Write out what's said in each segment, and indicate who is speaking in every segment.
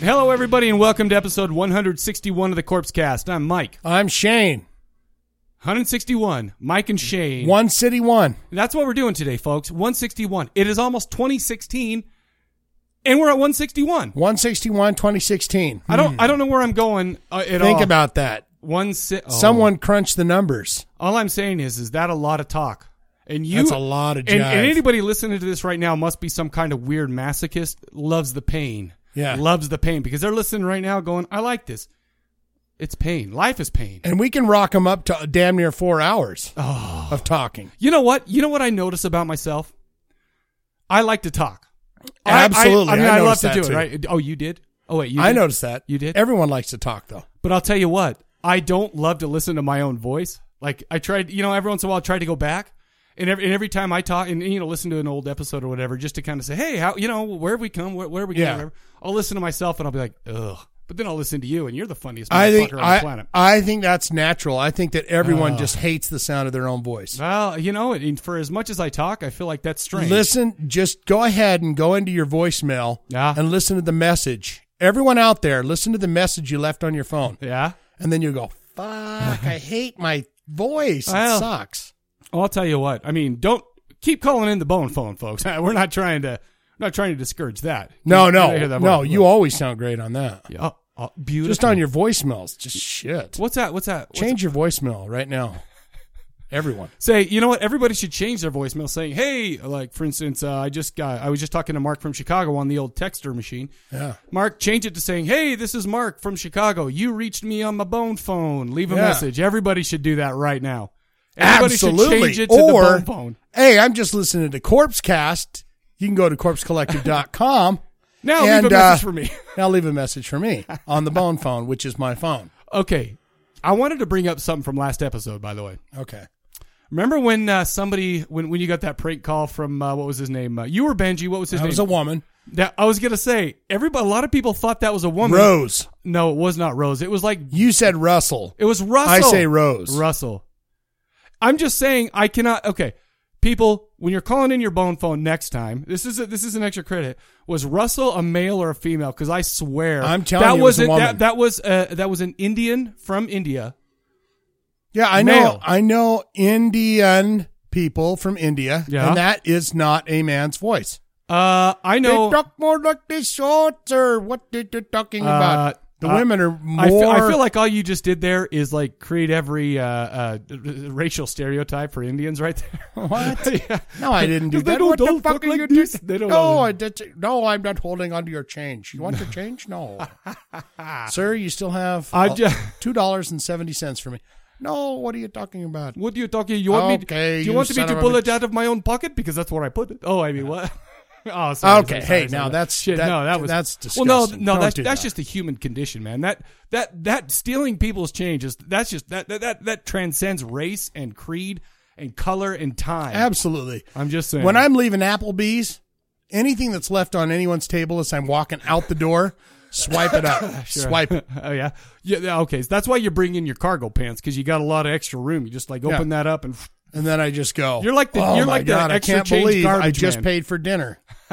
Speaker 1: Hello, everybody, and welcome to episode 161 of the Corpse Cast. I'm Mike.
Speaker 2: I'm Shane.
Speaker 1: 161. Mike and Shane.
Speaker 2: One City One.
Speaker 1: That's what we're doing today, folks. 161. It is almost 2016, and we're at 161.
Speaker 2: 161 2016.
Speaker 1: I don't. I don't know where I'm going uh, at all.
Speaker 2: Hmm. Think about that.
Speaker 1: one. Si- oh.
Speaker 2: Someone crunched the numbers.
Speaker 1: All I'm saying is, is that a lot of talk? And you.
Speaker 2: That's a lot of
Speaker 1: and, and
Speaker 2: jive.
Speaker 1: anybody listening to this right now must be some kind of weird masochist. Loves the pain.
Speaker 2: Yeah.
Speaker 1: Loves the pain because they're listening right now, going, "I like this. It's pain. Life is pain."
Speaker 2: And we can rock them up to damn near four hours
Speaker 1: Oh,
Speaker 2: of talking.
Speaker 1: You know what? You know what I notice about myself? I like to talk. I- I-
Speaker 2: Absolutely.
Speaker 1: I, mean,
Speaker 2: I
Speaker 1: I, love
Speaker 2: noticed
Speaker 1: to
Speaker 2: that
Speaker 1: do it,
Speaker 2: too.
Speaker 1: right? Oh, you did? Oh, wait. You
Speaker 2: I
Speaker 1: did?
Speaker 2: noticed that.
Speaker 1: You did?
Speaker 2: Everyone likes to talk, though.
Speaker 1: But I'll tell you what, I don't love to listen to my own voice. Like, I tried, you know, every once in a while, I try to go back. And every, and every time I talk and, you know, listen to an old episode or whatever, just to kind of say, hey, how, you know, where have we come? Where, where have we
Speaker 2: Yeah.
Speaker 1: come? Whatever. I'll listen to myself and I'll be like, ugh. But then I'll listen to you and you're the funniest motherfucker
Speaker 2: I think
Speaker 1: on the
Speaker 2: I,
Speaker 1: planet.
Speaker 2: I think that's natural. I think that everyone
Speaker 1: Ah.
Speaker 2: just hates the sound of their own voice.
Speaker 1: Well, you know, and for as much as I talk, I feel like that's strange.
Speaker 2: Listen, just go ahead and go into your voicemail
Speaker 1: Yeah.
Speaker 2: and listen to the message. Everyone out there, listen to the message you left on your phone.
Speaker 1: Yeah.
Speaker 2: And then you go, fuck, I hate my voice. It
Speaker 1: Well,
Speaker 2: sucks.
Speaker 1: I'll tell you what. I mean, don't keep calling in the bone phone, folks. We're not trying to we're not trying to discourage that.
Speaker 2: No,
Speaker 1: You-
Speaker 2: no,
Speaker 1: you hear that
Speaker 2: no.
Speaker 1: voice.
Speaker 2: You always sound great on that.
Speaker 1: Yeah. Oh, oh, beautiful.
Speaker 2: Just on your voicemails. Just shit.
Speaker 1: What's that? What's that? What's
Speaker 2: Change your voicemail right now. Everyone.
Speaker 1: Say, you know what? Everybody should change their voicemail saying, "Hey, like for instance, uh, I just got I was just talking to Mark from Chicago on the old texter machine.
Speaker 2: Yeah.
Speaker 1: Mark, change it to saying, "Hey, this is Mark from Chicago. You reached me on my bone phone. Leave a
Speaker 2: Yeah.
Speaker 1: message." Everybody should do that right now. Everybody
Speaker 2: Absolutely.
Speaker 1: should change it to
Speaker 2: or,
Speaker 1: the bone phone.
Speaker 2: hey, I'm just listening to Corpse Cast. You can go to corpsecollective.com.
Speaker 1: Now
Speaker 2: and,
Speaker 1: leave a message
Speaker 2: uh,
Speaker 1: for me.
Speaker 2: Now leave a message for me on the bone phone, which is my phone.
Speaker 1: Okay. I wanted to bring up something from last episode, by the way.
Speaker 2: Okay.
Speaker 1: Remember when uh, somebody, when, when you got that prank call from, uh, what was his name? Uh, you were Benji. What was his
Speaker 2: That
Speaker 1: name?
Speaker 2: was a woman.
Speaker 1: that, I was going to say, everybody, a lot of people thought that was a woman.
Speaker 2: Rose.
Speaker 1: No, it was not Rose. It was like,
Speaker 2: You said Russell.
Speaker 1: it was Russell.
Speaker 2: I say Rose.
Speaker 1: Russell. I'm just saying, I cannot, okay. People, when you're calling in your bone phone next time, this is a, this is an extra credit. Was Russell a male or a female? Because I swear,
Speaker 2: I'm telling
Speaker 1: that
Speaker 2: you, it was a
Speaker 1: wasn't-
Speaker 2: woman.
Speaker 1: That, that was uh, that was an Indian from India
Speaker 2: Yeah, I
Speaker 1: Male.
Speaker 2: know. I know Indian people from India,
Speaker 1: Yeah.
Speaker 2: and that is not a man's voice.
Speaker 1: Uh, I know.
Speaker 2: They talk more like this short, or what did you talking about? The
Speaker 1: uh,
Speaker 2: women are
Speaker 1: I feel,
Speaker 2: more.
Speaker 1: I feel like all you just did there is like create every uh, uh, r- racial stereotype for Indians right there.
Speaker 2: What?
Speaker 1: yeah.
Speaker 2: No, I didn't do
Speaker 1: They
Speaker 2: that.
Speaker 1: don't-
Speaker 2: what
Speaker 1: don't
Speaker 2: the fuck
Speaker 1: talk
Speaker 2: are
Speaker 1: like
Speaker 2: you
Speaker 1: this.
Speaker 2: doing?
Speaker 1: They don't
Speaker 2: no,
Speaker 1: want
Speaker 2: I did, no, I'm not holding on to your change. You want your change? No, sir. You still have
Speaker 1: I
Speaker 2: uh,
Speaker 1: ju-
Speaker 2: two dollars and seventy cents for me. No, what are you talking about?
Speaker 1: What do you talking? You want me?
Speaker 2: Okay,
Speaker 1: do you,
Speaker 2: you
Speaker 1: want me
Speaker 2: son
Speaker 1: to
Speaker 2: of a
Speaker 1: pull
Speaker 2: bitch.
Speaker 1: it out of my own pocket because that's where I put it? Oh, I mean what? Oh, sorry, sorry,
Speaker 2: Okay,
Speaker 1: sorry,
Speaker 2: hey,
Speaker 1: sorry.
Speaker 2: now that's-
Speaker 1: shit.
Speaker 2: that-
Speaker 1: no, that was
Speaker 2: that's
Speaker 1: Well, no,
Speaker 2: disgusting.
Speaker 1: no,
Speaker 2: Don't
Speaker 1: that's
Speaker 2: do
Speaker 1: that's
Speaker 2: that.
Speaker 1: just the human condition, man. That that that stealing people's change is that's just that that that, that transcends race and creed and color and time.
Speaker 2: Absolutely.
Speaker 1: I'm just saying.
Speaker 2: When I'm leaving Applebee's, anything that's left on anyone's table as I'm walking out the door, swipe it up.
Speaker 1: Sure.
Speaker 2: Swipe it.
Speaker 1: oh yeah. yeah. yeah, Okay. So that's why you bring in your cargo pants because you got a lot of extra room. You just like open that up and
Speaker 2: And then I just go.
Speaker 1: You're like the-
Speaker 2: oh
Speaker 1: you're
Speaker 2: my
Speaker 1: like the
Speaker 2: God, I
Speaker 1: extra
Speaker 2: can't
Speaker 1: change
Speaker 2: believe I
Speaker 1: garbage
Speaker 2: just
Speaker 1: man."
Speaker 2: paid for dinner.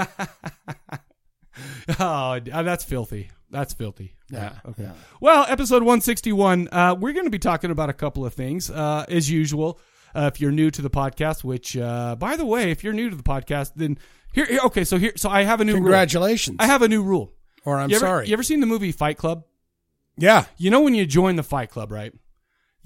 Speaker 1: oh, d- that's filthy. That's filthy.
Speaker 2: Yeah.
Speaker 1: Okay. Well, episode 161. Uh, we're going to be talking about a couple of things uh, as usual. Uh, if you're new to the podcast, which uh, by the way, if you're new to the podcast, then here, here- Okay, so here, so I have a new rule.
Speaker 2: Congratulations.
Speaker 1: I have a new rule.
Speaker 2: or I'm
Speaker 1: you ever,
Speaker 2: sorry.
Speaker 1: You ever seen the movie Fight Club?
Speaker 2: yeah.
Speaker 1: You know when you join the Fight Club, right?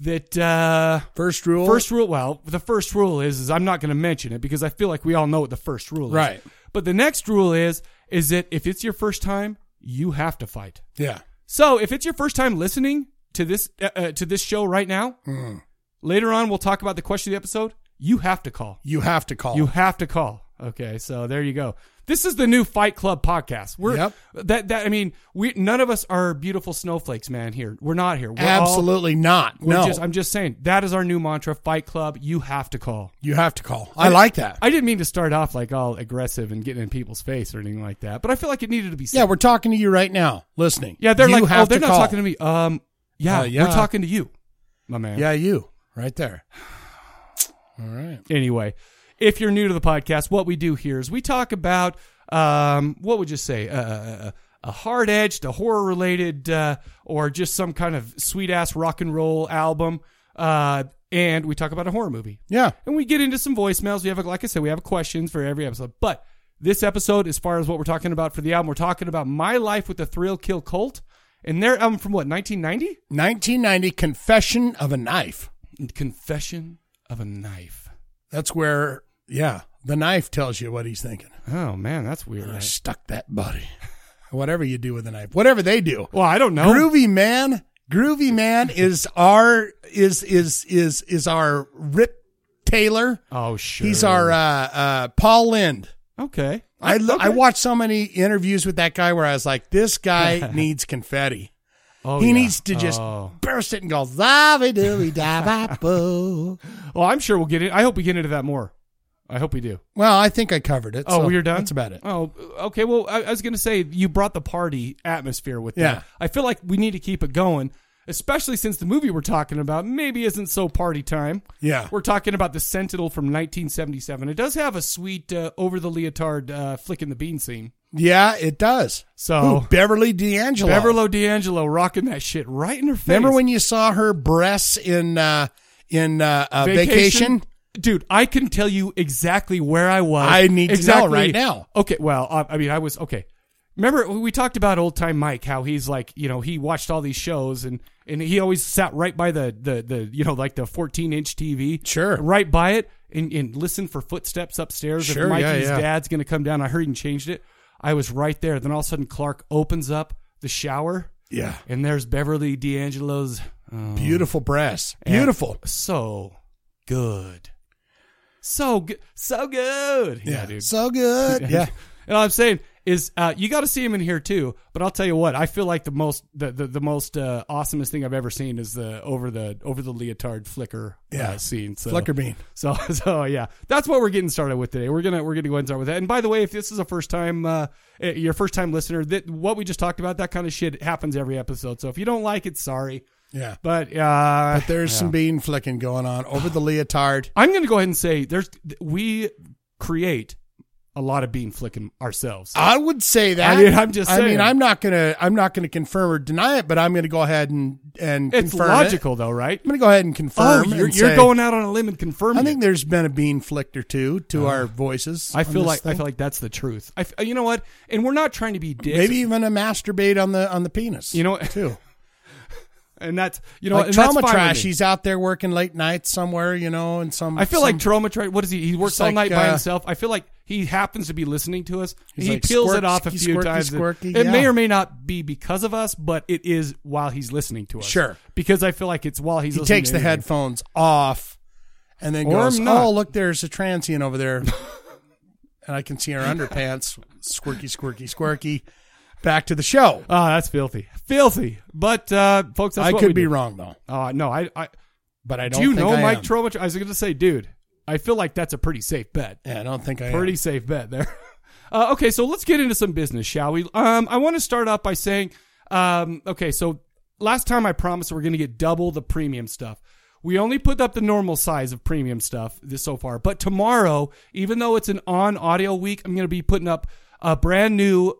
Speaker 1: That uh,
Speaker 2: First rule.
Speaker 1: First rule. Well, the first rule is is I'm not going to mention it because I feel like we all know what the first rule is.
Speaker 2: Right.
Speaker 1: But the next rule is is that if it's your first time, you have to fight.
Speaker 2: Yeah.
Speaker 1: So if it's your first time listening to this uh, uh, to this show right now,
Speaker 2: Hmm.
Speaker 1: later on we'll talk about the question of the episode. You have to call.
Speaker 2: You have to call.
Speaker 1: You have to call. Okay, so there you go. This is the new Fight Club podcast. We're
Speaker 2: Yep.
Speaker 1: that that I mean, we none of us are beautiful snowflakes, man. Here we're not here. We're all-
Speaker 2: Absolutely not.
Speaker 1: we're
Speaker 2: No.
Speaker 1: just, I'm just saying that is our new mantra. Fight Club. You have to call.
Speaker 2: you have to call. I like that.
Speaker 1: I didn't mean to start off like all aggressive and getting in people's face or anything like that, but I feel like it needed to be said.
Speaker 2: yeah, we're talking to you right now, listening.
Speaker 1: Yeah, they're
Speaker 2: You
Speaker 1: like, oh,
Speaker 2: have
Speaker 1: they're
Speaker 2: to
Speaker 1: not
Speaker 2: call.
Speaker 1: talking to me. Um, yeah,
Speaker 2: Uh, yeah.
Speaker 1: we're talking to you, my man.
Speaker 2: Yeah, you. Right there. All right.
Speaker 1: Anyway, if you're new to the podcast, what we do here is we talk about um, what would you say uh, a hard edged, a horror related, uh, or just some kind of sweet ass rock and roll album, uh, and we talk about a horror movie.
Speaker 2: Yeah.
Speaker 1: And we get into some voicemails. We have, like I said, we have questions for every episode. But this episode, as far as what we're talking about for the album, we're talking about My Life with the Thrill Kill Cult and their album from what, 1990?
Speaker 2: 1990 Confession of a Knife.
Speaker 1: Confession of a Knife.
Speaker 2: That's where, yeah, the knife tells you what he's thinking.
Speaker 1: Oh, man, that's weird.
Speaker 2: I stuck that buddy. Whatever you do with a knife, whatever they do.
Speaker 1: Well, I don't know.
Speaker 2: Groovy man, groovy man is our is is is is our Rip Taylor.
Speaker 1: Oh, sure.
Speaker 2: He's our uh, uh, Paul Lind.
Speaker 1: Okay.
Speaker 2: I lo- I
Speaker 1: Okay.
Speaker 2: watched so many interviews with that guy where I was like, this guy needs confetti.
Speaker 1: Oh,
Speaker 2: he
Speaker 1: yeah.
Speaker 2: needs to just
Speaker 1: Oh.
Speaker 2: burst it and go zavi dooby da boo.
Speaker 1: Well, I'm sure we'll get it. I hope we get into that more. I hope we do.
Speaker 2: Well, I think I covered it.
Speaker 1: Oh,
Speaker 2: so
Speaker 1: we're done.
Speaker 2: That's about it.
Speaker 1: Oh, okay. Well, I, I was gonna say you brought the party atmosphere with
Speaker 2: Yeah.
Speaker 1: that. I feel like we need to keep it going, especially since the movie we're talking about maybe isn't so party time.
Speaker 2: Yeah.
Speaker 1: We're talking about the Sentinel from 1977. It does have a sweet uh, over the leotard uh, flicking the bean scene.
Speaker 2: Yeah, it does.
Speaker 1: So-
Speaker 2: Ooh, Beverly D'Angelo.
Speaker 1: Beverlo D'Angelo rocking that shit right in her face.
Speaker 2: Remember when you saw her breasts in uh, in uh, uh, vacation?
Speaker 1: Dude, I can tell you exactly where I was.
Speaker 2: I need to know
Speaker 1: exactly.
Speaker 2: right now.
Speaker 1: Okay, well, I, I mean, I was okay. Remember we talked about old time Mike, how he's like, you know, he watched all these shows and and he always sat right by the the the you know like the 14 inch TV,
Speaker 2: Sure.
Speaker 1: right by it and and listened for footsteps upstairs.
Speaker 2: Sure,
Speaker 1: if
Speaker 2: yeah,
Speaker 1: Mikey's
Speaker 2: yeah.
Speaker 1: dad's gonna come down. I heard he changed it. I was right there. Then all of a sudden, Clark opens up the shower
Speaker 2: Yeah.
Speaker 1: and there's Beverly D'Angelo's. Oh,
Speaker 2: Beautiful breasts. Beautiful.
Speaker 1: so good. So good. So good. Yeah, dude.
Speaker 2: So good. yeah.
Speaker 1: And all I'm saying is uh, you got to see him in here too. But I'll tell you what, I feel like the most the the, the most uh, awesomest thing I've ever seen is the over the over the leotard flicker
Speaker 2: Yeah.
Speaker 1: uh, scene. So,
Speaker 2: Flicker bean.
Speaker 1: So so yeah, that's what we're getting started with today. We're gonna we're gonna go ahead and start with that. And by the way, if this is a first time uh, eh, your first time listener, that what we just talked about that kind of shit happens every episode. So if you don't like it, sorry.
Speaker 2: Yeah.
Speaker 1: But uh,
Speaker 2: But there's some bean flicking going on over the leotard.
Speaker 1: I'm going to go ahead and say there's th- we create a lot of bean flicking ourselves.
Speaker 2: I would say that.
Speaker 1: I mean, I'm just
Speaker 2: I
Speaker 1: saying.
Speaker 2: mean, I'm not gonna. I'm not gonna confirm or deny it, but I'm gonna go ahead and and
Speaker 1: it's
Speaker 2: confirm
Speaker 1: logical though, right?
Speaker 2: It. I'm gonna go ahead and
Speaker 1: Oh,
Speaker 2: confirm.
Speaker 1: you're,
Speaker 2: and
Speaker 1: you're
Speaker 2: say-
Speaker 1: going out on a limb and confirming.
Speaker 2: I think
Speaker 1: it. Oh.
Speaker 2: there's been a bean flicked or two to our voices.
Speaker 1: I
Speaker 2: on
Speaker 1: feel
Speaker 2: this
Speaker 1: like I
Speaker 2: thing.
Speaker 1: feel like that's the truth. I f- you know what? And we're not trying to be dicks.
Speaker 2: maybe even a masturbate on the on the penis.
Speaker 1: you know what?
Speaker 2: too.
Speaker 1: and that's you know
Speaker 2: Like
Speaker 1: and that's
Speaker 2: trauma
Speaker 1: fine with
Speaker 2: trash.
Speaker 1: me.
Speaker 2: He's out there working late nights somewhere. You know, and some.
Speaker 1: I feel
Speaker 2: some-
Speaker 1: like trauma trash. What is he? He works
Speaker 2: He's
Speaker 1: all
Speaker 2: like,
Speaker 1: night by
Speaker 2: uh,
Speaker 1: himself. I feel like he happens to be listening to us.
Speaker 2: He's
Speaker 1: He
Speaker 2: like,
Speaker 1: peels
Speaker 2: squirky,
Speaker 1: it off a few
Speaker 2: squirky,
Speaker 1: times.
Speaker 2: squirky,
Speaker 1: it may
Speaker 2: yeah.
Speaker 1: or may not be because of us, but it is while he's listening to us.
Speaker 2: Sure.
Speaker 1: because I feel like it's while he's
Speaker 2: he
Speaker 1: listening
Speaker 2: takes
Speaker 1: to
Speaker 2: the
Speaker 1: anything.
Speaker 2: headphones off, and then
Speaker 1: Or
Speaker 2: goes,
Speaker 1: I'm not.
Speaker 2: "Oh, look, there's a transient over there," and I can see her underpants, squirky, squirky, squirky. Back to the show.
Speaker 1: Oh, that's filthy, filthy. But uh, folks, that's
Speaker 2: I
Speaker 1: what
Speaker 2: could
Speaker 1: we
Speaker 2: be
Speaker 1: do.
Speaker 2: wrong though,
Speaker 1: Uh, no, I, I
Speaker 2: but I don't.
Speaker 1: do you
Speaker 2: think
Speaker 1: know
Speaker 2: I
Speaker 1: Mike
Speaker 2: am.
Speaker 1: Trollman? I was going to say, dude, I feel like that's a pretty safe bet.
Speaker 2: Yeah, I don't think I.
Speaker 1: Pretty
Speaker 2: Am.
Speaker 1: safe bet there. Uh, okay, so let's get into some business, shall we? Um, I want to start off by saying, um, okay, so last time I promised we're going to get double the premium stuff. We only put up the normal size of premium stuff this so far, but tomorrow, even though it's an on audio week, I'm going to be putting up a brand new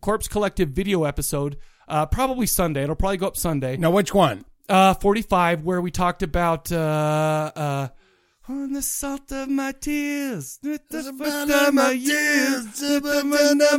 Speaker 1: Corpse Collective video episode. Uh, probably Sunday. It'll probably go up Sunday
Speaker 2: Now, which one?
Speaker 1: uh, 45 where we talked about uh, uh, on the salt of my tears with the fruit of my years, with the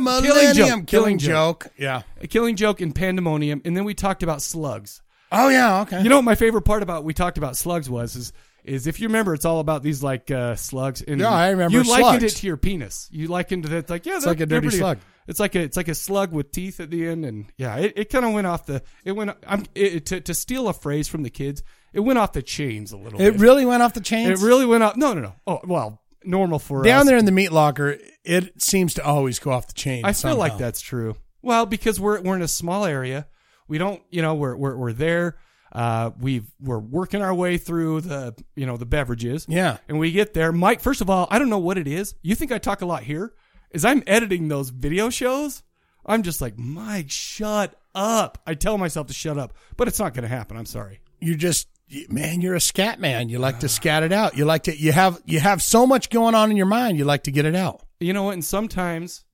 Speaker 2: Millennium
Speaker 1: mon- killing joke
Speaker 2: killing joke. Yeah.
Speaker 1: A killing joke and pandemonium and then we talked about slugs
Speaker 2: Oh yeah. Okay.
Speaker 1: you know what my favorite part about we talked about slugs was is is if you remember, it's all about these like uh, slugs. And
Speaker 2: Yeah, I remember
Speaker 1: You likened
Speaker 2: slugs.
Speaker 1: it to your penis. You likened it. It's like yeah, it's
Speaker 2: like a dirty slug.
Speaker 1: It's like a it's like a slug with teeth at the end, and yeah, it, it kind of went off the it went. I'm it, it- to to steal a phrase from the kids. It went off the chains a little.
Speaker 2: It
Speaker 1: bit.
Speaker 2: really went off the chains.
Speaker 1: it really went off. No, no, no. Oh well, normal for us.
Speaker 2: Down there in the meat locker, it seems to always go off the chain.
Speaker 1: I feel like
Speaker 2: somehow.
Speaker 1: that's true. Well, because we're we're in a small area, we don't you know we're we're we're there. Uh, we've we're working our way through the you know the beverages.
Speaker 2: Yeah.
Speaker 1: and we get there. Mike, first of all, I don't know what it is. You think I talk a lot here? Is I'm editing those video shows? I'm just like Mike, shut up. I tell myself to shut up, but it's not going to happen. I'm sorry.
Speaker 2: You're just you- man. You're a scat man. You like to scat it out. You like to. You have you have so much going on in your mind. You like to get it out.
Speaker 1: You know what? And sometimes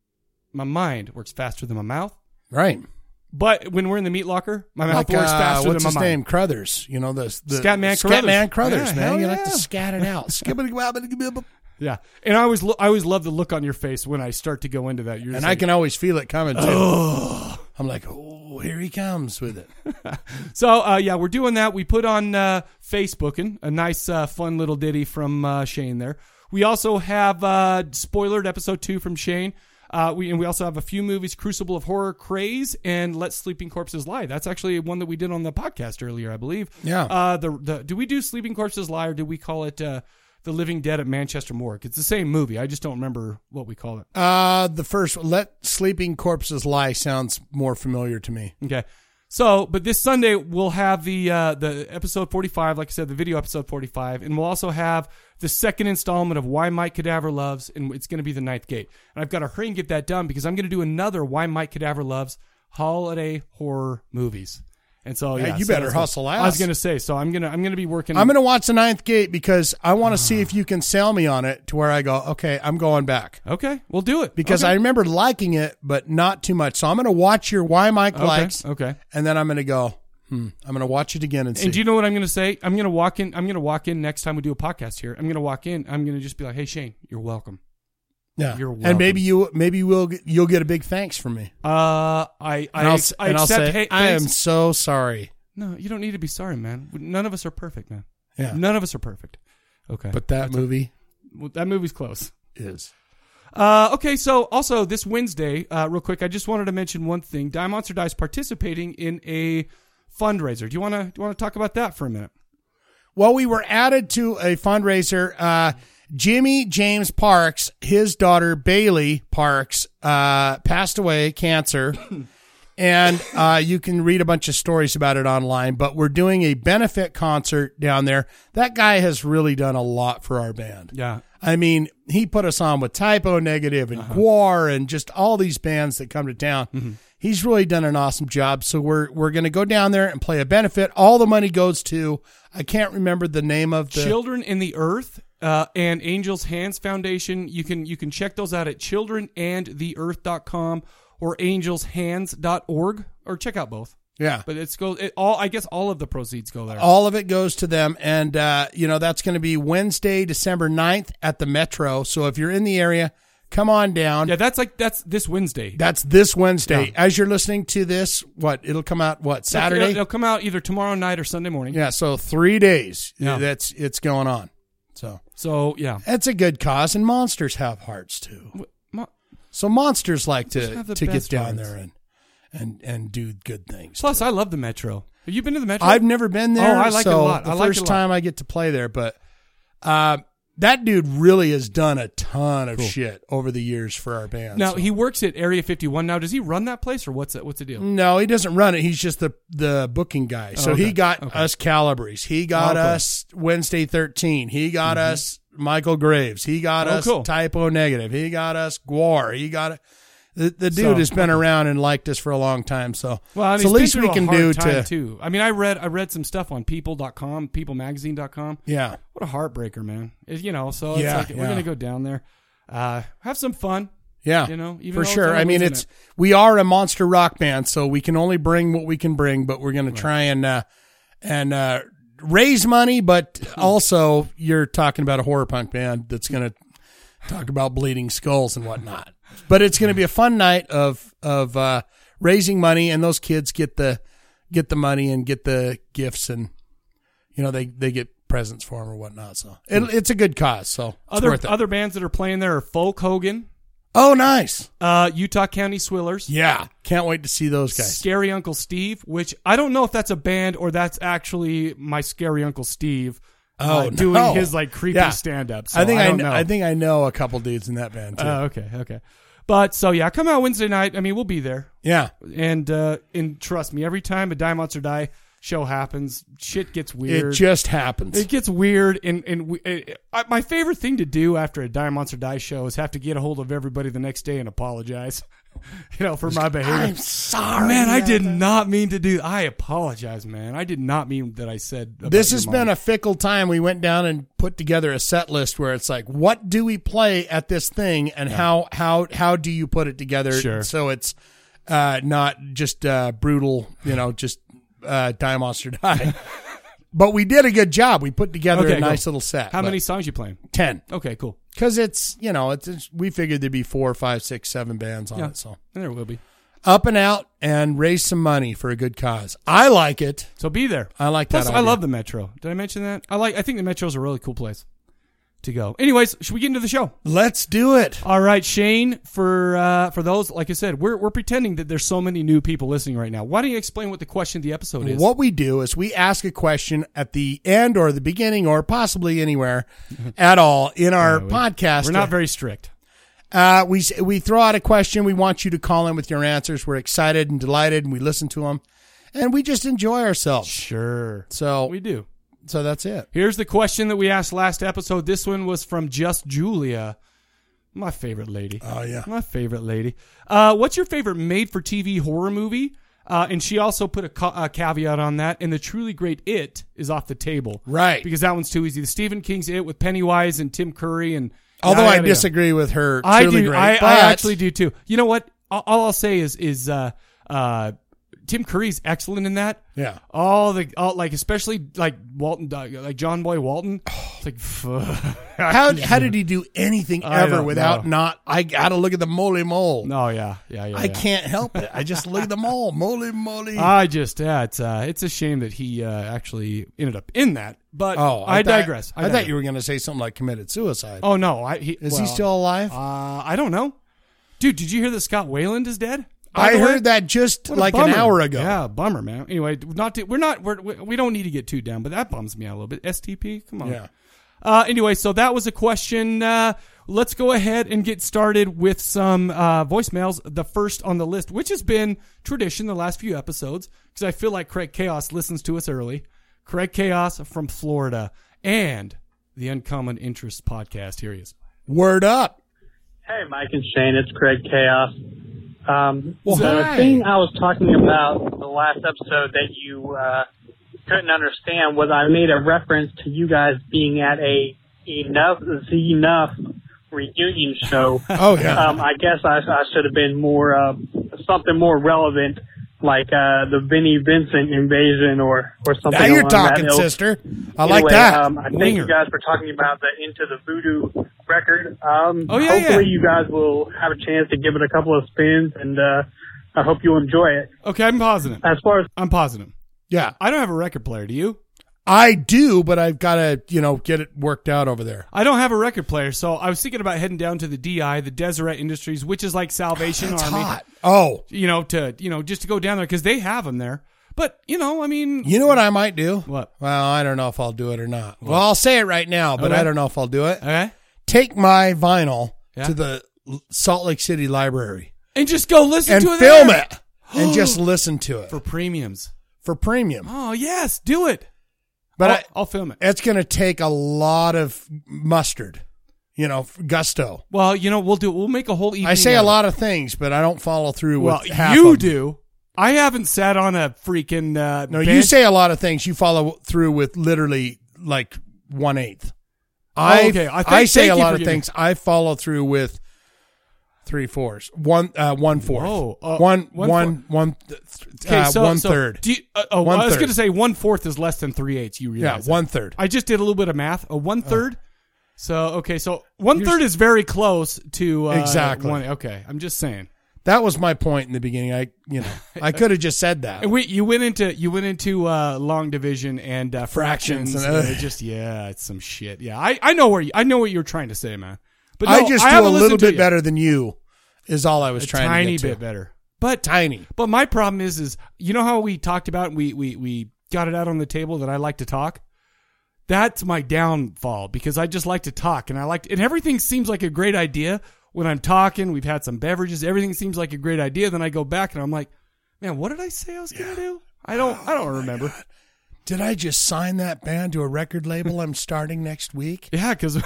Speaker 1: my mind works faster than my mouth.
Speaker 2: Right.
Speaker 1: But when we're in the meat locker, my
Speaker 2: like
Speaker 1: mouth works
Speaker 2: uh,
Speaker 1: faster
Speaker 2: what's
Speaker 1: than my
Speaker 2: his
Speaker 1: mind.
Speaker 2: name? Crothers. You know the, the
Speaker 1: Scatman Crothers.
Speaker 2: Scatman Crothers.
Speaker 1: Yeah, hell
Speaker 2: man. You like to
Speaker 1: yeah.
Speaker 2: scat it out. Skibbity-wobbity-gibbibbop.
Speaker 1: Yeah, and I always lo- I always love the look on your face when I start to go into that. You're
Speaker 2: and
Speaker 1: just
Speaker 2: I
Speaker 1: like,
Speaker 2: can always feel it coming. Too. I'm like, oh, here he comes with it.
Speaker 1: so uh, yeah, we're doing that. We put on uh, Facebooking a nice uh, fun little ditty from uh, Shane there. We also have uh, spoilered episode two from Shane. Uh, we and we also have a few movies: Crucible of Horror, Craze, and Let Sleeping Corpses Lie. That's actually one that we did on the podcast earlier, I believe.
Speaker 2: Yeah.
Speaker 1: Uh, the the do we do Sleeping Corpses Lie or do we call it uh, The Living Dead at Manchester Morgue? It's the same movie. I just don't remember what we call it.
Speaker 2: Uh, the first "Let Sleeping Corpses Lie" sounds more familiar to me.
Speaker 1: Okay. So, but this Sunday we'll have the uh, the episode 45, like I said, the video episode 45, and we'll also have the second installment of Why Mike Cadaver Loves, and it's going to be the ninth gate. And I've got to hurry and get that done because I'm going to do another Why Mike Cadaver Loves holiday horror movies. And so,
Speaker 2: Hey,
Speaker 1: yeah,
Speaker 2: you
Speaker 1: so
Speaker 2: better
Speaker 1: that's what-
Speaker 2: hustle
Speaker 1: I was
Speaker 2: ass.
Speaker 1: going to say, so I'm gonna I'm gonna be working.
Speaker 2: I'm gonna watch the Ninth Gate because I
Speaker 1: Ah.
Speaker 2: want to see if you can sell me on it to where I go. Okay, I'm going back
Speaker 1: okay, we'll do it
Speaker 2: because I remember liking it, but not too much. So I'm gonna watch your Why Mike
Speaker 1: okay.
Speaker 2: likes,
Speaker 1: okay. okay.
Speaker 2: and then I'm gonna go. Hmm, I'm gonna watch it again and see.
Speaker 1: And do you know what I'm going to say? I'm going to walk in. I'm going to walk in next time we do a podcast here. I'm going to walk in. I'm going to just be like, "Hey Shane, you're welcome."
Speaker 2: yeah,
Speaker 1: you're
Speaker 2: and
Speaker 1: welcome.
Speaker 2: maybe you maybe we'll get, you'll get a big thanks from me.
Speaker 1: Uh, I I,
Speaker 2: And I'll, s-
Speaker 1: I
Speaker 2: and I'll
Speaker 1: accept.
Speaker 2: say
Speaker 1: hey,
Speaker 2: I am
Speaker 1: thanks."
Speaker 2: so sorry.
Speaker 1: No, you don't need to be sorry, man. None of us are perfect, man.
Speaker 2: Yeah,
Speaker 1: None of us are perfect. Okay,
Speaker 2: but that movie
Speaker 1: well, that movie's close.
Speaker 2: is
Speaker 1: Uh, okay, so also this Wednesday, uh, real quick, I just wanted to mention one thing. Die Monster Dies participating in a fundraiser. Do you wanna do you wanna talk about that for a minute?
Speaker 2: Well, we were added to a fundraiser. Uh, Jimmy James Parks, his daughter Bailey Parks, uh, passed away cancer, and uh, you can read a bunch of stories about it online. But we're doing a benefit concert down there. That guy has really done a lot for our band.
Speaker 1: Yeah,
Speaker 2: I mean, he put us on with Typo Negative and
Speaker 1: Uh-huh.
Speaker 2: Guar and just all these bands that come to town.
Speaker 1: Mm-hmm.
Speaker 2: He's really done an awesome job. So we're we're going to go down there and play a benefit. All the money goes to I can't remember the name of the
Speaker 1: Children in the Earth uh, and Angels Hands Foundation. You can you can check those out at childrenandtheearth.com or angelshands.org or check out both.
Speaker 2: yeah.
Speaker 1: But it's go it, all. I guess all of the proceeds go there.
Speaker 2: All of it goes to them, and uh, you know that's going to be Wednesday, December 9th at the Metro. So if you're in the area, come on down.
Speaker 1: yeah, that's like that's this Wednesday.
Speaker 2: That's this Wednesday. As you're listening to this, what it'll come out what Saturday?
Speaker 1: It'll, it'll come out either tomorrow night or Sunday morning.
Speaker 2: yeah, so three days.
Speaker 1: Yeah.
Speaker 2: That's it's going on. So
Speaker 1: So yeah,
Speaker 2: That's a good cause, and monsters have hearts too.
Speaker 1: Mo-
Speaker 2: So monsters like
Speaker 1: Monsters
Speaker 2: to
Speaker 1: have the
Speaker 2: to get
Speaker 1: best
Speaker 2: down
Speaker 1: hearts.
Speaker 2: there and and and do good things.
Speaker 1: plus I love the Metro. Have you been to the Metro?
Speaker 2: I've never been there.
Speaker 1: Oh, I like it a
Speaker 2: so
Speaker 1: lot.
Speaker 2: The
Speaker 1: I like it
Speaker 2: first
Speaker 1: a lot.
Speaker 2: time I get to play there, but uh, that dude really has done a ton of
Speaker 1: Cool.
Speaker 2: shit over the years for our band.
Speaker 1: now
Speaker 2: so-
Speaker 1: he works at Area 51. Now does he run that place or what's that? What's the deal?
Speaker 2: no, he doesn't run it. He's just the the booking guy. So
Speaker 1: Oh, okay.
Speaker 2: he got
Speaker 1: Okay.
Speaker 2: us Calibres. He got
Speaker 1: Oh, cool. Mm-hmm.
Speaker 2: us Wednesday thirteen. He got us Michael Graves. He got
Speaker 1: Oh,
Speaker 2: us
Speaker 1: cool.
Speaker 2: Typo Negative. He got us Guar. He got the, the dude
Speaker 1: So-
Speaker 2: has been around and liked us for a long time. So
Speaker 1: Well, and
Speaker 2: it's the least
Speaker 1: he's been through
Speaker 2: we
Speaker 1: a
Speaker 2: can
Speaker 1: hard
Speaker 2: do
Speaker 1: time,
Speaker 2: to
Speaker 1: too. I mean, I read I read some stuff on People.com, PeopleMagazine.com.
Speaker 2: yeah.
Speaker 1: What a heartbreaker, man! It- you know, so
Speaker 2: Yeah,
Speaker 1: it's like we're
Speaker 2: yeah.
Speaker 1: gonna go down there, uh, have some fun.
Speaker 2: Yeah,
Speaker 1: You know, even
Speaker 2: for
Speaker 1: though it's
Speaker 2: sure.
Speaker 1: only
Speaker 2: I mean,
Speaker 1: losing
Speaker 2: it's we are a monster rock band, so we can only bring what we can bring. But we're going to try and uh, and uh, raise money. But also, you're talking about a horror punk band that's going to talk about bleeding skulls and whatnot. But it's going to be a fun night of of uh, raising money, and those kids get the get the money and get the gifts, and you know they they get presents for him or whatnot. So it, it's a good cause. So it's
Speaker 1: Other
Speaker 2: worth it.
Speaker 1: other bands that are playing there are Folk Hogan,
Speaker 2: oh, nice.
Speaker 1: uh, Utah County Swillers,
Speaker 2: Yeah, can't wait to see those guys.
Speaker 1: Scary Uncle Steve, which I don't know if that's a band or that's actually my Scary Uncle Steve uh,
Speaker 2: Oh,
Speaker 1: doing
Speaker 2: no.
Speaker 1: his like creepy
Speaker 2: Yeah.
Speaker 1: stand up.
Speaker 2: I think I,
Speaker 1: don't
Speaker 2: kn-
Speaker 1: know.
Speaker 2: I think I know a couple dudes in that band too.
Speaker 1: Uh, okay, okay. But so yeah, come out Wednesday night. I mean, we'll be there.
Speaker 2: yeah,
Speaker 1: And uh and trust me, every time a Die Monster Die show happens, shit gets weird.
Speaker 2: it just happens.
Speaker 1: It gets weird, and and we, it, I, my favorite thing to do after a Die Monster Die show is have to get a hold of everybody the next day and apologize, you know, for my behavior.
Speaker 2: I'm sorry,
Speaker 1: man, I did not mean to do. I apologize, man. I did not mean that I said. about
Speaker 2: This
Speaker 1: your
Speaker 2: has
Speaker 1: mom.
Speaker 2: been a fickle time. We went down and put together a set list where it's like, what do we play at this thing, and how how how do you put it together
Speaker 1: Sure.
Speaker 2: so it's uh, not just uh, brutal, you know, just uh, die monster die. but we did a good job. We put together
Speaker 1: Okay,
Speaker 2: a nice
Speaker 1: cool.
Speaker 2: little set.
Speaker 1: How
Speaker 2: but
Speaker 1: many songs you playing?
Speaker 2: Ten.
Speaker 1: Okay, cool.
Speaker 2: Because it's you know it's, it's we figured there'd be four, five, six, seven bands on
Speaker 1: Yeah.
Speaker 2: it. So
Speaker 1: There will be.
Speaker 2: up and out and raise some money for a good cause. I like it.
Speaker 1: So be there.
Speaker 2: I like
Speaker 1: Plus,
Speaker 2: that.
Speaker 1: I
Speaker 2: idea.
Speaker 1: love the Metro. Did I mention that? I like. I think the Metro's a really cool place to go. Anyways, should we get into the show?
Speaker 2: Let's do it.
Speaker 1: All right, Shane. For uh, for those, like I said, we're we're pretending that there's so many new people listening right now. Why don't you explain what the question of the episode is?
Speaker 2: What we do is we ask a question at the end or the beginning or possibly anywhere at all in our podcast.
Speaker 1: We're not very strict.
Speaker 2: uh, we s- we throw out a question. We want you to call in with your answers. We're excited and delighted, and we listen to them, and we just enjoy ourselves.
Speaker 1: Sure.
Speaker 2: So
Speaker 1: We do.
Speaker 2: so that's it.
Speaker 1: Here's the question that we asked last episode. This one was from Just Julia, my favorite lady.
Speaker 2: Oh yeah.
Speaker 1: My favorite lady. Uh, what's your favorite made for TV horror movie? Uh, and she also put a, ca- a caveat on that. And the truly great It is off the table.
Speaker 2: Right.
Speaker 1: Because that one's too easy. The Stephen King's It with Pennywise and Tim Curry. and
Speaker 2: Although I
Speaker 1: yada, yada.
Speaker 2: disagree with her,
Speaker 1: I
Speaker 2: truly
Speaker 1: do.
Speaker 2: great,
Speaker 1: I,
Speaker 2: but
Speaker 1: I actually do too. You know what? All, all I'll say is, is uh, uh, Tim Curry's excellent in that.
Speaker 2: yeah.
Speaker 1: All the all like especially like Walton like John Boy Walton.
Speaker 2: Oh.
Speaker 1: It's like fuck.
Speaker 2: How how did he do anything
Speaker 1: I
Speaker 2: ever
Speaker 1: don't
Speaker 2: without
Speaker 1: know.
Speaker 2: not? I gotta look at the moly mole.
Speaker 1: No, yeah, yeah, yeah.
Speaker 2: I
Speaker 1: yeah.
Speaker 2: can't help it. I just look at the mole, moly moly.
Speaker 1: I just yeah, it's uh, it's a shame that he uh, actually ended up in that. But
Speaker 2: oh,
Speaker 1: I,
Speaker 2: thought-
Speaker 1: digress.
Speaker 2: I, thought you were gonna say something like committed suicide.
Speaker 1: Oh no, I, he,
Speaker 2: Is he
Speaker 1: well,
Speaker 2: still alive?
Speaker 1: Uh, I don't know, dude. Did you hear that Scott Wayland is dead? By
Speaker 2: I
Speaker 1: the way?
Speaker 2: heard that just
Speaker 1: What a
Speaker 2: like an
Speaker 1: bummer.
Speaker 2: hour ago.
Speaker 1: Yeah, bummer, man. Anyway, not to, we're not we're, we we don't need to get too down, but that bums me out a little bit. STP, come on.
Speaker 2: Yeah.
Speaker 1: Uh, anyway, so that was a question. Uh, let's go ahead and get started with some uh, voicemails. The first on the list, which has been tradition the last few episodes, because I feel like Craig Chaos listens to us early. Craig Chaos from Florida and the Uncommon Interest podcast. Here he is.
Speaker 2: Word up.
Speaker 3: Hey, Mike and Shane, it's Craig Chaos. Um,
Speaker 2: Well,
Speaker 3: the
Speaker 2: hi.
Speaker 3: thing I was talking about the last episode that you uh, couldn't understand was I made a reference to you guys being at a enough is enough reunion show.
Speaker 2: Oh yeah.
Speaker 3: um, I guess I, I should have been more uh, something more relevant, like uh, the Vinnie Vincent invasion or or something.
Speaker 2: now you're
Speaker 3: along that
Speaker 2: talking,
Speaker 3: ilk.
Speaker 2: sister. I like
Speaker 3: Anyway,
Speaker 2: that.
Speaker 3: Um, I thank
Speaker 1: Winger.
Speaker 3: you guys for talking about the Into the Voodoo record. Um,
Speaker 1: Oh, yeah,
Speaker 3: hopefully
Speaker 1: yeah.
Speaker 3: you guys will have a chance to give it a couple of spins, and uh, I hope you enjoy it.
Speaker 1: Okay, I'm positive.
Speaker 3: As far as
Speaker 1: I'm positive.
Speaker 2: yeah,
Speaker 1: I don't have a record player. Do you?
Speaker 2: I do, but I've got to you know get it worked out over there.
Speaker 1: I don't have a record player, so I was thinking about heading down to the DI, the Deseret Industries, which is like Salvation
Speaker 2: It's
Speaker 1: Army.
Speaker 2: hot. Oh,
Speaker 1: You know, to you know, just to go down there because they have them there. But you know, I mean,
Speaker 2: you know what I might do?
Speaker 1: What?
Speaker 2: Well, I don't know if I'll do it or not. Well, I'll say it right now, but
Speaker 1: Okay.
Speaker 2: I don't know if I'll do it.
Speaker 1: okay,
Speaker 2: Take my vinyl
Speaker 1: Yeah.
Speaker 2: to the L- Salt Lake City Library
Speaker 1: and just go listen
Speaker 2: and
Speaker 1: to it
Speaker 2: film
Speaker 1: there.
Speaker 2: it and just listen to it
Speaker 1: for premiums.
Speaker 2: for premium.
Speaker 1: Oh yes, do it.
Speaker 2: But
Speaker 1: I'll,
Speaker 2: I,
Speaker 1: I'll film it.
Speaker 2: it's going to take a lot of mustard, you know, f- gusto.
Speaker 1: Well, you know, we'll do. We'll make a whole. Evening
Speaker 2: I say
Speaker 1: out
Speaker 2: a
Speaker 1: of it.
Speaker 2: lot of things, but I don't follow through
Speaker 1: Well,
Speaker 2: with half
Speaker 1: you
Speaker 2: of them.
Speaker 1: do. I haven't sat on a freaking. Uh,
Speaker 2: No, you
Speaker 1: bench.
Speaker 2: say a lot of things. You follow through with literally like one eighth.
Speaker 1: Oh,
Speaker 2: I
Speaker 1: okay. I
Speaker 2: I,
Speaker 1: thank-
Speaker 2: say
Speaker 1: thank
Speaker 2: a
Speaker 1: you
Speaker 2: lot
Speaker 1: for
Speaker 2: of
Speaker 1: giving-
Speaker 2: things. I follow through with three fourths, one uh, one fourth,
Speaker 1: Whoa, uh,
Speaker 2: one
Speaker 1: one
Speaker 2: one one th-
Speaker 1: Okay,
Speaker 2: uh,
Speaker 1: so,
Speaker 2: one
Speaker 1: so
Speaker 2: third.
Speaker 1: Do you, uh, oh,
Speaker 2: One
Speaker 1: I was
Speaker 2: third.
Speaker 1: going to say one fourth is less than three eighths. You
Speaker 2: yeah,
Speaker 1: realize? that.
Speaker 2: one third.
Speaker 1: I just did a little bit of math. A one third. So okay, so one third is very close to uh,
Speaker 2: Exactly.
Speaker 1: One, okay, I'm just saying.
Speaker 2: That was my point in the beginning. I, you know, I could have just said that.
Speaker 1: And we, you went into you went into uh, long division and uh, fractions.
Speaker 2: Fractions and
Speaker 1: and
Speaker 2: other-
Speaker 1: it just yeah, it's some shit. Yeah, I, I know where you, I know what you're trying to say, man. But no,
Speaker 2: I just do a
Speaker 1: haven't
Speaker 2: little
Speaker 1: listened to
Speaker 2: bit
Speaker 1: you.
Speaker 2: better than you is all I was
Speaker 1: a
Speaker 2: trying
Speaker 1: tiny
Speaker 2: to get
Speaker 1: bit
Speaker 2: to.
Speaker 1: better. But
Speaker 2: Tiny.
Speaker 1: but my problem is is you know how we talked about and we we we got it out on the table that I like to talk. That's my downfall because I just like to talk and I like and everything seems like a great idea when I'm talking. We've had some beverages. Everything seems like a great idea. Then I go back and I'm like, man, what did I say I was gonna do? I don't I don't remember.
Speaker 2: Oh Did I just sign that band to a record label I'm starting next week?
Speaker 1: Yeah, because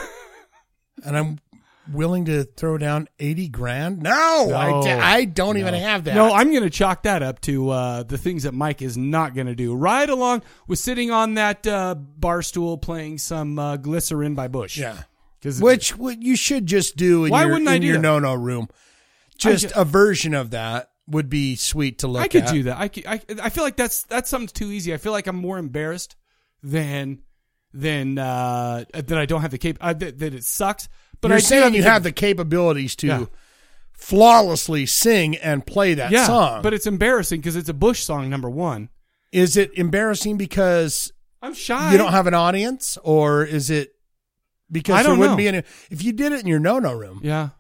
Speaker 2: And I'm willing to throw down 80 grand? No, I
Speaker 1: No.
Speaker 2: d- I don't even have that.
Speaker 1: no, I'm going to chalk that up to uh, the things that Mike is not going to do. Right along with sitting on that uh, bar stool playing some uh, glycerin by Bush.
Speaker 2: Yeah.
Speaker 1: 'Cause-
Speaker 2: Which what you should just do in
Speaker 1: Why
Speaker 2: your,
Speaker 1: wouldn't I
Speaker 2: in
Speaker 1: do
Speaker 2: your
Speaker 1: that?
Speaker 2: no-no room. Just uh,
Speaker 1: ju-
Speaker 2: a version of that would be sweet to look
Speaker 1: I could
Speaker 2: at.
Speaker 1: do that. I, could, I I feel like that's that's something too easy. I feel like I'm more embarrassed than than uh, that I don't have the cap uh, that, that it sucks. But
Speaker 2: You're
Speaker 1: I do
Speaker 2: saying you
Speaker 1: cap-
Speaker 2: have the capabilities to
Speaker 1: Yeah.
Speaker 2: flawlessly sing and play that
Speaker 1: yeah,
Speaker 2: song.
Speaker 1: but it's embarrassing because it's a Bush song number one.
Speaker 2: is it embarrassing because
Speaker 1: I'm shy.
Speaker 2: you don't have an audience, or is it because
Speaker 1: I don't
Speaker 2: there wouldn't
Speaker 1: know.
Speaker 2: be any? If you did it in your no-no room,
Speaker 1: yeah.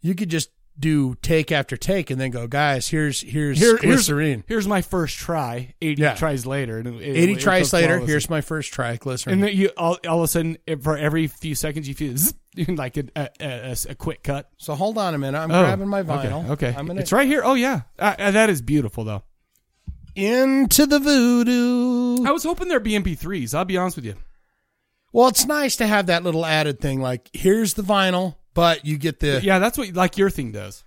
Speaker 2: you could just do take after take and then go, guys, here's here's
Speaker 1: Here- here's,
Speaker 2: glycerine.
Speaker 1: here's my first try. Eighty
Speaker 2: Yeah.
Speaker 1: tries later. And it-
Speaker 2: Eighty
Speaker 1: it
Speaker 2: tries
Speaker 1: goes
Speaker 2: later,
Speaker 1: flawlessly.
Speaker 2: here's my first try glycerine.
Speaker 1: and then you all, all of a sudden if- for every few seconds you feel zzz, like a, a, a, a quick cut.
Speaker 2: so hold on a minute, I'm
Speaker 1: Oh,
Speaker 2: grabbing my vinyl.
Speaker 1: Okay, okay.
Speaker 2: I'm gonna
Speaker 1: it's right here. Oh yeah, uh, uh, that is beautiful though.
Speaker 2: into the voodoo.
Speaker 1: I was hoping there'd be MP3s. I'll be honest with you.
Speaker 2: Well, it's nice to have that little added thing, like here's the vinyl, but you get the
Speaker 1: Yeah, that's what like your thing does.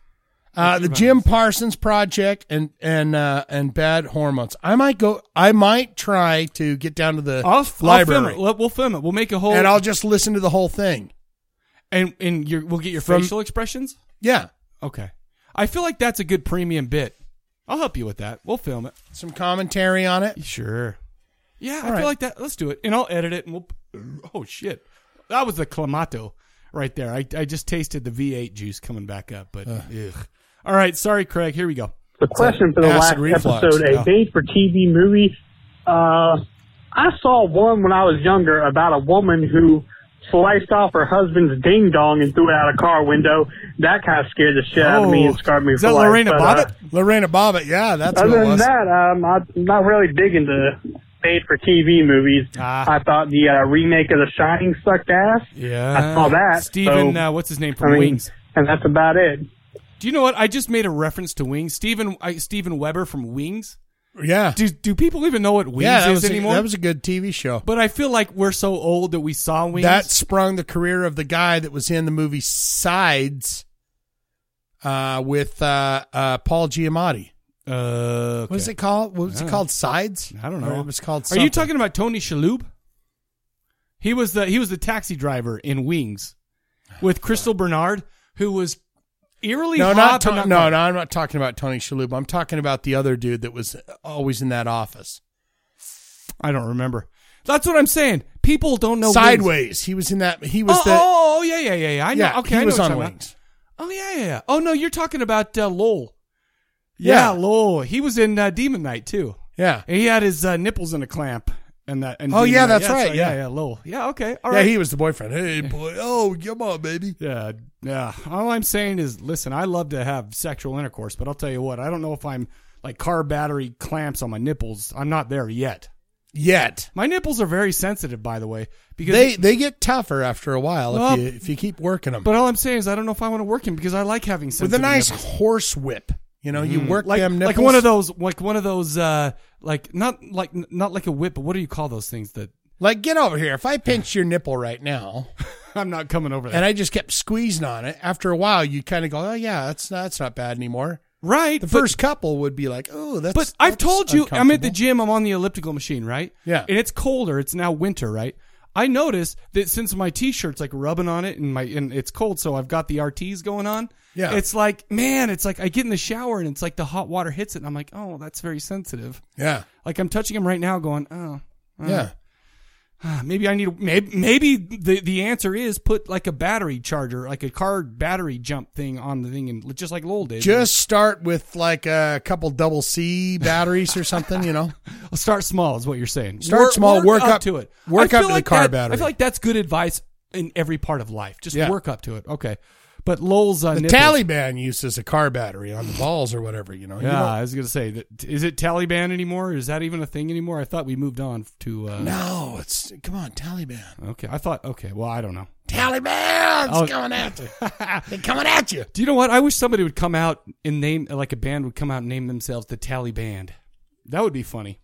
Speaker 2: Uh, the Jim Parsons Project and and uh, and Bad Hormones. I might go. I might try to get down to the
Speaker 1: I'll, f- I'll film
Speaker 2: library
Speaker 1: it. We'll, we'll film it. We'll make a whole
Speaker 2: and I'll just listen to the whole thing.
Speaker 1: and and your, we'll get your
Speaker 2: From-
Speaker 1: facial expressions.
Speaker 2: Yeah,
Speaker 1: Okay, I feel like that's a good premium bit. I'll help you with that. We'll film it.
Speaker 2: some commentary on it.
Speaker 1: Sure. Yeah, I
Speaker 2: All right.
Speaker 1: feel like that. Let's do it, and I'll edit it, and we'll. Oh shit, that was the clamato right there. I I just tasted the V8 juice coming back up, but ugh. all right, sorry, Craig. Here we go.
Speaker 3: The question for the
Speaker 2: Acid
Speaker 3: last
Speaker 2: reflux.
Speaker 3: episode: a
Speaker 2: Yeah.
Speaker 3: made for TV movie. Uh, I saw one when I was younger about a woman who sliced off her husband's ding dong and threw it out a car window. That kind of scared the shit out of me and scarred me
Speaker 1: Oh, is
Speaker 3: for
Speaker 1: that
Speaker 3: life.
Speaker 1: Lorena
Speaker 3: But, uh,
Speaker 1: Bobbitt?
Speaker 2: Lorena Bobbitt. Yeah, that's who
Speaker 3: Other
Speaker 2: it
Speaker 3: than
Speaker 2: was.
Speaker 3: that, um, I'm not really big into made for TV movies.
Speaker 1: Ah.
Speaker 3: I thought the uh, remake of The Shining sucked ass.
Speaker 1: yeah,
Speaker 3: I saw that,
Speaker 1: Steven,
Speaker 3: so-
Speaker 1: uh, what's his name
Speaker 3: I
Speaker 1: from
Speaker 3: mean,
Speaker 1: Wings?
Speaker 3: and that's about it.
Speaker 1: Do you know what? I just made a reference to Wings. Steven I, Steven Weber from Wings.
Speaker 2: Yeah,
Speaker 1: Do do people even know what Wings
Speaker 2: yeah, that
Speaker 1: is
Speaker 2: was, a,
Speaker 1: anymore?
Speaker 2: that was a good TV show.
Speaker 1: but I feel like we're so old that we saw Wings.
Speaker 2: That sprung the career of the guy that was in the movie Sides uh, with uh, uh, Paul Giamatti.
Speaker 1: uh, okay.
Speaker 2: What is it called? What was it called? Sides?
Speaker 1: I don't
Speaker 2: Or
Speaker 1: know.
Speaker 2: It was called.
Speaker 1: Are you
Speaker 2: something.
Speaker 1: talking about Tony Shalhoub? He was the he was the taxi driver in Wings with Crystal Bernard, who was eerily
Speaker 2: No,
Speaker 1: hot.
Speaker 2: not,
Speaker 1: but
Speaker 2: Tony.
Speaker 1: not
Speaker 2: no,
Speaker 1: quite.
Speaker 2: no. I'm not talking about Tony Shalhoub. I'm talking about the other dude that was always in that office.
Speaker 1: I don't remember. That's what I'm saying. People don't know Wings.
Speaker 2: Sideways. He was in that. He was
Speaker 1: Oh,
Speaker 2: the.
Speaker 1: oh, oh, yeah, yeah, yeah, yeah. I know.
Speaker 2: yeah.
Speaker 1: okay,
Speaker 2: he
Speaker 1: I know
Speaker 2: was
Speaker 1: what
Speaker 2: on
Speaker 1: you're talking
Speaker 2: Wings.
Speaker 1: about. Oh yeah, yeah, yeah. Oh no, you're talking about uh, Lowell.
Speaker 2: Yeah.
Speaker 1: Yeah, Lowell. He was in uh, Demon Knight too.
Speaker 2: Yeah.
Speaker 1: He had his uh, nipples in a clamp. And that. And
Speaker 2: Oh,
Speaker 1: Demon
Speaker 2: yeah,
Speaker 1: Knight.
Speaker 2: that's
Speaker 1: so-
Speaker 2: right, yeah.
Speaker 1: yeah, yeah. Lowell. Yeah. Okay. All
Speaker 2: yeah.
Speaker 1: right.
Speaker 2: He was the boyfriend. Hey boy. Oh, come on, baby.
Speaker 1: Yeah, yeah. All I'm saying is, listen, I love to have sexual intercourse, but I'll tell you what, I don't know if I'm like car battery clamps on my nipples. I'm not there yet.
Speaker 2: Yet
Speaker 1: My nipples are very sensitive, by the way, because.
Speaker 2: they they get tougher after a while
Speaker 1: Well,
Speaker 2: if you if you keep working them
Speaker 1: but all I'm saying is, I don't know if I want to work him because I like having
Speaker 2: with
Speaker 1: sensitive
Speaker 2: a nice
Speaker 1: nipples. Mm-hmm. Mm.
Speaker 2: horse whip. You know, you work
Speaker 1: like
Speaker 2: them nipples.
Speaker 1: like one of those like one of those uh like not like not like a whip, but what do you call those things that
Speaker 2: Like get over here. If I pinch your nipple right now,
Speaker 1: I'm not coming over that.
Speaker 2: and I just kept squeezing on it, after a while you kind of go, oh yeah, that's that's not bad anymore.
Speaker 1: right,
Speaker 2: The
Speaker 1: but-
Speaker 2: first couple would be like, "Oh, that's."
Speaker 1: But I've
Speaker 2: that's
Speaker 1: told you, I'm at the
Speaker 2: uncomfortable.
Speaker 1: gym. I'm on the elliptical machine, right?
Speaker 2: Yeah.
Speaker 1: And it's colder. It's now winter, right? I noticed that since my t-shirt's like rubbing on it, and my and it's cold, so I've got the RTs going on.
Speaker 2: Yeah.
Speaker 1: It's like, man, it's like I get in the shower and it's like the hot water hits it, and I'm like, oh, that's very sensitive.
Speaker 2: Yeah,
Speaker 1: Like I'm touching him right now, going, oh,
Speaker 2: yeah.
Speaker 1: ah, maybe I need maybe maybe the the answer is put like a battery charger, like a car battery jump thing on the thing, and just like Lowell did.
Speaker 2: Just start with like a couple double C batteries or something, you know.
Speaker 1: start small is what you're saying.
Speaker 2: Start small, work up-
Speaker 1: to it.
Speaker 2: work
Speaker 1: I
Speaker 2: up
Speaker 1: feel
Speaker 2: to the
Speaker 1: like
Speaker 2: car
Speaker 1: that-
Speaker 2: battery.
Speaker 1: I feel like that's good advice in every part of life. Just
Speaker 2: Yeah.
Speaker 1: work up to it. Okay, but Lowell's uh,
Speaker 2: The
Speaker 1: nipples-
Speaker 2: Taliban uses a car battery on the balls or whatever, you know. You
Speaker 1: Yeah,
Speaker 2: don't-
Speaker 1: I was gonna say that. Is it Taliban anymore? Is that even a thing anymore? I thought we moved on to. Uh,
Speaker 2: No, it's come on, Taliban.
Speaker 1: Okay, I thought. Okay, well, I don't know.
Speaker 2: Taliban's
Speaker 1: Oh.
Speaker 2: coming at you. They're coming at you.
Speaker 1: Do you know what? I wish somebody would come out and name like a band would come out and name themselves the Taliban. That would be funny.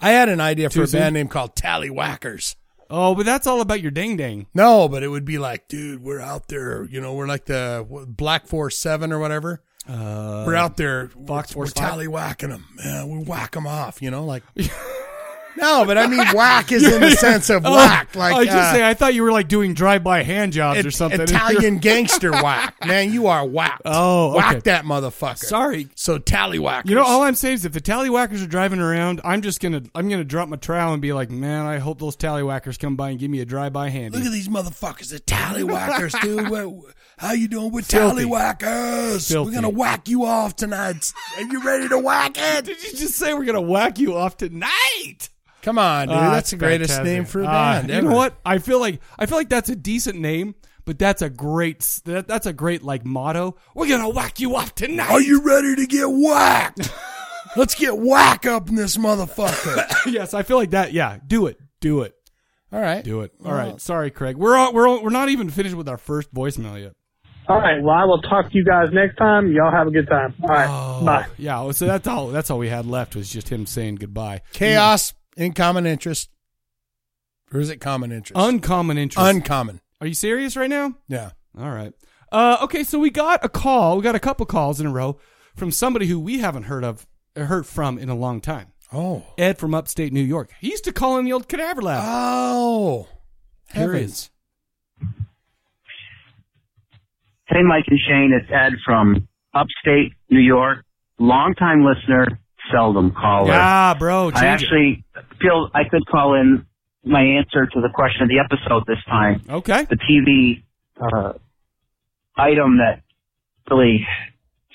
Speaker 2: I had an idea for
Speaker 1: Too
Speaker 2: a
Speaker 1: soon?
Speaker 2: band name called Tallywhackers.
Speaker 1: Oh, but that's all about your ding dang.
Speaker 2: No, but it would be like, dude, we're out there. You know, we're like the what, Black Force Seven or whatever.
Speaker 1: Uh,
Speaker 2: we're out there.
Speaker 1: Fox
Speaker 2: we're,
Speaker 1: Force
Speaker 2: we're
Speaker 1: five?
Speaker 2: tallywhacking them. Yeah, we whack them off. You know, like. no, but I mean, whack is in the sense of
Speaker 1: Oh,
Speaker 2: whack, like
Speaker 1: I was just
Speaker 2: uh,
Speaker 1: saying, I thought you were like doing drive-by hand jobs
Speaker 2: it-
Speaker 1: or something.
Speaker 2: Italian gangster whack. Man, you are whacked.
Speaker 1: Oh, okay.
Speaker 2: whack that motherfucker.
Speaker 1: Sorry.
Speaker 2: So tallywhackers.
Speaker 1: You know, all I'm saying is if the tallywhackers are driving around, I'm just gonna I'm gonna drop my trowel and be like, man, I hope those tallywhackers come by and give me a drive-by
Speaker 2: Look
Speaker 1: handy.
Speaker 2: at these motherfuckers, the tallywhackers, dude. What, how you doing with
Speaker 1: Filthy.
Speaker 2: tallywhackers?
Speaker 1: Filthy.
Speaker 2: We're gonna whack you off tonight. Are you ready to whack it?
Speaker 1: Did you just say we're gonna whack you off tonight?
Speaker 2: Come on, dude.
Speaker 1: Ah,
Speaker 2: that's the greatest
Speaker 1: fantastic.
Speaker 2: name for a
Speaker 1: Ah,
Speaker 2: band.
Speaker 1: You
Speaker 2: ever.
Speaker 1: know what? I feel like I feel like that's a decent name, but that's a great s- that, that's a great like motto. We're gonna whack you off tonight.
Speaker 2: Are you ready to get whacked? Let's get whack up in this motherfucker.
Speaker 1: yes, I feel like that. Yeah, do it, do it,
Speaker 2: all right.
Speaker 1: do it. All right, sorry, Craig. We're all, we're all, we're not even finished with our first voicemail yet.
Speaker 3: All right. Well, I will talk to you guys next time. Y'all have a good time. All right. Bye.
Speaker 1: Oh, Yeah, so that's all that's all we had left was just him saying goodbye.
Speaker 2: Chaos in common interest. Or is it common interest?
Speaker 1: Uncommon interest.
Speaker 2: Uncommon.
Speaker 1: Are you serious right now?
Speaker 2: Yeah.
Speaker 1: All right. Uh, okay, so we got a call. We got a couple calls in a row from somebody who we haven't heard of, heard from in a long time.
Speaker 2: Oh.
Speaker 1: Ed from upstate New York. He used to call in the old Cadaver Lab.
Speaker 2: Oh.
Speaker 1: Here he
Speaker 2: Heavens.
Speaker 1: is.
Speaker 4: Hey, Mike and Shane, it's Ed from upstate New York. Longtime listener, seldom caller.
Speaker 1: Yeah, bro.
Speaker 4: I
Speaker 1: change it.
Speaker 4: actually feel I could call in my answer to the question of the episode this time.
Speaker 1: Okay.
Speaker 4: The TV uh, item that really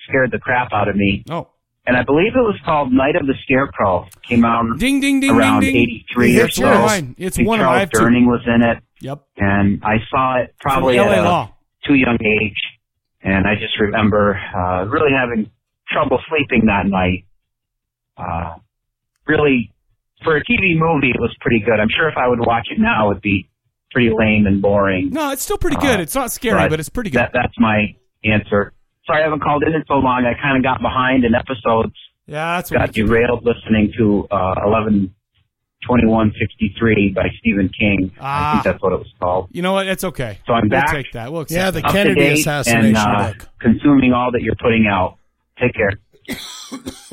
Speaker 4: scared the crap out of me,
Speaker 1: Oh.
Speaker 4: and I believe it was called Night of the Scarecrow. Came out
Speaker 1: Ding, ding, ding,
Speaker 4: around
Speaker 1: ding, ding.
Speaker 4: 83 or
Speaker 1: It's
Speaker 4: so.
Speaker 1: one of mine. It's
Speaker 4: I think
Speaker 1: one of
Speaker 4: Charles
Speaker 1: mine, too.
Speaker 4: Durning was in it,
Speaker 1: Yep.
Speaker 4: and I saw it probably
Speaker 1: from
Speaker 4: at
Speaker 1: LA
Speaker 4: a,
Speaker 1: Law.
Speaker 4: too young age, and I just remember uh, really having trouble sleeping that night. Uh, really, for a TV movie, it was pretty good. I'm sure if I would watch it now, it would be pretty lame and boring.
Speaker 1: No, it's still pretty good.
Speaker 4: Uh,
Speaker 1: It's not scary, but it's pretty good.
Speaker 4: That, that's my answer. Sorry, I haven't called in in so long. I kind of got behind in episodes,
Speaker 1: yeah, that's
Speaker 4: got
Speaker 1: what we-
Speaker 4: derailed listening to uh, 11. 2163 by Stephen King. I
Speaker 1: Ah.
Speaker 4: think that's what it was called.
Speaker 1: You know what? It's okay.
Speaker 4: So I'm
Speaker 1: we'll
Speaker 4: back.
Speaker 1: take that. We'll accept
Speaker 2: Yeah,
Speaker 1: that.
Speaker 2: the
Speaker 4: Up to
Speaker 2: Kennedy
Speaker 4: date
Speaker 2: assassination
Speaker 4: and, uh,
Speaker 2: book.
Speaker 4: consuming all that you're putting out. Take care.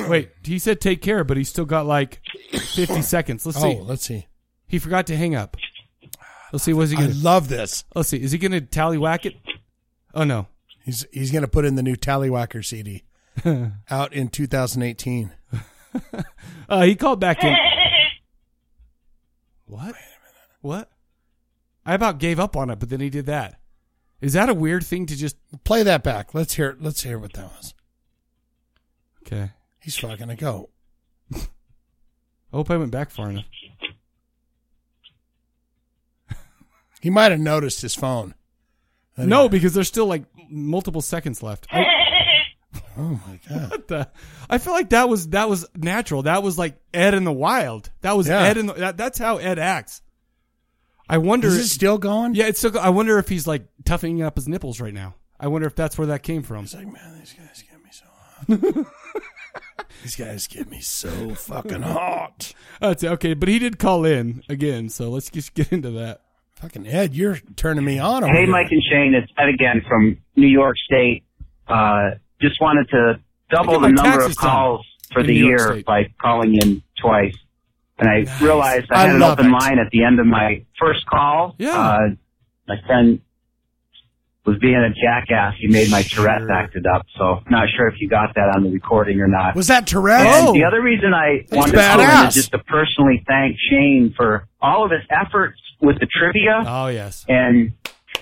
Speaker 1: Wait, he said take care, but he's still got like 50 seconds. Let's
Speaker 2: Oh,
Speaker 1: see.
Speaker 2: let's see.
Speaker 1: He forgot to hang up. Let's see. What's he
Speaker 2: I
Speaker 1: gonna?
Speaker 2: love this.
Speaker 1: Let's see. Is he gonna tallywhack it? Oh no.
Speaker 2: He's he's gonna put in the new Tallywhacker CD out in 2018.
Speaker 1: Uh, he called back in. What? What? I about gave up on it, but then he did that. Is that a weird thing to just?
Speaker 2: Play that back. Let's hear. Let's hear what that was.
Speaker 1: Okay.
Speaker 2: He's fucking a go.
Speaker 1: I hope I went back far enough.
Speaker 2: He might have noticed his phone.
Speaker 1: No, because there's still like multiple seconds left. I,
Speaker 2: Oh my god.
Speaker 1: what the? I feel like that was that was natural. That was like Ed in the wild. That was
Speaker 2: Yeah.
Speaker 1: Ed in the. That, that's how Ed acts. I wonder.
Speaker 2: Is it still going?
Speaker 1: yeah, it's still. I wonder if he's like toughening up his nipples right now. I wonder if that's where that came from.
Speaker 2: It's like, man, these guys get me so hot. these guys get me so fucking hot.
Speaker 1: That's okay, but he did call in again, so let's just get into that.
Speaker 2: Fucking Ed, you're turning me on. over
Speaker 4: Hey,
Speaker 2: here.
Speaker 4: Mike and Shane, it's Ed again from New York State. Uh, just wanted to double
Speaker 1: Look
Speaker 4: the
Speaker 1: at my
Speaker 4: number
Speaker 1: taxes
Speaker 4: of calls for
Speaker 1: in
Speaker 4: the
Speaker 1: New York
Speaker 4: year
Speaker 1: State.
Speaker 4: by calling in twice. And I realized I
Speaker 2: I
Speaker 4: had an
Speaker 2: love
Speaker 4: open
Speaker 2: it.
Speaker 4: line at the end of my first call.
Speaker 1: Yeah.
Speaker 4: Uh, my friend was being a jackass. He made my Tourette's
Speaker 1: Sure.
Speaker 4: acted up, so not sure if you got that on the recording or not.
Speaker 2: Was that Tourette's?
Speaker 4: And
Speaker 1: Oh.
Speaker 4: the other reason I wanted to call in
Speaker 2: badass.
Speaker 4: is just to personally thank Shane for all of his efforts with the trivia,
Speaker 1: Oh yes.
Speaker 4: and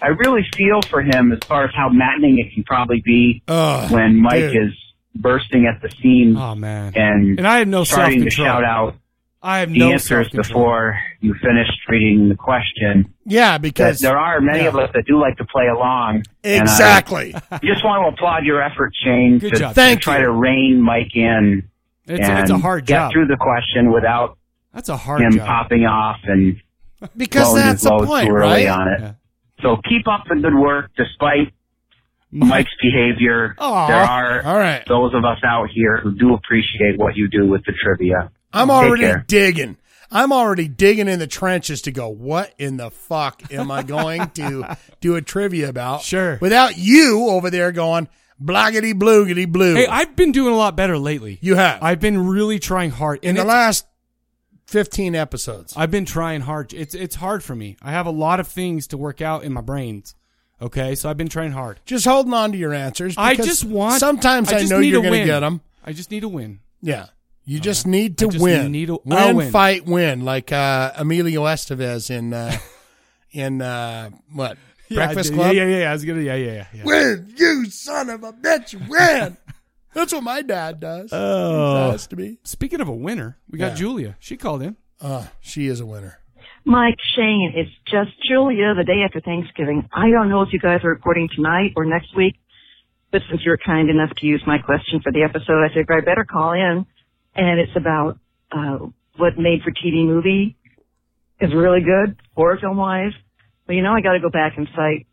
Speaker 4: I really feel for him as far as how maddening it can probably be
Speaker 2: Ugh,
Speaker 4: when Mike
Speaker 2: dude.
Speaker 4: is bursting at the seams
Speaker 1: Oh man.
Speaker 4: and,
Speaker 1: And I have no self
Speaker 4: starting to shout
Speaker 1: control.
Speaker 4: out
Speaker 1: I have
Speaker 4: the
Speaker 1: no
Speaker 4: answers
Speaker 1: self control.
Speaker 4: before you finish reading the question.
Speaker 2: Yeah,
Speaker 4: That
Speaker 2: because
Speaker 4: there are many of us that do like to play along. and I
Speaker 2: exactly.
Speaker 4: just want to applaud your effort, Shane,
Speaker 1: Good
Speaker 4: to
Speaker 1: job.
Speaker 2: Thank
Speaker 4: try
Speaker 2: you.
Speaker 4: to rein Mike in
Speaker 1: It's,
Speaker 4: and
Speaker 1: it's a hard
Speaker 4: get
Speaker 1: job.
Speaker 4: through the question without
Speaker 1: That's a hard
Speaker 4: him
Speaker 1: job.
Speaker 4: popping off and
Speaker 2: Because
Speaker 4: blowing
Speaker 2: that's
Speaker 4: his
Speaker 2: the
Speaker 4: load
Speaker 2: point,
Speaker 4: too
Speaker 2: right?
Speaker 4: early on it.
Speaker 1: Yeah.
Speaker 4: So keep up the good work despite Mike's behavior.
Speaker 2: Aw.
Speaker 4: There are
Speaker 2: All right.
Speaker 4: those of us out here who do appreciate what you do with the trivia.
Speaker 2: I'm
Speaker 4: Take
Speaker 2: already
Speaker 4: care.
Speaker 2: digging. I'm already digging in the trenches to go, what in the fuck am I going to do a trivia about?
Speaker 1: Sure.
Speaker 2: Without you over there going, bloggity bloogity blue.
Speaker 1: Hey, I've been doing a lot better lately.
Speaker 2: you have.
Speaker 1: I've been really trying hard.
Speaker 2: in
Speaker 1: And
Speaker 2: the
Speaker 1: it's-
Speaker 2: last 15 episodes.
Speaker 1: I've been trying hard. It's it's hard for me. I have a lot of things to work out in my brains. Okay, so I've been trying hard.
Speaker 2: just holding on to your answers.
Speaker 1: I
Speaker 2: because
Speaker 1: just want.
Speaker 2: Sometimes I,
Speaker 1: just
Speaker 2: know
Speaker 1: need
Speaker 2: you're
Speaker 1: a
Speaker 2: going to
Speaker 1: win.
Speaker 2: get them.
Speaker 1: I just need a win.
Speaker 2: Yeah. You just need to
Speaker 1: I just
Speaker 2: win.
Speaker 1: need to- I'll
Speaker 2: win,
Speaker 1: win.
Speaker 2: fight, win. Like uh, Emilio Estevez in, uh, in uh, what? Breakfast
Speaker 1: yeah,
Speaker 2: Club?
Speaker 1: Yeah, yeah, yeah. I was gonna. Yeah, yeah, yeah.
Speaker 2: Win, you son of a bitch, win. That's what my dad does.
Speaker 1: Oh.
Speaker 2: Has to be.
Speaker 1: Speaking of a winner, we got
Speaker 2: Yeah.
Speaker 1: Julia. She called in.
Speaker 2: Uh, she is a winner.
Speaker 5: Mike Shane, it's just Julia the day after Thanksgiving. I don't know if you guys are recording tonight or next week, but since you were kind enough to use my question for the episode, I figured I better call in. And it's about uh, what made for TV movie is really good, horror film wise. But you know, I got to go back and cite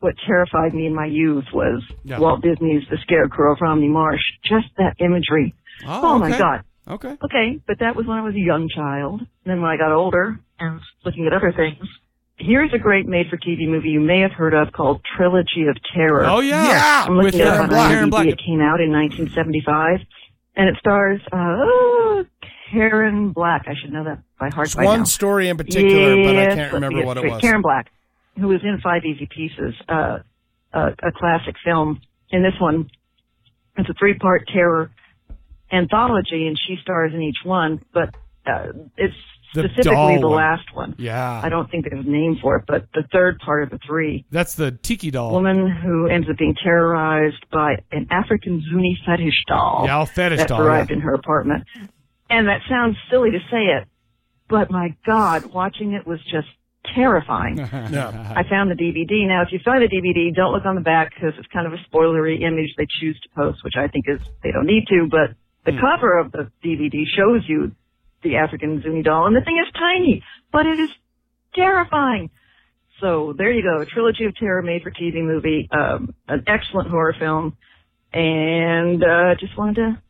Speaker 5: what terrified me in my youth was
Speaker 1: Yeah.
Speaker 5: Walt Disney's The Scarecrow of Romney Marsh. Just that imagery.
Speaker 1: Oh,
Speaker 5: my
Speaker 1: okay.
Speaker 5: God.
Speaker 1: Okay.
Speaker 5: Okay, but that was when I was a young child. And then when I got older and looking at other things, here's a great made-for-TV movie you may have heard of called Trilogy of Terror.
Speaker 1: Oh yeah.
Speaker 2: Yeah.
Speaker 5: I'm looking
Speaker 1: With
Speaker 5: it
Speaker 1: Aaron
Speaker 5: up on
Speaker 1: Black. Aaron
Speaker 5: IMDb.
Speaker 1: Black.
Speaker 5: It came out in 1975, and it stars uh, Karen Black. I should know that by heart
Speaker 2: It's
Speaker 5: by now
Speaker 2: one story in particular, but I can't
Speaker 5: let's
Speaker 2: remember
Speaker 5: get
Speaker 2: what it
Speaker 5: straight.
Speaker 2: was.
Speaker 5: Karen Black, who was in Five Easy Pieces, uh, a, a classic film. In this one, it's a three-part terror anthology, and she stars in each one. But uh, it's
Speaker 1: The
Speaker 5: specifically
Speaker 1: doll
Speaker 5: the
Speaker 1: one. Ah.
Speaker 5: last one.
Speaker 1: Yeah.
Speaker 5: I don't think there's a name for it, but the third part of the three
Speaker 1: That's the tiki doll.
Speaker 5: woman who ends up being terrorized by an African Zuni fetish doll
Speaker 1: Yeah, I'll fetish
Speaker 5: that
Speaker 1: doll. yeah.
Speaker 5: arrived in her apartment. And that sounds silly to say it, but my God, watching it was just terrifying.
Speaker 2: No.
Speaker 5: I found the DVD. Now, if you find the DVD, don't look on the back because it's kind of a spoilery image they choose to post, which I think is they don't need to. But the
Speaker 1: Hmm.
Speaker 5: cover of the DVD shows you the African Zuni doll, and the thing is tiny, but it is terrifying. So there you go, a trilogy of terror made for TV movie, um, an excellent horror film, and uh, just wanted to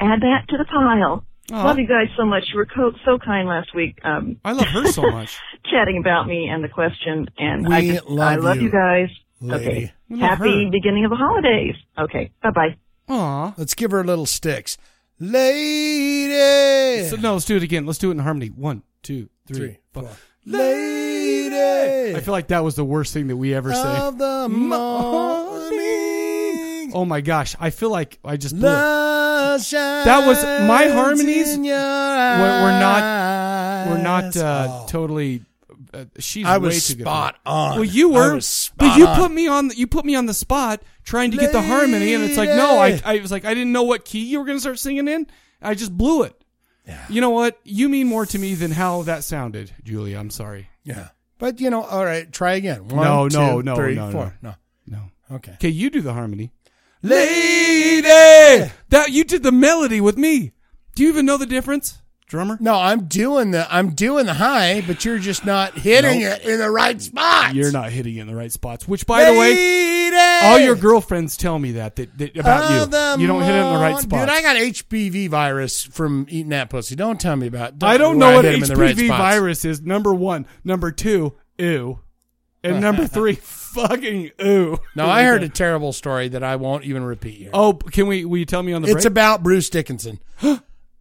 Speaker 5: add that to the pile.
Speaker 1: Aw.
Speaker 5: Love you guys so much. You were co- so kind last week. Um,
Speaker 1: I love her so much.
Speaker 5: chatting about me and the question, and
Speaker 2: We
Speaker 5: I just I
Speaker 2: love
Speaker 5: love you,
Speaker 2: you,
Speaker 5: guys.
Speaker 2: lady.
Speaker 5: Okay,
Speaker 1: We love
Speaker 5: happy
Speaker 1: her.
Speaker 5: beginning of the holidays. Okay, bye bye.
Speaker 1: Aw.
Speaker 2: Let's give her little sticks. Lady.
Speaker 1: So, no, let's do it again. Let's do it in harmony. One, two, three,
Speaker 2: Three,
Speaker 1: four.
Speaker 2: four. Lady.
Speaker 1: I feel like that was the worst thing that we ever say.
Speaker 2: of the morning.
Speaker 1: Oh my gosh, I feel like I just blew it.
Speaker 2: Love
Speaker 1: That was-
Speaker 2: shines
Speaker 1: my harmonies
Speaker 2: in your
Speaker 1: we're not- We're not
Speaker 2: eyes.
Speaker 1: uh,
Speaker 2: Oh.
Speaker 1: totally. Uh, she's
Speaker 2: I
Speaker 1: way
Speaker 2: was
Speaker 1: too good.
Speaker 2: spot on.
Speaker 1: Well, you were,
Speaker 2: I was spot
Speaker 1: but you
Speaker 2: on.
Speaker 1: put me on. You put me on the spot trying to get the harmony, and it's like no, I,
Speaker 2: Lady.
Speaker 1: I was like I didn't know what key you were going to start singing in. I just blew it. You know what? You mean more to me than how that sounded, Julia. I'm sorry.
Speaker 2: Yeah, but you know, all right. Try again. One,
Speaker 1: No,
Speaker 2: two,
Speaker 1: no, no,
Speaker 2: three,
Speaker 1: no,
Speaker 2: four.
Speaker 1: no.
Speaker 2: No.
Speaker 1: No.
Speaker 2: Okay.
Speaker 1: Okay, you do the harmony.
Speaker 2: Lady.
Speaker 1: That you did the melody with me. Do you even know the difference, drummer?
Speaker 2: No, I'm doing the I'm doing the high, but you're just not hitting it in the right spot.
Speaker 1: You're not hitting it in the right spots. Which, by the way, all your girlfriends tell me that, that, that about you. You don't hit it in the right
Speaker 2: spot,
Speaker 1: spots.
Speaker 2: Dude, I got HPV virus from eating that pussy. Don't tell me about.
Speaker 1: I don't
Speaker 2: where
Speaker 1: know what
Speaker 2: hit 'em in
Speaker 1: HPV
Speaker 2: the right spots.
Speaker 1: virus is. Number one, number two, ew, and number three, fucking ew.
Speaker 2: No, I heard a terrible story that I won't even repeat here.
Speaker 1: Oh, can we? Will you tell me on the
Speaker 2: it's
Speaker 1: break?
Speaker 2: about Bruce Dickinson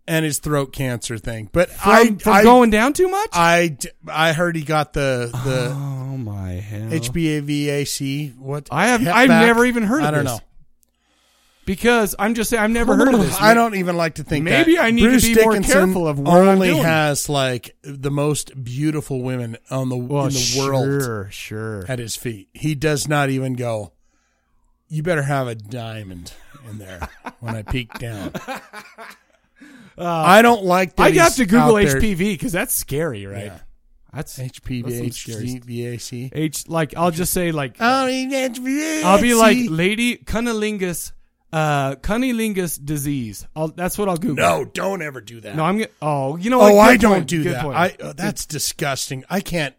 Speaker 2: and his throat cancer thing. But I,
Speaker 1: from, from
Speaker 2: I,
Speaker 1: going down too much?
Speaker 2: I, d- I heard he got the the
Speaker 1: oh my hell!
Speaker 2: HBAVAC. What
Speaker 1: I have-
Speaker 2: Hep
Speaker 1: I've
Speaker 2: back?
Speaker 1: never even heard
Speaker 2: I
Speaker 1: of
Speaker 2: don't
Speaker 1: this.
Speaker 2: know.
Speaker 1: because I'm just saying I've never heard of this.
Speaker 2: I don't even like to think.
Speaker 1: Maybe
Speaker 2: that.
Speaker 1: I need to
Speaker 2: Bruce
Speaker 1: be more
Speaker 2: Dickinson
Speaker 1: careful of what I'm
Speaker 2: only
Speaker 1: doing.
Speaker 2: has like the most beautiful women on the in the world
Speaker 1: Sure, sure.
Speaker 2: at his feet. He does not even go. You better have a diamond in there when I peek down. I don't like. that
Speaker 1: I'd have
Speaker 2: he's
Speaker 1: Uh, to Google
Speaker 2: out there-
Speaker 1: HPV because that's scary, right?
Speaker 2: Yeah.
Speaker 1: That's
Speaker 2: HPV,
Speaker 1: That's some scary stuff.
Speaker 2: HPVAC.
Speaker 1: H. Like I'll just say like
Speaker 2: Oh, HPVAC.
Speaker 1: I'll be like Lady Cunnilingus, uh, Cunnilingus disease. I'll, that's what I'll Google.
Speaker 2: No, don't ever do that.
Speaker 1: no, I'm. gonna Oh, you know.
Speaker 2: oh,
Speaker 1: what? Good
Speaker 2: I
Speaker 1: point.
Speaker 2: don't do
Speaker 1: Good
Speaker 2: that.
Speaker 1: point.
Speaker 2: I uh, that's disgusting. I can't.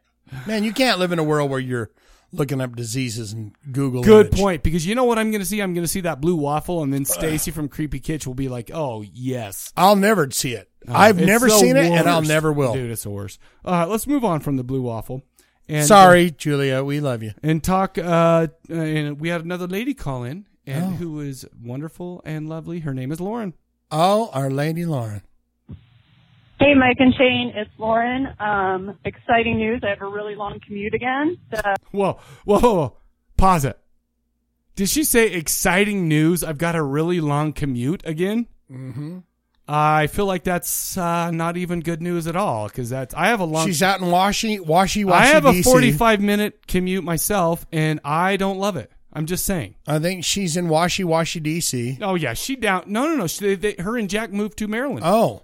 Speaker 2: Man, you can't live in a world where you're looking up diseases and Google.
Speaker 1: Good
Speaker 2: image.
Speaker 1: point. Because you know what I'm going to see? I'm going to see that blue waffle, and then Stacy from Creepy Kitch will be like, "Oh yes."
Speaker 2: I'll never see it.
Speaker 1: Oh,
Speaker 2: I've
Speaker 1: it's
Speaker 2: never
Speaker 1: the
Speaker 2: seen it, and I'll
Speaker 1: worst.
Speaker 2: never will.
Speaker 1: Dude, it's the worst. All right, let's move on from the blue waffle. And,
Speaker 2: Sorry, Julia. We love you.
Speaker 1: and talk. Uh, and we had another lady call in, and
Speaker 2: Oh.
Speaker 1: who is wonderful and lovely. Her name is Lauren.
Speaker 2: Oh, Our Lady Lauren.
Speaker 6: Hey, Mike and Shane, it's Lauren. Um, exciting news. I have a really long commute again. So,
Speaker 1: Whoa, whoa, whoa, whoa. pause it. Did she say exciting news? I've got a really long commute again.
Speaker 2: Mm-hmm.
Speaker 1: Hmm? I feel like that's uh, not even good news at all because that's I have a long.
Speaker 2: She's out in Washi, Washi, Washi.
Speaker 1: I have a
Speaker 2: DC.
Speaker 1: 45 minute commute myself, and I don't love it. I'm just saying.
Speaker 2: I think she's in Washi, Washi, DC.
Speaker 1: Oh yeah, she down. No, no, no. She, they, her and Jack moved to Maryland.
Speaker 2: Oh,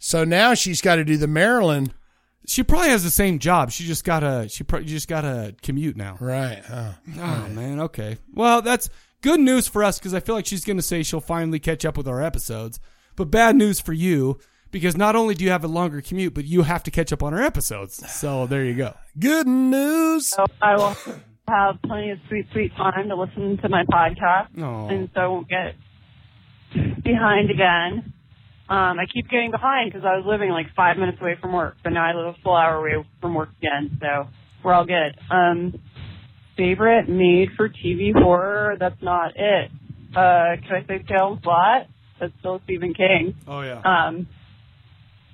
Speaker 2: so now she's got to do the Maryland.
Speaker 1: she probably has the same job. She just got a. She probably just got a commute now.
Speaker 2: Right. huh.
Speaker 1: Oh man, okay. Well, that's good news for us because I feel like she's going to say she'll finally catch up with our episodes. But bad news for you because not only do you have a longer commute, but you have to catch up on our episodes. So there you go.
Speaker 2: Good news.
Speaker 6: so I will have plenty of sweet, sweet time to listen to my podcast.
Speaker 1: Aw.
Speaker 6: And so I won't get behind again. Um, I keep getting behind because I was living like five minutes away from work, but now I live a full hour away from work again. So we're all good. Um, favorite made for TV horror? That's not it. Uh, can I say Salem Slot? That's still Stephen King.
Speaker 1: Oh yeah.
Speaker 6: Um,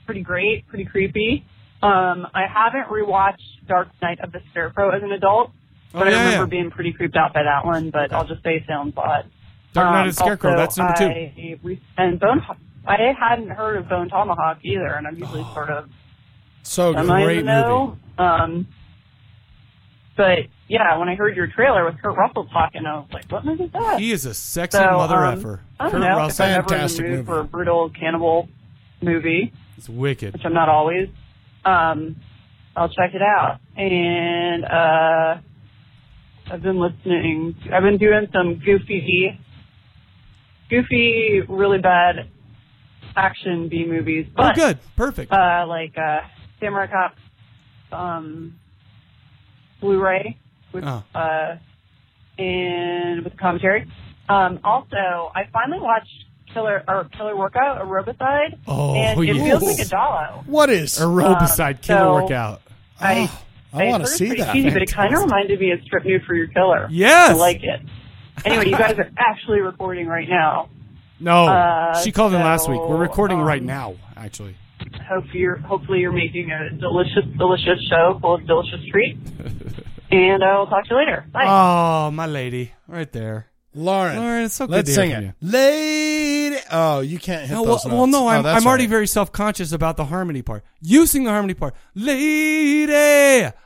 Speaker 6: pretty great, pretty creepy. Um, I haven't rewatched Dark Knight of the Scarecrow as an adult,
Speaker 1: Oh,
Speaker 6: but
Speaker 1: yeah,
Speaker 6: I remember
Speaker 1: yeah.
Speaker 6: being pretty creeped out by that one. But I'll just say Salem's Lot.
Speaker 1: Dark Knight of
Speaker 6: Um,
Speaker 1: the Scarecrow, that's number two.
Speaker 6: two. and Bone. I hadn't heard of Bone Tomahawk either, and I'm usually sort of
Speaker 1: Oh,
Speaker 2: So
Speaker 6: am I
Speaker 2: great
Speaker 6: in the
Speaker 2: movie.
Speaker 6: know? Um, but yeah, when I heard your trailer with Kurt Russell talking, I was like, "What movie is that?"
Speaker 1: He is a sexy
Speaker 6: so,
Speaker 1: mother
Speaker 6: um,
Speaker 1: effer.
Speaker 6: I don't
Speaker 1: Kurt
Speaker 6: know.
Speaker 1: Russell.
Speaker 6: if I'm ever in
Speaker 2: Fantastic
Speaker 6: the mood
Speaker 2: movie.
Speaker 6: for a brutal cannibal movie,
Speaker 1: It's wicked.
Speaker 6: which I'm not always. Um, I'll check it out. And uh, I've been listening. I've been doing some goofy, goofy, really bad action B movies,
Speaker 1: Oh,
Speaker 6: but
Speaker 1: good. Perfect.
Speaker 6: uh, like uh, Samurai Cop um, Blu-ray with
Speaker 1: Oh.
Speaker 6: uh, and with commentary. Um, also, I finally watched Killer or Killer Workout, Aerobicide,
Speaker 1: Oh,
Speaker 6: and it
Speaker 1: yes.
Speaker 6: feels like a dollar.
Speaker 2: What is?
Speaker 1: Aerobicide
Speaker 6: um,
Speaker 1: killer
Speaker 6: so-
Speaker 1: workout.
Speaker 6: I
Speaker 2: Oh, I want to
Speaker 6: heard it's
Speaker 2: see
Speaker 6: pretty
Speaker 2: that.
Speaker 6: cheesy, but it kind of reminded me of Strip Nude for Your Killer.
Speaker 1: Yes.
Speaker 6: I like it. Anyway, you guys are actually recording right now.
Speaker 1: No,
Speaker 6: uh,
Speaker 1: she called in last
Speaker 6: so,
Speaker 1: week. We're recording right
Speaker 6: um,
Speaker 1: now, actually.
Speaker 6: hope you're hopefully you're making a delicious, delicious show full of delicious treats. and I will talk to you later. Bye.
Speaker 2: Uh,
Speaker 1: Oh, my lady, right there.
Speaker 2: Lauren,
Speaker 1: Lauren, it's so good
Speaker 2: let's
Speaker 1: to hear
Speaker 2: sing
Speaker 1: from
Speaker 2: it. Lady, oh, you can't hit
Speaker 1: No, well,
Speaker 2: those
Speaker 1: well,
Speaker 2: notes.
Speaker 1: no,
Speaker 2: Oh,
Speaker 1: I'm,
Speaker 2: that's
Speaker 1: I'm already
Speaker 2: all right.
Speaker 1: very self conscious about the harmony part. You sing the harmony part. Lady!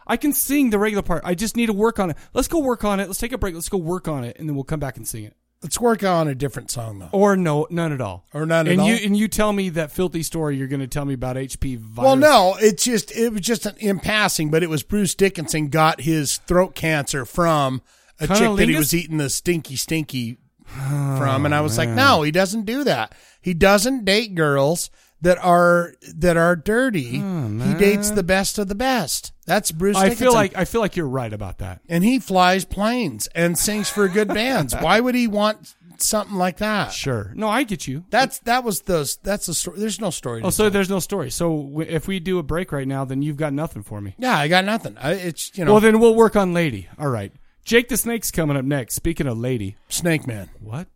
Speaker 1: I can sing the regular part. I just need to work on it. Let's go work on it. Let's take a break. Let's go work on it, and then we'll come back and sing it.
Speaker 2: Let's work on a different song though,
Speaker 1: Or no, none at all.
Speaker 2: or not at
Speaker 1: and
Speaker 2: all.
Speaker 1: you and you tell me that filthy story you're going to tell me about HP virus.
Speaker 2: well, no, it's just it was just an, in passing, but it was Bruce Dickinson got his throat cancer from a chick that he
Speaker 1: Cunnilingus?
Speaker 2: was eating the stinky stinky from,
Speaker 1: Oh,
Speaker 2: and I was like, no, he doesn't do that. He doesn't date girls that are that are dirty. he dates the best of the best. That's Bruce.
Speaker 1: Oh, I
Speaker 2: Dickinson.
Speaker 1: feel like I feel like you're right about that.
Speaker 2: and he flies planes and sings for good bands. Why would he want something like that?
Speaker 1: Sure. No, I get you.
Speaker 2: That's that was the that's the story. There's no story. to
Speaker 1: Oh, so there's no story. So w- if we do a break right now, then you've got nothing for me.
Speaker 2: tell. yeah, I got nothing. I, it's you know
Speaker 1: Well, then we'll work on Lady. All right. Jake the Snake's coming up next. Speaking of Lady,
Speaker 2: Snake Man.
Speaker 1: what?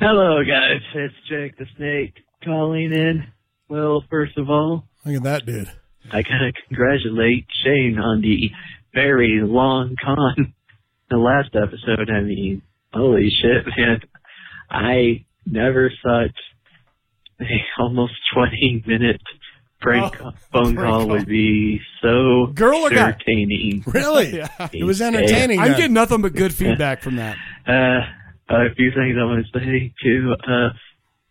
Speaker 7: Hello, guys. It's Jake the Snake calling in. Well, first of all,
Speaker 2: Look at that dude.
Speaker 7: I gotta congratulate Shane on the very long con. The last episode, I mean, holy shit, man. I never such a almost 20 minute prank
Speaker 1: Oh,
Speaker 7: phone
Speaker 1: prank
Speaker 7: call
Speaker 1: call.
Speaker 7: would be so
Speaker 1: Girl or guy?
Speaker 7: entertaining.
Speaker 2: Really?
Speaker 1: Yeah.
Speaker 2: It was entertaining.
Speaker 1: I'm
Speaker 2: then.
Speaker 1: getting nothing but good feedback from that.
Speaker 7: Uh, a few things I want to say to uh,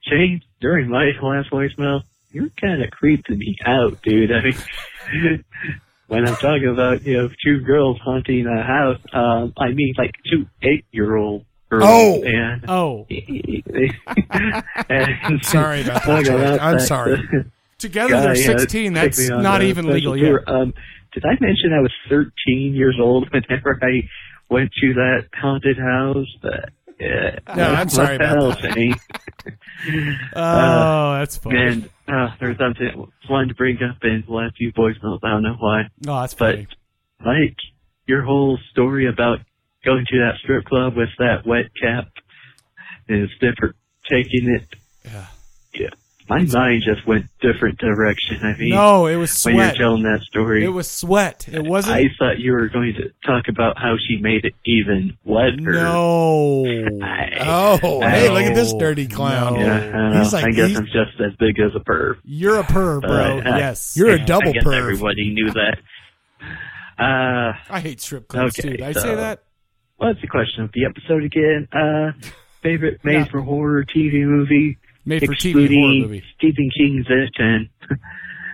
Speaker 7: Shane during my last voicemail. You're kind of creeping me out, dude. I mean, when I'm talking about you know two girls haunting a house, um, I mean like two eight-year-old girls.
Speaker 2: Oh.
Speaker 7: and
Speaker 1: Oh,
Speaker 7: and
Speaker 2: Sorry about that.
Speaker 7: Talking
Speaker 2: Jack.
Speaker 7: about
Speaker 2: I'm
Speaker 7: that,
Speaker 2: sorry.
Speaker 1: together
Speaker 7: God,
Speaker 1: they're
Speaker 7: yeah, it
Speaker 1: 16.
Speaker 7: took
Speaker 1: That's
Speaker 7: me on
Speaker 1: not
Speaker 7: a
Speaker 1: even
Speaker 7: special
Speaker 1: legal yet.
Speaker 7: tour. Um, did I mention I was 13 years old whenever I went to that haunted house? But, uh,
Speaker 2: No, I'm sorry
Speaker 7: what the
Speaker 2: about
Speaker 7: hell, Shane?
Speaker 1: Oh, that's funny.
Speaker 7: And uh, there's something I wanted to bring up in the last few voicemails. I don't know why.
Speaker 1: Oh, that's
Speaker 7: but-
Speaker 1: funny.
Speaker 7: Mike, your whole story about going to that strip club with that wet cap is different. Taking it,
Speaker 1: Yeah.
Speaker 7: yeah. My mind just went different direction. I mean,
Speaker 1: No, it was
Speaker 7: when you're
Speaker 1: sweat.
Speaker 7: telling that story,
Speaker 1: It was sweat. It wasn't.
Speaker 7: I thought you were going to talk about how she made it even wetter.
Speaker 1: no.
Speaker 7: I,
Speaker 2: Oh, hey,
Speaker 7: No.
Speaker 2: look at this dirty clown.
Speaker 1: No.
Speaker 7: yeah, I don't know.
Speaker 2: He's like-
Speaker 7: I guess
Speaker 2: he's-
Speaker 7: I'm just as big as a perv.
Speaker 1: You're a perv, bro.
Speaker 7: But, uh,
Speaker 1: yes.
Speaker 2: You're a
Speaker 7: I
Speaker 2: double
Speaker 7: guess
Speaker 2: perv.
Speaker 7: everybody knew that. Uh,
Speaker 1: I hate strip clubs,
Speaker 7: Okay,
Speaker 1: too. Did I
Speaker 7: so-
Speaker 1: say that?
Speaker 7: what's the question of the episode again? Uh, favorite made for horror TV movie,
Speaker 1: Made for TV
Speaker 7: excluding
Speaker 1: horror movie.
Speaker 7: Stephen King's It, and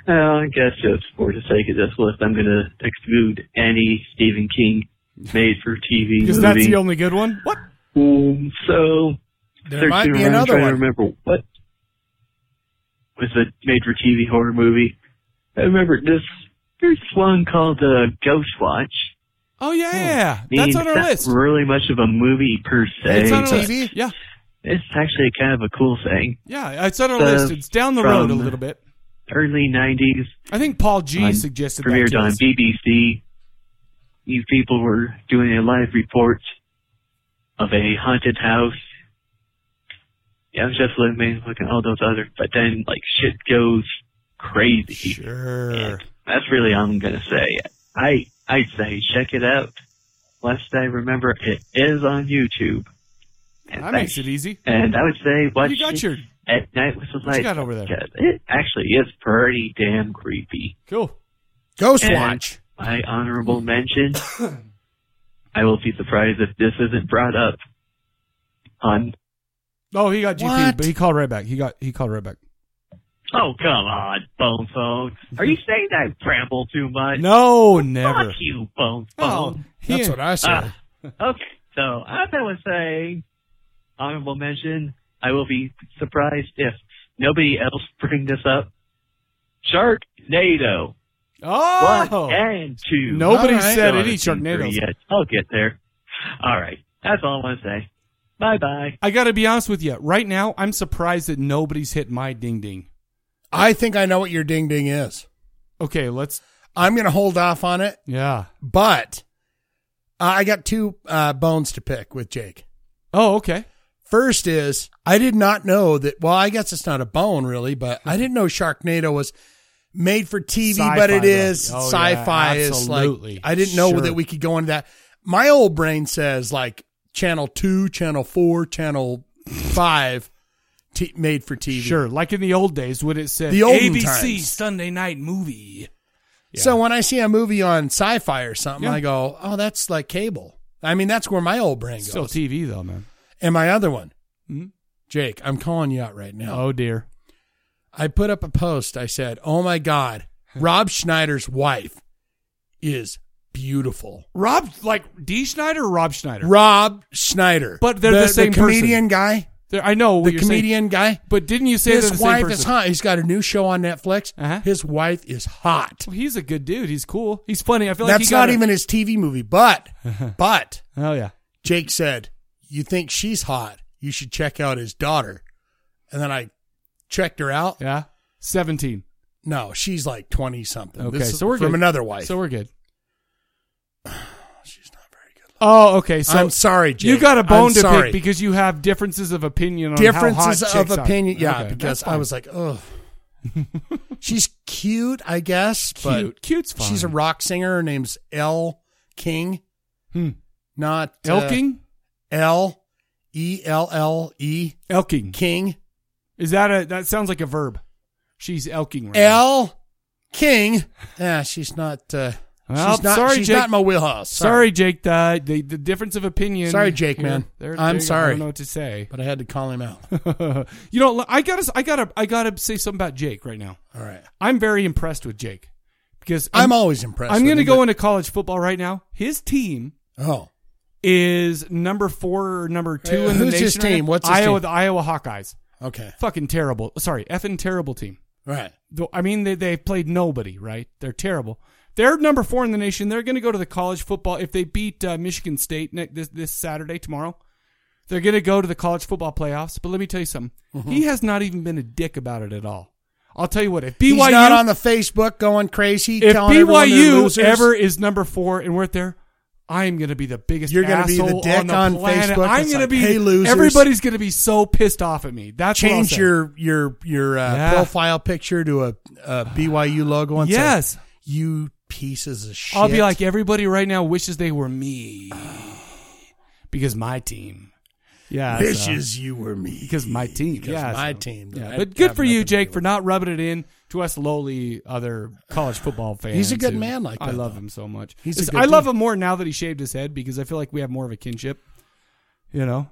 Speaker 7: well, Uh, I guess just for the sake of this list, I'm going to exclude any StephenKing made for TV movie.
Speaker 1: Because that's the only good one? What?
Speaker 7: Um, so
Speaker 2: There might
Speaker 7: searching
Speaker 2: be
Speaker 7: around
Speaker 2: another
Speaker 7: trying to
Speaker 2: one.
Speaker 7: remember what was a made-for-TV horror movie. I remember this. There's one called uh, Ghost Watch.
Speaker 1: Oh, yeah.
Speaker 2: Hmm.
Speaker 1: yeah.
Speaker 7: I mean,
Speaker 1: That's on our
Speaker 7: not
Speaker 1: list.
Speaker 7: Really much of a movie per se.
Speaker 1: It's on our
Speaker 7: but
Speaker 1: list. Yeah.
Speaker 7: it's actually kind of a cool thing.
Speaker 1: Yeah. It's on our
Speaker 7: So,
Speaker 1: list. It's down the road a
Speaker 7: from-
Speaker 1: little bit.
Speaker 7: Early '90s
Speaker 1: I think Paul G
Speaker 7: on-
Speaker 1: suggested that.
Speaker 7: premiered
Speaker 1: To
Speaker 7: on
Speaker 1: us.
Speaker 7: BBC. These people were doing a live report of a haunted house. Yeah, I was just looking, looking at all those other, but then like shit goes crazy.
Speaker 1: Sure.
Speaker 7: That's really all I'm gonna say. I I'd say check it out. Lest I remember, it is on YouTube. And,
Speaker 1: That makes
Speaker 7: thanks.
Speaker 1: it easy.
Speaker 7: and I would say watch
Speaker 1: You got
Speaker 7: it
Speaker 1: your.
Speaker 7: at night with the
Speaker 1: What you
Speaker 7: lights.
Speaker 1: got over there?
Speaker 7: because It actually is pretty damn creepy.
Speaker 1: Cool.
Speaker 2: Ghost
Speaker 7: And-
Speaker 2: Watch.
Speaker 7: my honorable mention. I will be surprised if this isn't brought up on.
Speaker 1: Oh, he got GP,
Speaker 2: What?
Speaker 1: but he called right back. He got he called right back.
Speaker 7: Oh come on, Bone Phone! Are you saying I ramble too much?
Speaker 1: No,
Speaker 7: fuck
Speaker 1: never.
Speaker 7: you, Bone
Speaker 1: Oh,
Speaker 7: Phone.
Speaker 1: he-
Speaker 2: That's what I said.
Speaker 7: Ah, okay, so I was saying honorable mention. I will be surprised if nobody else bring this up. Sharknado
Speaker 1: Oh,
Speaker 7: one and two.
Speaker 1: nobody
Speaker 2: All right.
Speaker 1: said
Speaker 7: Still
Speaker 1: any
Speaker 7: haven't seen three
Speaker 1: Sharknadoes.
Speaker 7: yet. I'll get there. All right, that's all I want to say. Bye bye.
Speaker 1: I got to be honest with you. Right now, I'm surprised that nobody's hit my ding ding.
Speaker 2: I think I know what your ding ding is.
Speaker 1: Okay, let's.
Speaker 2: I'm going to hold off on it,
Speaker 1: Yeah.
Speaker 2: but uh, I got two uh, bones to pick with Jake.
Speaker 1: Oh, okay.
Speaker 2: First is I did not know that. Well, I guess it's not a bone really, but I didn't know Sharknado was made for TV,
Speaker 1: Sci-fi,
Speaker 2: but it
Speaker 1: though.
Speaker 2: is
Speaker 1: Oh, yeah,
Speaker 2: sci-fi. is
Speaker 1: absolutely.
Speaker 2: like I didn't know
Speaker 1: Sure.
Speaker 2: that we could go into that. My old brain says like Channel Two, Channel Four, Channel Five, t- made for TV.
Speaker 1: Sure. Like in the old days, when it said
Speaker 2: The olden
Speaker 1: ABC
Speaker 2: times.
Speaker 1: Sunday night movie. Yeah.
Speaker 2: So when I see a movie on sci-fi or something,
Speaker 1: Yeah.
Speaker 2: I go, "Oh, that's like cable." I mean, that's where my old brain goes.
Speaker 1: still TV though, man.
Speaker 2: and my other one,
Speaker 1: Mhm.
Speaker 2: Jake, I'm calling you out right now.
Speaker 1: Oh dear.
Speaker 2: I put up a post. I said, "Oh my God, Rob Schneider's wife is beautiful."
Speaker 1: Rob, like D. Schneider or Rob Schneider?
Speaker 2: Rob Schneider,
Speaker 1: But they're the same person.
Speaker 2: comedian guy.
Speaker 1: There- I know what
Speaker 2: The
Speaker 1: you're saying,
Speaker 2: comedian guy.
Speaker 1: but didn't you say
Speaker 2: His
Speaker 1: they're the same
Speaker 2: wife
Speaker 1: person?
Speaker 2: is hot. He's got a new show on Netflix.
Speaker 1: Uh-huh.
Speaker 2: His wife is hot.
Speaker 1: Well, he's a good dude. He's cool. He's funny. I feel like
Speaker 2: That's
Speaker 1: he got
Speaker 2: not
Speaker 1: a-
Speaker 2: even his TV movie, but but
Speaker 1: Oh yeah.
Speaker 2: Jake said, "You think she's hot? You should check out his daughter." And then I checked her out.
Speaker 1: Yeah. 17.
Speaker 2: No, she's like twenty something.
Speaker 1: Okay,
Speaker 2: This is
Speaker 1: so we're
Speaker 2: from
Speaker 1: good.
Speaker 2: another wife.
Speaker 1: So we're good.
Speaker 2: she's not very good.
Speaker 1: Oh, okay. So
Speaker 2: I'm sorry, Jake.
Speaker 1: you got a
Speaker 2: I'm
Speaker 1: bone to
Speaker 2: sorry.
Speaker 1: pick because you have differences of opinion on
Speaker 2: differences
Speaker 1: how hot
Speaker 2: of
Speaker 1: chicks are.
Speaker 2: opinion. Yeah,
Speaker 1: Okay, that's
Speaker 2: because I
Speaker 1: fine.
Speaker 2: was like, oh, she's cute, I guess.
Speaker 1: cute. Cute's
Speaker 2: But
Speaker 1: fine.
Speaker 2: she's a rock singer. Her name's L King,
Speaker 1: Hmm.
Speaker 2: not uh,
Speaker 1: Elking?
Speaker 2: L E L L E
Speaker 1: Elking.
Speaker 2: King.
Speaker 1: Is that a that sounds like a verb? She's elking right now.
Speaker 2: L King. Yeah, she's not. Uh,
Speaker 1: Well,
Speaker 2: she's not,
Speaker 1: sorry,
Speaker 2: she's
Speaker 1: Jake.
Speaker 2: not in my wheelhouse.
Speaker 1: Sorry, Jake. The, the the difference of opinion.
Speaker 2: Sorry, Jake,
Speaker 1: here-
Speaker 2: man.
Speaker 1: there-
Speaker 2: I'm
Speaker 1: there- I
Speaker 2: sorry.
Speaker 1: don't know what to say.
Speaker 2: but I had to call him out.
Speaker 1: you know, I gotta, I gotta, I gotta say something about Jake right now.
Speaker 2: All right,
Speaker 1: I'm very impressed with Jake because
Speaker 2: I'm always impressed.
Speaker 1: I'm
Speaker 2: with
Speaker 1: going to
Speaker 2: him,
Speaker 1: go into college football right now. His team
Speaker 2: but- Oh,
Speaker 1: is number four or number two
Speaker 2: Uh,
Speaker 1: in the
Speaker 2: who's
Speaker 1: nation.
Speaker 2: his
Speaker 1: right now.
Speaker 2: team? What's his
Speaker 1: Iowa?
Speaker 2: team?
Speaker 1: The Iowa Hawkeyes.
Speaker 2: okay,
Speaker 1: Fucking terrible. Sorry, effing terrible team.
Speaker 2: All right.
Speaker 1: Though- I mean, they they played nobody. Right? They're terrible. They're number four in the nation. They're going to go to the college football if they beat uh, Michigan State ne- this this Saturday tomorrow. They're going to go to the college football playoffs. But let me tell you something.
Speaker 2: Mm-hmm.
Speaker 1: He has not even been a dick about it at all. I'll tell you what. If BYU
Speaker 2: He's not on the Facebook going crazy.
Speaker 1: if
Speaker 2: telling everyone they're
Speaker 1: BYU
Speaker 2: losers.
Speaker 1: ever is number four and we're there, I am going to be the biggest.
Speaker 2: You're
Speaker 1: going
Speaker 2: gonna
Speaker 1: to
Speaker 2: be the dick
Speaker 1: on, the
Speaker 2: on
Speaker 1: planet.
Speaker 2: Facebook.
Speaker 1: I'm
Speaker 2: It's
Speaker 1: going to
Speaker 2: like,
Speaker 1: be.
Speaker 2: "Hey, losers."
Speaker 1: Everybody's going to be so pissed off at me. That's what I'll
Speaker 2: change
Speaker 1: say.
Speaker 2: your your your uh,
Speaker 1: Yeah.
Speaker 2: profile picture to a, a BYU logo and say,
Speaker 1: Yes,
Speaker 2: "You pieces of shit."
Speaker 1: I'll be like everybody right now wishes they were me because my team. Yeah, so-
Speaker 2: "Wishes you were me."
Speaker 1: because my team.
Speaker 2: Because
Speaker 1: yeah,
Speaker 2: my
Speaker 1: so-
Speaker 2: team.
Speaker 1: Yeah,
Speaker 2: I
Speaker 1: but good
Speaker 2: have
Speaker 1: for you,
Speaker 2: nothing to do
Speaker 1: Jake,
Speaker 2: with
Speaker 1: for not rubbing it in to us lowly other college football fans.
Speaker 2: He's a good
Speaker 1: who-
Speaker 2: man like
Speaker 1: I
Speaker 2: that,
Speaker 1: love
Speaker 2: though.
Speaker 1: him so much.
Speaker 2: He's a
Speaker 1: It's-
Speaker 2: good
Speaker 1: I love
Speaker 2: dude.
Speaker 1: him more now that he shaved his head because I feel like we have more of a kinship. You know,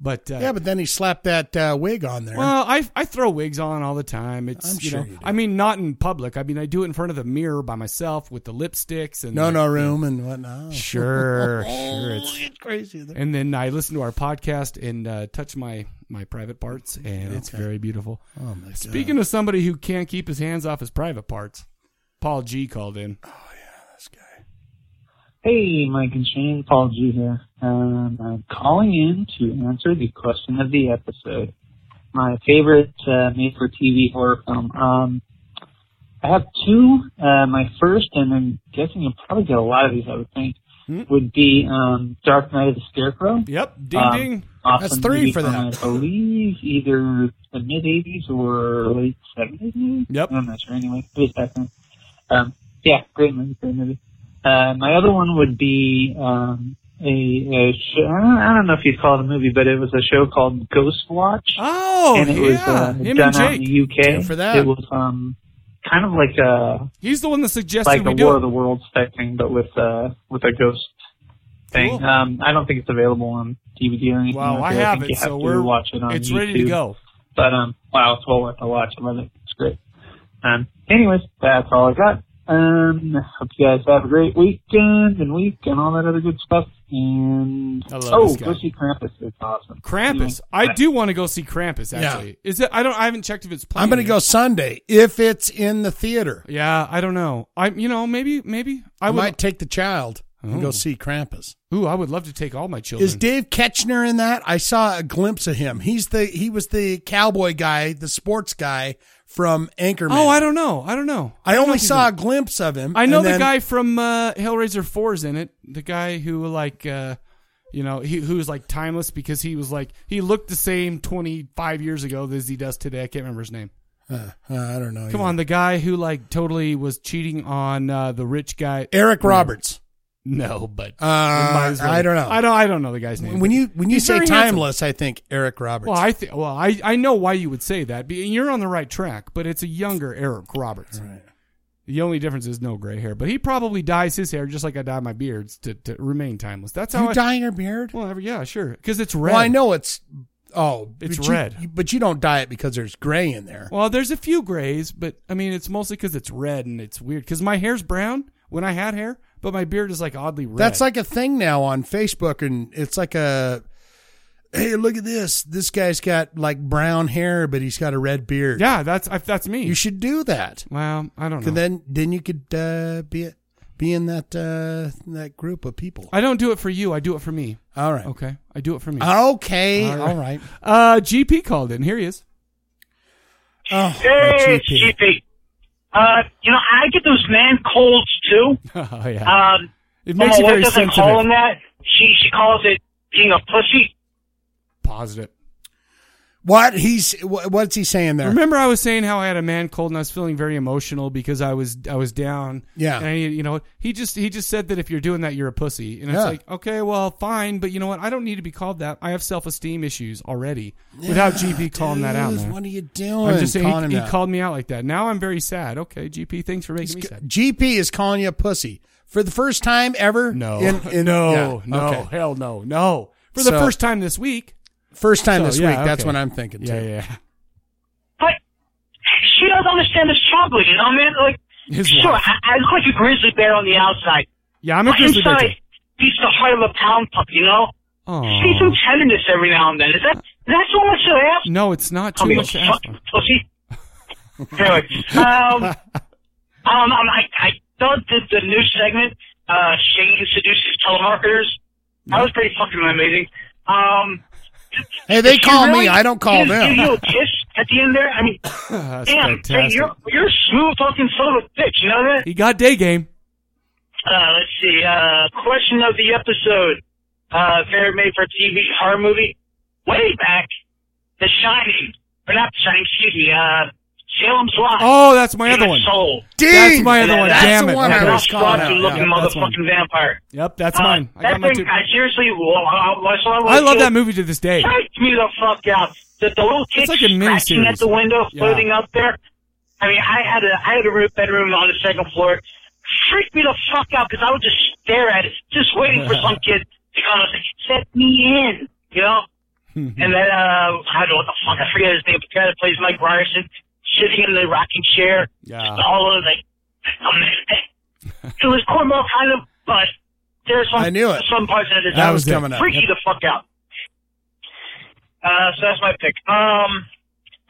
Speaker 1: but uh,
Speaker 2: Yeah, but then he slapped that uh, wig on there.
Speaker 1: well, I I throw wigs on all the time. It's
Speaker 2: I'm
Speaker 1: you
Speaker 2: sure
Speaker 1: know,
Speaker 2: you do.
Speaker 1: I mean, not in public. I mean, I do it in front of the mirror by myself with the lipsticks and
Speaker 2: no,
Speaker 1: the-
Speaker 2: no room and whatnot.
Speaker 1: Sure, sure. It's,
Speaker 2: crazy. there.
Speaker 1: and then I listen to our podcast and uh, touch my my private parts, and it's very beautiful.
Speaker 2: Oh my
Speaker 1: Speaking of somebody who can't keep his hands off his private parts, Paul G called in.
Speaker 8: Hey, Mike and Shane, Paul G here. Um, I'm calling in to answer the question of the episode. My favorite uh, made-for-TV horror film. Um, I have two. Uh, my first, and I'm guessing you'll probably get a lot of these. I would think would be um, Dark Knight of the Scarecrow.
Speaker 1: Yep, ding
Speaker 8: Um,
Speaker 1: ding.
Speaker 8: Awesome
Speaker 2: That's three
Speaker 8: movie
Speaker 2: for
Speaker 8: from,
Speaker 2: that.
Speaker 8: I believe either the mid '80s or late '70s. Maybe?
Speaker 1: Yep.
Speaker 8: I'm not sure. Anyway, it was back then. Um, yeah, great movie, great movie. Uh, my other one would be um, a, a show, I, don't, I don't know if you'd call it a movie, but it was a show called Ghost Watch,
Speaker 1: Oh
Speaker 8: and it
Speaker 1: yeah,
Speaker 8: was uh,
Speaker 1: him
Speaker 8: done
Speaker 1: and
Speaker 8: out in
Speaker 1: Jake.
Speaker 8: the UK.
Speaker 2: Good for that.
Speaker 8: It was um, kind of like a
Speaker 1: He's the one that suggested
Speaker 8: like
Speaker 1: we
Speaker 8: a
Speaker 1: do
Speaker 8: War
Speaker 1: it.
Speaker 8: of the Worlds type thing, but with uh, with a ghost thing.
Speaker 1: Cool.
Speaker 8: Um, I don't think it's available on DVD or anything.
Speaker 1: Wow,
Speaker 8: like
Speaker 1: I
Speaker 8: that.
Speaker 1: have
Speaker 8: think
Speaker 1: it,
Speaker 8: you have
Speaker 1: so
Speaker 8: to
Speaker 1: we're-
Speaker 8: watch it on
Speaker 1: It's
Speaker 8: YouTube.
Speaker 1: ready to go.
Speaker 8: But um, wow, it's well worth a watch. I love it. It's great. Um, anyways, that's all I got. Um, hope you guys have a great weekend and week and all that other good stuff. And
Speaker 1: I love
Speaker 8: oh,
Speaker 1: this guy.
Speaker 8: go see Krampus. It's awesome.
Speaker 1: Krampus. I do want to go see Krampus. Actually, is it? I don't. I haven't checked if it's playing.
Speaker 2: I'm going to
Speaker 1: yet.
Speaker 2: go Sunday if it's in the theater.
Speaker 1: Yeah, I don't know. I, you know, maybe, maybe I,
Speaker 2: I,
Speaker 1: would.
Speaker 2: might take the child and
Speaker 1: Oh.
Speaker 2: go see Krampus.
Speaker 1: Ooh, I would love to take all my children.
Speaker 2: Is Dave Ketchner in that? I saw a glimpse of him. He's the he was the cowboy guy, the sports guy from Anchorman.
Speaker 1: oh, I don't know. I don't know.
Speaker 2: I
Speaker 1: don't know
Speaker 2: only
Speaker 1: if he's
Speaker 2: saw a
Speaker 1: in it.
Speaker 2: glimpse of him.
Speaker 1: I know
Speaker 2: and
Speaker 1: the
Speaker 2: then-
Speaker 1: guy from uh, Hellraiser 4's in it. The guy who like, uh, you know, he who was like timeless because he was like he looked the same 25 years ago as he does today. I can't remember his name.
Speaker 2: Uh, uh, I don't know.
Speaker 1: Come
Speaker 2: either.
Speaker 1: on, the guy who like totally was cheating on uh, the rich guy.
Speaker 2: Eric Roberts.
Speaker 1: No, but
Speaker 2: Uh,
Speaker 1: it might as well-
Speaker 2: I don't know.
Speaker 1: I don't. I don't know the guy's name.
Speaker 2: When you when you
Speaker 1: He's
Speaker 2: say
Speaker 1: very handsome.
Speaker 2: timeless, I think Eric Roberts.
Speaker 1: Well, I think. Well, I I know why you would say that. Be- You're on the right track, but it's a younger Eric Roberts.
Speaker 2: Right.
Speaker 1: The only difference is no gray hair, but he probably dyes his hair just like I dye my beards to, to remain timeless. That's how
Speaker 2: you
Speaker 1: I.
Speaker 2: dye your beard?
Speaker 1: well, every, yeah, sure, because it's red.
Speaker 2: Well, I know it's oh,
Speaker 1: It's
Speaker 2: but you-
Speaker 1: red.
Speaker 2: you- but you don't dye it because there's gray in there.
Speaker 1: Well, there's a few grays, but I mean, it's mostly because it's red and it's weird. Because my hair's brown when I had hair, but my beard is like oddly red.
Speaker 2: That's like a thing now on Facebook, and it's like a hey, look at this. This guy's got like brown hair, but he's got a red beard.
Speaker 1: yeah, that's I, that's me.
Speaker 2: you should do that.
Speaker 1: well, I don't know.
Speaker 2: 'Cause then then you could uh, be be in that uh, that group of people.
Speaker 1: I don't do it for you. I do it for me.
Speaker 2: All right.
Speaker 1: Okay, I do it for me.
Speaker 2: Okay.
Speaker 1: All
Speaker 2: All
Speaker 1: right.
Speaker 2: right.
Speaker 1: Uh, GP called in. Here he is.
Speaker 2: Oh,
Speaker 4: Hey,
Speaker 2: my GP.
Speaker 4: GP. Uh, you know, I get those man colds too.
Speaker 1: oh yeah.
Speaker 9: Uh,
Speaker 4: Um,
Speaker 1: it makes
Speaker 4: oh,
Speaker 1: you
Speaker 4: what
Speaker 1: very
Speaker 4: does I call
Speaker 1: sensitive.
Speaker 4: them that? She she calls it being a pussy.
Speaker 1: Positive.
Speaker 2: What he's wh- what's he saying there?
Speaker 1: Remember, I was saying how I had a man cold and I was feeling very emotional because I was I was down.
Speaker 2: Yeah.
Speaker 1: and I, needed- you know, he just he just said that if you're doing that, you're a pussy, and it's
Speaker 2: Yeah.
Speaker 1: like, okay, well, fine, but you know what? I don't need to be called that. I have self esteem issues already without GP calling that out.
Speaker 2: Dude,
Speaker 1: man.
Speaker 2: What are you doing?
Speaker 1: I'm just saying
Speaker 2: Calling him
Speaker 1: he, he
Speaker 2: out.
Speaker 1: called me out like that. Now I'm very sad. Okay, GP, thanks for making me sad.
Speaker 2: GP is calling you a pussy for the first time ever.
Speaker 1: No,
Speaker 2: in, in, yeah,
Speaker 1: no, no,
Speaker 2: okay.
Speaker 1: hell no, no. For the
Speaker 2: So-
Speaker 1: first time this week.
Speaker 2: First time
Speaker 1: So,
Speaker 2: this
Speaker 1: yeah,
Speaker 2: week. That's
Speaker 1: okay.
Speaker 2: what I'm thinking.
Speaker 1: Yeah,
Speaker 2: too.
Speaker 1: yeah.
Speaker 9: But she doesn't understand this struggle, you know, man? Like,
Speaker 1: His
Speaker 9: sure,
Speaker 1: wife.
Speaker 9: I, I look like a grizzly bear on the outside.
Speaker 1: Yeah, I'm a
Speaker 9: But
Speaker 1: grizzly bear.
Speaker 9: inside, he's the heart of a pound pup, you know? Just need some
Speaker 1: Oh
Speaker 9: tenderness every now and then. Is that, that's so much to ask?
Speaker 1: no, it's not
Speaker 9: I'll
Speaker 1: too
Speaker 9: be
Speaker 1: much to
Speaker 9: a
Speaker 1: ask.
Speaker 9: fucking pussy. anyway, um, um, um, I, I thought that the new segment, uh, Shane seduces telemarketers, that was pretty fucking amazing. Um,
Speaker 2: Hey, they
Speaker 9: she
Speaker 2: call me.
Speaker 9: really-
Speaker 2: I don't call
Speaker 9: she just Give you
Speaker 2: them.
Speaker 9: a kiss at the end there. I mean,
Speaker 1: That's
Speaker 9: damn, hey,
Speaker 1: fantastic.
Speaker 9: you're you're a smooth fucking son of a bitch. You know that?
Speaker 1: He got day game.
Speaker 9: Uh, let's see. Uh, question of the episode: uh, favorite made for TV horror movie? Way back, The Shining. Or not The Shining. Excuse me. Uh, Salem's Lot.
Speaker 1: Oh, that's my
Speaker 9: In
Speaker 1: other
Speaker 9: the
Speaker 1: one.
Speaker 9: Soul.
Speaker 2: Ding!
Speaker 1: That's my other one.
Speaker 9: That's
Speaker 1: Damn
Speaker 2: the
Speaker 1: it.
Speaker 2: one I
Speaker 9: That
Speaker 1: Okay.
Speaker 2: was calling out.
Speaker 9: looking
Speaker 1: Yeah, that's one.
Speaker 9: motherfucking vampire.
Speaker 1: Yep, that's
Speaker 9: Uh,
Speaker 1: mine. I
Speaker 9: that
Speaker 1: got my
Speaker 9: thing,
Speaker 1: two.
Speaker 9: I seriously, well, I,
Speaker 1: I love that movie to this day.
Speaker 9: Strike me the fuck out. The, the little kid
Speaker 1: It's like a mini
Speaker 9: scratching
Speaker 1: series.
Speaker 9: at the window,
Speaker 1: Yeah.
Speaker 9: floating up there. I mean, I had a I had a room, bedroom on the second floor. Freaked me the fuck out because I would just stare at it, just waiting for some kid to come and say, "Set me in," you know. and then uh, I don't know what the fuck I forget his name, but the guy that plays Mike Ryerson sitting in the rocking chair,
Speaker 1: Yeah.
Speaker 9: just all of like, it was cornball kind of, but there's some
Speaker 2: I knew it.
Speaker 9: some parts of it
Speaker 2: That was coming up.
Speaker 9: Freak you the fuck out. Uh, so that's my pick. Um,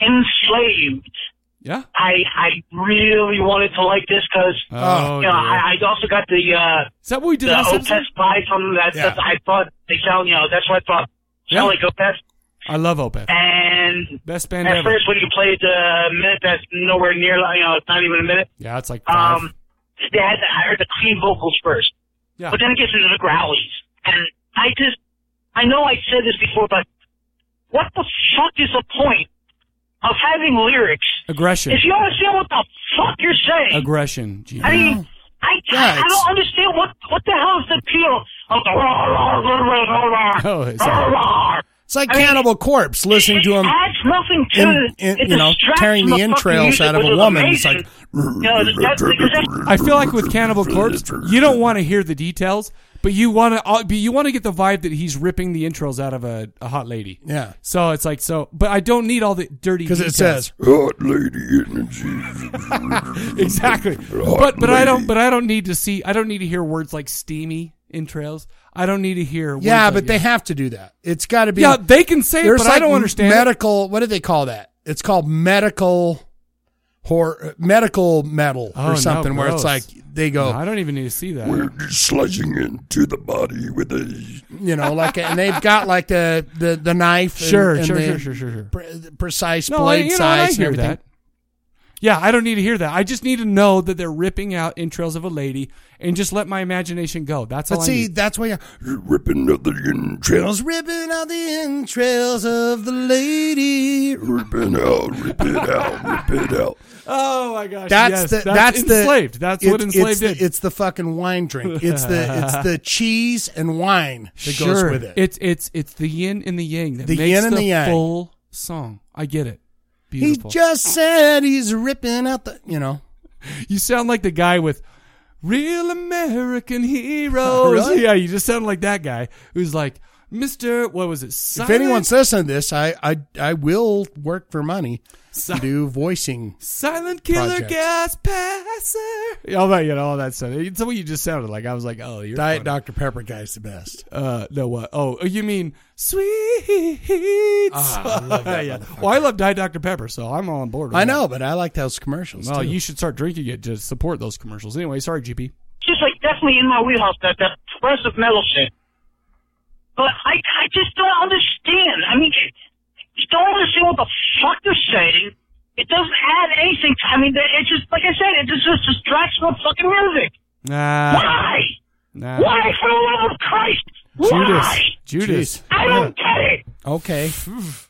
Speaker 9: Enslaved.
Speaker 1: Yeah.
Speaker 9: I I really wanted to like this because
Speaker 1: Oh,
Speaker 9: you
Speaker 1: dear.
Speaker 9: know I, I also got the uh
Speaker 1: Is that what we did
Speaker 9: the
Speaker 1: last episode?
Speaker 9: Opeth vibe from that.
Speaker 2: Yeah.
Speaker 9: That's I thought they sound you know that's what I thought.
Speaker 1: Yeah.
Speaker 9: Sound like Opeth.
Speaker 1: I love Opeth.
Speaker 9: And
Speaker 1: Best band
Speaker 9: at
Speaker 1: ever.
Speaker 9: first when you played the minute that's nowhere near like, you know it's not even a minute.
Speaker 1: Yeah, it's like five.
Speaker 9: Um, they had I heard the clean vocals first.
Speaker 1: yeah.
Speaker 9: But then it gets into the growlies. And I just, I know I said this before, but what the fuck is the point of having lyrics
Speaker 1: Aggression.
Speaker 9: if you don't understand what the fuck you're saying?
Speaker 1: Aggression. Gee.
Speaker 9: I mean, I,
Speaker 2: Yeah,
Speaker 9: I, I
Speaker 2: it's-
Speaker 9: don't understand what, what the hell is the appeal of the rah, rah, rah, rah, rah, rah,
Speaker 1: Oh, it's-
Speaker 9: rah, rah.
Speaker 2: It's like
Speaker 9: I mean-
Speaker 2: Cannibal Corpse listening to him
Speaker 9: It adds nothing to
Speaker 2: in-
Speaker 9: it.
Speaker 2: in-
Speaker 9: It
Speaker 2: you know,
Speaker 9: distracts
Speaker 2: tearing the
Speaker 9: fucking
Speaker 2: entrails
Speaker 9: music,
Speaker 2: out of
Speaker 9: which
Speaker 2: a
Speaker 9: is
Speaker 2: woman. It's
Speaker 9: amazing.
Speaker 2: like,
Speaker 9: you know, that's, because that's,
Speaker 1: I feel like with Cannibal Corpse, you don't want to hear the details, but you want to, uh, but you want to get the vibe that he's ripping the intros out of a, a hot lady.
Speaker 2: yeah,
Speaker 1: So it's like so, but I don't need all the dirty
Speaker 2: because it says
Speaker 1: details.
Speaker 10: Hot lady energy.
Speaker 1: exactly. But but I don't but I don't need to see I don't need to hear words like steamy entrails. I don't need to hear. Words
Speaker 2: yeah,
Speaker 1: like-
Speaker 2: but they have to do that. It's got to be
Speaker 1: yeah they can say it,
Speaker 2: there's
Speaker 1: but
Speaker 2: like
Speaker 1: I don't understand. it.
Speaker 2: medical. What do they call that? It's called medical, horror, medical metal
Speaker 1: Oh, no,
Speaker 2: or something, where
Speaker 1: gross.
Speaker 2: it's like they
Speaker 1: No,
Speaker 2: go,
Speaker 1: I don't even need to see that.
Speaker 10: We're slashing into the body with a.
Speaker 2: you know, like, and they've got like the the, the knife, and-
Speaker 1: Sure,
Speaker 2: and
Speaker 1: sure,
Speaker 2: the
Speaker 1: sure, sure, sure, sure.
Speaker 2: pre- the precise
Speaker 1: No, I,
Speaker 2: blade
Speaker 1: you know, I
Speaker 2: size and
Speaker 1: hear
Speaker 2: everything.
Speaker 1: that. Yeah, I don't need to hear that. I just need to know that they're ripping out entrails of a lady and just let my imagination go. That's all
Speaker 2: But
Speaker 1: I
Speaker 2: see,
Speaker 1: need.
Speaker 2: that's why you
Speaker 10: Ripping of the entrails.
Speaker 2: ripping out the entrails of the lady.
Speaker 10: Rip it out, rip it out, rip it out.
Speaker 1: Oh my gosh,
Speaker 2: That's
Speaker 1: yes,
Speaker 2: the
Speaker 1: that's,
Speaker 2: that's,
Speaker 1: enslaved.
Speaker 2: The,
Speaker 1: that's
Speaker 2: it-
Speaker 1: what enslaved
Speaker 2: it's the-
Speaker 1: did.
Speaker 2: it's the fucking wine drink. It's the it's the cheese and wine that goes
Speaker 1: Sure.
Speaker 2: with it.
Speaker 1: It's it's it's the yin and the yang that
Speaker 2: The
Speaker 1: makes
Speaker 2: yin and
Speaker 1: the,
Speaker 2: the yang.
Speaker 1: full song. I get it.
Speaker 2: he
Speaker 1: Beautiful.
Speaker 2: just said he's ripping out the you know.
Speaker 1: You sound like the guy with Real American Heroes.
Speaker 2: Really?
Speaker 1: Yeah, you just sound like that guy who's like, Mr. What was it?
Speaker 2: If
Speaker 1: Silent,
Speaker 2: anyone's listening to this, I I I will work for money to do voicing.
Speaker 1: Silent Killer
Speaker 2: Project.
Speaker 1: Gas Passer. Yeah, All that, you know, all that stuff. It's what you just sounded like. I was like, oh, you're.
Speaker 2: Diet
Speaker 1: funny.
Speaker 2: Dr Pepper guy's the best.
Speaker 1: Uh, no, what? Oh, you mean sweets.
Speaker 2: Ah, I love that
Speaker 1: yeah.
Speaker 2: motherfucker.
Speaker 1: Well, I love Diet Dr. Pepper, so I'm on board with
Speaker 2: I
Speaker 1: that.
Speaker 2: know, but I like those commercials.
Speaker 1: Well,
Speaker 2: too.
Speaker 1: you should start drinking it to support those commercials. Anyway, sorry, GP.
Speaker 9: just like definitely in my wheelhouse, that, that progressive metal shit. But I, I just don't understand. I mean, you don't understand what the fuck they're saying. It doesn't add anything. To, I mean, that- it just, like I said, it just, just distracts from the fucking music.
Speaker 1: Nah,
Speaker 9: Why?
Speaker 1: nah.
Speaker 9: Why, for the love of Christ? Why?
Speaker 1: Judas, Judas.
Speaker 2: Jeez.
Speaker 9: I don't get it.
Speaker 2: Okay.
Speaker 9: Hey,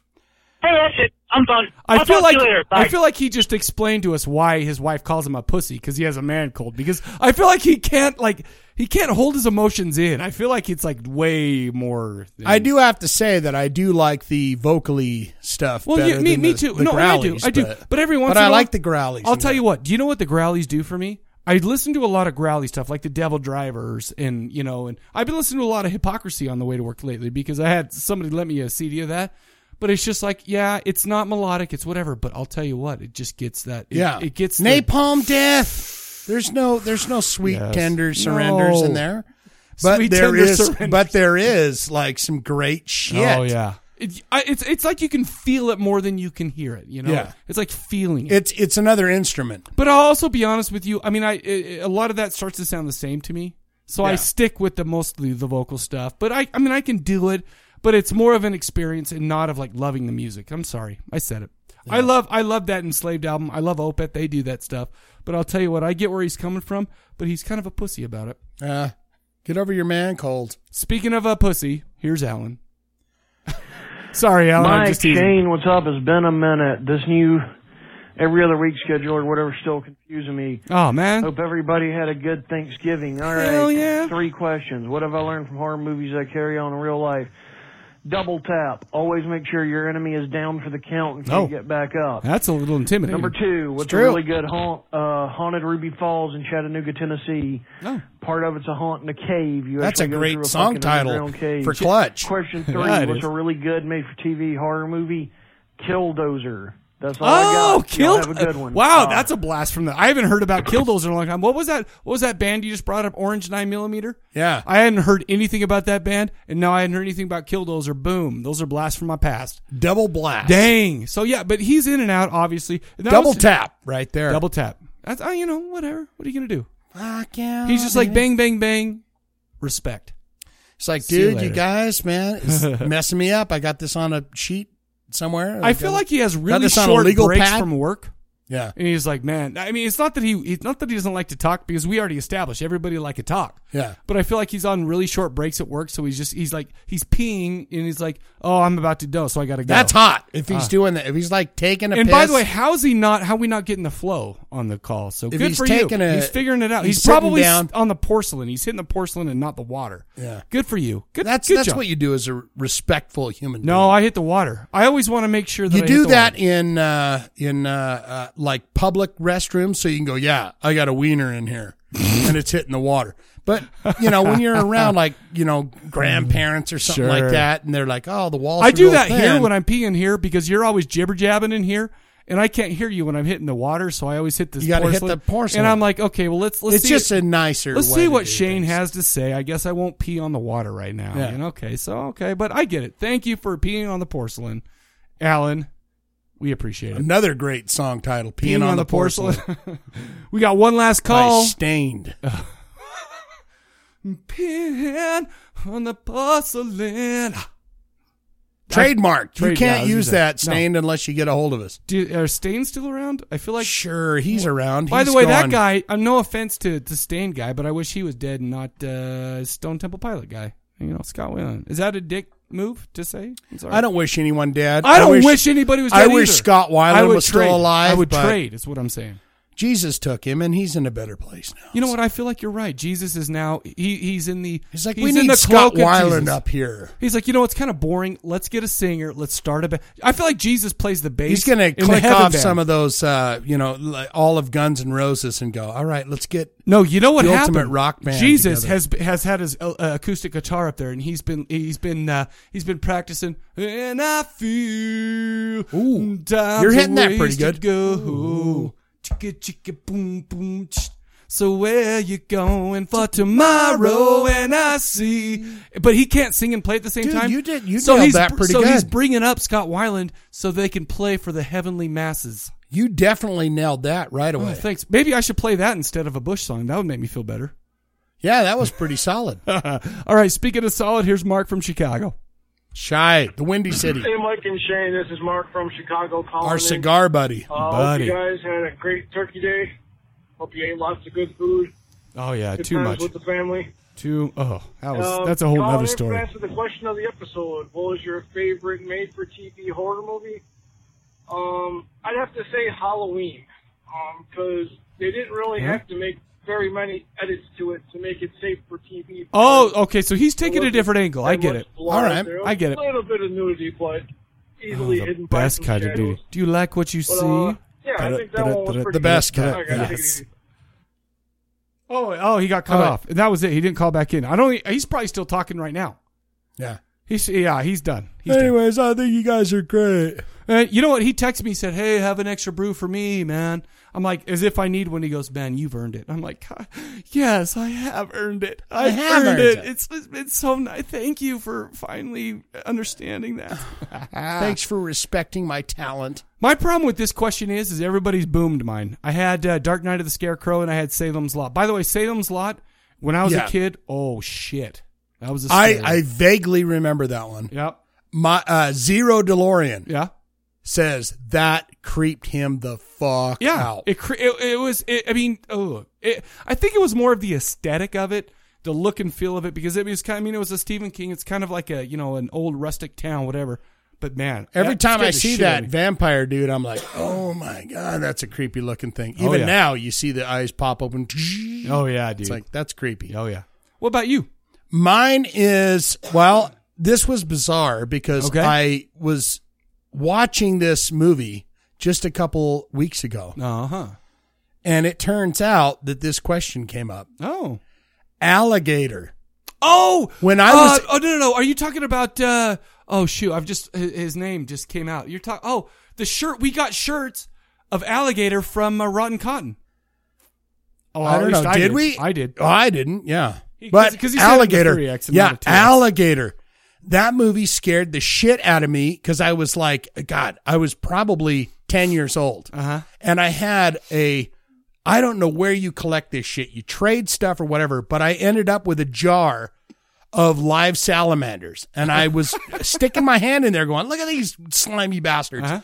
Speaker 9: that's it. I'm done.
Speaker 1: I
Speaker 9: I'll
Speaker 1: feel
Speaker 9: talk
Speaker 1: like
Speaker 9: to you later. Bye.
Speaker 1: I feel like he just explained to us why his wife calls him a pussy because he has a man cold. Because I feel like he can't like he can't hold his emotions in. I feel like it's like way more. than-
Speaker 2: I do have to say that I do like the vocally stuff.
Speaker 1: Well,
Speaker 2: better
Speaker 1: yeah, me,
Speaker 2: than
Speaker 1: me
Speaker 2: the-
Speaker 1: too.
Speaker 2: the
Speaker 1: no,
Speaker 2: growlies,
Speaker 1: I do. I do.
Speaker 2: But,
Speaker 1: But every once
Speaker 2: but
Speaker 1: in
Speaker 2: I
Speaker 1: a while-
Speaker 2: like the growlies.
Speaker 1: I'll tell you what. Do you know what the growlies do for me? I listen to a lot of growly stuff, like the Devil Drivers, and you know, and I've been listening to a lot of hypocrisy on the way to work lately because I had somebody lent me a CD of that. But it's just like, yeah, it's not melodic, it's whatever. But I'll tell you what, it just gets that. It,
Speaker 2: yeah, Oh,
Speaker 1: it gets the-
Speaker 2: napalm death. There's no there's no sweet
Speaker 1: Yes.
Speaker 2: tender surrenders
Speaker 1: No.
Speaker 2: in there, but
Speaker 1: Sweet
Speaker 2: there
Speaker 1: tender
Speaker 2: is
Speaker 1: surrenders.
Speaker 2: but there is like some great shit.
Speaker 1: Oh yeah, it, I, it's it's like you can feel it more than you can hear it. You know,
Speaker 2: Yeah.
Speaker 1: it's like feeling it.
Speaker 2: It's it's another instrument.
Speaker 1: But I'll also be honest with you. I mean, I i- a lot of that starts to sound the same to me, so I
Speaker 2: Yeah.
Speaker 1: stick with the mostly the vocal stuff. But I, I mean, I can do it, but it's more of an experience and not of like loving the music. I'm sorry, I said it. I love I love that enslaved album. I love Opeth. They do that stuff. But I'll tell you what, I get where he's coming from. But he's kind of a pussy about it.
Speaker 2: Uh, get over your man cold.
Speaker 1: Speaking of a pussy, here's Alan. sorry, Alan. I'm
Speaker 11: Mike
Speaker 1: just teasing.
Speaker 11: Shane, what's up? It's been a minute. This new every other week schedule or whatever's still confusing me.
Speaker 1: Oh, man.
Speaker 11: Hope everybody had a good Thanksgiving. All right.
Speaker 1: Hell yeah.
Speaker 11: Three questions. What have I learned from horror movies I carry on in real life? Double tap. Always make sure your enemy is down for the count and
Speaker 1: Oh.
Speaker 11: can't get back up.
Speaker 1: That's a little intimidating.
Speaker 11: Number two, what's a
Speaker 1: true.
Speaker 11: really good haunt, uh, haunted Ruby Falls in Chattanooga, Tennessee? Part of it's a haunt in a cave. You
Speaker 2: That's
Speaker 11: actually
Speaker 2: a
Speaker 11: go
Speaker 2: great
Speaker 11: through
Speaker 2: song
Speaker 11: fucking
Speaker 2: title
Speaker 11: underground cave.
Speaker 2: for Clutch.
Speaker 11: Question three,
Speaker 2: Yeah, it
Speaker 11: what's
Speaker 2: is.
Speaker 11: a really good made-for-TV horror movie? Killdozer. That's all I got.
Speaker 1: Oh,
Speaker 11: Y'all
Speaker 1: Kill!
Speaker 11: Have a good one. Uh,
Speaker 1: Wow,
Speaker 11: Bye.
Speaker 1: that's a blast from the. I haven't heard about Killdozer in a long time. What was that? What was that band you just brought up? Orange Nine Millimeter.
Speaker 2: Yeah.
Speaker 1: I hadn't heard anything about that band, and now I hadn't heard anything about Killdozer. Boom, those are blasts from my past.
Speaker 2: Double blast.
Speaker 1: Dang. So yeah, but he's in and out, obviously. And that
Speaker 2: Double
Speaker 1: was-
Speaker 2: tap right there.
Speaker 1: Double tap. That's uh, you know whatever. What are you gonna do?
Speaker 2: Fuck yeah.
Speaker 1: He's just
Speaker 12: Oh,
Speaker 1: like bang, bang, bang. Respect.
Speaker 2: It's like,
Speaker 1: See you
Speaker 2: dude, you,
Speaker 1: later.
Speaker 2: guys, man, it's messing me up. I got this on a sheet somewhere.
Speaker 1: I feel
Speaker 2: got-
Speaker 1: like he has
Speaker 2: got
Speaker 1: really
Speaker 2: this on a
Speaker 1: short
Speaker 2: legal
Speaker 1: breaks
Speaker 2: pad.
Speaker 1: from work.
Speaker 2: Yeah.
Speaker 1: And he's like, man, I mean, it's not that he, it's not that he doesn't like to talk because we already established everybody like to talk.
Speaker 2: Yeah.
Speaker 1: But I feel like he's on really short breaks at work, so he's just he's like he's peeing and he's like, oh, I'm about to dough, so I gotta go.
Speaker 2: That's hot. If he's
Speaker 1: Ah.
Speaker 2: doing that, if he's like taking a
Speaker 1: And by
Speaker 2: piss,
Speaker 1: the way, how's he not? How we not getting the flow on the call? So
Speaker 2: If
Speaker 1: good
Speaker 2: he's
Speaker 1: for
Speaker 2: taking
Speaker 1: you.
Speaker 2: a-
Speaker 1: he's figuring it out.
Speaker 2: he's
Speaker 1: He's, probably
Speaker 2: sitting down.
Speaker 1: s- on the porcelain. He's hitting the porcelain and not the water.
Speaker 2: Yeah.
Speaker 1: Good for you. Good.
Speaker 2: that's
Speaker 1: good
Speaker 2: that's
Speaker 1: job.
Speaker 2: what you do as a respectful human.
Speaker 1: No, I hit the water. I always want to make sure that
Speaker 2: being.
Speaker 1: I
Speaker 2: you do
Speaker 1: hit the
Speaker 2: that
Speaker 1: water.
Speaker 2: in uh, in uh, uh, like public restrooms, so you can go, yeah, I got a wiener in here, and it's hitting the water. But you know, when you're around like you know grandparents or something
Speaker 1: Sure.
Speaker 2: like that, and they're like, oh, the walls.
Speaker 1: I
Speaker 2: are
Speaker 1: do
Speaker 2: real
Speaker 1: that
Speaker 2: thin.
Speaker 1: here when I'm peeing here because you're always jibber jabbing in here, and I can't hear you when I'm hitting the water. So I always hit this.
Speaker 2: You gotta hit
Speaker 1: porcelain,
Speaker 2: the porcelain.
Speaker 1: And I'm like, okay, well let's let's
Speaker 2: it's
Speaker 1: see.
Speaker 2: just a nicer.
Speaker 1: Let's
Speaker 2: way
Speaker 1: see
Speaker 2: to
Speaker 1: what
Speaker 2: do
Speaker 1: Shane has to say. I guess I won't pee on the water right now.
Speaker 2: Yeah.
Speaker 1: And okay, so okay, but I get it. Thank you for peeing on the porcelain, Alan. We appreciate it.
Speaker 2: Another great song title, "Peeing, on, the Porcelain."
Speaker 1: we got one last call.
Speaker 2: By Stained.
Speaker 1: Peeing on the porcelain.
Speaker 2: Trademarked. You
Speaker 1: Trade- yeah, I
Speaker 2: can't
Speaker 1: was gonna
Speaker 2: use
Speaker 1: say,
Speaker 2: that,
Speaker 1: no.
Speaker 2: Stained, unless you get a hold of us.
Speaker 1: Do, are Stain still around? I feel like.
Speaker 2: Sure, he's around.
Speaker 1: By the
Speaker 2: He's
Speaker 1: way,
Speaker 2: gone.
Speaker 1: that guy. Uh, no offense to to Stain guy, but I wish he was dead and not uh, Stone Temple Pilot guy. You know, Scott Whalen. Is that a dick move to say? I'm sorry.
Speaker 2: I don't wish anyone dead.
Speaker 1: I don't wish, anybody was.
Speaker 2: I
Speaker 1: Dead
Speaker 2: wish
Speaker 1: either.
Speaker 2: Scott Weiland
Speaker 1: I would
Speaker 2: was still
Speaker 1: trade.
Speaker 2: alive,
Speaker 1: I would
Speaker 2: but-
Speaker 1: trade. Is what I'm saying.
Speaker 2: Jesus took him, and he's in a better place now.
Speaker 1: You know what? I feel like you're right. Jesus is now. He he's in the.
Speaker 2: He's like, we
Speaker 1: in
Speaker 2: need
Speaker 1: the
Speaker 2: Scott
Speaker 1: cloak of
Speaker 2: Weiland
Speaker 1: Jesus.
Speaker 2: up here.
Speaker 1: He's like, you know, it's kind of boring. Let's get a singer. Let's start a band. I feel like Jesus plays the bass.
Speaker 2: He's going to
Speaker 1: in the
Speaker 2: click
Speaker 1: heaven
Speaker 2: off
Speaker 1: band.
Speaker 2: some of those, uh, you know, like all of Guns and Roses, and go. All right, let's get.
Speaker 1: No, you know what
Speaker 2: the
Speaker 1: happened?
Speaker 2: ultimate rock band
Speaker 1: Jesus
Speaker 2: together.
Speaker 1: has has had his uh, acoustic guitar up there, and he's been he's been uh, he's been practicing. And I feel
Speaker 2: Ooh.
Speaker 1: time's
Speaker 2: You're hitting
Speaker 1: a
Speaker 2: that pretty
Speaker 1: waste to
Speaker 2: good.
Speaker 1: Go. Chicka chicka boom boom. ch. So where you going for tomorrow? And I see, but he can't sing and play at the same
Speaker 2: Dude,
Speaker 1: time.
Speaker 2: you did- you
Speaker 1: so
Speaker 2: nailed
Speaker 1: he's,
Speaker 2: that pretty
Speaker 1: so he's
Speaker 2: good.
Speaker 1: bringing up Scott Weiland so they can play for the heavenly masses.
Speaker 2: You definitely nailed that right
Speaker 1: Oh,
Speaker 2: away.
Speaker 1: thanks. Maybe I should play that instead of a Bush song. That would make me feel better.
Speaker 2: yeah, that was pretty solid.
Speaker 1: All right, speaking of solid, here's Mark from Chicago.
Speaker 2: Shy, the Windy City,
Speaker 13: Hey, Mike and Shane, this is Mark from Chicago calling
Speaker 2: our
Speaker 13: in.
Speaker 2: cigar buddy.
Speaker 13: Uh, Hope you guys had a great turkey day. Hope you ate lots of good food.
Speaker 1: Oh yeah,
Speaker 13: good
Speaker 1: too
Speaker 13: times
Speaker 1: much.
Speaker 13: with the family.
Speaker 1: Too oh, that was
Speaker 13: Uh,
Speaker 1: that's a whole
Speaker 13: calling
Speaker 1: other
Speaker 13: in to
Speaker 1: story.
Speaker 13: Answer the question of the episode. What was your favorite made-for-TV horror movie? Um, I'd have to say Halloween, Um, 'cause they didn't really
Speaker 1: Huh?
Speaker 13: have to make very many edits to it to make it safe for TV.
Speaker 1: Oh, okay. So he's taking a different angle. I get it.
Speaker 13: Blood.
Speaker 1: All right,
Speaker 13: There was
Speaker 1: I get it.
Speaker 13: A
Speaker 1: Oh,
Speaker 13: little bit of nudity, but easily hidden. by
Speaker 1: Best
Speaker 13: some
Speaker 1: kind of
Speaker 13: shadows.
Speaker 1: duty. Do you like what you see?
Speaker 13: uh, yeah,
Speaker 2: uh,
Speaker 13: I think that one was pretty
Speaker 2: The best
Speaker 13: good.
Speaker 2: kind.
Speaker 13: Okay, take it
Speaker 1: Yes. Oh, oh, he got cut
Speaker 2: All right.
Speaker 1: off. And that was it. He didn't call back in. I don't. e, He's probably still talking right now.
Speaker 2: Yeah.
Speaker 1: He's yeah. He's done. He's done.
Speaker 2: Anyways, I think you guys are great.
Speaker 1: Uh, you know what? He texted me. He said, "Hey, have an extra brew for me, man." I'm like, as if I need one. He goes, "Man, you've earned it." I'm like, "God, "Yes, I have earned it. I, have earned it. It's it's been so nice. Thank you for finally understanding that."
Speaker 2: Thanks for respecting my talent.
Speaker 1: My problem with this question is, is everybody's boomed mine. I had uh, Dark Knight of the Scarecrow and I had Salem's Lot. By the way, Salem's Lot, when I was
Speaker 2: Yeah.
Speaker 1: a kid, oh shit, that was a
Speaker 2: I
Speaker 1: scary.
Speaker 2: I vaguely remember that one.
Speaker 1: Yep.
Speaker 2: My uh, Zero DeLorean.
Speaker 1: Yeah.
Speaker 2: Says that creeped him the fuck
Speaker 1: yeah,
Speaker 2: out.
Speaker 1: It, cre- it it was. It, I mean, oh, it, I think it was more of the aesthetic of it, the look and feel of it, because it was kind. I mean, it was a Stephen King. It's kind of like a you know an old rustic town, whatever. But man,
Speaker 2: Every
Speaker 1: that
Speaker 2: time
Speaker 1: scared
Speaker 2: I
Speaker 1: the
Speaker 2: see
Speaker 1: shit out
Speaker 2: that
Speaker 1: of me.
Speaker 2: vampire dude, I'm like, oh my god, that's a creepy looking thing.
Speaker 1: Oh,
Speaker 2: Even
Speaker 1: yeah.
Speaker 2: now, you see the eyes pop open.
Speaker 1: Oh yeah, dude.
Speaker 2: It's like that's creepy.
Speaker 1: Oh yeah. What about you?
Speaker 2: Mine is well, this was bizarre because
Speaker 1: Okay.
Speaker 2: I was watching this movie just a couple weeks ago.
Speaker 1: Uh huh.
Speaker 2: And it turns out that this question came up.
Speaker 1: Oh.
Speaker 2: Alligator.
Speaker 1: Oh,
Speaker 2: When I
Speaker 1: uh,
Speaker 2: was
Speaker 1: oh no no no. Are you talking about? uh Oh shoot, I've just his his name just came out. You're talking. Oh, the shirt we got shirts of alligator from uh, Rotten Cotton. Oh,
Speaker 2: I
Speaker 1: at
Speaker 2: don't
Speaker 1: least
Speaker 2: know.
Speaker 1: I
Speaker 2: did, we?
Speaker 1: I did.
Speaker 2: Oh, I didn't. Yeah.
Speaker 1: He- 'cause-
Speaker 2: but
Speaker 1: 'cause he said it was
Speaker 2: alligator.
Speaker 1: 3X amount
Speaker 2: yeah,
Speaker 1: of times.
Speaker 2: alligator. That movie scared the shit out of me because I was like, God, I was probably ten years old,
Speaker 1: uh-huh.
Speaker 2: and I had a, I don't know where you collect this shit. You trade stuff or whatever, but I ended up with a jar of live salamanders, and I was sticking my hand in there, going, "Look at these slimy bastards."
Speaker 1: Uh-huh.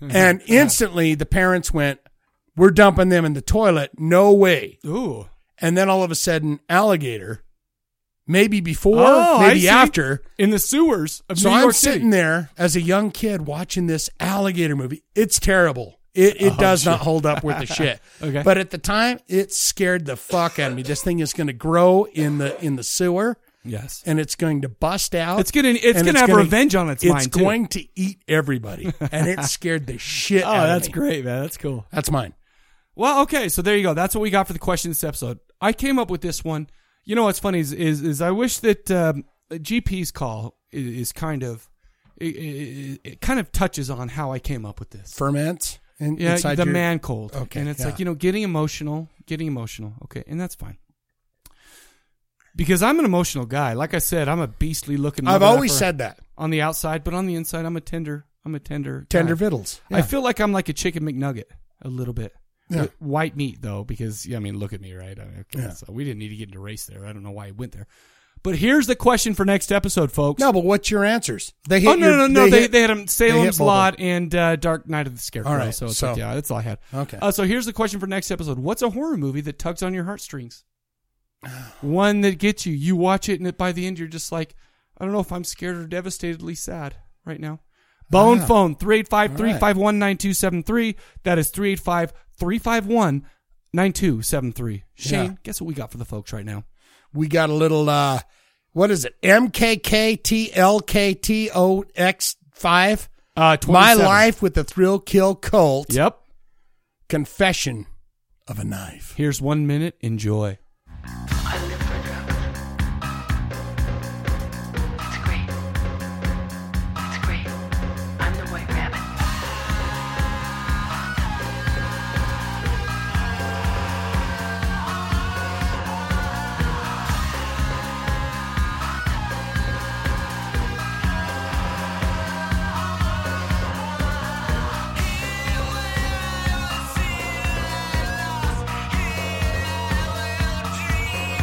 Speaker 1: Mm-hmm.
Speaker 2: And instantly the parents went, We're dumping them in the toilet. No way.
Speaker 1: Ooh.
Speaker 2: And then all of a sudden, alligator, maybe before,
Speaker 1: Oh, I see.
Speaker 2: maybe after.
Speaker 1: in the sewers of
Speaker 2: so
Speaker 1: New
Speaker 2: I'm
Speaker 1: York City.
Speaker 2: sitting there as a young kid watching this alligator movie. It's terrible. It, it
Speaker 1: Oh,
Speaker 2: does not
Speaker 1: shit.
Speaker 2: hold up with the shit.
Speaker 1: Okay.
Speaker 2: But at the time, it scared the fuck out of me. This thing is going to grow in the in the sewer.
Speaker 1: Yes.
Speaker 2: And it's going to bust out.
Speaker 1: It's gonna- it's
Speaker 2: and
Speaker 1: gonna have revenge on its
Speaker 2: It's
Speaker 1: mind, too.
Speaker 2: going to eat everybody, and it scared the shit.
Speaker 1: Oh,
Speaker 2: out of
Speaker 1: that's
Speaker 2: me.
Speaker 1: great, man. That's cool.
Speaker 2: That's mine.
Speaker 1: Well, okay, so there you go. That's what we got for the question this episode. I came up with this one. You know what's funny is is, is I wish that um, GP's call is, is kind of it, it, it kind of touches on how I came up with this.
Speaker 2: Ferment in,
Speaker 1: yeah,
Speaker 2: inside
Speaker 1: the
Speaker 2: your-
Speaker 1: man cold.
Speaker 2: Okay,
Speaker 1: and it's
Speaker 2: yeah.
Speaker 1: like you know, getting emotional, getting emotional. Okay, and that's fine. Because I'm an emotional guy. Like I said, I'm a beastly looking.
Speaker 2: I've
Speaker 1: mother
Speaker 2: always
Speaker 1: effer
Speaker 2: said that.
Speaker 1: on the outside, but on the inside, I'm a tender. I'm a tender.
Speaker 2: Tender
Speaker 1: guy.
Speaker 2: vittles.
Speaker 1: I
Speaker 2: Yeah.
Speaker 1: feel like I'm like a chicken McNugget a little bit.
Speaker 2: Yeah.
Speaker 1: Wh- White meat though, because yeah, I mean, look at me, right? I mean, okay,
Speaker 2: Yeah.
Speaker 1: So we didn't need to get into race there. I don't know why I went there. But here's the question for next episode, folks.
Speaker 2: No, but what's your answers? They hit
Speaker 1: oh no,
Speaker 2: your-
Speaker 1: no, no! They, they,
Speaker 2: hit-
Speaker 1: had them
Speaker 2: they
Speaker 1: Salem's
Speaker 2: hit both of
Speaker 1: Lot
Speaker 2: them.
Speaker 1: and uh, Dark Knight of the Scarecrow.
Speaker 2: All right,
Speaker 1: so it's
Speaker 2: so-
Speaker 1: like, yeah, that's all I had.
Speaker 2: Okay.
Speaker 1: Uh, so here's the question for next episode: What's a horror movie that tugs on your heartstrings? One that gets you. You watch it, and it, by the end, you're just like, I don't know if I'm scared or devastatedly sad right now. Bone
Speaker 2: Ah.
Speaker 1: phone 385 351 9273. That is 385 351 9273. Shane,
Speaker 2: Yeah.
Speaker 1: guess what we got for the folks right now?
Speaker 2: We got a little. uh What is it? M K K T L K T O X five.
Speaker 1: Uh,
Speaker 2: My
Speaker 1: 27.
Speaker 2: life with the thrill kill cult.
Speaker 1: Yep.
Speaker 2: Confession of a knife.
Speaker 1: Here's one minute. Enjoy.
Speaker 14: Dream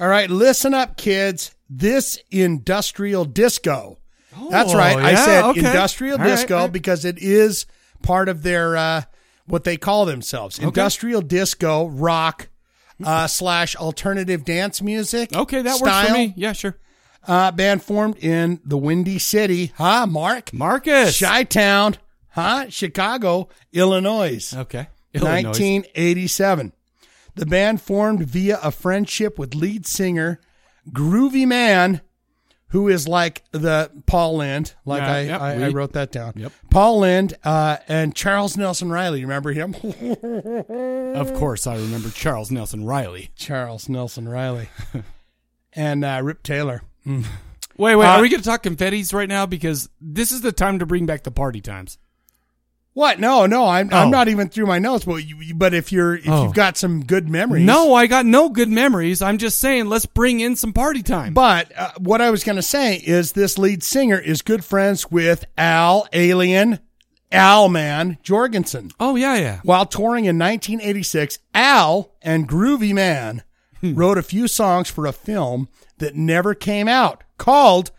Speaker 2: All right, listen up, kids. This industrial disco. That's
Speaker 1: Oh,
Speaker 2: right. I
Speaker 1: yeah,
Speaker 2: said
Speaker 1: okay.
Speaker 2: industrial
Speaker 1: All right,
Speaker 2: disco
Speaker 1: all right.
Speaker 2: because it is part of their uh, what they call themselves:
Speaker 1: Okay.
Speaker 2: industrial disco rock uh, slash alternative dance music.
Speaker 1: Okay, that works for
Speaker 2: style.
Speaker 1: me. Yeah, sure.
Speaker 2: Uh, band formed in the Windy City, huh, Mark?
Speaker 1: Marcus.
Speaker 2: Chi Town, huh? Chicago, Illinois.
Speaker 1: Okay. Illinois.
Speaker 2: 1987. The band formed via a friendship with lead singer Groovy Man, who is like the Paul Lind. Like
Speaker 1: Yeah,
Speaker 2: I,
Speaker 1: yep,
Speaker 2: I, I
Speaker 1: we-
Speaker 2: wrote that down. Yep. Paul Lind uh, and Charles Nelson Riley. You Remember him?
Speaker 1: Of course, I remember Charles Nelson Riley.
Speaker 2: Charles Nelson Riley. and uh, Rip Taylor. Mm.
Speaker 1: Wait, wait.
Speaker 2: Uh,
Speaker 1: are we going to talk confettis right now? Because this is the time to bring back the party times.
Speaker 2: What? No, no. I'm,
Speaker 1: Oh.
Speaker 2: I'm not even through my notes. But you, you- but if you're if
Speaker 1: Oh.
Speaker 2: you've got some good memories,
Speaker 1: No, I got no good memories. I'm just saying, let's bring in some party time.
Speaker 2: But uh, what I was going to say is this lead singer is good friends with Al Alien Alman Jorgensen.
Speaker 1: Oh yeah, yeah.
Speaker 2: While touring in 1986, Al and Groovy Man
Speaker 1: Hmm.
Speaker 2: wrote a few songs for a film that never came out called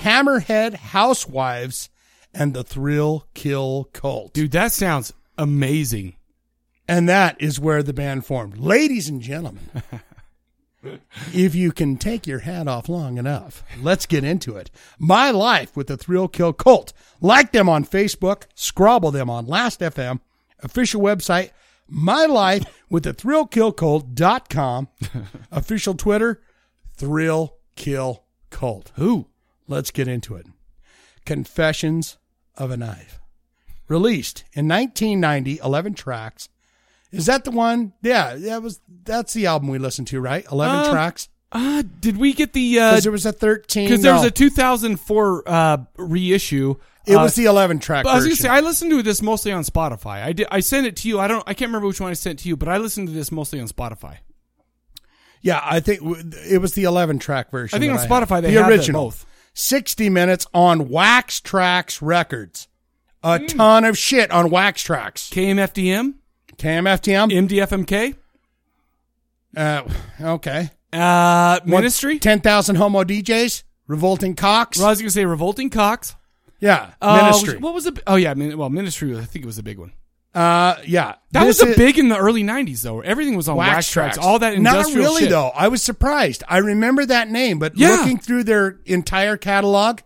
Speaker 2: Hammerhead Housewives and the Thrill Kill Cult.
Speaker 1: Dude, that sounds amazing.
Speaker 2: And that is where the band formed. Ladies and gentlemen, if you can take your hat off long enough, let's get into it. My life with the Thrill Kill Cult. Like them on Facebook, scrabble them on Last FM, official website, my life with the thrill kill cult.com, official Twitter, thrill kill cult.
Speaker 1: Who?
Speaker 2: Let's get into it. Confessions of a Knife. Released in 1990, 11 tracks. Is that the one? Yeah, that was that's the album we listened to, right? 11
Speaker 1: Uh,
Speaker 2: tracks.
Speaker 1: Uh, did we get the?
Speaker 2: 'Cause there was a 13.
Speaker 1: Because there was
Speaker 2: no.
Speaker 1: a 2004 uh, reissue.
Speaker 2: It
Speaker 1: Uh,
Speaker 2: was the 11 track
Speaker 1: but I was gonna
Speaker 2: version.
Speaker 1: say I listened to this mostly on Spotify. I did. I sent it to you. I don't. I can't remember which one I sent to you, but I listened to this mostly on Spotify.
Speaker 2: Yeah, I think w- it was the 11 track version.
Speaker 1: I think
Speaker 2: that
Speaker 1: on Spotify
Speaker 2: had.
Speaker 1: they
Speaker 2: the
Speaker 1: have them
Speaker 2: original.
Speaker 1: both.
Speaker 2: 60 minutes on Wax Tracks Records. A
Speaker 1: Hmm.
Speaker 2: ton of shit on Wax Tracks.
Speaker 1: KMFDM,
Speaker 2: KMFDM,
Speaker 1: MDFMK.
Speaker 2: Uh, okay.
Speaker 1: Uh,
Speaker 2: One-
Speaker 1: Ministry,
Speaker 2: 10,000 Homo DJs, Revolting Cox.
Speaker 1: Well, I was gonna say Revolting Cox.
Speaker 2: Yeah,
Speaker 1: Uh,
Speaker 2: Ministry.
Speaker 1: What was it? Oh yeah, I mean, well, Ministry. I think it was a big one.
Speaker 2: Uh, yeah,
Speaker 1: That
Speaker 2: This
Speaker 1: was a
Speaker 2: is-
Speaker 1: big in the early '90s, though. Everything was on wax, tracks. All that
Speaker 2: Not
Speaker 1: industrial
Speaker 2: really
Speaker 1: shit.
Speaker 2: though. I was surprised. I remember that name, but
Speaker 1: Yeah.
Speaker 2: looking through their entire catalog,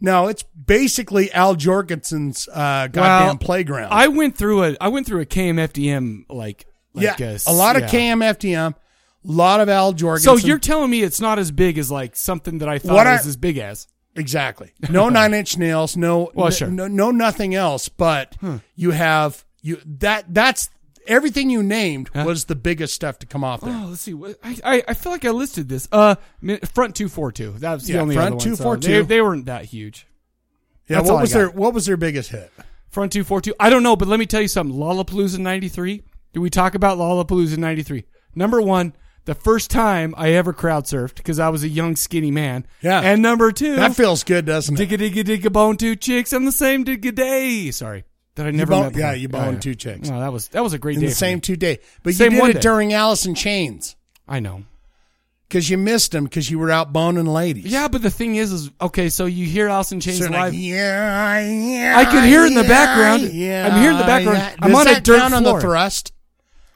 Speaker 2: no, it's basically Al Jorgensen's uh, goddamn
Speaker 1: Well,
Speaker 2: playground.
Speaker 1: I went through a. I went through a KMFDM like. like
Speaker 2: yeah,
Speaker 1: s-
Speaker 2: a lot of
Speaker 1: yeah.
Speaker 2: KMFDM, a lot of Al
Speaker 1: So
Speaker 2: Jorgensen.
Speaker 1: you're telling me it's not as big as like something that I thought
Speaker 2: What I-
Speaker 1: was as big as?
Speaker 2: Exactly. no Nine Inch Nails, no,
Speaker 1: Well,
Speaker 2: n-
Speaker 1: sure. Hmm.
Speaker 2: no, no, nothing else. But you have you that that's everything you named was the biggest stuff to come off there.
Speaker 1: Oh, let's see. What I, I I feel like I listed this. Uh, mi- front two four two. That was the
Speaker 2: Yeah,
Speaker 1: only
Speaker 2: Front
Speaker 1: other one.
Speaker 2: 242.
Speaker 1: So They, they weren't that huge.
Speaker 2: yeah,
Speaker 1: That's all
Speaker 2: what
Speaker 1: I
Speaker 2: was
Speaker 1: got.
Speaker 2: their what was their biggest hit?
Speaker 1: Front two four two. I don't know, but let me tell you something. Lollapalooza '93. Did we talk about Lollapalooza '93? Number one, the first time I ever crowd surfed because I was a young skinny man.
Speaker 2: Yeah.
Speaker 1: And number two,
Speaker 2: That feels good, doesn't it?
Speaker 1: digga digga digga bone two chicks on the same digga day. Sorry, that I
Speaker 2: You
Speaker 1: never.
Speaker 2: bone-
Speaker 1: met
Speaker 2: yeah,
Speaker 1: before.
Speaker 2: you
Speaker 1: Oh,
Speaker 2: boned
Speaker 1: yeah.
Speaker 2: two chicks.
Speaker 1: No, that was that was a great
Speaker 2: in
Speaker 1: day.
Speaker 2: the
Speaker 1: for
Speaker 2: same
Speaker 1: me.
Speaker 2: two day. But
Speaker 1: Same
Speaker 2: you
Speaker 1: one
Speaker 2: did it
Speaker 1: day.
Speaker 2: during Alice in Chains
Speaker 1: I know.
Speaker 2: because you missed him because you were out boning ladies.
Speaker 1: Yeah, but the thing is, is okay. So you hear Allison Chains
Speaker 2: So, like,
Speaker 1: live.
Speaker 2: yeah, yeah,
Speaker 1: I could hear in the
Speaker 2: yeah,
Speaker 1: background.
Speaker 2: yeah,
Speaker 1: I'm hearing the background.
Speaker 2: yeah.
Speaker 1: I'm
Speaker 2: Does
Speaker 1: on a
Speaker 2: that
Speaker 1: dirt
Speaker 2: count on the
Speaker 1: floor.
Speaker 2: thrust.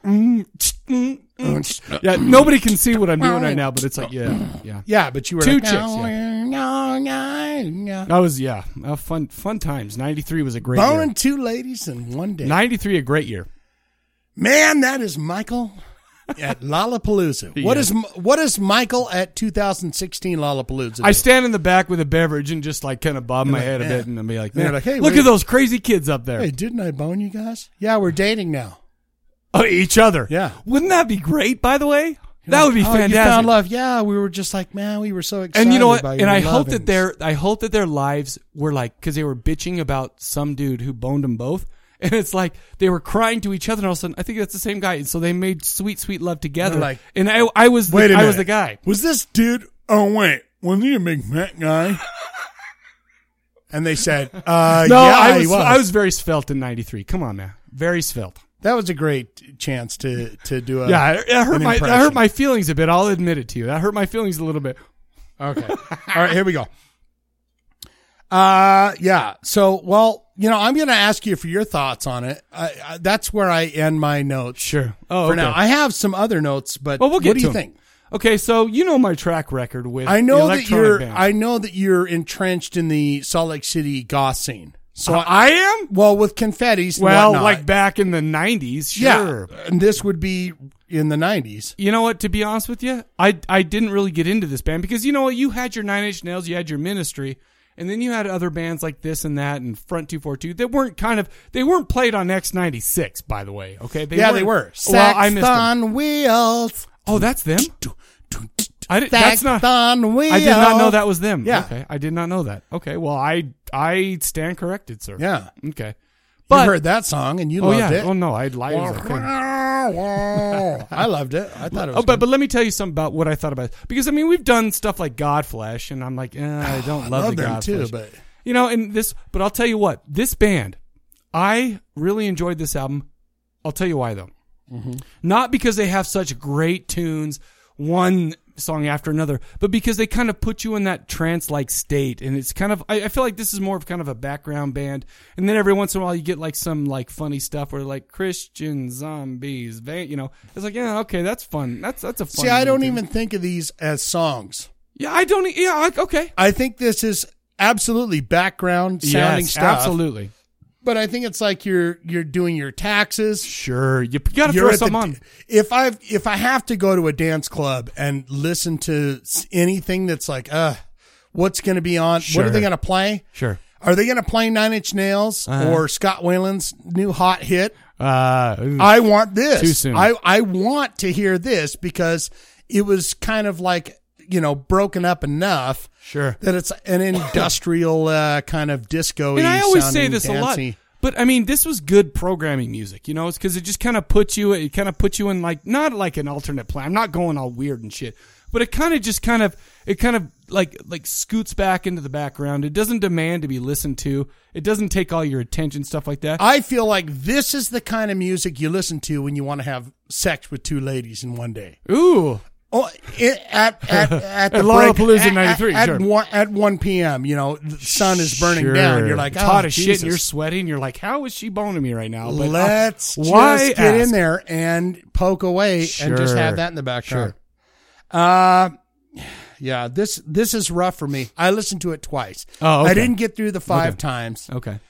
Speaker 1: Mm, tch, mm, mm. yeah, nobody can see what I'm doing right now, but it's like yeah, yeah.
Speaker 2: Yeah, but you were
Speaker 1: Two
Speaker 2: like, "Oh,
Speaker 1: chicks,
Speaker 2: No, no, no,
Speaker 1: That was yeah, uh, fun fun times. '93 was a great
Speaker 2: Boning two ladies in one day.
Speaker 1: year. '93 a great year.
Speaker 2: Man, that is Michael at Lollapalooza. What
Speaker 1: Yeah.
Speaker 2: is what is Michael at 2016 Lollapalooza?
Speaker 1: I
Speaker 2: doing?
Speaker 1: stand in the back with a beverage and just like kind of bob
Speaker 2: You're
Speaker 1: my
Speaker 2: like,
Speaker 1: head a
Speaker 2: "Man."
Speaker 1: bit and I'll be like,
Speaker 2: You're
Speaker 1: man,
Speaker 2: like, "Hey,
Speaker 1: look
Speaker 2: wait."
Speaker 1: at those crazy kids up there.
Speaker 2: Hey, didn't I bone you guys? Yeah, we're dating now.
Speaker 1: Oh, each other.
Speaker 2: Yeah.
Speaker 1: Wouldn't that be great? By the way, that would be
Speaker 2: Oh,
Speaker 1: fantastic.
Speaker 2: You found love. Yeah, we were just like, man, we were so excited.
Speaker 1: and you know what?
Speaker 2: by
Speaker 1: And
Speaker 2: your
Speaker 1: I hope that
Speaker 2: lovings."
Speaker 1: their I hope that their lives were like because they were bitching about some dude who boned them both, and it's like they were crying to each other. And all of a sudden, I think that's the same guy. And so they made sweet, sweet love together.
Speaker 2: They're like,
Speaker 1: and I I was the,
Speaker 2: Wait a
Speaker 1: I
Speaker 2: minute.
Speaker 1: was the guy.
Speaker 2: Was this dude? Oh wait, wasn't he a McMack guy? and they said, uh,
Speaker 1: no,
Speaker 2: yeah,
Speaker 1: I was,
Speaker 2: uh, he was.
Speaker 1: I was very svelte in '93. Come on, man, very svelte.
Speaker 2: That was a great chance to to do a
Speaker 1: yeah, it- it
Speaker 2: Uh,
Speaker 1: hurt
Speaker 2: an
Speaker 1: my that
Speaker 2: impression.
Speaker 1: hurt my feelings a bit. I'll admit it to you. That hurt my feelings a little bit.
Speaker 2: Okay. All right, here we go. Uh, yeah. So, well, you know, I'm going to ask you for your thoughts on it. I, I, that's where I end my notes. Sure.
Speaker 1: Oh,
Speaker 2: for
Speaker 1: okay.
Speaker 2: now, I have some other notes, but
Speaker 1: Well, we'll get
Speaker 2: what do
Speaker 1: to
Speaker 2: you
Speaker 1: 'em.
Speaker 2: think?
Speaker 1: Okay, so you know my track record with
Speaker 2: I know that
Speaker 1: electronic
Speaker 2: you're.
Speaker 1: bands.
Speaker 2: I know that you're entrenched in the Salt Lake City goth scene. So
Speaker 1: I- I am.
Speaker 2: Well, with confetti's. and
Speaker 1: well,
Speaker 2: whatnot.
Speaker 1: like back in the '90s, sure.
Speaker 2: yeah, and this would be in the '90s.
Speaker 1: You know what? To be honest with you, I I didn't really get into this band because you know what? You had your Nine Inch Nails, you had your Ministry, and then you had other bands like this and that and Front Two Four Two that weren't kind of they weren't played on X ninety six. By the way, okay?
Speaker 2: yeah,
Speaker 1: weren't-
Speaker 2: they were.
Speaker 1: Well, I missed them.
Speaker 2: Saxon wheels.
Speaker 1: Oh, that's them. I did, that's
Speaker 2: Saxon
Speaker 1: not.
Speaker 2: wheels.
Speaker 1: I did not know that was them.
Speaker 2: Yeah.
Speaker 1: Okay. I did not know that. Okay. Well, I I stand corrected, sir.
Speaker 2: Yeah.
Speaker 1: Okay.
Speaker 2: you heard that song and you
Speaker 1: oh,
Speaker 2: loved
Speaker 1: yeah.
Speaker 2: it.
Speaker 1: Oh no, I lied. as a thing.
Speaker 2: I loved it. I thought it was.
Speaker 1: oh, but but let me tell you something about what I thought about it. because I mean we've done stuff like Godflesh, and I'm like, eh, I don't love,
Speaker 2: love
Speaker 1: the
Speaker 2: them too,
Speaker 1: Godflesh.
Speaker 2: but-
Speaker 1: you know, and this, but I'll tell you what, this band, I really enjoyed this album. I'll tell you why though,
Speaker 14: Mm-hmm.
Speaker 1: not because they have such great tunes, one song after another, but because they kind of put you in that trance-like state, and it's kind of I, I feel like this is more of kind of a background band, and then every once in a while you get like some like funny stuff where like Christian zombies, van, you know, it's like yeah, okay, that's fun. That's that's a fun
Speaker 2: See, I
Speaker 1: little
Speaker 2: don't
Speaker 1: thing.
Speaker 2: even think of these as songs.
Speaker 1: Yeah, I don't. e, Yeah, I, okay.
Speaker 2: I think this is absolutely background sounding
Speaker 1: Yes,
Speaker 2: stuff.
Speaker 1: Absolutely.
Speaker 2: But I think it's like you're you're doing your taxes.
Speaker 1: Sure, you gotta throw some on.
Speaker 2: If I if I have to go to a dance club and listen to s- anything that's like, uh, what's going to be on? What
Speaker 1: Sure.
Speaker 2: are they going to play?
Speaker 1: Sure.
Speaker 2: Are they going to play Nine Inch Nails
Speaker 1: Uh-huh.
Speaker 2: or Scott Whalen's new hot hit?
Speaker 1: Uh,
Speaker 2: I want this.
Speaker 1: Too soon.
Speaker 2: I, I want to hear this because it was kind of like, you know, broken up enough.
Speaker 1: Sure.
Speaker 2: That it's an industrial uh, kind of disco.
Speaker 1: and I always say this a lot. But I mean, this was good programming music, you know, because it just kind of puts you, it kind of puts you in like not like an alternate plan. I'm not going all weird and shit, but it kind of just kind of it kind of like like scoots back into the background. It doesn't demand to be listened to. It doesn't take all your attention, stuff like that.
Speaker 2: I feel like this is the kind of music you listen to when you want to have sex with two ladies in one day.
Speaker 1: Ooh.
Speaker 2: Oh, it, at at at,
Speaker 1: At
Speaker 2: the
Speaker 1: Lollapalooza
Speaker 2: break, at-
Speaker 1: '93,
Speaker 2: at,
Speaker 1: sure.
Speaker 2: one at one p.m. You know, the sun is burning
Speaker 1: Sure.
Speaker 2: down. You're like,
Speaker 1: it's
Speaker 2: oh,
Speaker 1: hot as shit,
Speaker 2: Jesus.
Speaker 1: and you're sweating. You're like, how is she boning me right now? But I'll-
Speaker 2: Let's
Speaker 1: why
Speaker 2: just get in
Speaker 1: ask?
Speaker 2: there and poke away and just
Speaker 1: Sure.
Speaker 2: have that in the background. Uh, yeah, this this is rough for me. I listened to it twice.
Speaker 1: Oh, okay.
Speaker 2: I didn't get through the five
Speaker 1: Okay.
Speaker 2: times.
Speaker 1: Okay,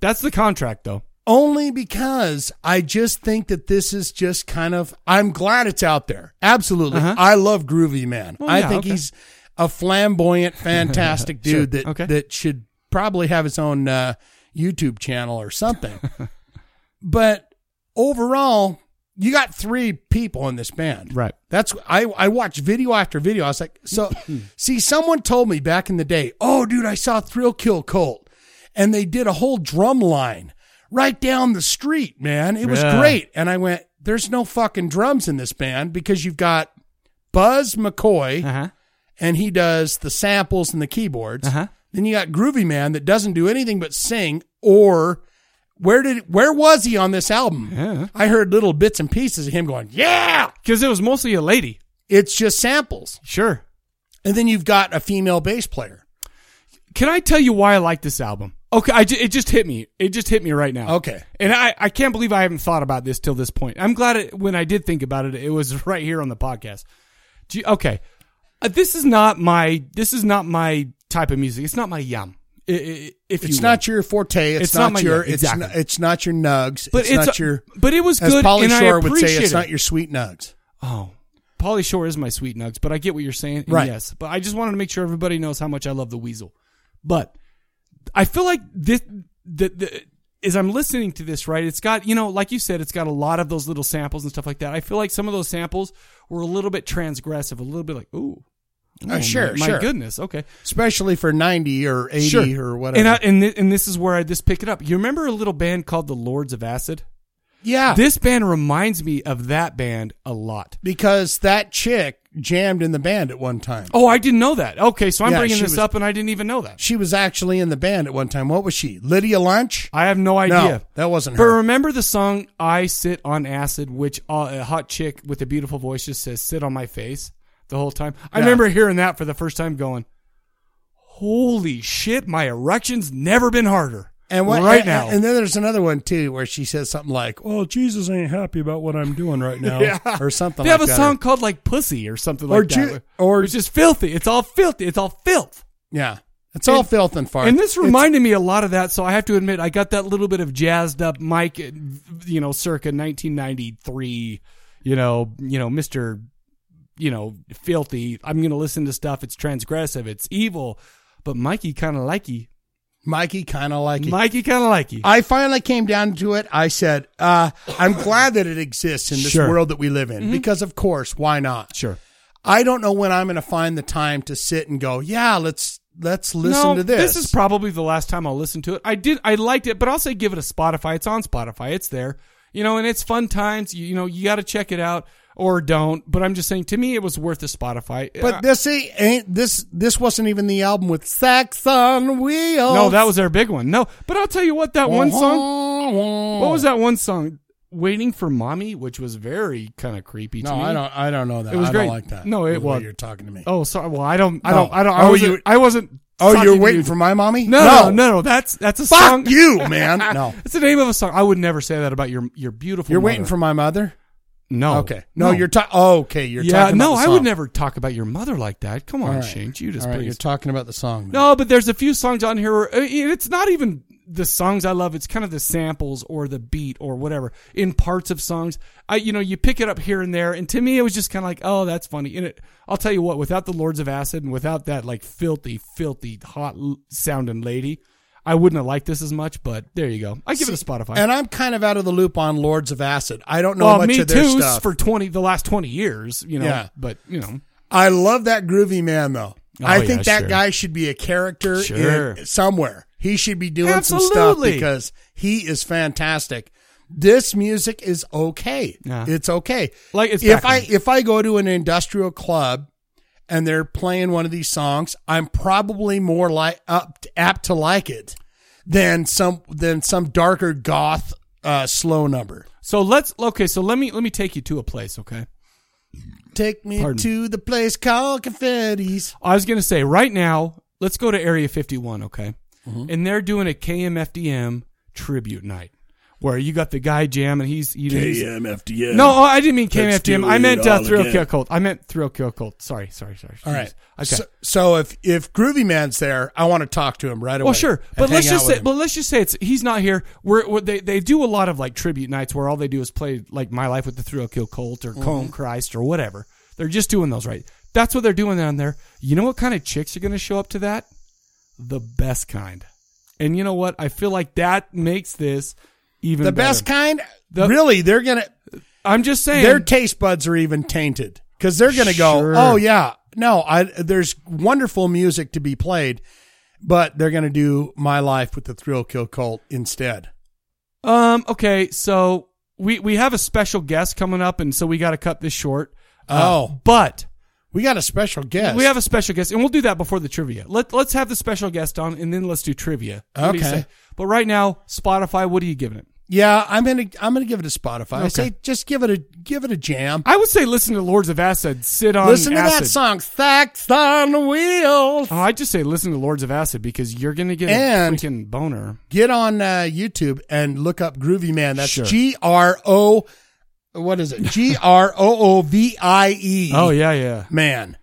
Speaker 1: that's the contract though.
Speaker 2: Only because I just think that this is just kind of. I'm glad it's out there. Absolutely,
Speaker 1: Uh-huh.
Speaker 2: I love Groovy Man.
Speaker 1: Well,
Speaker 2: I
Speaker 1: yeah,
Speaker 2: think
Speaker 1: okay.
Speaker 2: he's a flamboyant, fantastic
Speaker 1: Sure.
Speaker 2: dude that
Speaker 1: Okay.
Speaker 2: that should probably have his own uh, YouTube channel or something. but overall, you got three people in this band,
Speaker 1: right?
Speaker 2: That's I I watched video after video. I was like, so see, someone told me back in the day, oh, dude, I saw Thrill Kill Colt, and they did a whole drum line right down the street, man. It was
Speaker 1: Yeah.
Speaker 2: great, and I went, there's no fucking drums in this band because you've got Buzz McCoy,
Speaker 1: Uh-huh.
Speaker 2: and he does the samples and the keyboards. Then you got Groovy Man that doesn't do anything but sing. Or where did where was he on this album? I heard little bits and pieces of him going, "Yeah,"
Speaker 1: because it was mostly a lady.
Speaker 2: It's just samples,
Speaker 1: sure.
Speaker 2: And then you've got a female bass player.
Speaker 1: Can I tell you why I like this album? Okay, I ju- it just hit me. It just hit me right now.
Speaker 2: Okay.
Speaker 1: And I, I can't believe I haven't thought about this till this point. I'm glad it, when I did think about it, it was right here on the podcast. Gee, okay, Uh, this is not my this is not my type of music. It's not my yum. I- I- If you
Speaker 2: It's
Speaker 1: will.
Speaker 2: not your forte. It's,
Speaker 1: It's
Speaker 2: not,
Speaker 1: not my-
Speaker 2: your.
Speaker 1: yeah,
Speaker 2: It's
Speaker 1: exactly.
Speaker 2: not, it's not your nugs.
Speaker 1: But
Speaker 2: it's,
Speaker 1: it's
Speaker 2: not
Speaker 1: a-
Speaker 2: your.
Speaker 1: but it was
Speaker 2: as
Speaker 1: good,
Speaker 2: Polly
Speaker 1: and I
Speaker 2: Shore would say,
Speaker 1: appreciate
Speaker 2: it's
Speaker 1: it.
Speaker 2: not your sweet nugs.
Speaker 1: Oh, Polly Shore is my sweet nugs, but I get what you're saying. and
Speaker 2: Right.
Speaker 1: Yes, but I just wanted to make sure everybody knows how much I love the weasel. But I feel like this the, the as I'm listening to this, right? It's got you know, like you said, it's got a lot of those little samples and stuff like that. I feel like some of those samples were a little bit transgressive, a little bit like ooh.
Speaker 2: Oh, sure,
Speaker 1: my, my
Speaker 2: sure.
Speaker 1: goodness. Okay,
Speaker 2: especially for ninety or eighty
Speaker 1: Sure.
Speaker 2: or whatever.
Speaker 1: And I, and, thi- and this is where I just pick it up. You remember a little band called the Lords of Acid?
Speaker 2: Yeah.
Speaker 1: This band reminds me of that band a lot.
Speaker 2: because that chick jammed in the band at one time.
Speaker 1: Oh, I didn't know that. Okay, so I'm
Speaker 2: Yeah,
Speaker 1: bringing
Speaker 2: she
Speaker 1: this
Speaker 2: was-
Speaker 1: up, and I didn't even know that.
Speaker 2: She was actually in the band at one time. What was she? Lydia Lunch?
Speaker 1: I have no idea.
Speaker 2: that wasn't
Speaker 1: But
Speaker 2: her.
Speaker 1: remember the song "I Sit on Acid," which uh, a hot chick with a beautiful voice just says "Sit on my face" the whole time. I
Speaker 2: Yeah.
Speaker 1: remember hearing that for the first time, going, "Holy shit, my erection's never been harder."
Speaker 2: And what,
Speaker 1: right
Speaker 2: and-
Speaker 1: now,
Speaker 2: and then there's another one too where she says something like, "Oh, "Well, Jesus ain't happy about what I'm doing right now,"
Speaker 1: Yeah.
Speaker 2: or something.
Speaker 1: They
Speaker 2: like
Speaker 1: have a
Speaker 2: that.
Speaker 1: song called like "Pussy" or something
Speaker 2: Or
Speaker 1: like
Speaker 2: ju-
Speaker 1: that, or it's just filthy. It's all filthy. It's all filth.
Speaker 2: Yeah, it's all filth and fart.
Speaker 1: And this
Speaker 2: It's-
Speaker 1: reminded me a lot of that. So I have to admit, I got that little bit of jazzed up Mike, you know, circa 1993. You know, you know, Mister, you know, filthy. I'm gonna listen to stuff. It's transgressive. It's evil. But Mikey kind of likey.
Speaker 2: Mikey kind of likey.
Speaker 1: Mikey kind of likey.
Speaker 2: I finally came down to it. I said, uh, "I'm glad that it exists in this
Speaker 1: Sure.
Speaker 2: world that we live in
Speaker 1: Mhm.
Speaker 2: because, of course, why not?"
Speaker 1: Sure.
Speaker 2: I don't know when I'm going to find the time to sit and go, "Yeah, let's let's listen
Speaker 1: No,
Speaker 2: to this."
Speaker 1: is probably the last time I'll listen to it. I did. I liked it, but I'll say give it a Spotify. It's on Spotify. It's there. You know, and it's fun times. You, you know, you got to check it out or don't. But I'm just saying, to me, it was worth a Spotify. Uh,
Speaker 2: but this ain't ain't- this this wasn't even the album with Sax on Wheels. Uh-huh.
Speaker 1: No, that was their big one. No, but I'll tell you what, that one song. What was that one song? Waiting for Mommy, which was very kind of creepy. to
Speaker 2: No,
Speaker 1: me.
Speaker 2: I don't- I don't know that.
Speaker 1: It was
Speaker 2: I don't
Speaker 1: great.
Speaker 2: like that,
Speaker 1: No,
Speaker 2: the
Speaker 1: it
Speaker 2: way
Speaker 1: was.
Speaker 2: you're talking to me.
Speaker 1: Oh, sorry. Well, I don't. I
Speaker 2: No.
Speaker 1: don't. I don't. I
Speaker 2: Oh,
Speaker 1: wasn't.
Speaker 2: you-
Speaker 1: I wasn't
Speaker 2: Oh,
Speaker 1: talking
Speaker 2: you're
Speaker 1: to
Speaker 2: waiting
Speaker 1: you.
Speaker 2: for my mommy?
Speaker 1: No,
Speaker 2: No.
Speaker 1: no, no, no. That's that's a
Speaker 2: Fuck
Speaker 1: song.
Speaker 2: you, man. No.
Speaker 1: it's the name of a song. I would never say that about your your beautiful.
Speaker 2: You're waiting
Speaker 1: mother.
Speaker 2: for my mother?
Speaker 1: No.
Speaker 2: Okay. No,
Speaker 1: No.
Speaker 2: you're talking. Oh, okay. You're
Speaker 1: yeah,
Speaker 2: talking.
Speaker 1: no,
Speaker 2: about the
Speaker 1: I would
Speaker 2: song.
Speaker 1: never talk about your mother like that. Come on,
Speaker 2: All right.
Speaker 1: Shane, Judas,
Speaker 2: All right,
Speaker 1: please.
Speaker 2: You're talking about the song.
Speaker 1: No, but there's a few songs on here. Where, uh, it's not even the songs I love. It's kind of the samples or the beat or whatever in parts of songs. I, you know, you pick it up here and there, and to me, it was just kind of like, oh, that's funny. And it, I'll tell you what, without the Lords of Acid and without that like filthy, filthy, hot l- sounding lady, I wouldn't have liked this as much. But there you go. I give it a
Speaker 2: See,
Speaker 1: Spotify.
Speaker 2: And I'm kind of out of the loop on Lords of Acid. I don't know
Speaker 1: well,
Speaker 2: much
Speaker 1: me
Speaker 2: of their
Speaker 1: too
Speaker 2: stuff.
Speaker 1: for twenty the last twenty years. You know,
Speaker 2: Yeah.
Speaker 1: but you know,
Speaker 2: I love that groovy man though.
Speaker 1: Oh,
Speaker 2: I
Speaker 1: yeah,
Speaker 2: think that
Speaker 1: sure.
Speaker 2: guy should be a character
Speaker 1: Sure.
Speaker 2: in, somewhere. He should be doing some stuff
Speaker 1: Absolutely.
Speaker 2: because he is fantastic. This music is okay.
Speaker 1: Yeah.
Speaker 2: It's okay.
Speaker 1: Like, it's
Speaker 2: if
Speaker 1: back
Speaker 2: I
Speaker 1: on.
Speaker 2: if I go to an industrial club and they're playing one of these songs, I'm probably more like up apt to like it than some than some darker goth uh, slow number.
Speaker 1: so let's okay. So let me let me take you to a place. Okay.
Speaker 2: Take me
Speaker 1: Pardon.
Speaker 2: to the place called Confetti's.
Speaker 1: I was gonna say right now, let's go to Area 51, okay?
Speaker 2: Mm-hmm.
Speaker 1: And they're doing a KMFDM tribute night where you got the guy jamming. He's you know, he's-
Speaker 2: KMFDM.
Speaker 1: No, oh, I didn't mean
Speaker 2: Let's
Speaker 1: KMFDM.
Speaker 2: do
Speaker 1: I
Speaker 2: it
Speaker 1: meant uh,
Speaker 2: all
Speaker 1: Thrill
Speaker 2: again.
Speaker 1: Kill Cult. I meant Thrill Kill Cult. Sorry, sorry, sorry.
Speaker 2: All right.
Speaker 1: Okay.
Speaker 2: So, so if if Groovy Man's there, I want to talk to him right away.
Speaker 1: Well, sure,
Speaker 2: and
Speaker 1: but
Speaker 2: hang
Speaker 1: let's
Speaker 2: out
Speaker 1: just
Speaker 2: with
Speaker 1: say,
Speaker 2: him.
Speaker 1: but let's just say it's he's not here. We're, we're- they they do a lot of like tribute nights where all they do is play like My Life with the Thrill Kill Cult or Comb
Speaker 2: Mhm.
Speaker 1: Christ or whatever. They're just doing those right. That's what they're doing down there. You know what kind of chicks are going to show up to that? The best kind. And you know what? I feel like that makes this even
Speaker 2: the
Speaker 1: better.
Speaker 2: best kind. really, they're gonna.
Speaker 1: I'm just saying
Speaker 2: their taste buds are even tainted because they're gonna go.
Speaker 1: Sure.
Speaker 2: Oh yeah, no, I there's wonderful music to be played, but they're gonna do My Life with the Thrill Kill Cult instead.
Speaker 1: Um. Okay. So we we have a special guest coming up, and so we got to cut this short. Uh,
Speaker 2: Oh.
Speaker 1: but
Speaker 2: we got a special guest.
Speaker 1: We have a special guest, and we'll do that before the trivia. Let Let's have the special guest on, and then let's do trivia. What do you
Speaker 2: Okay.
Speaker 1: say? But right now, Spotify. What are you giving it?
Speaker 2: Yeah, I'm gonna I'm gonna give it a Spotify. I
Speaker 1: Okay.
Speaker 2: say just give it a give it a jam.
Speaker 1: I would say listen to Lords of Acid. Sit on.
Speaker 2: Listen to
Speaker 1: acid.
Speaker 2: that song, Sax on Wheels.
Speaker 1: Oh, I just say listen to Lords of Acid because you're gonna get
Speaker 2: And-
Speaker 1: a freaking boner.
Speaker 2: get on uh, YouTube and look up Groovy Man. That's
Speaker 1: Sure.
Speaker 2: G R O. What is it? G R O O V I E.
Speaker 1: Oh yeah, yeah.
Speaker 2: man,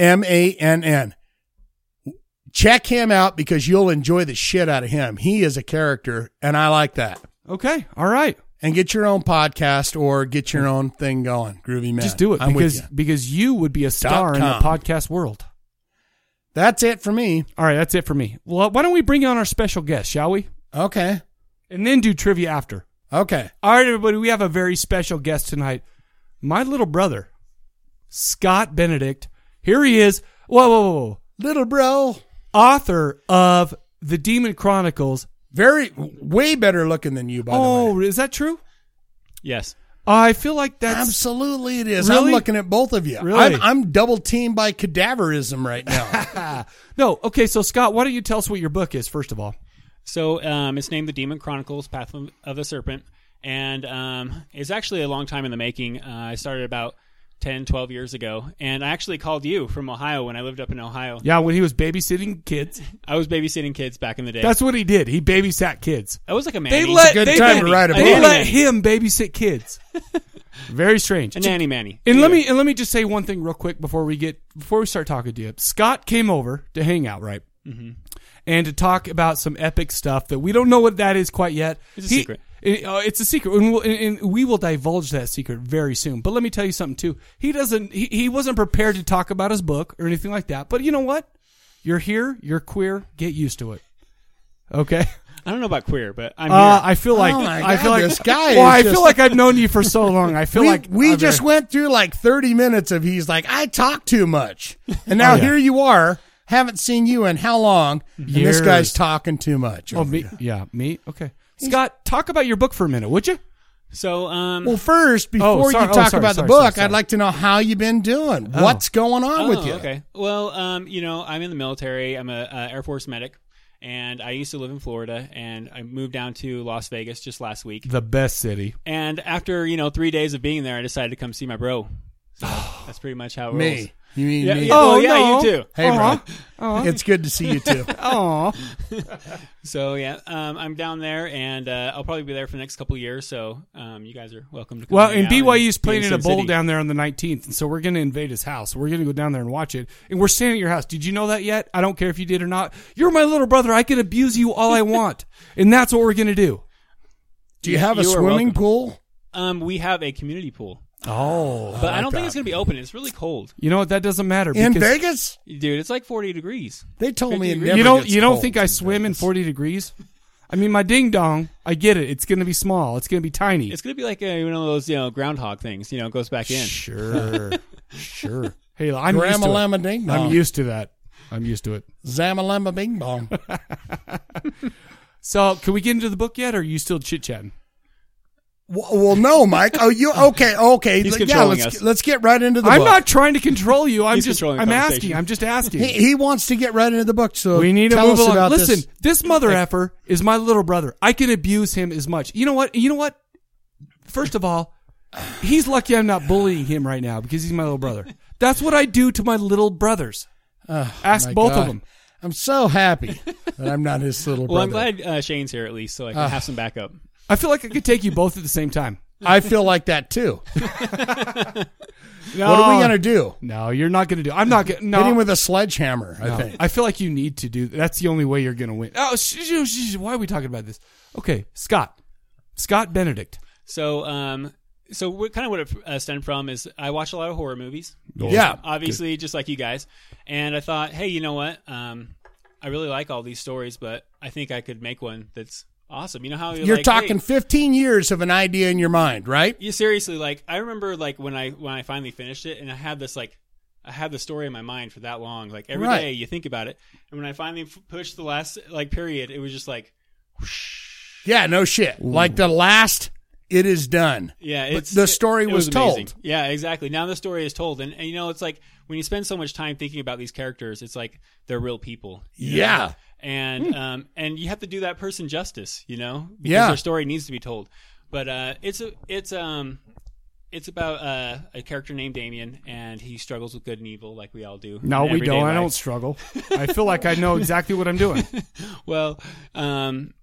Speaker 2: M A N N. Check him out because you'll enjoy the shit out of him. He is a character, and I like that.
Speaker 1: Okay, all right. Mm.
Speaker 2: And get your own podcast or get your own thing going, Groovy Man.
Speaker 1: Just do it
Speaker 2: I'm with
Speaker 1: because
Speaker 2: you.
Speaker 1: because you would be a star in the
Speaker 2: com.
Speaker 1: podcast world.
Speaker 2: That's it for me.
Speaker 1: All right, that's it for me. Well, why don't we bring on our special guest, shall we?
Speaker 2: Okay.
Speaker 1: And then do trivia after.
Speaker 2: Okay.
Speaker 1: All right, everybody, we have a very special guest tonight. My little brother, Scott Benedict. Here he is. Whoa, whoa, whoa, whoa.
Speaker 2: Little bro.
Speaker 1: Author of The Demon Chronicles.
Speaker 2: Very, way better looking than you, by the way.
Speaker 1: Oh, is that true?
Speaker 14: Yes.
Speaker 1: I feel like that's
Speaker 2: absolutely it is.
Speaker 1: Really?
Speaker 2: I'm looking at both of you.
Speaker 1: Really?
Speaker 2: I'm, I'm double teamed by cadaverism right now.
Speaker 1: no, okay. So Scott, why don't you tell us what your book is first of all?
Speaker 14: So um, it's named The Demon Chronicles: Path of- of the Serpent, and um, it's actually a long time in the making. Uh, I started about 10, 12 years ago, and I actually called you from Ohio when I lived up in Ohio.
Speaker 1: Yeah, when he was babysitting kids,
Speaker 14: I was babysitting kids back in the day.
Speaker 1: that's what he did. He babysat kids.
Speaker 14: That was like a manny.
Speaker 1: They
Speaker 14: It's a
Speaker 1: let
Speaker 14: good
Speaker 1: they
Speaker 14: time
Speaker 1: let-
Speaker 14: to write a
Speaker 1: They
Speaker 14: book.
Speaker 1: let him babysit kids. Very strange.
Speaker 14: A nanny manny.
Speaker 1: And let me and let me just say one thing real quick before we get before we start talking to you. Scott came over to hang out, right?
Speaker 14: Mhm.
Speaker 1: And to talk about some epic stuff that we don't know what that is quite yet.
Speaker 14: It's a secret.
Speaker 1: it- uh, it's a secret, and, we'll, and, and we will divulge that secret very soon. But let me tell you something too. He doesn't. He, he wasn't prepared to talk about his book or anything like that. But you know what? You're here. You're queer. Get used to it. Okay.
Speaker 14: I don't know about queer, but I'm
Speaker 1: Uh,
Speaker 14: here.
Speaker 1: I feel like
Speaker 2: Oh my
Speaker 1: I feel
Speaker 2: God,
Speaker 1: like
Speaker 2: this guy
Speaker 1: Well,
Speaker 2: is
Speaker 1: I
Speaker 2: just-
Speaker 1: feel like I've known you for so long. I feel
Speaker 2: we,
Speaker 1: like
Speaker 2: we
Speaker 1: I'm
Speaker 2: just
Speaker 1: very-
Speaker 2: went through like 30 minutes of he's like, I talk too much. And now
Speaker 1: Oh, yeah.
Speaker 2: here you are. Haven't seen you in how long? And this
Speaker 1: Years.
Speaker 2: guy's talking too much.
Speaker 1: Oh, me, yeah, me. Okay, Scott, talk about your book for a minute, would you?
Speaker 14: So, um,
Speaker 2: Well, first, before
Speaker 1: sorry.
Speaker 2: you
Speaker 1: Oh,
Speaker 2: talk
Speaker 1: sorry,
Speaker 2: about
Speaker 1: sorry,
Speaker 2: the book,
Speaker 1: sorry, sorry.
Speaker 2: I'd like to know how you've been doing.
Speaker 14: Oh.
Speaker 2: What's going on
Speaker 14: Oh,
Speaker 2: with you?
Speaker 14: Okay. Well, um, you know, I'm in the military. I'm a uh, Air Force medic, and I used to live in Florida, and I moved down to Las Vegas just last week.
Speaker 1: The best city.
Speaker 14: And after you know three days of being there, I decided to come see my bro. So that's pretty much how it
Speaker 2: Me.
Speaker 14: rolls.
Speaker 2: You mean
Speaker 14: yeah,
Speaker 2: me.
Speaker 14: yeah,
Speaker 2: Oh,
Speaker 14: well, yeah,
Speaker 2: no.
Speaker 14: you too.
Speaker 2: Hey, bro.
Speaker 1: Uh-huh.
Speaker 12: Uh-huh.
Speaker 2: Aw. Aw. It's good to see you too.
Speaker 1: Aw.
Speaker 14: so yeah, um, I'm down there, and uh, I'll probably be there for the next couple of years. So um, you guys are welcome to. Come
Speaker 1: Well,
Speaker 14: hang
Speaker 1: and
Speaker 14: out
Speaker 1: BYU's
Speaker 14: be
Speaker 1: playing
Speaker 14: the
Speaker 1: in a
Speaker 14: same
Speaker 1: bowl
Speaker 14: city.
Speaker 1: down there on the 19th, and so we're going to invade his house. We're going to go down there and watch it, and we're staying at your house. Did you know that yet? I don't care if you did or not. You're my little brother. I can abuse you all I want, and that's what we're going to do.
Speaker 2: Do you have a
Speaker 14: You are
Speaker 2: swimming
Speaker 14: welcome.
Speaker 2: pool?
Speaker 14: Um, we have a community pool.
Speaker 1: Oh,
Speaker 14: But I don't think it's going to be open. It's really cold.
Speaker 1: You know what? That doesn't matter.
Speaker 14: In
Speaker 1: because-
Speaker 14: Vegas? Dude, it's like 40 degrees.
Speaker 2: They told me it
Speaker 14: 50
Speaker 2: never
Speaker 1: you don't
Speaker 2: gets
Speaker 1: you don't
Speaker 2: cold
Speaker 1: think I swim in 40 degrees? I mean, my ding dong. I get it. It's going to be small. It's going to be tiny.
Speaker 14: It's going to be like a, one of those, you know, groundhog things, you know, it goes back in. Sure.
Speaker 1: sure. Hey, I'm
Speaker 2: Grandma
Speaker 1: used to it.
Speaker 2: Lama Ding Dong.
Speaker 1: I'm used to that. I'm used to it.
Speaker 2: Zamalama Bing Bong.
Speaker 1: So, can we get into the book yet, or are you still chit chatting?
Speaker 2: Well, well, no, Mike. Oh, you okay? Okay,
Speaker 1: He's
Speaker 2: yeah.
Speaker 1: controlling
Speaker 2: Let's
Speaker 1: us.
Speaker 2: let's get right into the.
Speaker 1: I'm
Speaker 2: book.
Speaker 1: not trying to control you. I'm
Speaker 2: He's
Speaker 1: just.
Speaker 2: controlling
Speaker 1: I'm
Speaker 2: conversation.
Speaker 1: asking. I'm just asking.
Speaker 2: He, he wants to get right into the book, so
Speaker 1: we need to
Speaker 2: tell
Speaker 1: move
Speaker 2: us
Speaker 1: along.
Speaker 2: about
Speaker 1: Listen,
Speaker 2: this.
Speaker 1: this, mother effer is my little brother. I can abuse him as much. You know what? You know what? First of all, he's lucky I'm not bullying him right now because he's my little brother. That's what I do to my little brothers.
Speaker 2: Oh,
Speaker 1: Ask
Speaker 2: my
Speaker 1: both of
Speaker 2: God.
Speaker 1: them.
Speaker 2: I'm so happy that I'm not his little
Speaker 14: Well,
Speaker 2: brother.
Speaker 14: I'm glad uh, Shane's here at least, so I can
Speaker 2: Ah.
Speaker 14: have some backup.
Speaker 1: I feel like I could take you both at the same time.
Speaker 2: I feel like that too.
Speaker 1: No.
Speaker 2: What are we gonna do?
Speaker 1: No, you're not going to do. I'm not going. No,
Speaker 2: Hit him with a sledgehammer. I
Speaker 1: No.
Speaker 2: think.
Speaker 1: I feel like you need to do. That's the only way you're going to win. Oh, sh- sh- sh- why are we talking about this? Okay, Scott, Scott Benedict.
Speaker 14: So, um, so what, kind of what it uh, stemmed from is I watch a lot of horror movies.
Speaker 1: Yeah. Yeah.
Speaker 14: Obviously, just like you guys. And I thought, hey, you know what? Um, I really like all these stories, but I think I could make one that's awesome. You know how you're,
Speaker 2: You're
Speaker 14: like, hey,
Speaker 2: talking 15 years of an idea in your mind, right?
Speaker 14: You seriously like I remember like when I when I finally finished it and I had this like I had the story in my mind for that long. Like every day
Speaker 2: Right.
Speaker 14: you think about it, and when I finally f- pushed the last like period, it was just like
Speaker 2: Yeah, no shit. Like the last, it is done.
Speaker 14: yeah,
Speaker 2: But
Speaker 14: it's
Speaker 2: the story
Speaker 14: it- it
Speaker 2: was,
Speaker 14: amazing.
Speaker 2: told.
Speaker 14: Yeah, exactly. Now the story is told, and, and you know it's like when you spend so much time thinking about these characters, it's like they're real people. you know?
Speaker 2: Yeah. Hmm.
Speaker 14: and um and you have to do that person justice, you know, because
Speaker 2: Yeah.
Speaker 14: their story needs to be told. But uh, it's a it's um. It's about uh, a character named Damien, and he struggles with good and evil, like we all do.
Speaker 1: No,
Speaker 14: in
Speaker 1: we
Speaker 14: everyday
Speaker 1: don't. I
Speaker 14: life.
Speaker 1: don't struggle. I feel like I know exactly what I'm doing.
Speaker 14: well, um,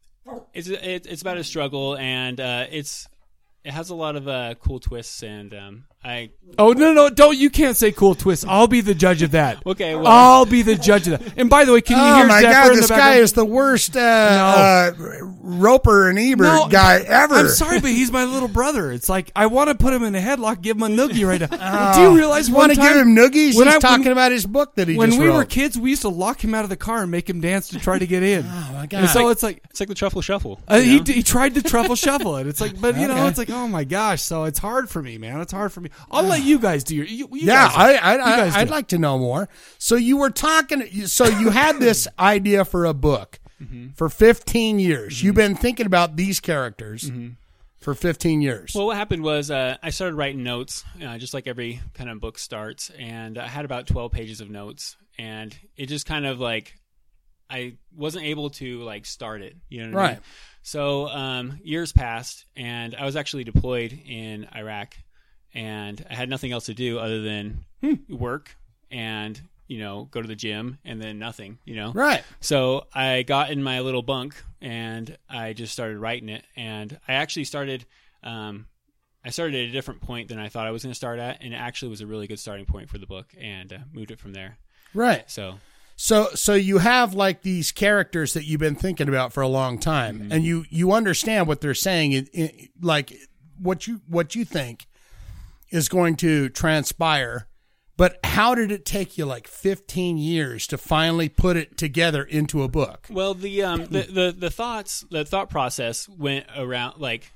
Speaker 14: it's it's it's about a struggle, and uh, it's it has a lot of uh, cool twists, and um, I
Speaker 1: Oh no, no, don't! You can't say cool twist. I'll be the judge of that.
Speaker 14: Okay, well-
Speaker 1: I'll be the judge of that. And by the way, can you
Speaker 2: oh
Speaker 1: hear
Speaker 2: my
Speaker 1: Zephyr
Speaker 2: god,
Speaker 1: in the
Speaker 2: this guy
Speaker 1: background?
Speaker 2: is the worst uh, uh, Roper and Ebert
Speaker 1: No,
Speaker 2: guy ever.
Speaker 1: I'm sorry, but he's my little brother. It's like I want to put him in a headlock, give him a noogie right now. Do you realize?
Speaker 2: want to
Speaker 1: one time-
Speaker 2: Oh. give him noogies?
Speaker 1: when
Speaker 2: He's
Speaker 1: I-
Speaker 2: talking
Speaker 1: when-
Speaker 2: about his book that he
Speaker 1: when
Speaker 2: just
Speaker 1: we
Speaker 2: wrote.
Speaker 1: were kids, we used to lock him out of the car and make him dance to try to get in. oh
Speaker 2: my
Speaker 1: And so
Speaker 14: God.
Speaker 1: it's like
Speaker 14: it's like the truffle shuffle.
Speaker 1: uh,
Speaker 14: you
Speaker 1: he
Speaker 14: know?
Speaker 1: he tried to truffle shuffle it. It's like, but you know,
Speaker 14: Okay.
Speaker 1: it's like, oh my gosh. So it's hard for me, man. It's hard for me. I'll let you guys do your. You, you
Speaker 2: yeah,
Speaker 1: guys,
Speaker 2: I, I,
Speaker 1: you guys
Speaker 2: I,
Speaker 1: do
Speaker 2: I'd
Speaker 1: it.
Speaker 2: like to know more. So you were talking. So you had this
Speaker 1: Mm-hmm. Mm-hmm.
Speaker 2: idea for a book for 15 years. You've been thinking about these characters. for 15 years.
Speaker 14: Well, what happened was uh, I started writing notes, uh, just like every kind of book starts, and I had about twelve pages of notes, and it just kind of like I wasn't able to like start it, you know, what I mean?
Speaker 2: Right.
Speaker 14: So um, years passed, and I was actually deployed in Iraq, and I had nothing else to do other than
Speaker 2: Hmm.
Speaker 14: work and you know go to the gym and then nothing, you know,
Speaker 2: Right.
Speaker 14: so I got in my little bunk and I just started writing it. And I actually started, um, I started at a different point than I thought I was going to start at, and it actually was a really good starting point for the book, and uh, moved it from there.
Speaker 2: Right.
Speaker 14: So
Speaker 2: So so you have like these characters that you've been thinking about for a long time,
Speaker 1: Mm-hmm.
Speaker 2: and you you understand what they're saying, in, in, like what you what you think is going to transpire. But how did it take you like 15 years to finally put it together into a book?
Speaker 14: Well, the um, the, the the thoughts, the thought process went around like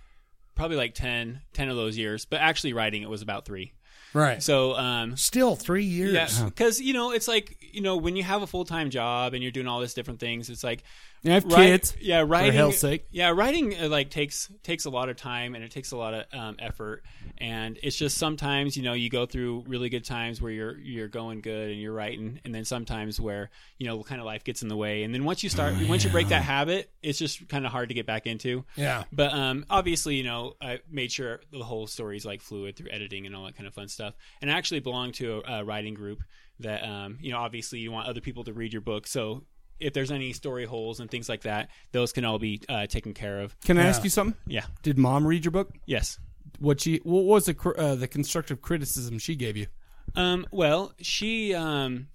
Speaker 14: probably like 10, 10 of those years, but actually writing it was about three.
Speaker 2: Right.
Speaker 14: So um,
Speaker 2: Still three years.
Speaker 14: Yeah, because you know it's like you know when you have a full time job and you're doing all these different things, it's like
Speaker 1: You have
Speaker 14: wri-
Speaker 1: kids,
Speaker 14: Yeah,
Speaker 1: for
Speaker 14: writing.
Speaker 1: hell's sake.
Speaker 14: Yeah, writing uh, like takes takes a lot of time and it takes a lot of um, effort, and it's just sometimes you know you go through really good times where you're you're going good and you're writing, and then sometimes where you know kind of life gets in the way, and then once you start once you break that habit, it's just kind of hard to get back into.
Speaker 2: Yeah.
Speaker 14: But um, obviously, you know, I made sure the whole story's like fluid through editing and all that kind of fun stuff. And I actually belong to a, a writing group that, um, you know, obviously you want other people to read your book. So if there's any story holes and things like that, those can all be uh, taken care of.
Speaker 1: Can I ask you something?
Speaker 14: Yeah.
Speaker 1: Did mom read your book?
Speaker 14: Yes.
Speaker 1: What she? What was the cr- uh, the constructive criticism she gave you?
Speaker 14: Um, well, she, um,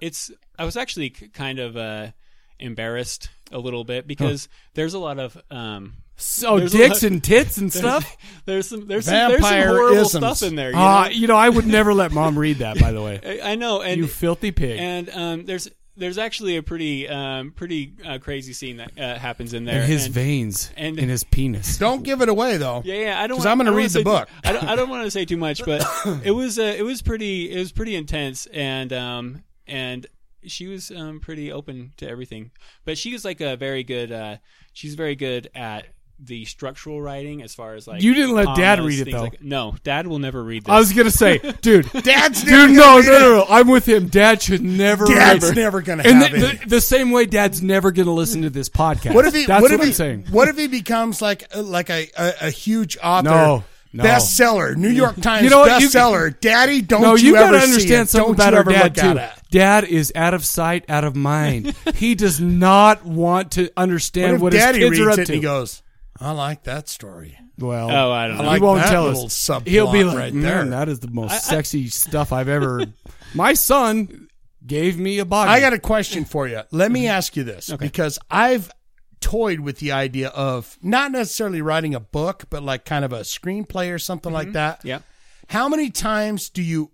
Speaker 14: it's, I was actually k- kind of uh, embarrassed a little bit because there's a lot of, um,
Speaker 1: So
Speaker 14: there's a
Speaker 1: dicks
Speaker 14: lot-
Speaker 1: and tits and
Speaker 14: there's-
Speaker 1: stuff.
Speaker 14: There's some there's some, there's some horrible stuff in there. You
Speaker 1: Ah,
Speaker 14: know?
Speaker 1: you know, I would never let mom read that. By the way,
Speaker 14: I I know, and
Speaker 1: You filthy pig.
Speaker 14: And um, there's there's actually a pretty um, pretty uh, crazy scene that uh, happens in there.
Speaker 1: and his
Speaker 14: and,
Speaker 1: veins and
Speaker 14: and-
Speaker 1: in his penis.
Speaker 2: Don't give it away though.
Speaker 14: Yeah, yeah. I don't.
Speaker 2: 'Cause
Speaker 14: wanna-
Speaker 2: I'm gonna
Speaker 14: I don't wanna
Speaker 2: read the
Speaker 14: say too-
Speaker 2: book.
Speaker 14: I don't. I don't want to say too much, but it was uh, it was pretty it was pretty intense, and um and she was um pretty open to everything, but she was like a very good uh she's very good at the structural writing as far as like
Speaker 1: You didn't let Dad
Speaker 14: commas,
Speaker 1: read it,
Speaker 14: things
Speaker 1: though.
Speaker 14: like- no dad will never read this
Speaker 1: I was gonna say, dude,
Speaker 2: Dad's
Speaker 1: dude, no, no, no, no, I'm with him. Dad should never.
Speaker 2: Dad's
Speaker 1: ever-
Speaker 2: never gonna
Speaker 1: And
Speaker 2: have
Speaker 1: the,
Speaker 2: any.
Speaker 1: the, the same way, Dad's never gonna listen to this podcast.
Speaker 2: What if he?
Speaker 1: That's
Speaker 2: what
Speaker 1: what,
Speaker 2: if
Speaker 1: I'm
Speaker 2: he,
Speaker 1: saying.
Speaker 2: What if he becomes like uh, like a a, a huge author?
Speaker 1: No, no.
Speaker 2: Bestseller, New York Times
Speaker 1: You know what? You-
Speaker 2: bestseller. Daddy, don't
Speaker 1: no,
Speaker 2: you,
Speaker 1: you,
Speaker 2: ever
Speaker 1: gotta
Speaker 2: see
Speaker 1: understand
Speaker 2: it.
Speaker 1: something
Speaker 2: don't
Speaker 1: about
Speaker 2: you
Speaker 1: our
Speaker 2: ever
Speaker 1: dad
Speaker 2: look at
Speaker 1: too.
Speaker 2: it.
Speaker 1: Dad is out of sight, out of mind. he does not want to
Speaker 2: What
Speaker 1: understand
Speaker 2: if
Speaker 1: what,
Speaker 2: Daddy
Speaker 1: his
Speaker 2: reads
Speaker 1: kids are up
Speaker 2: it
Speaker 1: to.
Speaker 2: and he goes, "I like that story."
Speaker 1: well,
Speaker 14: Oh, I don't know.
Speaker 2: I like
Speaker 1: he won't
Speaker 2: that
Speaker 1: tell
Speaker 2: little
Speaker 1: us.
Speaker 2: subplot
Speaker 1: He'll be like,
Speaker 2: right there.
Speaker 1: "Man, that is the most sexy stuff I've ever." My son gave me a body.
Speaker 2: I got a question for you. Let me ask you this because I've toyed with the idea of not necessarily writing a book, but like kind of a screenplay or something like that.
Speaker 14: Yeah.
Speaker 2: How many times do you,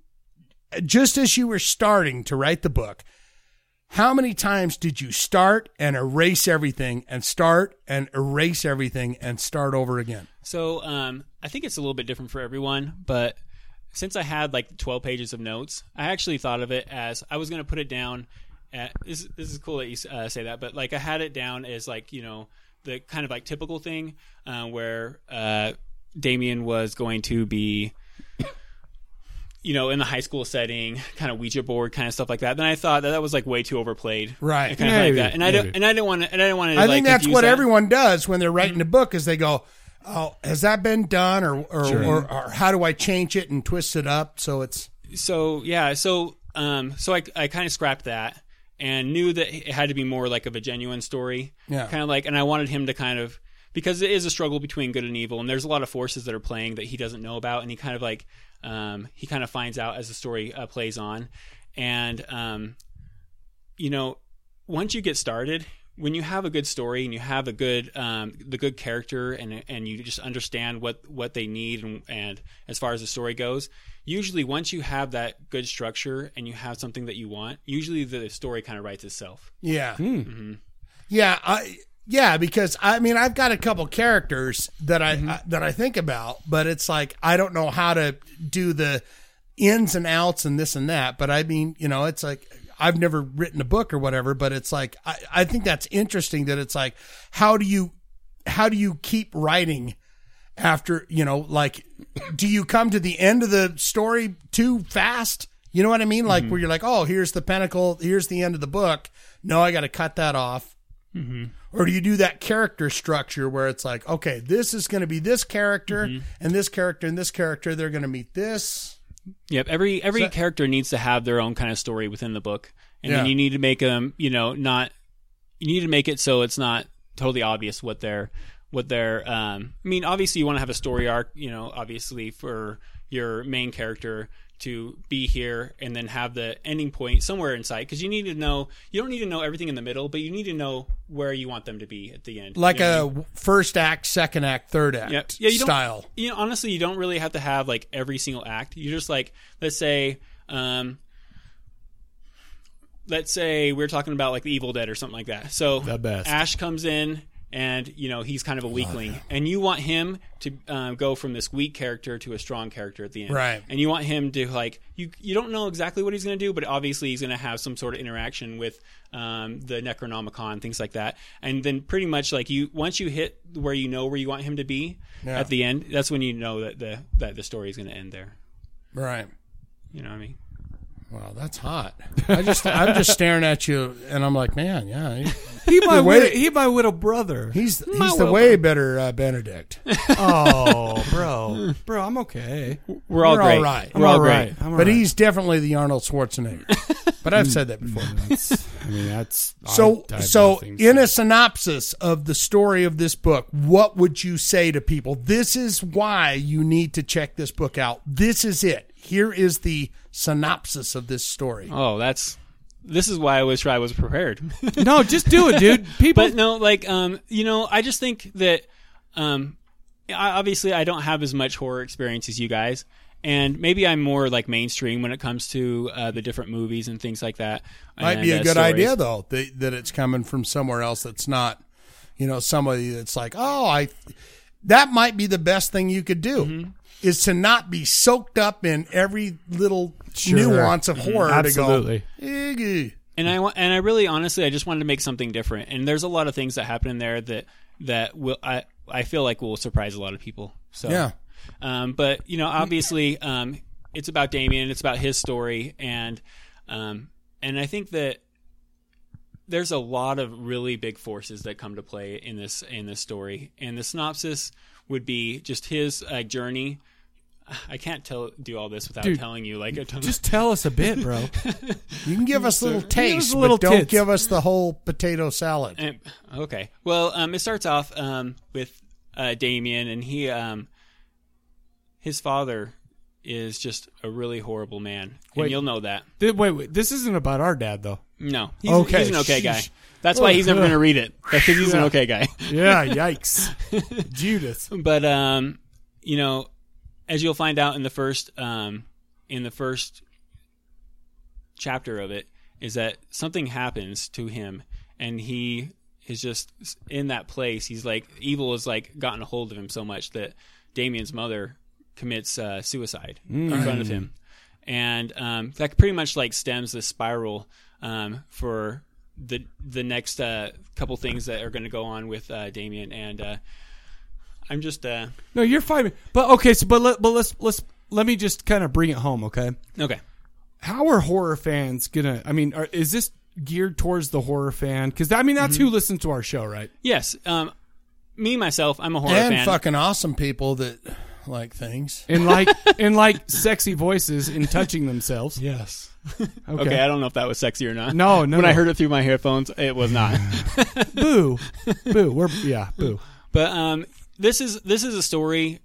Speaker 2: just as you were starting to write the book, how many times did you start and erase everything and start and erase everything and start over again?
Speaker 14: So um, I think it's a little bit different for everyone, but since I had like 12 pages of notes, I actually thought of it as I was going to put it down. At, this, this is cool that you uh, say that, but like I had it down as like, you know, the kind of like typical thing uh, where uh, Damien was going to be you know, in the high school setting, kind of Ouija board, kind of stuff like that. Then I thought that that was like way too overplayed,
Speaker 2: Right.
Speaker 14: Kind of
Speaker 2: Maybe,
Speaker 14: like that, and I don't,
Speaker 2: maybe.
Speaker 14: and I didn't want to, and I didn't want to.
Speaker 2: I think that's what
Speaker 14: that.
Speaker 2: everyone does when they're writing a book is they go, "Oh, has that been done, or or,
Speaker 14: Sure.
Speaker 2: or, or how do I change it and twist it up so it's
Speaker 14: so yeah so um so i, I kind of scrapped that and knew that it had to be more like of a genuine story
Speaker 2: Yeah.
Speaker 14: kind of like and i wanted him to kind of because it is a struggle between good and evil and there's a lot of forces that are playing that he doesn't know about and he kind of like um he kind of finds out as the story uh, plays on and um you know, once you get started, when you have a good story and you have a good um, the good character and and you just understand what what they need and and as far as the story goes, usually once you have that good structure and you have something that you want, usually the story kind of writes itself.
Speaker 2: yeah,
Speaker 14: hmm
Speaker 2: yeah, I, yeah"? Because I mean, I've got a couple characters that I,
Speaker 14: Mm-hmm.
Speaker 2: I that I think about, but it's like I don't know how to do the ins and outs and this and that. But I mean, you know, it's like. I've never written a book or whatever, but it's like I, I think that's interesting that it's like how do you how do you keep writing after you know like do you come to the end of the story too fast you know what i mean like where you're like oh here's the pinnacle here's the end of the book no i got to cut that off
Speaker 14: Mm-hmm.
Speaker 2: or do you do that character structure where it's like okay this is going to be this character and this character and this character they're going to meet this
Speaker 14: Yep. Every every
Speaker 2: So-
Speaker 14: character needs to have their own kind of story within the book, and then
Speaker 2: Yeah.
Speaker 14: you need to make them, you know, not you need to make it so it's not totally obvious what their what their. Um, I mean, obviously you want to have a story arc, you know, obviously for your main character to be here and then have the ending point somewhere in sight because you need to know you don't need to know everything in the middle but you need to know where you want them to be at the end
Speaker 2: like
Speaker 14: You know what I mean?
Speaker 2: a first act second act third act
Speaker 14: Yep. Yeah, you don't-
Speaker 2: style
Speaker 14: You know, honestly, you don't really have to have like every single act. You just like let's say, um, let's say we're talking about like the Evil Dead or something like that. So
Speaker 1: The best.
Speaker 14: Ash comes in and you know he's kind of a weakling, and you want him to um, go from this weak character to a strong character at the end,
Speaker 2: Right.
Speaker 14: And you want him to like you you don't know exactly what he's going to do, but obviously he's going to have some sort of interaction with um, the Necronomicon, things like that. And then pretty much like you once you hit where you know where you want him to be
Speaker 2: Yeah.
Speaker 14: at the end, that's when you know that the that the story is going to end there.
Speaker 2: right
Speaker 14: You know what I mean?
Speaker 2: Wow, that's hot. I just I'm just staring at you, and I'm like, man, yeah. He,
Speaker 1: He my
Speaker 2: the
Speaker 1: wit- he my widow brother.
Speaker 2: He's he's
Speaker 1: My
Speaker 2: the
Speaker 1: widow
Speaker 2: way better uh, Benedict.
Speaker 1: Oh, bro, bro, I'm okay.
Speaker 14: We're all great.
Speaker 2: right.
Speaker 1: We're all great. I'm all
Speaker 2: but
Speaker 1: right.
Speaker 2: he's definitely the Arnold Schwarzenegger. but I've said that before.
Speaker 1: Mm. I mean, that's
Speaker 2: So
Speaker 1: I- I have
Speaker 2: so
Speaker 1: nothing to
Speaker 2: in a synopsis of the story of this book, what would you say to people? This is why you need to check this book out. This is it. Here is the synopsis of this story.
Speaker 14: Oh, that's this is why I was I was prepared.
Speaker 1: no, just do it, dude. People,
Speaker 14: but no, like um, you know, I just think that um, I, obviously I don't have as much horror experience as you guys, and maybe I'm more like mainstream when it comes to uh, the different movies and things like that.
Speaker 2: Might
Speaker 14: and,
Speaker 2: be a
Speaker 14: uh,
Speaker 2: good
Speaker 14: stories.
Speaker 2: idea though that, that it's coming from somewhere else that's not, you know, somebody that's like, oh, I. That might be the best thing you could do
Speaker 14: Mm-hmm.
Speaker 2: is to not be soaked up in every little
Speaker 1: Sure.
Speaker 2: nuance of
Speaker 1: Mhm.
Speaker 2: horror.
Speaker 1: Absolutely.
Speaker 2: To go, "Iggy."
Speaker 14: And I wa- and I really honestly I just wanted to make something different. And there's a lot of things that happen in there that that will I I feel like will surprise a lot of people. So
Speaker 2: Yeah.
Speaker 14: Um, but you know, obviously, um, it's about Damien. It's about his story, and um, and I think that there's a lot of really big forces that come to play in this in this story. And the synopsis would be just his uh, journey. I can't tell do all this without
Speaker 1: Dude,
Speaker 14: telling you like a ton.
Speaker 1: just tell us a bit, bro.
Speaker 2: You can give us a little
Speaker 14: Give us a
Speaker 2: taste,
Speaker 1: little
Speaker 2: but don't
Speaker 1: tits.
Speaker 2: give us the whole potato salad.
Speaker 14: Um, okay. Well, um, it starts off um, with uh, Damien, and he, um, his father, is just a really horrible man,
Speaker 1: Wait.
Speaker 14: and you'll know that.
Speaker 1: Th- wait, wait, this isn't about our dad though.
Speaker 14: No, he's,
Speaker 1: Okay.
Speaker 14: he's an okay guy.
Speaker 1: Sheesh.
Speaker 14: That's why he's never
Speaker 1: Ugh.
Speaker 14: going to read it because he's an
Speaker 1: Yeah.
Speaker 14: okay guy.
Speaker 1: Yeah, yikes, Judas.
Speaker 14: but um, you know, as you'll find out in the first um, in the first chapter of it, is that something happens to him, and he is just in that place. He's like evil has like gotten a hold of him so much that Damien's mother commits uh, suicide
Speaker 2: Hmm.
Speaker 14: in front of him, and um, that pretty much like stems the spiral um, for. The the next uh, couple things that are going to go on with uh, Damien and uh, I'm just uh
Speaker 1: No, you're fine. But okay, so but let, but let's let's let me just kind of bring it home, okay?
Speaker 14: okay.
Speaker 1: How are horror fans gonna? I mean, are, is this geared towards the horror fan? Because I mean, that's
Speaker 14: Mm-hmm.
Speaker 1: who listens to our show, right?
Speaker 14: Yes, um me myself, I'm a horror
Speaker 2: and
Speaker 14: fan.
Speaker 2: fucking awesome people that like things.
Speaker 1: And like and like sexy voices and touching themselves.
Speaker 14: Yes.
Speaker 1: Okay.
Speaker 14: okay. I don't know if that was sexy or not.
Speaker 1: No, no,
Speaker 14: When I
Speaker 1: no.
Speaker 14: heard it through my headphones, it was not.
Speaker 1: boo, boo. We're yeah, boo.
Speaker 14: But um, this is this is a story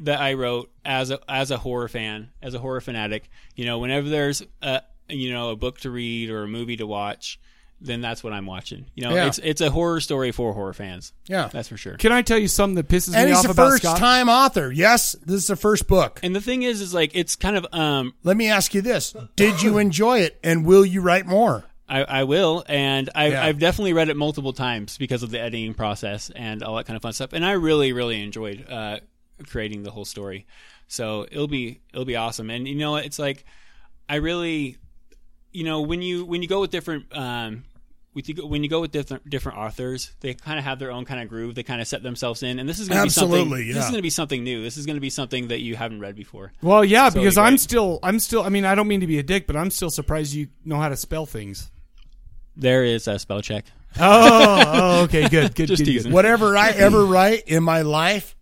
Speaker 14: that I wrote as a as a horror fan, as a horror fanatic. You know, whenever there's a you know a book to read or a movie to watch, then that's what I'm watching. You know,
Speaker 2: Yeah.
Speaker 14: it's it's a horror story for horror fans.
Speaker 2: Yeah.
Speaker 14: that's for sure.
Speaker 1: Can I tell you something that pisses
Speaker 2: And
Speaker 1: me
Speaker 2: he's
Speaker 1: off
Speaker 2: the
Speaker 1: about
Speaker 2: first
Speaker 1: Scott?
Speaker 2: time author. Yes, this is the first book.
Speaker 14: And the thing is, is like it's kind of um
Speaker 2: Let me ask you this: Did you enjoy it, and will you write more?
Speaker 14: I, I will, and I,
Speaker 2: Yeah.
Speaker 14: I've definitely read it multiple times because of the editing process and all that kind of fun stuff. And I really, really enjoyed uh, creating the whole story. So it'll be it'll be awesome. And you know, what? it's like I really, you know, when you when you go with different um, with you, go- when you go with different different authors, they kind of have their own kind of groove. They kind of set themselves in, and this is going to be something.
Speaker 1: Absolutely,
Speaker 14: This
Speaker 1: yeah.
Speaker 14: is going to be something new. This is going to be something that you haven't read before.
Speaker 1: Well, yeah,
Speaker 14: So it'll
Speaker 1: because
Speaker 14: be
Speaker 1: I'm
Speaker 14: great.
Speaker 1: still, I'm still. I mean, I don't mean to be a dick, but I'm still surprised you know how to spell things.
Speaker 14: there is a spell check.
Speaker 1: Oh, oh, okay, good, good,
Speaker 14: Just
Speaker 1: good, good.
Speaker 14: teasing.
Speaker 2: Whatever I ever write in my life,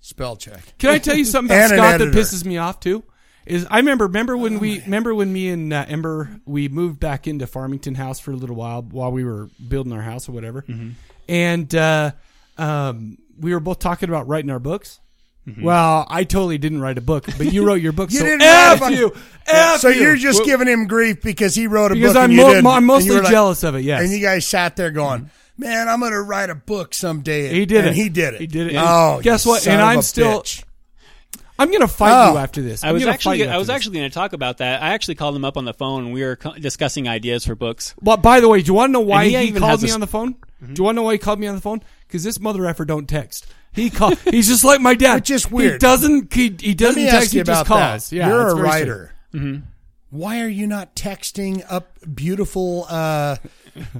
Speaker 2: spell check.
Speaker 1: Can I tell you something about
Speaker 2: And an
Speaker 1: Scott that
Speaker 2: editor. Oh
Speaker 1: pisses me off too? Is I remember remember when we remember when me and uh, Ember we moved back into Farmington House for a little while while we were building our house or whatever,
Speaker 2: Mm-hmm.
Speaker 1: and uh, um, we were both talking about writing our books.
Speaker 2: Mhm.
Speaker 1: Well, I totally didn't write a book, but you wrote your book.
Speaker 2: You
Speaker 1: so
Speaker 2: didn't write a
Speaker 1: F
Speaker 2: book.
Speaker 1: you,
Speaker 2: Yeah,
Speaker 1: F
Speaker 2: so
Speaker 1: you.
Speaker 2: you're just
Speaker 1: Well,
Speaker 2: giving him grief because he wrote a
Speaker 1: Because
Speaker 2: book. and
Speaker 1: I'm
Speaker 2: you
Speaker 1: mo-
Speaker 2: didn't.
Speaker 1: mo- I'm
Speaker 2: And you
Speaker 1: mostly
Speaker 2: were like-
Speaker 1: jealous of it, yes.
Speaker 2: and you guys sat there going, "Man, I'm going to write a book someday."
Speaker 1: He did
Speaker 2: And
Speaker 1: it.
Speaker 2: He did it.
Speaker 1: He did it.
Speaker 2: Oh,
Speaker 1: guess
Speaker 2: you
Speaker 1: what?
Speaker 2: son
Speaker 1: And
Speaker 2: of
Speaker 1: I'm
Speaker 2: a
Speaker 1: still.
Speaker 2: bitch.
Speaker 1: I'm gonna fight you
Speaker 2: Oh.
Speaker 1: after this.
Speaker 14: I
Speaker 1: I'm
Speaker 14: was
Speaker 1: gonna fight
Speaker 14: actually
Speaker 1: you
Speaker 14: I
Speaker 1: after
Speaker 14: was
Speaker 1: this.
Speaker 14: actually going to talk about that. I actually called him up on the phone. and We were co- discussing ideas for books.
Speaker 1: Well, by the way, do you want to know why
Speaker 14: And
Speaker 1: he,
Speaker 14: he even
Speaker 1: called
Speaker 14: has a
Speaker 1: me
Speaker 14: sp-
Speaker 1: on the phone?
Speaker 2: Mm-hmm.
Speaker 1: Do you want to know why he called me on the phone? Because this mother effer don't text. He call. He's just like my dad.
Speaker 2: Which is weird.
Speaker 1: He doesn't. He, he doesn't
Speaker 2: Let me
Speaker 1: text.
Speaker 2: ask you
Speaker 1: he
Speaker 2: about
Speaker 1: just calls.
Speaker 2: that.
Speaker 1: Yeah,
Speaker 2: you're
Speaker 1: it's
Speaker 2: a
Speaker 1: very Mm-hmm. strange.
Speaker 2: writer. Why are you not texting up beautiful uh,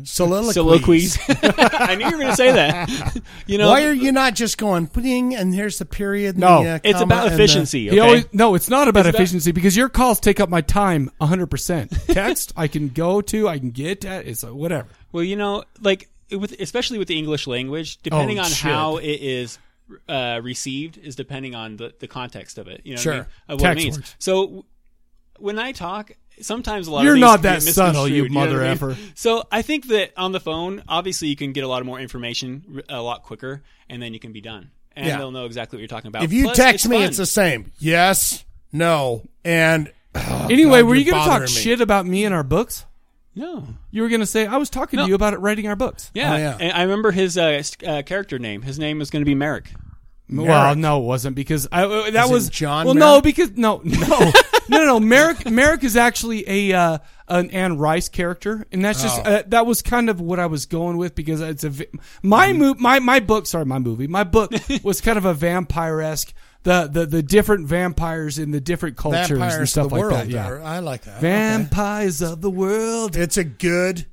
Speaker 2: soliloquies?
Speaker 14: Soliloquies. I knew you were going to say that. You know,
Speaker 2: why are you not just going putting and here's the period? and
Speaker 1: No,
Speaker 2: the, uh, comma and the-
Speaker 1: He always- no, it's not about
Speaker 2: It's about-
Speaker 1: efficiency because your calls take up my time 100. percent Text I can go to. I can get at. It's uh, whatever.
Speaker 14: Well, you know, like with especially with the English language, depending
Speaker 1: Oh,
Speaker 14: on
Speaker 1: shit.
Speaker 14: how it is uh, received is depending on the, the context of it. You know, what I
Speaker 1: Sure.
Speaker 14: mean? of what
Speaker 1: Text
Speaker 14: it means.
Speaker 1: works.
Speaker 14: So w- when I talk, sometimes a lot
Speaker 1: You're
Speaker 14: of things
Speaker 1: not
Speaker 14: can get
Speaker 1: that subtle, you
Speaker 14: misconstrued, know what
Speaker 1: mother
Speaker 14: I mean?
Speaker 1: effer.
Speaker 14: So I think that on the phone, obviously, you can get a lot more information r- a lot quicker, and then you can be done, and
Speaker 2: Yeah.
Speaker 14: they'll know exactly what you're talking about.
Speaker 2: If you
Speaker 14: Plus,
Speaker 2: text me,
Speaker 14: fun.
Speaker 2: it's the same. Yes, no, and oh,
Speaker 1: anyway,
Speaker 2: God,
Speaker 1: were you
Speaker 2: you're
Speaker 1: going to talk
Speaker 2: bothering me.
Speaker 1: shit about me and our books?
Speaker 14: No.
Speaker 1: You were going to say I was talking to you about it writing our books.
Speaker 14: Oh, Yeah, and I remember his uh, s- uh, character name. His name was going to be Merrick.
Speaker 1: Well, no, it wasn't because I, uh, that
Speaker 14: Is it
Speaker 1: was
Speaker 14: John
Speaker 1: Well, no,
Speaker 14: Merrick?
Speaker 1: because no, no, no, no, no. Merrick Merrick is actually a uh, an Anne Rice character, and that's just
Speaker 2: Oh.
Speaker 1: uh, that was kind of what I was going with because it's a vi-
Speaker 2: Mm-hmm.
Speaker 1: my mo- my my book. Sorry, my movie. My book was kind of a vampire esque. The, the the different vampires in the different cultures
Speaker 2: Vampires
Speaker 1: and
Speaker 2: of
Speaker 1: stuff
Speaker 2: the
Speaker 1: like
Speaker 2: world.
Speaker 1: that. Yeah,
Speaker 2: I like that.
Speaker 1: Vampires of the world.
Speaker 2: It's a good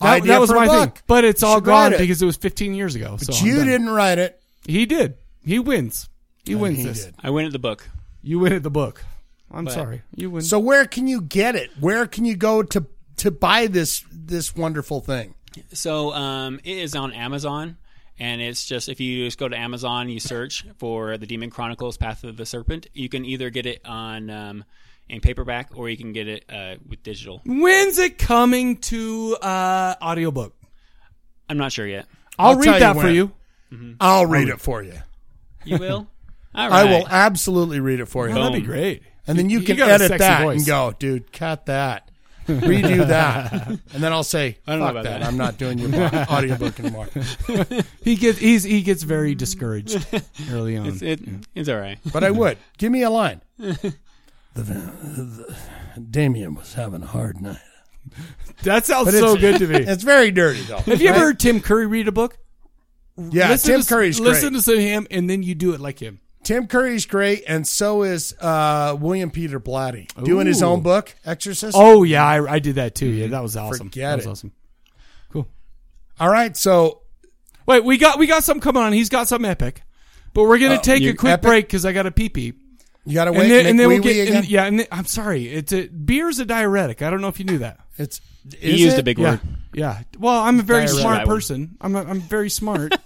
Speaker 1: That,
Speaker 2: idea
Speaker 1: that was
Speaker 2: for a
Speaker 1: my
Speaker 2: book.
Speaker 1: thing, but it's
Speaker 2: You
Speaker 1: all
Speaker 2: should write
Speaker 1: gone
Speaker 2: it.
Speaker 1: because it was 15 years ago.
Speaker 2: But
Speaker 1: so I'm
Speaker 2: you
Speaker 1: done.
Speaker 2: didn't write it.
Speaker 1: He did. He wins. He
Speaker 2: And
Speaker 1: wins
Speaker 2: he
Speaker 1: this.
Speaker 2: did.
Speaker 14: I win at the book.
Speaker 1: You win at the book. I'm
Speaker 14: But-
Speaker 1: sorry. You win.
Speaker 2: So where can you get it? Where can you go to to buy this this wonderful thing?
Speaker 14: So um, it is on Amazon, and it's just if you just go to Amazon, you search for the Demon Chronicles: Path of the Serpent. You can either get it on um, in paperback or you can get it uh, with digital.
Speaker 1: When's it coming to uh audiobook?
Speaker 14: I'm not sure yet.
Speaker 1: I'll,
Speaker 2: tell
Speaker 1: read that
Speaker 2: when. Mm-hmm.
Speaker 1: for you. Mm-hmm.
Speaker 2: I'll read it for you.
Speaker 14: You will. All
Speaker 2: I
Speaker 14: right.
Speaker 2: will absolutely read it for you.
Speaker 14: Well, that'd be Boom.
Speaker 1: great.
Speaker 2: And then you,
Speaker 1: You
Speaker 2: can
Speaker 1: got a
Speaker 2: edit
Speaker 1: sexy
Speaker 2: that
Speaker 1: voice.
Speaker 2: and go, dude, cut that. Redo that. and then I'll say,
Speaker 14: I don't know
Speaker 2: fuck
Speaker 14: about
Speaker 2: that.
Speaker 14: that.
Speaker 2: I'm not doing your bo- audiobook anymore.
Speaker 1: He gets he's he gets very discouraged early on.
Speaker 14: It's, it, it's all right.
Speaker 2: But I would. Give me a line. the, the, Damien was having a hard night.
Speaker 1: That sounds
Speaker 2: But it's-
Speaker 1: so good to me.
Speaker 2: It's very dirty, though.
Speaker 1: Have you ever
Speaker 2: right?
Speaker 1: heard Tim Curry read a book?
Speaker 2: Yeah,
Speaker 1: listen
Speaker 2: Tim
Speaker 1: to,
Speaker 2: Curry's great.
Speaker 1: listen to him, and then you do it like him.
Speaker 2: Tim Curry's great, and so is uh, William Peter Blatty doing his
Speaker 1: Ooh.
Speaker 2: own book, Exorcist. Mm-hmm.
Speaker 1: Oh yeah, I, I did that too. Yeah, that was awesome.
Speaker 2: Forget
Speaker 1: that was
Speaker 2: it.
Speaker 1: awesome. Cool.
Speaker 2: All right, so
Speaker 1: Wait, we got we got something coming on. He's got something epic, but we're gonna
Speaker 2: Oh,
Speaker 1: take
Speaker 2: you-
Speaker 1: a quick
Speaker 2: epic?
Speaker 1: break because I got a pee pee.
Speaker 2: you got to
Speaker 1: And
Speaker 2: wait.
Speaker 1: then,
Speaker 2: make
Speaker 1: and then we'll
Speaker 2: wee-wee
Speaker 1: get
Speaker 2: again?
Speaker 1: and, yeah. And then, I'm sorry, it's a beer's a diuretic. I don't know if you knew that.
Speaker 2: It's
Speaker 14: He
Speaker 2: is
Speaker 14: used
Speaker 2: it?
Speaker 14: a big
Speaker 1: yeah.
Speaker 14: word.
Speaker 1: Yeah. Well, I'm a very
Speaker 2: Diuretic.
Speaker 1: smart
Speaker 14: That one.
Speaker 1: person. I'm a, I'm very smart.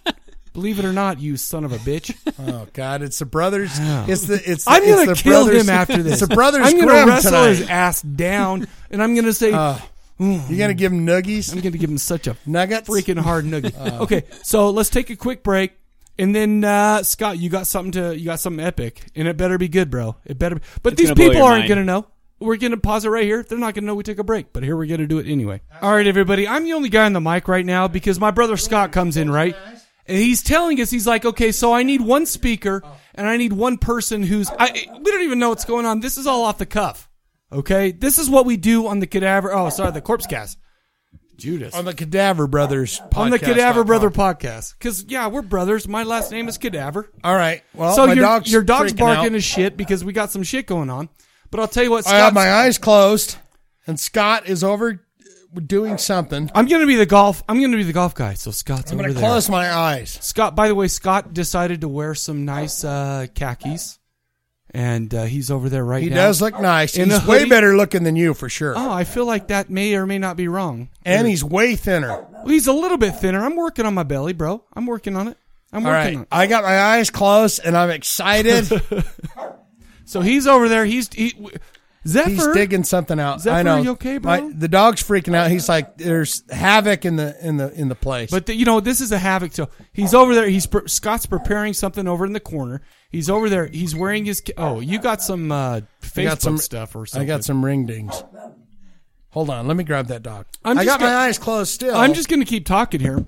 Speaker 1: Believe it or not, you son of a bitch.
Speaker 2: Oh God, it's the brothers. It's the it's. The,
Speaker 1: I'm
Speaker 2: it's
Speaker 1: gonna
Speaker 2: the
Speaker 1: kill
Speaker 2: brothers-
Speaker 1: him after this.
Speaker 2: It's the brothers.
Speaker 1: I'm gonna
Speaker 2: Grimm
Speaker 1: wrestle
Speaker 2: tonight.
Speaker 1: his ass down, and I'm gonna say,
Speaker 2: Uh, you gonna give him nuggies?
Speaker 1: I'm gonna give him such a
Speaker 2: Nuggets? Uh.
Speaker 1: freaking hard nugget. okay, so let's take a quick break, and then uh, Scott, you got something to you got something epic, and it better be good, bro. It better. Be, but
Speaker 14: It's
Speaker 1: these
Speaker 14: gonna blow
Speaker 1: people
Speaker 14: your
Speaker 1: aren't
Speaker 14: mind.
Speaker 1: gonna know. We're gonna pause it right here. They're not gonna know we took a break, but here we're gonna do it anyway. All right, everybody. I'm the only guy on the mic right now because my brother Scott comes in right. And he's telling us, he's like, okay, so I need one speaker and I need one person who's, I, we don't even know what's going on. This is all off the cuff. Okay. This is what we do on the cadaver. Oh, sorry. The corpse cast. Judas.
Speaker 2: on the Cadaver Brothers podcast.
Speaker 1: on the Cadaver Brother podcast. Because yeah, we're brothers. My last name is Cadaver.
Speaker 2: All right. Well,
Speaker 1: so
Speaker 2: my
Speaker 1: your
Speaker 2: dog's
Speaker 1: your dog's
Speaker 2: freaking
Speaker 1: barking
Speaker 2: out.
Speaker 1: as shit because we got some shit going on. But I'll tell you what,
Speaker 2: I have
Speaker 1: Scott.
Speaker 2: my eyes closed, and Scott is over doing something.
Speaker 1: I'm gonna be the golf. I'm gonna be the golf guy. So Scott's
Speaker 2: I'm
Speaker 1: over
Speaker 2: gonna
Speaker 1: there.
Speaker 2: close my eyes.
Speaker 1: Scott. By the way, Scott decided to wear some nice uh, khakis, and uh, he's over there right
Speaker 2: he
Speaker 1: now.
Speaker 2: does look nice.
Speaker 1: In
Speaker 2: he's
Speaker 1: a
Speaker 2: way
Speaker 1: hoodie.
Speaker 2: better looking than you for sure.
Speaker 1: Oh, I feel like that may or may not be wrong.
Speaker 2: And he's way thinner.
Speaker 1: Well, he's a little bit thinner. I'm working on my belly, bro. I'm working on it. I'm
Speaker 2: All
Speaker 1: working
Speaker 2: right.
Speaker 1: on it.
Speaker 2: I got my eyes closed and I'm excited.
Speaker 1: so he's over there. He's he, Zephyr.
Speaker 2: He's digging something out.
Speaker 1: Zephyr,
Speaker 2: I know.
Speaker 1: are you okay, bro?
Speaker 2: My- the dog's freaking out. He's like, "There's havoc in the in the in the place."
Speaker 1: But the, you know, this is a havoc. So he's over there. He's pre- Scott's preparing something over in the corner. He's over there. He's wearing his. ca- Oh, you got some
Speaker 2: I
Speaker 1: uh, Facebook
Speaker 2: got some
Speaker 1: stuff or something.
Speaker 2: I got some ring dings. Hold on, let me grab that dog.
Speaker 1: I'm
Speaker 2: I
Speaker 1: just
Speaker 2: got
Speaker 1: gonna-
Speaker 2: my eyes closed still.
Speaker 1: I'm just going to keep talking here.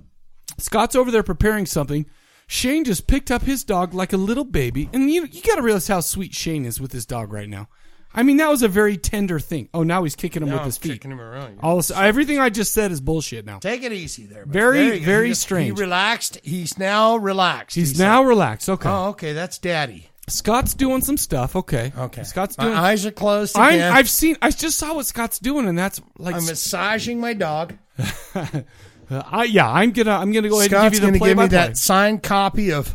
Speaker 1: Scott's over there preparing something. Shane just picked up his dog like a little baby, and you you got to realize how sweet Shane is with his dog right now. I mean, that was a very tender thing. Oh, now he's kicking him
Speaker 2: Now
Speaker 1: with
Speaker 2: I'm
Speaker 1: his feet.
Speaker 2: kicking him around.
Speaker 1: All of a sudden- everything I just said is bullshit now.
Speaker 2: Take it easy there. buddy.
Speaker 1: Very,
Speaker 2: There you go.
Speaker 1: very
Speaker 2: He-
Speaker 1: strange.
Speaker 2: He relaxed. He's now relaxed.
Speaker 1: He's now relaxed. Okay.
Speaker 2: Oh, okay. That's daddy.
Speaker 1: Scott's doing some stuff. Okay. Okay. Scott's
Speaker 2: My
Speaker 1: doing.
Speaker 2: eyes are closed
Speaker 1: I'm,
Speaker 2: again.
Speaker 1: I've seen. I just saw what Scott's doing, and that's like.
Speaker 2: I'm massaging my dog.
Speaker 1: Uh, I, yeah, I'm gonna. I'm gonna go ahead
Speaker 2: Scott's
Speaker 1: and give you
Speaker 2: going to
Speaker 1: the play
Speaker 2: give me
Speaker 1: by play.
Speaker 2: that signed copy of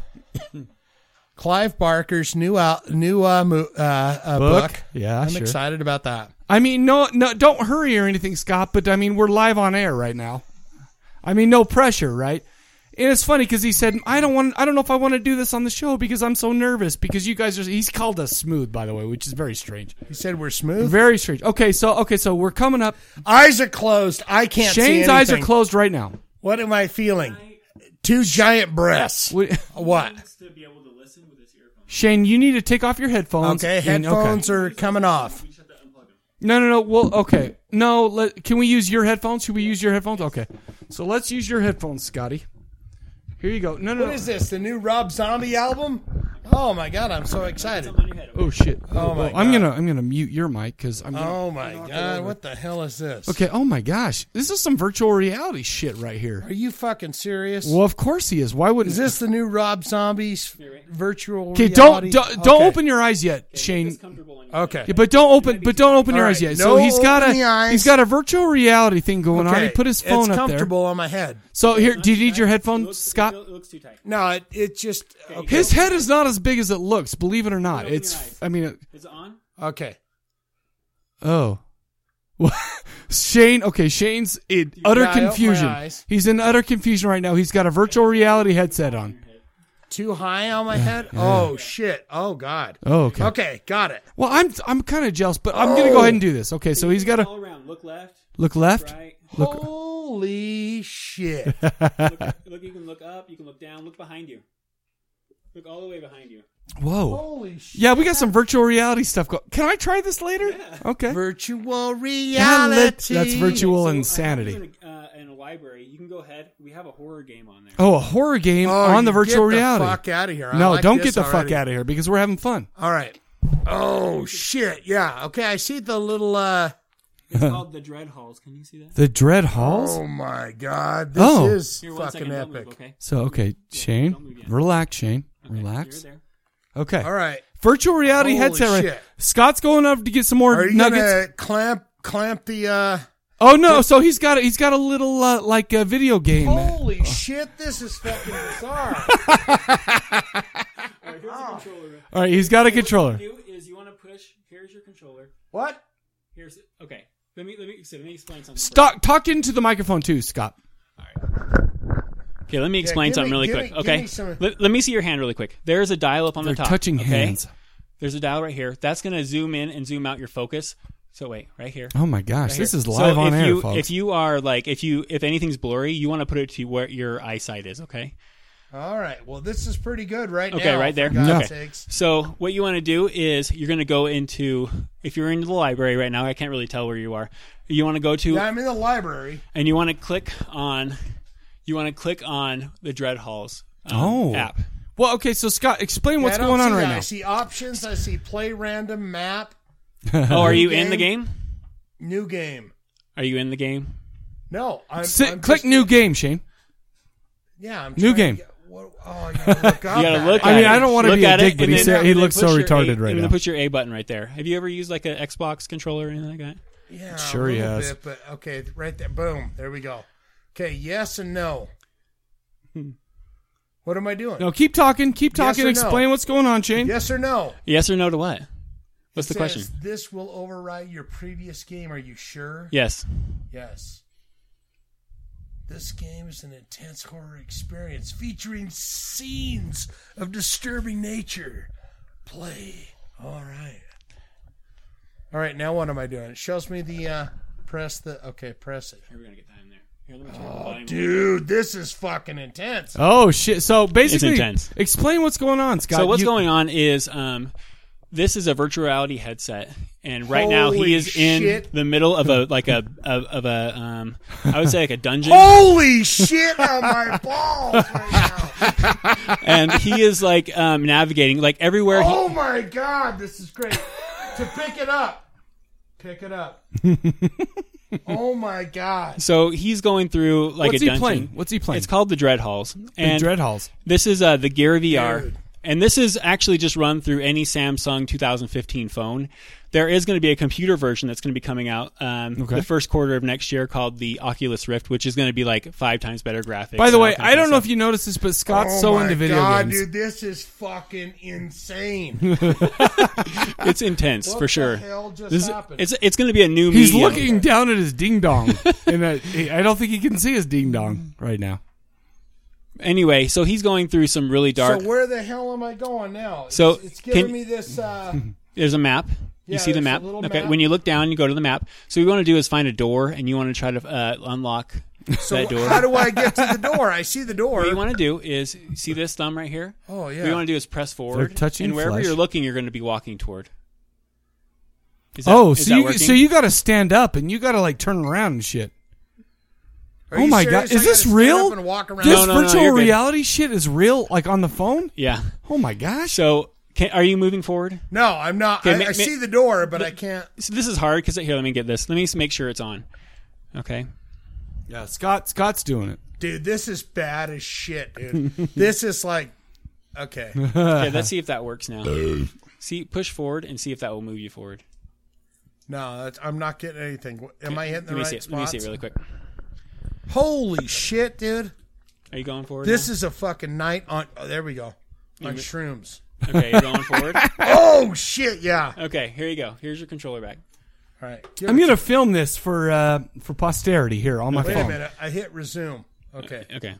Speaker 2: Clive Barker's new out new uh, mo- uh, uh,
Speaker 1: Book.
Speaker 2: book.
Speaker 1: Yeah,
Speaker 2: I'm
Speaker 1: sure.
Speaker 2: excited about that.
Speaker 1: I mean, no, no, don't hurry or anything, Scott. But I mean, we're live on air right now. I mean, no pressure, right? And it's funny because he said, "I don't want. I don't know if I want to do this on the show because I'm so nervous because you guys are." He's called us smooth, by the way, which is very strange.
Speaker 2: He said we're smooth.
Speaker 1: Very strange. Okay, so okay, so we're coming up.
Speaker 2: Eyes are closed. I can't. see
Speaker 1: Shane's eyes are
Speaker 2: anything.
Speaker 1: closed right now.
Speaker 2: What am I feeling? Two giant breasts. What?
Speaker 1: Shane, you need to take off your headphones.
Speaker 2: Okay,
Speaker 1: and-
Speaker 2: headphones are coming off.
Speaker 1: No, no, no. Well, okay. No, let, can we use your headphones? Should we use your headphones? Okay. So let's use your headphones, Scotty. Here you go. No, no,
Speaker 2: What
Speaker 1: no.
Speaker 2: is this? The new Rob Zombie album? Oh my god, I'm so excited.
Speaker 1: Oh shit.
Speaker 2: Oh my
Speaker 1: I'm
Speaker 2: God.
Speaker 1: gonna I'm gonna mute your mic because I'm. Gonna,
Speaker 2: Oh my god, what the hell is this?
Speaker 1: Okay. Oh my gosh. This is some virtual reality shit right here.
Speaker 2: Are you fucking serious?
Speaker 1: Well, of course he is. Why wouldn't?
Speaker 2: Is this the new Rob Zombie's virtual
Speaker 1: Okay.
Speaker 2: reality?
Speaker 1: Don't don't, don't open your eyes yet, Shane.
Speaker 2: Okay.
Speaker 1: Yeah, but don't open but don't open your
Speaker 2: All
Speaker 1: eyes
Speaker 2: right,
Speaker 1: yet.
Speaker 2: no
Speaker 1: so he's got
Speaker 2: opening the
Speaker 1: a
Speaker 2: eyes.
Speaker 1: he's got a virtual reality thing going on.
Speaker 2: Oh. Okay,
Speaker 1: He put his phone
Speaker 2: it's
Speaker 1: up there.
Speaker 2: comfortable on my head.
Speaker 1: So here, do you need your headphones, Scott?
Speaker 2: No, it, it just okay.
Speaker 1: His head is not as big as it looks. Believe it or not, it's. I mean, it,
Speaker 14: Is it on?
Speaker 2: Okay.
Speaker 1: oh, Well, Shane. Okay, Shane's in utter
Speaker 2: Yeah, I opened my
Speaker 1: confusion.
Speaker 2: eyes.
Speaker 1: He's in utter confusion right now. He's got a virtual reality headset on.
Speaker 2: Too high on my head? Oh shit. Oh god.
Speaker 1: Oh, okay.
Speaker 2: Okay, got it.
Speaker 1: Well, I'm I'm kind of jealous, but I'm
Speaker 2: Oh.
Speaker 1: gonna go ahead and do this. Okay, so he's got
Speaker 14: All
Speaker 1: to
Speaker 14: around. Look left.
Speaker 1: look left. Look.
Speaker 2: Holy shit.
Speaker 14: look, look, you can look up, you can look down, look behind you. Look all the way behind you.
Speaker 1: Whoa.
Speaker 2: Holy shit.
Speaker 1: Yeah, we got some virtual reality stuff. Go- Can I try this later? Okay.
Speaker 2: Virtual
Speaker 1: reality.
Speaker 2: reality.
Speaker 1: That's virtual
Speaker 14: So, I have
Speaker 1: insanity.
Speaker 14: you in a, uh, in a library, you can go ahead. We have a horror game on there.
Speaker 1: Oh, a horror game
Speaker 2: Oh,
Speaker 1: on the
Speaker 2: you
Speaker 1: virtual
Speaker 2: get the
Speaker 1: reality.
Speaker 2: fuck outta here. I
Speaker 1: no,
Speaker 2: like
Speaker 1: don't
Speaker 2: this
Speaker 1: get the fuck
Speaker 2: already.
Speaker 1: out of here because we're having fun.
Speaker 2: All right. Oh shit. Yeah. Okay, I see the little uh
Speaker 14: It's called the Dread Halls. Can you see that?
Speaker 1: The Dread Halls?
Speaker 2: Oh my god. This
Speaker 1: Oh.
Speaker 2: is
Speaker 14: Here, one
Speaker 2: fucking
Speaker 14: second, don't move,
Speaker 2: epic.
Speaker 14: okay.
Speaker 1: So, okay, Shane, relax, Shane. Relax. Okay.
Speaker 2: All right.
Speaker 1: Virtual reality
Speaker 2: Holy
Speaker 1: headset. Right.
Speaker 2: shit.
Speaker 1: Scott's going up to get some more
Speaker 2: Are you
Speaker 1: nuggets.
Speaker 2: gonna clamp clamp the uh
Speaker 1: Oh no! So he's got a, he's got a little uh, like a video game.
Speaker 2: Holy shit, this is fucking bizarre. Oh.
Speaker 1: All right, he's got a controller.
Speaker 14: Do is you want to push? Here's your controller.
Speaker 2: What?
Speaker 14: Here's okay. Let me let me so let me explain something.
Speaker 1: Stop talk into the microphone too, Scott.
Speaker 14: Okay, let me explain
Speaker 2: give
Speaker 14: something
Speaker 2: me-
Speaker 14: really
Speaker 2: give
Speaker 14: quick.
Speaker 2: me- give
Speaker 14: okay,
Speaker 2: me some-
Speaker 14: let, let me see your hand really quick. There's a dial up on
Speaker 1: They're
Speaker 14: the top.
Speaker 1: touching
Speaker 14: okay?
Speaker 1: hands.
Speaker 14: There's a dial right here. That's gonna zoom in and zoom out your focus. So wait, right here.
Speaker 1: Oh my gosh,
Speaker 14: Right
Speaker 1: this
Speaker 14: here.
Speaker 1: is live
Speaker 14: so
Speaker 1: on
Speaker 14: if
Speaker 1: air,
Speaker 14: you,
Speaker 1: folks.
Speaker 14: If you are like, if you if anything's blurry, you want to put it to where your eyesight is. Okay.
Speaker 2: All right. Well, this is pretty good right now.
Speaker 14: Okay, right there.
Speaker 2: For God's
Speaker 14: okay.
Speaker 2: sakes.
Speaker 14: So what you want to do is you're going to go into if you're into the library right now. I can't really tell where you are. You want to go to
Speaker 2: Yeah, I'm in the library.
Speaker 14: and you want to click on you want to click on the Dread Halls um,
Speaker 1: Oh.
Speaker 14: app.
Speaker 1: well, okay, so Scott, explain what's
Speaker 2: Yeah, I don't
Speaker 1: going on
Speaker 2: see
Speaker 1: right
Speaker 2: that.
Speaker 1: now.
Speaker 2: I see options. I see play random map.
Speaker 14: Oh, are you
Speaker 2: New
Speaker 14: in the game?
Speaker 2: New game.
Speaker 14: Are you in the game?
Speaker 2: No, I'm,
Speaker 1: Sit,
Speaker 2: I'm
Speaker 1: click
Speaker 2: just-
Speaker 1: new game, Shane.
Speaker 2: Yeah, I'm trying
Speaker 1: New
Speaker 2: to
Speaker 1: game.
Speaker 2: get- what- oh, you gotta look up
Speaker 14: You gotta
Speaker 2: at
Speaker 14: look.
Speaker 2: it.
Speaker 1: I
Speaker 14: at
Speaker 1: mean,
Speaker 14: it.
Speaker 1: I don't wanna
Speaker 14: Look
Speaker 1: be a
Speaker 14: at it,
Speaker 1: dick, but
Speaker 14: and
Speaker 1: he
Speaker 14: then-
Speaker 1: said- he
Speaker 14: and then
Speaker 1: looks so
Speaker 14: push your
Speaker 1: retarded
Speaker 14: A,
Speaker 1: right
Speaker 14: and
Speaker 1: now.
Speaker 14: then put your A button right there. Have you ever used like an Xbox controller or anything like that?
Speaker 2: Yeah,
Speaker 1: It sure
Speaker 2: a
Speaker 1: he
Speaker 2: little
Speaker 1: has.
Speaker 2: bit, but okay, right there. Boom. There we go. Okay, yes and no.
Speaker 14: Hmm.
Speaker 2: What am I doing?
Speaker 1: No, keep talking. Keep
Speaker 2: Yes
Speaker 1: talking.
Speaker 2: or no?
Speaker 1: Explain what's going on, Shane.
Speaker 2: Yes or no?
Speaker 14: Yes or no to what? What's the
Speaker 2: Says,
Speaker 14: question?
Speaker 2: This will override your previous game. Are you sure?
Speaker 14: Yes.
Speaker 2: Yes. This game is an intense horror experience featuring scenes of disturbing nature. Play. All right. All right, now what am I doing? It shows me the uh press the okay, press it.
Speaker 14: Here we're gonna get that in there.
Speaker 2: Oh, dude, this is fucking intense.
Speaker 1: Oh shit! So basically,
Speaker 14: intense.
Speaker 1: explain what's going on, Scott.
Speaker 14: So what's
Speaker 1: You-
Speaker 14: going on is um, this is a virtual reality headset, and right now
Speaker 1: Holy
Speaker 14: he is in
Speaker 1: shit.
Speaker 14: the middle of a like a of, of a um, I would say like a dungeon.
Speaker 2: Holy shit on my balls right now.
Speaker 14: and he is like um, navigating like everywhere. he-
Speaker 2: Oh my god, this is great. to pick it up. Pick it up. oh my god.
Speaker 14: so he's going through like
Speaker 1: What's
Speaker 14: a
Speaker 1: he
Speaker 14: dungeon.
Speaker 1: playing? What's he playing?
Speaker 14: It's called the Dread Halls. And
Speaker 1: Dread Halls.
Speaker 14: This is uh, the Gear VR,
Speaker 1: Dude.
Speaker 14: and this is actually just run through any Samsung 2015 phone. There is going to be a computer version that's going to be coming out um,
Speaker 1: Okay.
Speaker 14: the first quarter of next year called the Oculus Rift, which is going to be like five times better graphics.
Speaker 1: By
Speaker 14: and
Speaker 1: the
Speaker 14: all
Speaker 1: way,
Speaker 14: kinds
Speaker 1: I
Speaker 14: of
Speaker 1: don't know
Speaker 14: stuff.
Speaker 1: if you noticed this, but Scott's
Speaker 2: oh
Speaker 1: so
Speaker 2: my
Speaker 1: into video
Speaker 2: god,
Speaker 1: games.
Speaker 2: dude, this is fucking insane.
Speaker 14: it's intense
Speaker 2: What
Speaker 14: for
Speaker 2: the
Speaker 14: sure.
Speaker 2: hell just
Speaker 14: This is-
Speaker 2: happened?
Speaker 14: It's it's going to be a new.
Speaker 1: He's
Speaker 14: medium.
Speaker 1: looking down at his ding dong, and I, I don't think he can see his ding dong right now.
Speaker 14: Anyway, so he's going through some really dark.
Speaker 2: So where the hell am I going now?
Speaker 14: So,
Speaker 2: it's, it's giving
Speaker 14: can-
Speaker 2: me this uh
Speaker 14: There's a map. you
Speaker 2: Yeah,
Speaker 14: see the
Speaker 2: there's a
Speaker 14: map.
Speaker 2: little
Speaker 14: Okay.
Speaker 2: map.
Speaker 14: When you look down, you go to the map. So what you want to do is find a door, and you want to try to uh, unlock that door.
Speaker 2: How do I get to the door? I see the door.
Speaker 14: What you want to do is see this thumb right here.
Speaker 2: Oh, yeah.
Speaker 14: What you want to do is press forward.
Speaker 1: They're touching
Speaker 14: and wherever
Speaker 1: flesh.
Speaker 14: you're looking, you're going to be walking toward. Is that-
Speaker 1: oh,
Speaker 14: is
Speaker 1: so
Speaker 14: that
Speaker 1: you
Speaker 14: working?
Speaker 1: so you got to stand up and you got to like turn around and shit.
Speaker 2: Are
Speaker 1: oh
Speaker 2: you
Speaker 1: my
Speaker 2: serious?
Speaker 1: god, is
Speaker 2: I
Speaker 1: this
Speaker 2: gotta stand
Speaker 1: real?
Speaker 2: up and walk around?
Speaker 1: This
Speaker 14: No, no, no,
Speaker 1: virtual
Speaker 14: you're good.
Speaker 1: reality shit is real, like on the phone.
Speaker 14: Yeah.
Speaker 1: Oh my gosh.
Speaker 14: So can, are you moving forward?
Speaker 2: No, I'm not.
Speaker 14: Okay,
Speaker 2: Uh, I,
Speaker 14: ma-
Speaker 2: I
Speaker 14: ma-
Speaker 2: see the door, but I can't.
Speaker 14: So this is hard because here, let me get this. Let me s- make sure it's on. Okay.
Speaker 1: Yeah, Scott Scott's doing it.
Speaker 2: Dude, this is bad as shit, dude. this is like, okay.
Speaker 14: Okay. Let's see if that works now. see, push forward and see if that will move you forward.
Speaker 2: No, that's, I'm not getting anything. Am I hitting the
Speaker 14: let me
Speaker 2: right
Speaker 14: see it.
Speaker 2: spots?
Speaker 14: Let me see it really quick.
Speaker 2: Holy shit, dude!
Speaker 14: Are you going forward?
Speaker 2: This
Speaker 14: now?
Speaker 2: is a fucking night on. Oh, there we go.
Speaker 14: You
Speaker 2: On
Speaker 14: mi-
Speaker 2: shrooms.
Speaker 14: okay. You're going forward.
Speaker 2: Oh shit! Yeah.
Speaker 14: Okay. Here you go. Here's your controller back.
Speaker 2: All right.
Speaker 1: I'm gonna film this for uh, for posterity here on my
Speaker 2: Wait
Speaker 1: phone.
Speaker 2: a minute. I hit resume. Okay.
Speaker 14: Uh, Okay.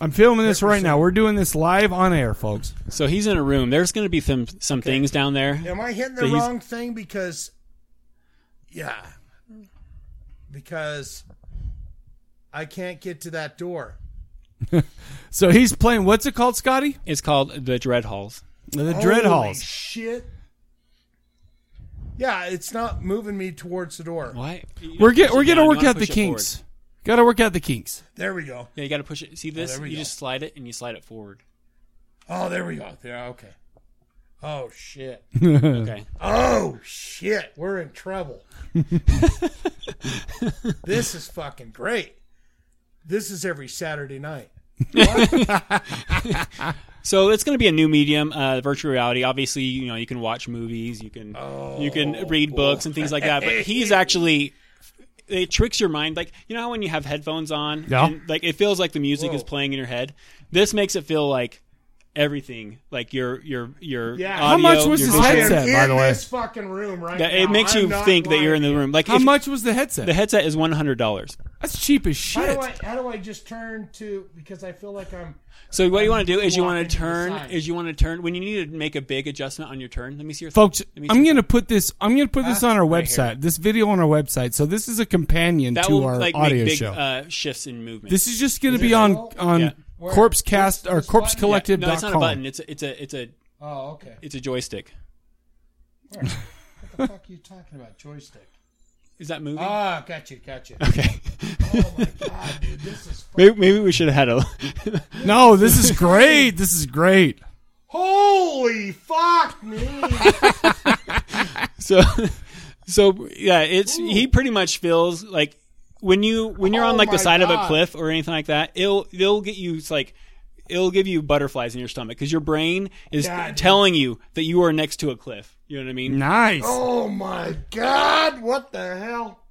Speaker 1: I'm filming this right now. We're doing this live on air, folks.
Speaker 14: So he's in a room. There's going to be some some things down there.
Speaker 2: Am I hitting
Speaker 14: So
Speaker 2: the
Speaker 14: he's-
Speaker 2: wrong thing? Because, yeah, because I can't get to that door.
Speaker 1: So he's playing. What's it called, Scotty?
Speaker 14: It's called the Dread Halls.
Speaker 1: The Dread
Speaker 2: Holy
Speaker 1: Halls.
Speaker 2: Shit. Yeah, it's not moving me towards the door.
Speaker 14: Why? You
Speaker 1: We're
Speaker 14: don't
Speaker 1: get
Speaker 14: push
Speaker 1: we're
Speaker 14: it
Speaker 1: gonna
Speaker 14: down, you
Speaker 1: work
Speaker 14: wanna
Speaker 1: out the
Speaker 14: push it forward.
Speaker 1: kinks. Got to work out the kinks.
Speaker 2: There we go. Oh,
Speaker 14: Yeah, you got to push it. See this?
Speaker 2: there we
Speaker 14: you
Speaker 2: go.
Speaker 14: just slide it and you slide it forward.
Speaker 2: Oh, there we go. There. Okay. Oh shit.
Speaker 14: Okay.
Speaker 2: Oh shit. We're in trouble. this is fucking great. This is every Saturday night.
Speaker 14: So it's going to be a new medium, uh, virtual reality. Obviously, you know you can watch movies, you can you
Speaker 2: Oh,
Speaker 14: can read books and things like that. But he's actually it tricks your mind. Like you know how when you have headphones on,
Speaker 1: Yeah.
Speaker 14: and, like it feels like the music is playing in your head. This makes it feel like everything, like your your your.
Speaker 2: Yeah.
Speaker 14: Audio,
Speaker 1: How much was
Speaker 14: your
Speaker 1: this
Speaker 14: visual-
Speaker 1: headset,
Speaker 2: in
Speaker 1: by the way?
Speaker 2: this fucking room right
Speaker 14: That it
Speaker 2: now.
Speaker 14: makes
Speaker 2: I'm
Speaker 14: you
Speaker 2: not
Speaker 14: think that
Speaker 2: lying.
Speaker 14: you're in the room. Like
Speaker 1: How
Speaker 14: if-
Speaker 1: much was the headset?
Speaker 14: The headset is one hundred dollars.
Speaker 1: That's cheap as
Speaker 2: How
Speaker 1: shit.
Speaker 2: do I how do I just turn to because I feel like I'm
Speaker 14: So what you want to do is you
Speaker 2: Walking
Speaker 14: want
Speaker 2: to
Speaker 14: to
Speaker 2: the
Speaker 14: turn
Speaker 2: side.
Speaker 14: is you want to turn when you need to make a big adjustment on your turn. Let me see your
Speaker 1: Folks,
Speaker 14: Let me see
Speaker 1: I'm
Speaker 14: your-
Speaker 1: gonna put this. I'm gonna put this
Speaker 14: Huh?
Speaker 1: on our
Speaker 14: Right
Speaker 1: website.
Speaker 14: here.
Speaker 1: this video on our website. So this is a companion
Speaker 14: that
Speaker 1: to
Speaker 14: will
Speaker 1: our
Speaker 14: like
Speaker 1: audio
Speaker 14: make big
Speaker 1: show.
Speaker 14: uh, shifts in movement.
Speaker 1: this is just gonna be on on
Speaker 14: Yeah.
Speaker 1: Corpse Cast or CorpseCollective.com.
Speaker 14: no, it's not a button. It's a, it's a it's a
Speaker 2: Oh, okay.
Speaker 14: it's a joystick.
Speaker 2: What the fuck are you talking about? Joystick.
Speaker 14: Is that moving?
Speaker 2: Ah, got you, got you.
Speaker 14: okay.
Speaker 2: Oh my god, dude, this is
Speaker 14: maybe, maybe we should have had a.
Speaker 1: No, this is great. This is great.
Speaker 2: Holy fuck me.
Speaker 14: so so yeah it's he pretty much feels like when you when you're
Speaker 2: Oh
Speaker 14: on like the
Speaker 2: my
Speaker 14: side of a
Speaker 2: God.
Speaker 14: cliff or anything like that it'll it'll get you it's like it'll give you butterflies in your stomach because your brain is
Speaker 2: God.
Speaker 14: telling you that you are next to a cliff. You know what I mean?
Speaker 2: Oh my God! What the hell?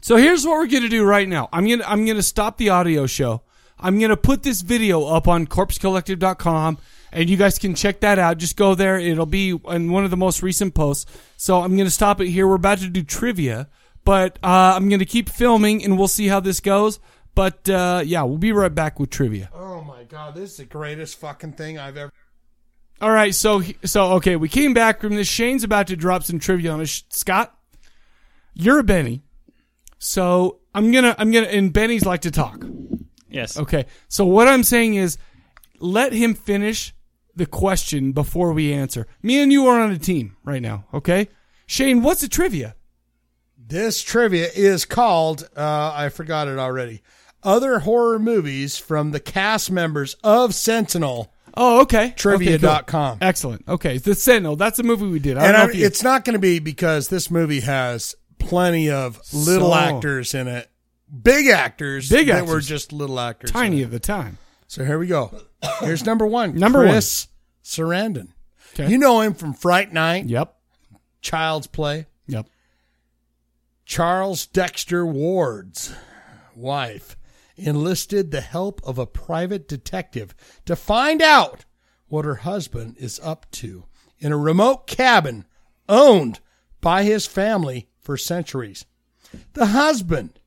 Speaker 1: So here's what we're gonna do right now. I'm gonna I'm gonna stop the audio show. I'm gonna put this video up on corpsecollective.com, and you guys can check that out. Just go there; it'll be in one of the most recent posts. So I'm gonna stop it here. We're about to do trivia, but uh, I'm gonna keep filming, and we'll see how this goes. But uh, yeah, we'll be right back with trivia.
Speaker 2: Oh my God! This is the greatest fucking thing I've ever.
Speaker 1: All right, so so okay, we came back from this. Shane's about to drop some trivia on us. Scott, you're a Benny, so I'm gonna I'm gonna and Bennies like to talk.
Speaker 14: Yes.
Speaker 1: Okay, so what I'm saying is, let him finish the question before we answer. Me and you are on a team right now. Okay, Shane, what's the trivia?
Speaker 2: This trivia is called, uh, I forgot it already, Other Horror Movies from the Cast Members of Sentinel.
Speaker 1: Oh, okay.
Speaker 2: Trivia.com.
Speaker 1: Excellent. Okay, the Sentinel. That's a movie we did. I
Speaker 2: And
Speaker 1: don't know
Speaker 2: I,
Speaker 1: if you-
Speaker 2: it's not going to be because this movie has plenty of little
Speaker 1: So-
Speaker 2: actors in it, big actors
Speaker 1: Big
Speaker 2: that were
Speaker 1: actors.
Speaker 2: just little actors.
Speaker 1: Tiny at the time.
Speaker 2: So here we go. Here's number one.
Speaker 1: Number one.
Speaker 2: Chris Sarandon. You know him from Fright Night.
Speaker 1: Yep.
Speaker 2: Child's Play.
Speaker 1: Yep.
Speaker 2: Charles Dexter Ward's wife enlisted the help of a private detective to find out what her husband is up to in a remote cabin owned by his family for centuries. The husband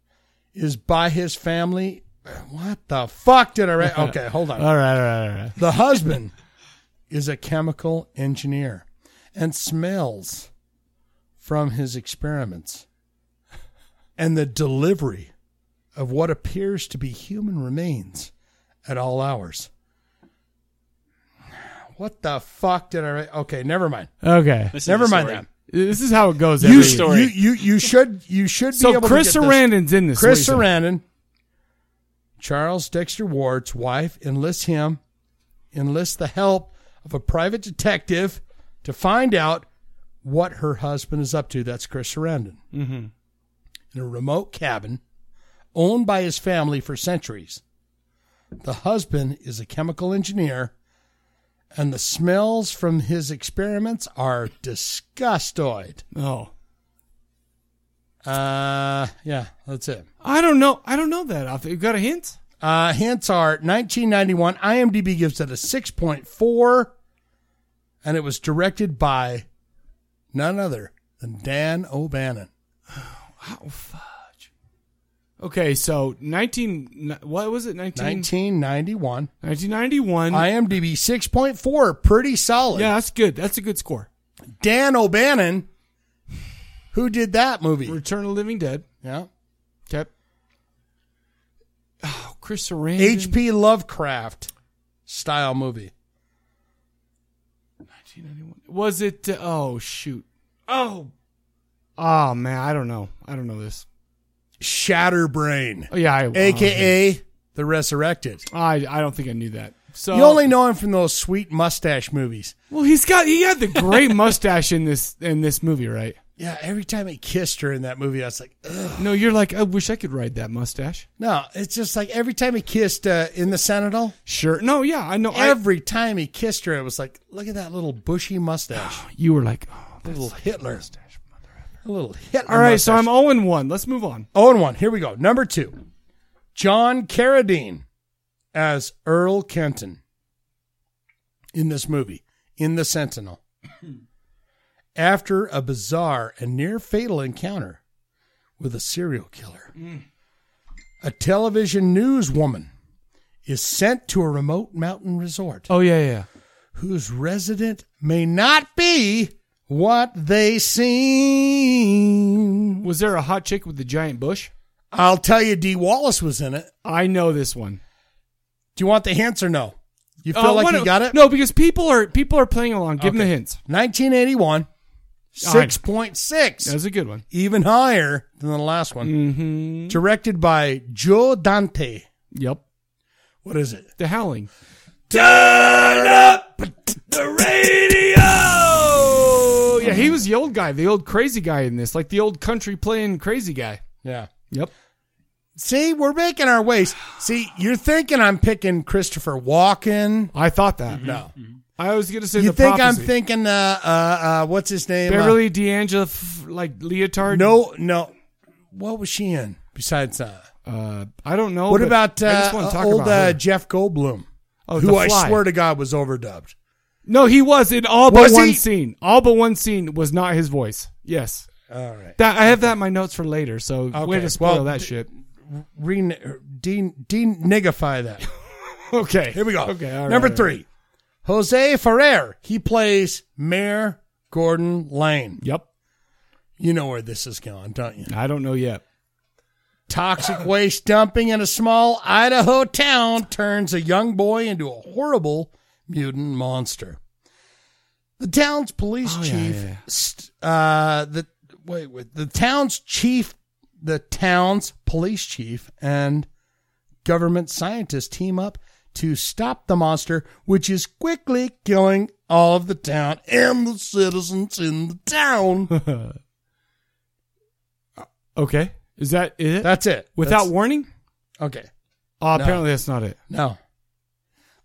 Speaker 2: is by his family. What the fuck did I write? Okay, hold on.
Speaker 1: All right, all right, all right.
Speaker 2: The husband is a chemical engineer and smells from his experiments and the delivery of what appears to be human remains at all hours. What the fuck did I write? Okay, never mind.
Speaker 1: Okay,
Speaker 2: never mind that.
Speaker 1: This is how it goes.
Speaker 2: You,
Speaker 1: every
Speaker 2: sh- you you you should you should be
Speaker 1: So
Speaker 2: able
Speaker 1: Chris
Speaker 2: to get
Speaker 1: Sarandon's in this,
Speaker 2: Chris
Speaker 1: what are you
Speaker 2: Sarandon, Charles Dexter Ward's wife enlists him, enlists the help of a private detective to find out what her husband is up to. That's Chris Sarandon
Speaker 1: Mm-hmm.
Speaker 2: in a remote cabin owned by his family for centuries. The husband is a chemical engineer, and the smells from his experiments are disgustoid.
Speaker 1: Oh.
Speaker 2: Uh, yeah, that's it.
Speaker 1: I don't know. I don't know that. Off- You got a hint?
Speaker 2: Uh, hints are 1991. IMDb gives it a 6.4, and it was directed by none other than Dan O'Bannon.
Speaker 1: Oh, Okay, so 19 what was it? 19
Speaker 2: 1991.
Speaker 1: 1991.
Speaker 2: IMDb 6.4. Pretty solid.
Speaker 1: Yeah, that's good. That's a good score.
Speaker 2: Dan O'Bannon, who did that movie?
Speaker 1: Return of the Living Dead.
Speaker 2: Yeah.
Speaker 1: Yep. Oh, Chris Sarandon.
Speaker 2: H.P. Lovecraft style movie.
Speaker 1: 1991. Was it uh, Oh shoot. Oh. Oh man, I don't know. I don't know this.
Speaker 2: Shatterbrain.
Speaker 1: Oh, yeah, I,
Speaker 2: AKA The Resurrected.
Speaker 1: I I don't think I knew that. So
Speaker 2: you only know him from those sweet mustache movies.
Speaker 1: Well, he's got he had the gray mustache in this in this movie, right?
Speaker 2: Yeah, every time he kissed her in that movie, I was like, Ugh.
Speaker 1: No, you're like I wish I could ride that mustache.
Speaker 2: no, it's just like every time he kissed uh, in the Sentinel.
Speaker 1: Sure. No, yeah, I know. I-
Speaker 2: Every time he kissed her, it was like, look at that little bushy mustache.
Speaker 1: You were like,
Speaker 2: little Hitler. A little Hitler.
Speaker 1: All right, so
Speaker 2: mustache.
Speaker 1: I'm 0 and 1. Let's move on.
Speaker 2: 0 and 1. Here we go. Number two, John Carradine as Earl Kenton in this movie, in The Sentinel. After a bizarre and near fatal encounter with a serial killer,
Speaker 1: Mm.
Speaker 2: a television newswoman is sent to a remote mountain resort
Speaker 1: Oh, yeah, yeah.
Speaker 2: whose resident may not be what they seem.
Speaker 1: Was there a hot chick with the giant bush?
Speaker 2: I'll tell you, D. Wallace was in it.
Speaker 1: I know this one.
Speaker 2: Do you want the hints or no? You feel
Speaker 1: Uh,
Speaker 2: like
Speaker 1: what-
Speaker 2: you got it?
Speaker 1: No, because people are people are playing along. Give them
Speaker 2: Okay.
Speaker 1: the hints.
Speaker 2: 1981,
Speaker 1: All right.
Speaker 2: 6.6.
Speaker 1: That was a good one.
Speaker 2: Even higher than the last one.
Speaker 1: Mm-hmm.
Speaker 2: Directed by Joe Dante.
Speaker 1: Yep.
Speaker 2: What is it?
Speaker 1: The Howling.
Speaker 2: Turn up the
Speaker 1: Oh,
Speaker 2: radio.
Speaker 1: yeah, he was the old guy, the old crazy guy in this, like the old country playing crazy guy.
Speaker 2: Yeah.
Speaker 1: Yep.
Speaker 2: See, we're making our ways. See, you're thinking I'm picking Christopher Walken.
Speaker 1: I thought that.
Speaker 2: No.
Speaker 1: Mm-hmm. I was gonna say
Speaker 2: You
Speaker 1: the
Speaker 2: think I'm
Speaker 1: prophecy.
Speaker 2: thinking, uh, uh, uh, what's his name? Uh,
Speaker 1: Beverly D'Angelo, f- like leotard.
Speaker 2: No, no. What was she in besides uh,
Speaker 1: uh I don't know.
Speaker 2: What
Speaker 1: but
Speaker 2: about
Speaker 1: I just wanna
Speaker 2: uh,
Speaker 1: talk
Speaker 2: old
Speaker 1: about
Speaker 2: uh,
Speaker 1: her.
Speaker 2: Jeff Goldblum?
Speaker 1: Oh,
Speaker 2: who
Speaker 1: The
Speaker 2: I
Speaker 1: Fly.
Speaker 2: swear to God was overdubbed.
Speaker 1: No, he was in all but
Speaker 2: Was
Speaker 1: one
Speaker 2: he?
Speaker 1: scene. All but one scene was not his voice. Yes.
Speaker 2: All right.
Speaker 1: That I have that in my notes for later. So way to spoil
Speaker 2: well,
Speaker 1: that
Speaker 2: d-
Speaker 1: shit.
Speaker 2: Re- de- denigify that.
Speaker 1: okay.
Speaker 2: Here we go.
Speaker 1: Okay, all right,
Speaker 2: Number
Speaker 1: all right.
Speaker 2: three, Jose Ferrer. He plays Mayor Gordon Lane.
Speaker 1: Yep.
Speaker 2: You know where this is going, don't you?
Speaker 1: I don't know yet.
Speaker 2: Toxic waste dumping in a small Idaho town turns a young boy into a horrible mutant monster. The town's
Speaker 1: Oh,
Speaker 2: police chief, st- uh, the wait, wait, the town's chief, the town's police chief, and government scientists team up to stop the monster, which is quickly killing all of the town and the citizens in the town.
Speaker 1: Okay. Is that it?
Speaker 2: That's it.
Speaker 1: Without
Speaker 2: That's-
Speaker 1: warning?
Speaker 2: Okay.
Speaker 1: Uh,
Speaker 2: No.
Speaker 1: Apparently that's not it.
Speaker 2: No.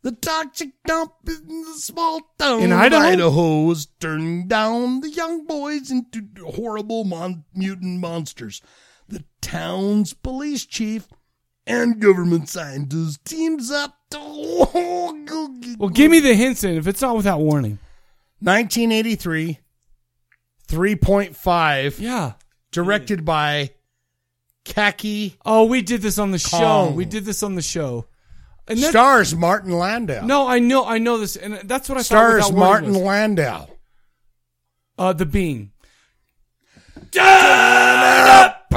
Speaker 2: The toxic dump in the small town
Speaker 1: In
Speaker 2: of
Speaker 1: Idaho?
Speaker 2: Idaho is turning down the young boys into horrible mon- mutant monsters. The town's police chief and government scientists teams up to.
Speaker 1: Well, give me the hints in if it's not without warning.
Speaker 2: 1983, 3.5.
Speaker 1: Yeah.
Speaker 2: Directed by Khaki.
Speaker 1: Oh, we did this on the show.
Speaker 2: Kong.
Speaker 1: We did this on the show. that-
Speaker 2: Stars Martin Landau.
Speaker 1: No, I know, I know this, and that's what I thought.
Speaker 2: Stars
Speaker 1: without warning
Speaker 2: Martin
Speaker 1: was.
Speaker 2: Landau.
Speaker 1: Uh, the Bean. Turn it up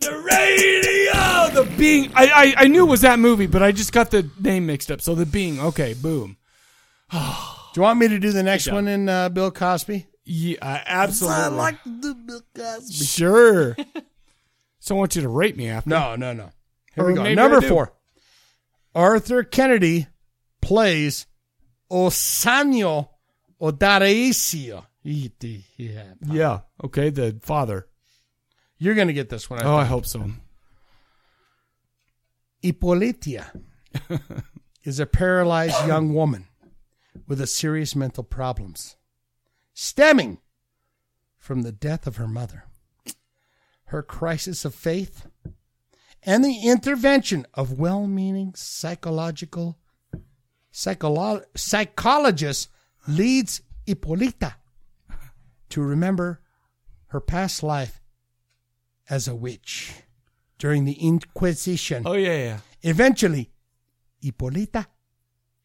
Speaker 1: the radio. The Bean. I, I I knew it was that movie, but I just got the name mixed up. So the Bean. Okay, boom.
Speaker 2: Do you want me to do the next one in uh, Bill Cosby?
Speaker 1: Yeah, I- absolutely.
Speaker 2: I like to do Bill Cosby.
Speaker 1: Sure. so I want you to rate me after.
Speaker 2: No, no, no. Here
Speaker 1: Or
Speaker 2: we go.
Speaker 1: maybe
Speaker 2: Number
Speaker 1: I do.
Speaker 2: four. Arthur Kennedy plays Osanio Odaraisio. Yeah.
Speaker 1: Yeah. Okay. The father.
Speaker 2: You're going to get this one.
Speaker 1: oh, I hope so.
Speaker 2: Hippolytia is a paralyzed young woman with a serious mental problems stemming from the death of her mother, her crisis of faith, and the intervention of well-meaning psychological psycholo- psychologists leads Hippolyta to remember her past life as a witch during the Inquisition.
Speaker 1: Oh yeah, yeah.
Speaker 2: Eventually, Hippolyta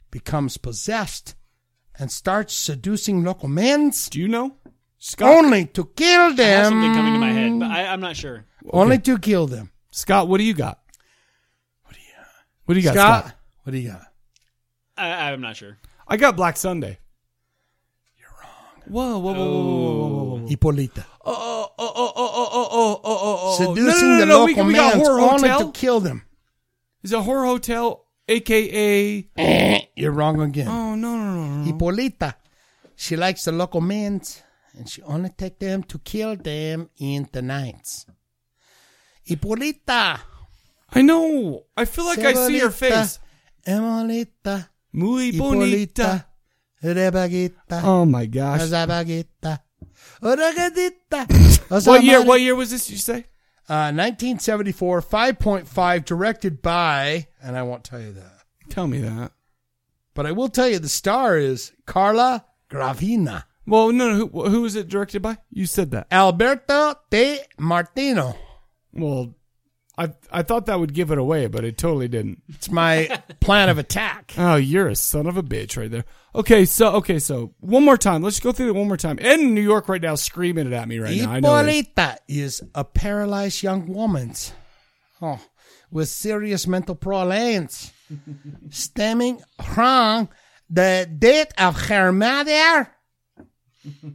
Speaker 2: becomes possessed and starts seducing local men.
Speaker 1: Do you know?
Speaker 2: Only to kill them.
Speaker 14: I have something coming to my head, but I, I'm not sure.
Speaker 2: Only to kill them.
Speaker 1: Scott, what do you got? What do you got? What do you got,
Speaker 2: Scott,
Speaker 1: Scott?
Speaker 2: What do you got?
Speaker 14: I, I'm not sure.
Speaker 1: I got Black Sunday. You're wrong. Whoa, whoa, whoa, whoa, whoa, whoa, whoa,
Speaker 2: Oh.
Speaker 1: whoa.
Speaker 2: Hippolyta.
Speaker 1: Oh, oh, oh, oh, oh, oh, oh, oh, oh, oh.
Speaker 2: Seducing
Speaker 1: no, no, no,
Speaker 2: the
Speaker 1: no,
Speaker 2: local
Speaker 1: we, we got
Speaker 2: men
Speaker 1: Horror
Speaker 2: only
Speaker 1: Hotel.
Speaker 2: to kill them.
Speaker 1: Is it Horror Hotel, a.k.a.
Speaker 2: Eh, You're wrong again.
Speaker 1: Oh, no, no, no, no.
Speaker 2: Hippolyta, she likes the local men, and she only take them to kill them in the nights. Hippolyta.
Speaker 1: I know. I feel like I see your face.
Speaker 2: Emolita.
Speaker 1: Muy
Speaker 2: Hippolyta.
Speaker 1: bonita.
Speaker 2: Rebaguita.
Speaker 1: Oh, my gosh.
Speaker 2: Zabaguita. Oragadita.
Speaker 1: What year, what year was this, you say?
Speaker 2: Uh, 1974, 5.5, directed by, and I won't tell you that.
Speaker 1: Tell me that.
Speaker 2: But I will tell you the star is Carla Gravina.
Speaker 1: Well, no, no. Who, who was it directed by? You said that.
Speaker 2: Alberto de Martino.
Speaker 1: Well, I I thought that would give it away, but it totally didn't.
Speaker 2: It's my plan of attack.
Speaker 1: Oh, you're a son of a bitch right there. Okay, so okay, so one more time. Let's go through it one more time. Ed in New York right now screaming it at me right now. I know. this.
Speaker 2: Hippolyta is a paralyzed young woman oh, with serious mental problems stemming from the death of her mother,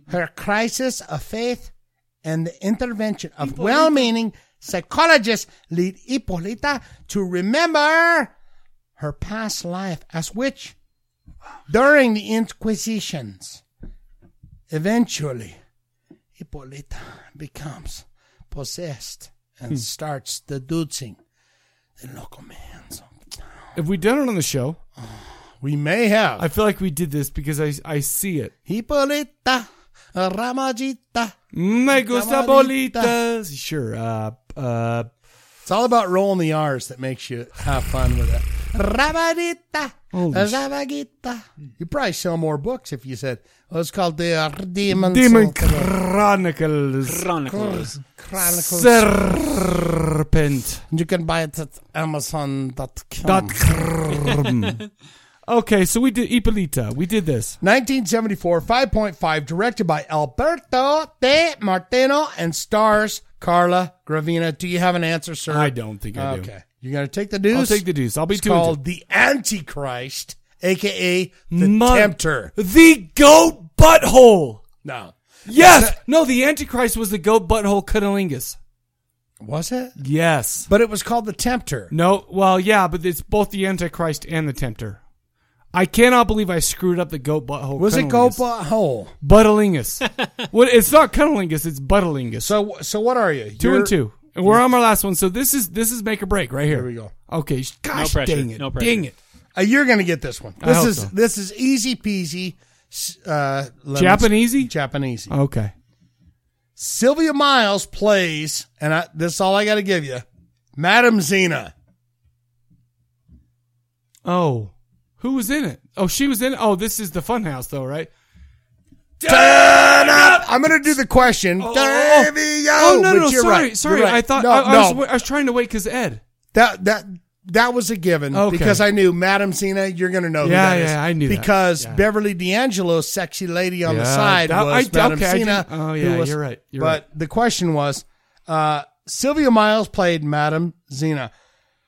Speaker 2: her crisis of faith, and the intervention of well meaning psychologists lead Hippolyta to remember her past life as witch during the Inquisitions. Eventually,
Speaker 1: Hmm.
Speaker 2: Hippolyta becomes possessed and starts seducing
Speaker 1: Have we done it on the show? We may have. I feel like we did this because I I see it.
Speaker 2: Hippolyta, Ramajita.
Speaker 1: Me gusta bolitas. Sure. Uh, uh,
Speaker 2: it's all about rolling the R's that makes you have fun with it. Ramajita,
Speaker 1: Holy sh-
Speaker 2: Ramajita. You'd probably sell more books if you said, well, it's called the uh, Demon,
Speaker 1: Demon Chronicles.
Speaker 2: Chronicles. Chronicles.
Speaker 1: Serpent.
Speaker 2: You can buy it at Amazon.com.
Speaker 1: Dot crrrm. okay, so we did Ippolita. We did this.
Speaker 2: 1974, 5.5, directed by Alberto De Martino and stars Carla Gravina. Do you have an answer, sir?
Speaker 1: I don't think I do.
Speaker 2: Okay. You're going to take the deuce?
Speaker 1: I'll take the deuce. I'll be
Speaker 2: it's
Speaker 1: two and two.
Speaker 2: called The Antichrist, a.k.a. The
Speaker 1: Mother-
Speaker 2: Tempter.
Speaker 1: The goat butthole.
Speaker 2: No.
Speaker 1: Yes. No, the Antichrist was the goat butthole cunnilingus.
Speaker 2: Was it?
Speaker 1: Yes.
Speaker 2: But it was called the Tempter.
Speaker 1: No. Well, yeah, but it's both the Antichrist and the Tempter. I cannot believe I screwed up the goat butthole.
Speaker 2: Was it goat butthole?
Speaker 1: Buttlingus. what? It's not cunnilingus. It's buttlingus.
Speaker 2: So, so what are you?
Speaker 1: 2
Speaker 2: You're-
Speaker 1: and two. And we're on our last one. So this is this is make or break right here.
Speaker 2: Here we go.
Speaker 1: Okay. sh-
Speaker 2: No
Speaker 1: Gosh,
Speaker 2: pressure,
Speaker 1: dang it.
Speaker 2: no pressure.
Speaker 1: dang it.
Speaker 2: Uh, you're going to get this one.
Speaker 1: I
Speaker 2: This
Speaker 1: hope
Speaker 2: is
Speaker 1: so.
Speaker 2: this is easy peasy. s- Uh, lemon-
Speaker 1: Japanesey? Oh.
Speaker 2: Japanesey.
Speaker 1: Okay.
Speaker 2: Sylvia Miles plays, and I, this is all I got to give you, Madam Xena.
Speaker 1: Oh, who was in it? Oh, she was in. Oh, this is the fun house though, right?
Speaker 2: I'm going to do the question. Oh,
Speaker 1: oh no, no,
Speaker 2: but you're
Speaker 1: sorry,
Speaker 2: right.
Speaker 1: sorry.
Speaker 2: You're right.
Speaker 1: I thought
Speaker 2: No,
Speaker 1: I, I
Speaker 2: no.
Speaker 1: was, I was trying to wait because Ed.
Speaker 2: that that that was a given
Speaker 1: Okay.
Speaker 2: because I knew Madam Xena. You're going to know. who
Speaker 1: Yeah,
Speaker 2: that is.
Speaker 1: yeah, I knew that.
Speaker 2: because Beverly D'Angelo, sexy lady on the
Speaker 1: Yeah,
Speaker 2: side,
Speaker 1: that-
Speaker 2: was
Speaker 1: I-
Speaker 2: Madam
Speaker 1: okay, I did-
Speaker 2: Xena.
Speaker 1: oh,
Speaker 2: who
Speaker 1: yeah,
Speaker 2: was-
Speaker 1: you're right, you're
Speaker 2: but the question was, uh, Sylvia Miles played Madam Xena.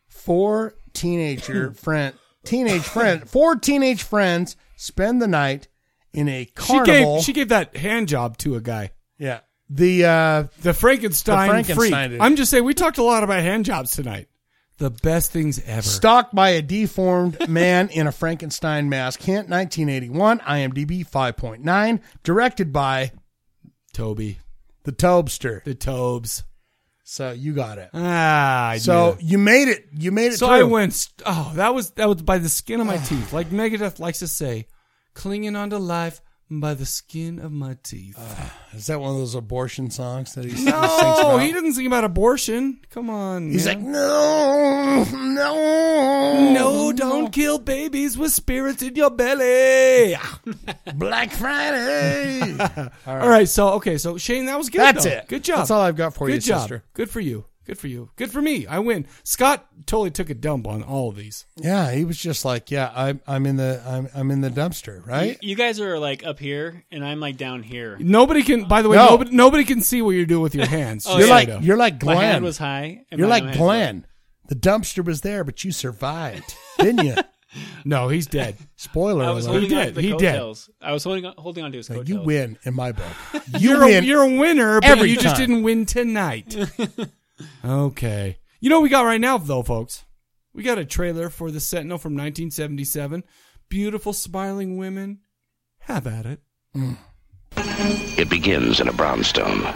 Speaker 2: Four teenager friend, teenage friend, four teenage friends spend the night in a carnival.
Speaker 1: She gave she gave that hand job to a guy.
Speaker 2: yeah, the uh,
Speaker 1: The Frankenstein,
Speaker 2: The Frankenstein
Speaker 1: freak.
Speaker 2: dude.
Speaker 1: I'm just saying we talked a lot about hand jobs tonight. The best things ever.
Speaker 2: Stalked by a deformed man in a Frankenstein mask. Hint 1981, IMDb 5.9. Directed by
Speaker 1: Toby.
Speaker 2: The Tobster.
Speaker 1: The Tobes.
Speaker 2: So you got it.
Speaker 1: Ah, I
Speaker 2: so
Speaker 1: knew.
Speaker 2: you made it. You made it
Speaker 1: so
Speaker 2: through.
Speaker 1: I went. st- Oh, that was that was by the skin of my teeth, like Megadeth likes to say, clinging onto life by the skin of my teeth.
Speaker 2: Uh, Is that one of those abortion songs that he sings
Speaker 1: no,
Speaker 2: about?
Speaker 1: he didn't sing about abortion. Come on,
Speaker 2: He's
Speaker 1: man.
Speaker 2: like, no, no,
Speaker 1: no, don't kill babies with spirits in your belly.
Speaker 2: Black Friday. all, right.
Speaker 1: All right, so okay, so Shane, that was good.
Speaker 2: That's
Speaker 1: though.
Speaker 2: it.
Speaker 1: Good job.
Speaker 2: That's all I've got for
Speaker 1: good
Speaker 2: you,
Speaker 1: job.
Speaker 2: sister.
Speaker 1: Good for you. Good for you. Good for me. I win. Scott totally took a dump on all of these.
Speaker 2: Yeah, he was just like, yeah, I'm, I'm in the, I'm, I'm in the dumpster, right?
Speaker 14: You, you guys are like up here, and I'm like down here.
Speaker 1: Nobody can. By the way,
Speaker 2: No.
Speaker 1: nobody, nobody can see what you're doing with your hands.
Speaker 14: Oh,
Speaker 1: Just
Speaker 2: you're
Speaker 1: so
Speaker 2: like,
Speaker 1: you know.
Speaker 2: you're like
Speaker 14: My
Speaker 2: Glenn.
Speaker 14: hand was high and
Speaker 2: You're
Speaker 14: my
Speaker 2: like
Speaker 14: hand was low.
Speaker 2: Glenn. The dumpster was there, but you survived, didn't you?
Speaker 1: no, he's dead.
Speaker 2: Spoiler
Speaker 14: I was
Speaker 2: alert.
Speaker 14: holding on to the coattails. I was holding on, holding on to his coattails.
Speaker 2: You win in my book. You
Speaker 1: You're a,
Speaker 2: win.
Speaker 1: you're a winner, but
Speaker 2: every
Speaker 1: you just
Speaker 2: time.
Speaker 1: didn't win tonight. okay. You know what we got right now, though, folks? We got a trailer for The Sentinel from 1977. Beautiful, smiling women. Have at it.
Speaker 12: It begins in a brownstone.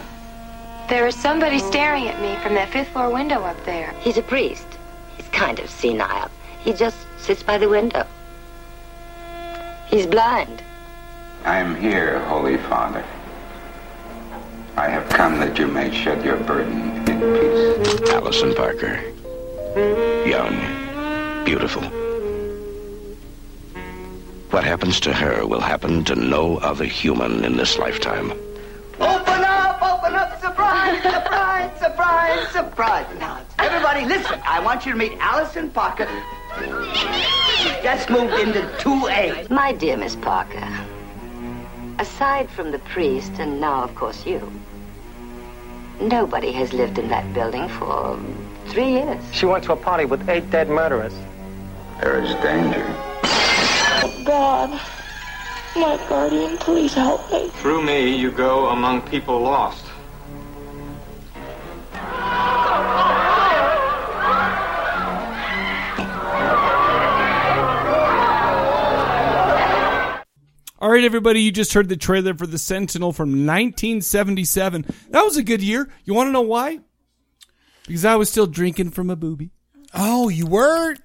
Speaker 15: There is somebody staring at me from that fifth floor window up there.
Speaker 16: He's a priest. He's kind of senile. He just sits by the window. He's blind.
Speaker 17: I am here, Holy Father. I have come that you may shed your burden in peace.
Speaker 12: Allison Parker. Young. Beautiful. What happens to her will happen to no other human in this lifetime.
Speaker 18: Open up, open up, surprise, surprise, surprise, surprise. Now, everybody listen, I want you to meet Allison Parker. She just moved into 2A.
Speaker 16: My dear Miss Parker, aside from the priest and now, of course, you, nobody has lived in that building for three years.
Speaker 19: She went to a party with eight dead murderers.
Speaker 17: There is danger.
Speaker 20: Oh, God, my guardian, please help me.
Speaker 21: Through me, you go among people lost.
Speaker 1: All right, everybody, you just heard the trailer for The Sentinel from 1977. That was a good year. You want to know why? Because I was still drinking from a booby.
Speaker 2: Oh, you were.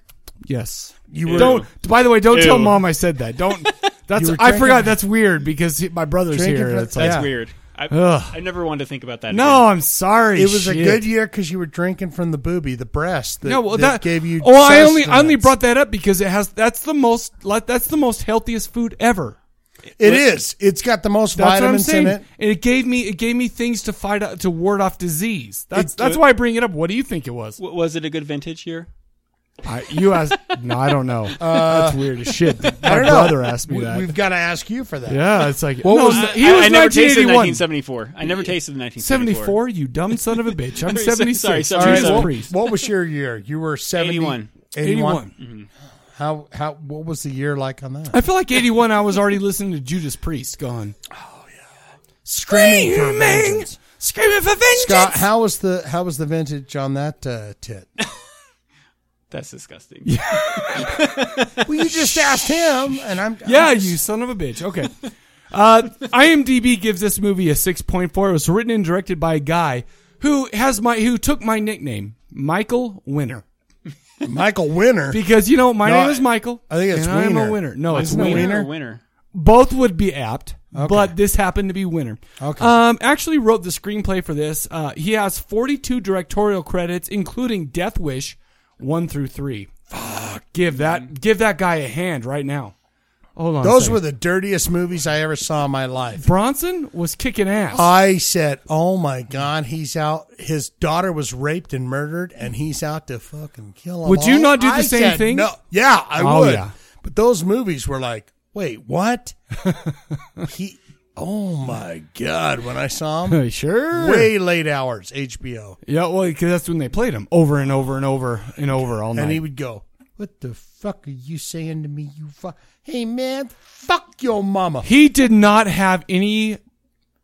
Speaker 1: Yes.
Speaker 2: You were-
Speaker 1: Don't. By the way, don't
Speaker 2: Ew.
Speaker 1: tell mom I said that. Don't. That's.
Speaker 2: You were
Speaker 1: I
Speaker 2: drinking-
Speaker 1: forgot. That's weird because he- my brother's
Speaker 2: Drinking
Speaker 1: here.
Speaker 2: for-
Speaker 1: It's like-
Speaker 14: That's weird. I,
Speaker 1: Ugh.
Speaker 14: I never wanted to think about that.
Speaker 1: No,
Speaker 14: again.
Speaker 1: I'm sorry.
Speaker 2: It was a
Speaker 1: shit.
Speaker 2: good year because you were drinking from the booby, the breast. That,
Speaker 1: no, well,
Speaker 2: that,
Speaker 1: that
Speaker 2: gave you.
Speaker 1: Oh, I only I only brought that up because it has. That's the most. like, That's the most healthiest food ever.
Speaker 2: It is. It's got the most
Speaker 1: That's what I'm
Speaker 2: vitamins in
Speaker 1: saying.
Speaker 2: it.
Speaker 1: And it gave me it gave me things to fight o- to ward off disease. That's
Speaker 14: It-
Speaker 1: that's why I bring it up. What do you think it was?
Speaker 14: W- was it a good vintage year?
Speaker 1: I, you asked. no, I don't know.
Speaker 14: Uh,
Speaker 1: that's weird as shit. My
Speaker 14: I don't know.
Speaker 1: brother asked me
Speaker 14: We-
Speaker 1: that.
Speaker 2: We've got to ask you for that.
Speaker 1: Yeah, it's like
Speaker 14: What
Speaker 1: no,
Speaker 14: was
Speaker 1: I-
Speaker 14: the-
Speaker 1: he
Speaker 14: I-
Speaker 1: was
Speaker 14: I never tasted
Speaker 1: 1981.
Speaker 14: 1974. I never tasted 1974.
Speaker 1: 74, you dumb son of a bitch. I'm
Speaker 14: Sorry, sorry,
Speaker 1: 76.
Speaker 14: sorry, sorry,
Speaker 1: Jesus
Speaker 14: sorry.
Speaker 1: Priest.
Speaker 2: What was your year? You were 70,
Speaker 14: 81.
Speaker 2: 81.
Speaker 1: 81.
Speaker 2: How how what was the year like on that?
Speaker 1: I feel like 81, I was already listening to Judas Priest going, oh, yeah. Screaming for vengeance. Screaming for vengeance.
Speaker 2: Scott, how was the how was the vintage on that uh, tit?
Speaker 14: That's disgusting.
Speaker 2: well, you just asked him, and I'm
Speaker 1: Yeah, you son of a bitch. Okay. Uh, IMDb gives this movie a 6.4. It was written and directed by a guy who has my who took my nickname, Michael Winner.
Speaker 2: Michael Winner.
Speaker 1: Because you know my
Speaker 2: No,
Speaker 1: name is Michael.
Speaker 2: I think it's
Speaker 1: and I am a
Speaker 2: Wiener.
Speaker 1: winner. No, it's
Speaker 14: Michael
Speaker 1: winner.
Speaker 14: Wiener or Winner?
Speaker 1: Both would be apt,
Speaker 14: Okay.
Speaker 1: but this happened to be winner.
Speaker 14: Okay.
Speaker 1: Um, actually wrote the screenplay for this. Uh, he has 42 directorial credits, including Death Wish, one through three. Fuck, give that give that guy a hand right now. Hold on. a
Speaker 2: Those
Speaker 1: second.
Speaker 2: were the dirtiest movies I ever saw in my life.
Speaker 1: Bronson was kicking ass.
Speaker 2: I said, "Oh my God, he's out. His daughter was raped and murdered, and he's out to fucking kill them."
Speaker 1: Would you
Speaker 2: all."
Speaker 1: not do the
Speaker 2: I
Speaker 1: same
Speaker 2: said,
Speaker 1: thing?
Speaker 2: No, yeah, I
Speaker 1: Oh,
Speaker 2: would.
Speaker 1: yeah.
Speaker 2: But those movies were like, wait, what? he, oh my God, when I saw him,
Speaker 1: Sure.
Speaker 2: Um, way late hours, HBO,
Speaker 1: yeah, well, because that's when they played him over and over and over and over all night.
Speaker 2: and he would go, "What the fuck are you saying to me? You fuck, hey man, fuck your mama."
Speaker 1: He did not have any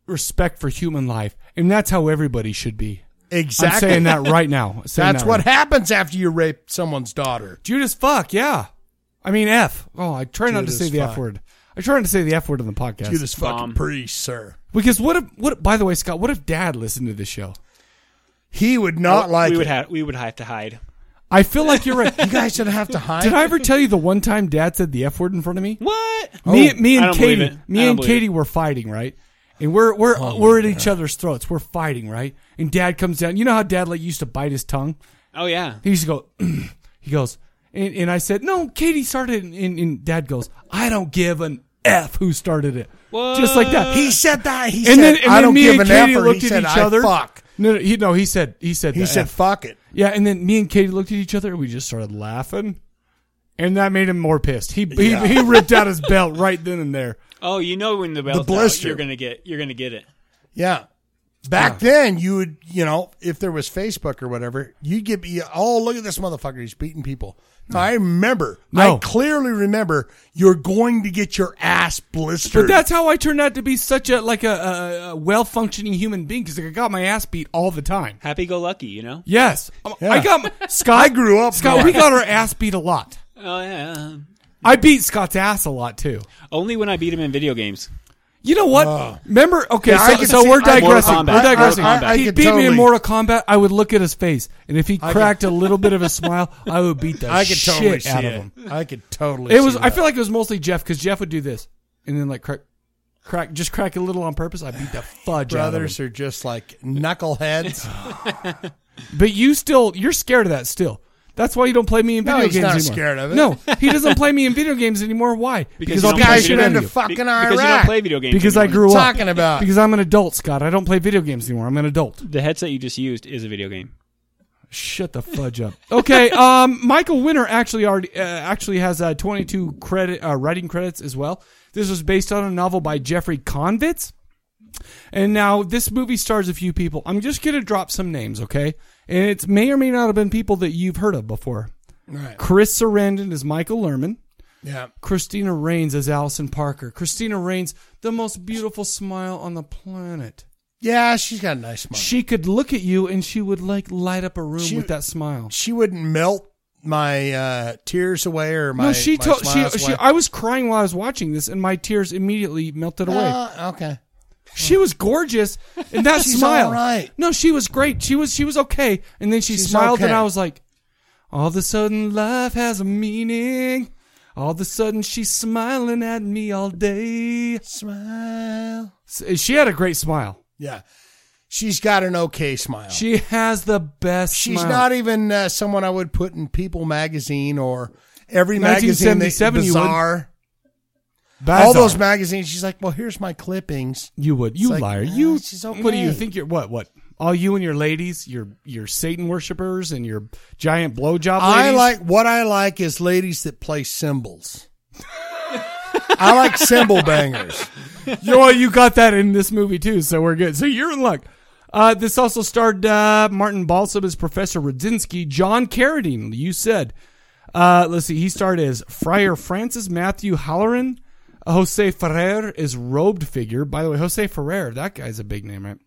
Speaker 1: respect for human life, and that's how everybody should be.
Speaker 2: Exactly.
Speaker 1: I'm saying that right now. Saying
Speaker 2: That's
Speaker 1: that
Speaker 2: what
Speaker 1: right now.
Speaker 2: happens after you rape someone's daughter.
Speaker 1: Judas fuck, yeah. I mean F. Oh, I try not to
Speaker 2: Judas
Speaker 1: say the
Speaker 2: fuck.
Speaker 1: F word. I try not to say the F word on the podcast.
Speaker 2: Judas fucking priest, sir.
Speaker 1: Because what if what by the way, Scott, what if dad listened to this show?
Speaker 2: He would
Speaker 14: Oh, we would have we would have to hide.
Speaker 1: I feel like you're right.
Speaker 2: you guys should have to hide.
Speaker 1: Did I ever tell you the one time Dad said the f word in front of me?
Speaker 14: What?
Speaker 1: Me,
Speaker 14: Oh.
Speaker 1: me
Speaker 14: I
Speaker 1: and
Speaker 14: don't believe it.
Speaker 1: Katie,
Speaker 14: I
Speaker 1: me
Speaker 14: don't
Speaker 1: and
Speaker 14: believe it.
Speaker 1: Katie were fighting, right? And we're we're
Speaker 2: Oh
Speaker 1: we're at each other's throats. We're fighting, right? And Dad comes down. You know how Dad like used to bite his tongue.
Speaker 14: Oh yeah.
Speaker 1: He used to go. he goes, and, and I said, "No, Katie started." it." And, and Dad goes, "I don't give an f who started it." Just like that.
Speaker 2: He said that. He
Speaker 1: and
Speaker 2: said,
Speaker 1: then, and
Speaker 2: I
Speaker 1: then
Speaker 2: don't
Speaker 1: me
Speaker 2: give
Speaker 1: and
Speaker 2: an
Speaker 1: Katie
Speaker 2: effort.
Speaker 1: looked
Speaker 2: he
Speaker 1: at
Speaker 2: said,
Speaker 1: each
Speaker 2: I
Speaker 1: other.
Speaker 2: fuck.
Speaker 1: No, no, he no, he said he said
Speaker 2: He
Speaker 1: the
Speaker 2: said,
Speaker 1: F.
Speaker 2: fuck it.
Speaker 1: Yeah, and then me and Katie looked at each other and we just started laughing, and that made him more pissed. He he,
Speaker 14: Yeah.
Speaker 1: he ripped out his belt right then and there.
Speaker 14: Oh, you know when the bell's out,
Speaker 2: blister.
Speaker 14: you're gonna get you're gonna get it.
Speaker 2: Yeah. Back then, you would, you know, if there was Facebook or whatever, you'd get, you- oh, look at this motherfucker. He's beating people. I remember.
Speaker 1: No.
Speaker 2: I clearly remember you're going to get your ass blistered.
Speaker 1: But that's how I turned out to be such a like a, a, a well functioning human being because I got my ass beat all the time.
Speaker 14: Happy go lucky, you know.
Speaker 1: Yes, Um,
Speaker 14: Yeah.
Speaker 1: I got my- Scott. I
Speaker 2: grew up.
Speaker 1: Scott,
Speaker 14: more.
Speaker 1: we got our ass beat a lot.
Speaker 14: Oh yeah.
Speaker 1: I beat Scott's ass a lot too.
Speaker 14: Only when I beat him in video games.
Speaker 1: You know what? Remember? Okay,
Speaker 14: Yeah, I
Speaker 1: so,
Speaker 14: can
Speaker 1: so
Speaker 14: see-
Speaker 1: we're
Speaker 14: I can-
Speaker 1: digressing.
Speaker 14: Mortal Kombat.
Speaker 1: We're digressing.
Speaker 14: I- I- I
Speaker 1: he
Speaker 14: can
Speaker 1: beat me in
Speaker 14: totally-
Speaker 1: Mortal Kombat. I would look at his face, and if he
Speaker 2: I can-
Speaker 1: cracked a little bit of a smile, I would beat the
Speaker 2: I could
Speaker 1: shit
Speaker 2: totally see
Speaker 1: out
Speaker 2: it.
Speaker 1: of him.
Speaker 2: I could totally
Speaker 1: It was.
Speaker 2: see
Speaker 1: I
Speaker 2: that.
Speaker 1: feel like it was mostly Jeff because Jeff would do this, and then like crack, crack, just crack a little on purpose. I beat the fudge out of him.
Speaker 2: Brothers are just like knuckleheads.
Speaker 1: But you still, you're scared of that still. That's why you don't play me in
Speaker 2: No,
Speaker 1: video
Speaker 2: he's
Speaker 1: games
Speaker 2: not
Speaker 1: anymore.
Speaker 2: scared of it.
Speaker 1: No, he doesn't play me in video games anymore. Why?
Speaker 14: Because you
Speaker 1: I'll
Speaker 14: don't
Speaker 1: beat
Speaker 14: play
Speaker 1: the
Speaker 14: video
Speaker 1: shit out of
Speaker 14: games.
Speaker 1: you.
Speaker 14: Be- because you don't play video games
Speaker 1: Because I
Speaker 14: anymore.
Speaker 1: grew up.
Speaker 14: Talking about.
Speaker 1: Because I'm an adult, Scott. I don't play video games anymore. I'm an adult.
Speaker 14: The headset you just used is a video game. Oh,
Speaker 1: Shut the fudge up. Okay, um, Michael Winner actually already uh, actually has uh, 22 credit uh, writing credits as well. This was based on a novel by Jeffrey Convitz. And now this movie stars a few people. I'm just going to drop some names, okay? And it may or may not have been people that you've heard of before.
Speaker 2: Right.
Speaker 1: Chris Sarandon is Michael Lerman.
Speaker 2: Yeah.
Speaker 1: Christina Rains as Allison Parker. Christina Rains, the most beautiful smile on the planet.
Speaker 2: Yeah, she's got a nice smile.
Speaker 1: She could look at you and she would like light up a room
Speaker 2: She-
Speaker 1: with that smile.
Speaker 2: She wouldn't melt my uh, tears away or my
Speaker 1: no, she
Speaker 2: my
Speaker 1: told she,
Speaker 2: smiles
Speaker 1: she
Speaker 2: away.
Speaker 1: I was crying while I was watching this, and my tears immediately melted away.
Speaker 2: Uh, okay.
Speaker 1: she was gorgeous, and that
Speaker 2: She's
Speaker 1: smile.
Speaker 2: all right.
Speaker 1: No, she was great. She was she was okay, and then she
Speaker 2: She's
Speaker 1: smiled, and
Speaker 2: okay.
Speaker 1: I was like, All of a sudden, life has a meaning. All of a sudden, she's smiling at me all day.
Speaker 2: Smile.
Speaker 1: She had a great smile.
Speaker 2: Yeah. She's got an okay smile.
Speaker 1: She has the best
Speaker 2: She's
Speaker 1: smile.
Speaker 2: not even uh, someone I would put in People magazine or every magazine. That,
Speaker 1: 1977 you would.
Speaker 2: Bazaar.
Speaker 1: Bazaar.
Speaker 2: All those magazines. She's like, well, here's my clippings.
Speaker 1: You would. You
Speaker 2: It's like,
Speaker 1: liar.
Speaker 2: ah,
Speaker 1: you.
Speaker 2: she's
Speaker 1: What do you
Speaker 2: okay.
Speaker 1: think? You're what? What? All you and your ladies, your your Satan worshippers and your giant blowjob.
Speaker 2: I
Speaker 1: ladies?
Speaker 2: like what I like is ladies that play cymbals. I like cymbal bangers.
Speaker 1: Yo, well, you got that in this movie too, so we're good. So you're in luck. Uh, this also starred uh, Martin Balsam as Professor Radzinski, John Carradine. You said, uh, let's see, he starred as Friar Francis Matthew Halloran. Uh, Jose Ferrer is robed figure. By the way, Jose Ferrer, that guy's a big name, right?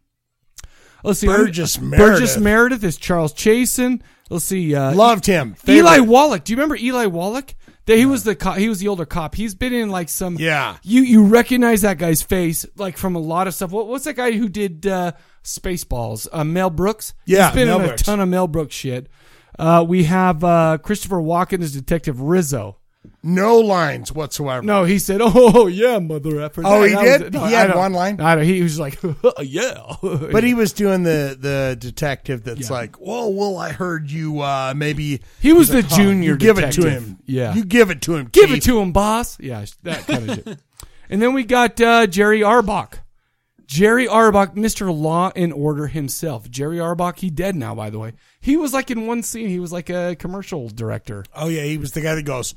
Speaker 1: Let's see,
Speaker 2: Burgess
Speaker 1: Burgess
Speaker 2: Meredith.
Speaker 1: Meredith is Charles Chasen. Let's see, uh,
Speaker 2: Loved him.
Speaker 1: Eli
Speaker 2: Favorite.
Speaker 1: Wallach. Do you remember Eli Wallach? That he was the co- he was the older cop. He's been in like some
Speaker 2: Yeah.
Speaker 1: You you recognize that guy's face like from a lot of stuff. What what's that guy who did uh, Spaceballs? Uh, Mel Brooks.
Speaker 2: Yeah,
Speaker 1: he's been
Speaker 2: Mel
Speaker 1: in
Speaker 2: Brooks.
Speaker 1: a ton of Mel Brooks shit. Uh, we have uh, Christopher Walken as Detective Rizzo.
Speaker 2: No lines whatsoever.
Speaker 1: No, he said, "Oh yeah, mother effer."
Speaker 2: Oh, he
Speaker 1: That
Speaker 2: did?
Speaker 1: no,
Speaker 2: He
Speaker 1: I
Speaker 2: had
Speaker 1: don't-
Speaker 2: one line?
Speaker 1: I don't, he was like, "Yeah,"
Speaker 2: But he was doing the the detective that's
Speaker 1: Yeah.
Speaker 2: like, "Well, well, I heard you uh maybe
Speaker 1: He was
Speaker 2: he's like,
Speaker 1: the
Speaker 2: "Huh,
Speaker 1: junior
Speaker 2: You give it to
Speaker 1: detective."
Speaker 2: him.
Speaker 1: Yeah.
Speaker 2: you give it to him.
Speaker 1: Give
Speaker 2: Keith.
Speaker 1: it to him, boss. Yeah, that kind of shit. And then we got uh, Jerry Arbach. Jerry Arbach, Mr. Law and Order himself. Jerry Arbach, he dead now, by the way. He was like in one scene, he was like a commercial director.
Speaker 2: Oh yeah, he was the guy that goes,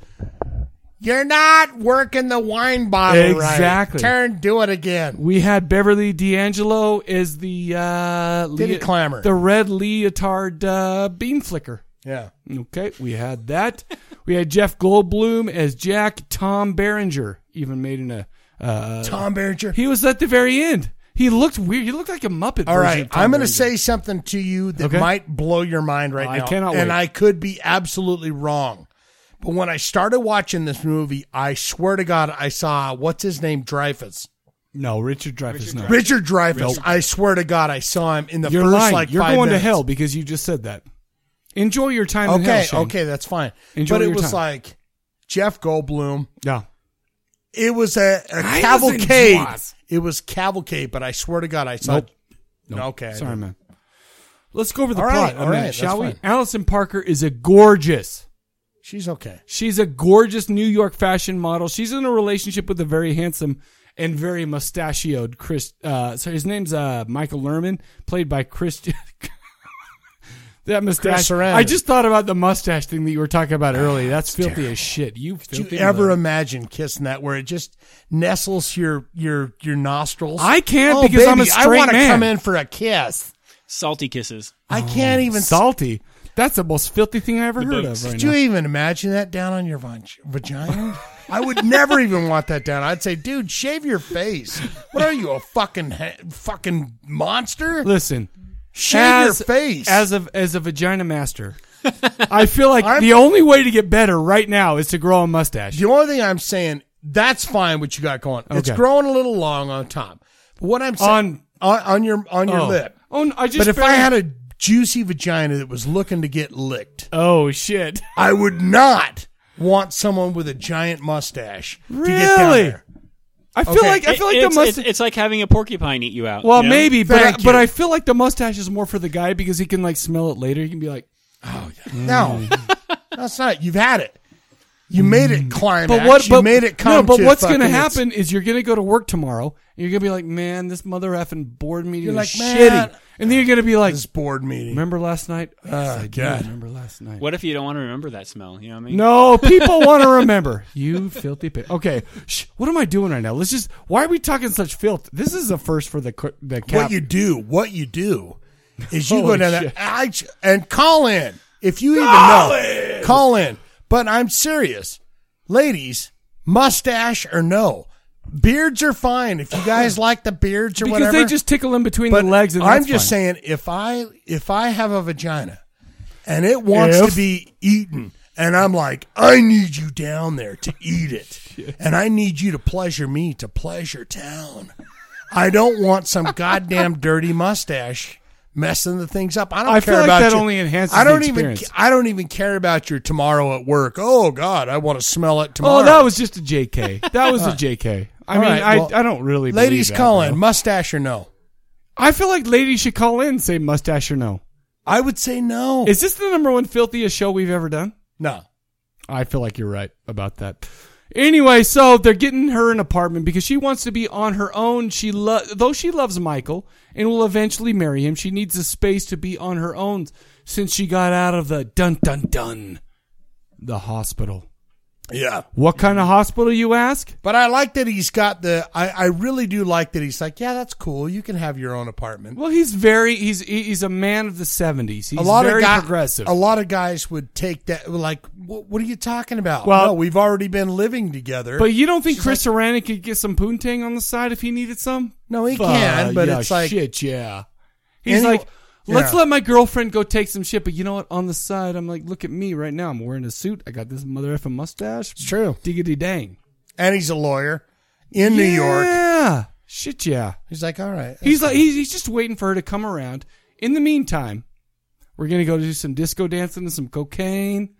Speaker 2: "You're not working the wine bottle right.
Speaker 1: Exactly.
Speaker 2: Turn, do it again."
Speaker 1: We had Beverly D'Angelo as the uh,
Speaker 2: Diddy Clammer.
Speaker 1: the red leotard uh, bean flicker.
Speaker 2: Yeah.
Speaker 1: Okay, we had that. we had Jeff Goldblum as Jack. Tom Berenger even made in a uh,
Speaker 2: Tom Berenger.
Speaker 1: He was at the very end. He looked weird. He looked like a Muppet.
Speaker 2: All right, I'm going to
Speaker 1: say
Speaker 2: say something to you that
Speaker 1: Okay.
Speaker 2: might blow your mind right
Speaker 1: I
Speaker 2: now.
Speaker 1: cannot
Speaker 2: and
Speaker 1: wait.
Speaker 2: I could be absolutely wrong. But when I started watching this movie, I swear to God, I saw what's his name, Dreyfus.
Speaker 1: no. Richard Dreyfuss. No.
Speaker 2: Richard Dreyfus.
Speaker 1: Nope.
Speaker 2: I swear to God, I saw him in the
Speaker 1: You're
Speaker 2: first
Speaker 1: lying.
Speaker 2: like
Speaker 1: You're
Speaker 2: five
Speaker 1: going
Speaker 2: minutes.
Speaker 1: to hell because you just said that. Enjoy your time. in hell,
Speaker 2: Okay,
Speaker 1: Shane.
Speaker 2: okay, that's fine.
Speaker 1: Enjoy
Speaker 2: but it
Speaker 1: your
Speaker 2: was
Speaker 1: time.
Speaker 2: like Jeff Goldblum.
Speaker 1: Yeah.
Speaker 2: It was a, a
Speaker 1: I was in
Speaker 2: cavalcade.
Speaker 1: Jaws.
Speaker 2: It was cavalcade, but I swear to God, I saw.
Speaker 1: Nope.
Speaker 2: No, Okay.
Speaker 1: Sorry, man. Let's go over the
Speaker 2: All right,
Speaker 1: plot.
Speaker 2: all
Speaker 1: a minute,
Speaker 2: right,
Speaker 1: shall we?
Speaker 2: that's
Speaker 1: Allison Parker is a gorgeous.
Speaker 2: She's okay.
Speaker 1: She's a gorgeous New York fashion model. She's in a relationship with a very handsome and very mustachioed Chris. Uh, so his name's uh, Michael Lerman, played by Chris. that mustache.
Speaker 2: Sarandon.
Speaker 1: I just thought about the mustache thing that you were talking about earlier. That's filthy as shit. You filthy.
Speaker 2: Ah, Did you ever
Speaker 1: mother-
Speaker 2: imagine kissing that where it just nestles your your your nostrils?
Speaker 1: I can't
Speaker 2: Oh,
Speaker 1: because I'm a
Speaker 2: baby, I
Speaker 1: straight
Speaker 2: wanna
Speaker 1: man.
Speaker 2: come in for a kiss.
Speaker 14: Salty kisses.
Speaker 2: I can't even.
Speaker 1: Oh, salty. That's the most filthy thing I ever heard
Speaker 14: books.
Speaker 1: of. Right
Speaker 2: Could
Speaker 1: now.
Speaker 2: you even imagine that down on your vag- vagina? I would never even want that down. I'd say, dude, shave your face. What are you, a fucking ha- fucking monster?
Speaker 1: Listen,
Speaker 2: Shave
Speaker 1: as-
Speaker 2: your face.
Speaker 1: as a as a vagina master. I feel like
Speaker 2: I'm-
Speaker 1: the only way to get better right now is to grow a mustache.
Speaker 2: The only thing I'm saying, that's fine what you got going. It's
Speaker 1: Okay.
Speaker 2: growing a little long on top. But what I'm saying on, on, your on your
Speaker 1: Oh.
Speaker 2: lip.
Speaker 1: Oh, no, I just
Speaker 2: but if I
Speaker 1: barely-
Speaker 2: had a juicy vagina that was looking to get licked,
Speaker 1: Oh shit!
Speaker 2: I would not want someone with a giant mustache to get down
Speaker 1: Really?
Speaker 2: there.
Speaker 1: I feel
Speaker 2: Okay.
Speaker 1: like I
Speaker 14: It-
Speaker 1: feel like
Speaker 14: it's,
Speaker 1: the mustache.
Speaker 14: it's, it's like having a porcupine eat you out.
Speaker 1: well,
Speaker 14: you know?
Speaker 1: maybe, but I,
Speaker 2: Thank
Speaker 1: but
Speaker 2: you.
Speaker 1: I feel like the mustache is more for the guy because he can like smell it later. He can be like, oh, Mm.
Speaker 2: No, that's not. You've had it. You made it climax.
Speaker 1: but what?
Speaker 2: You
Speaker 1: But
Speaker 2: made it come.
Speaker 1: no, but
Speaker 2: to
Speaker 1: what's
Speaker 2: going
Speaker 1: gonna
Speaker 2: to
Speaker 1: happen is you're gonna go to work tomorrow. And you're gonna be like, man, this mother effing board meeting
Speaker 2: You're
Speaker 1: is
Speaker 2: like,
Speaker 1: shitty.
Speaker 2: "Man,
Speaker 1: and then you're gonna be like,
Speaker 2: This board meeting.
Speaker 1: remember last night? Yes,
Speaker 2: Oh,
Speaker 1: I do
Speaker 2: God.
Speaker 1: remember last night.
Speaker 14: What if you don't want to remember that smell? You know what I mean?
Speaker 1: No, people want to remember. You filthy pig. Okay, shh, what am I doing right now? Let's just. Why are we talking such filth? This is a first for the co- the cap.
Speaker 2: What you do? What you do is you go
Speaker 1: Holy
Speaker 2: down there
Speaker 1: shit.
Speaker 2: I, and call in if you
Speaker 1: Call
Speaker 2: even know.
Speaker 1: in!
Speaker 2: Call in. But I'm serious, ladies. Mustache or no, beards are fine if you guys like the beards or
Speaker 1: because
Speaker 2: whatever.
Speaker 1: they just tickle in between the legs, and
Speaker 2: I'm
Speaker 1: that's
Speaker 2: just
Speaker 1: fine.
Speaker 2: saying, if I if I have a vagina and it wants
Speaker 1: If-
Speaker 2: to be eaten, and I'm like, I need you down there to eat it, and I need you to pleasure me to pleasure town. I don't want some goddamn dirty mustache messing the things up. I don't care
Speaker 1: I feel like
Speaker 2: about
Speaker 1: that
Speaker 2: your-
Speaker 1: only enhances
Speaker 2: I don't
Speaker 1: the
Speaker 2: even.
Speaker 1: experience.
Speaker 2: I don't even care about your tomorrow at work. Oh God, I want to smell it tomorrow. Uh,
Speaker 1: Oh, that was just a JK. That was a JK. I
Speaker 2: All
Speaker 1: mean,
Speaker 2: right,
Speaker 1: I,
Speaker 2: well,
Speaker 1: I don't really.
Speaker 2: ladies
Speaker 1: believe that,
Speaker 2: call in,
Speaker 1: bro.
Speaker 2: mustache or no?
Speaker 1: I feel like ladies should call in, and say mustache or no.
Speaker 2: I would say no.
Speaker 1: Is this the number one filthiest show we've ever done?
Speaker 2: No.
Speaker 1: I feel like you're right about that. Anyway, so they're getting her an apartment because she wants to be on her own. She lo- though she loves Michael and will eventually marry him. She needs a space to be on her own since she got out of the dun dun dun the hospital.
Speaker 2: Yeah.
Speaker 1: What kind of hospital you ask?
Speaker 2: But I like that he's got the. I, I really do like that he's like, yeah, that's cool. You can have your own apartment.
Speaker 1: Well, he's very he's he- he's a man of the 70s. He's
Speaker 2: a lot
Speaker 1: very
Speaker 2: of guy-
Speaker 1: progressive.
Speaker 2: A lot of guys would take that. Like, what, what are you talking about?
Speaker 1: Well-
Speaker 2: Well, we've already been living together.
Speaker 1: But you don't think Chris Sarandon could get some poontang on the side if he needed some?
Speaker 2: No, he can, but it's like-
Speaker 1: shit, yeah. He's
Speaker 2: Any-
Speaker 1: like, let's
Speaker 2: Yeah.
Speaker 1: let my girlfriend go take some shit, but you know what? On the side, I'm like, look at me right now. I'm wearing a suit. I got this mother effing mustache. It's
Speaker 2: true.
Speaker 1: Diggity dang.
Speaker 2: And he's a lawyer in New York.
Speaker 1: Yeah. Shit, yeah.
Speaker 2: He's like, all right.
Speaker 1: He's like, he's, he's just waiting for her to come around. In the meantime, we're gonna go do some disco dancing and some cocaine.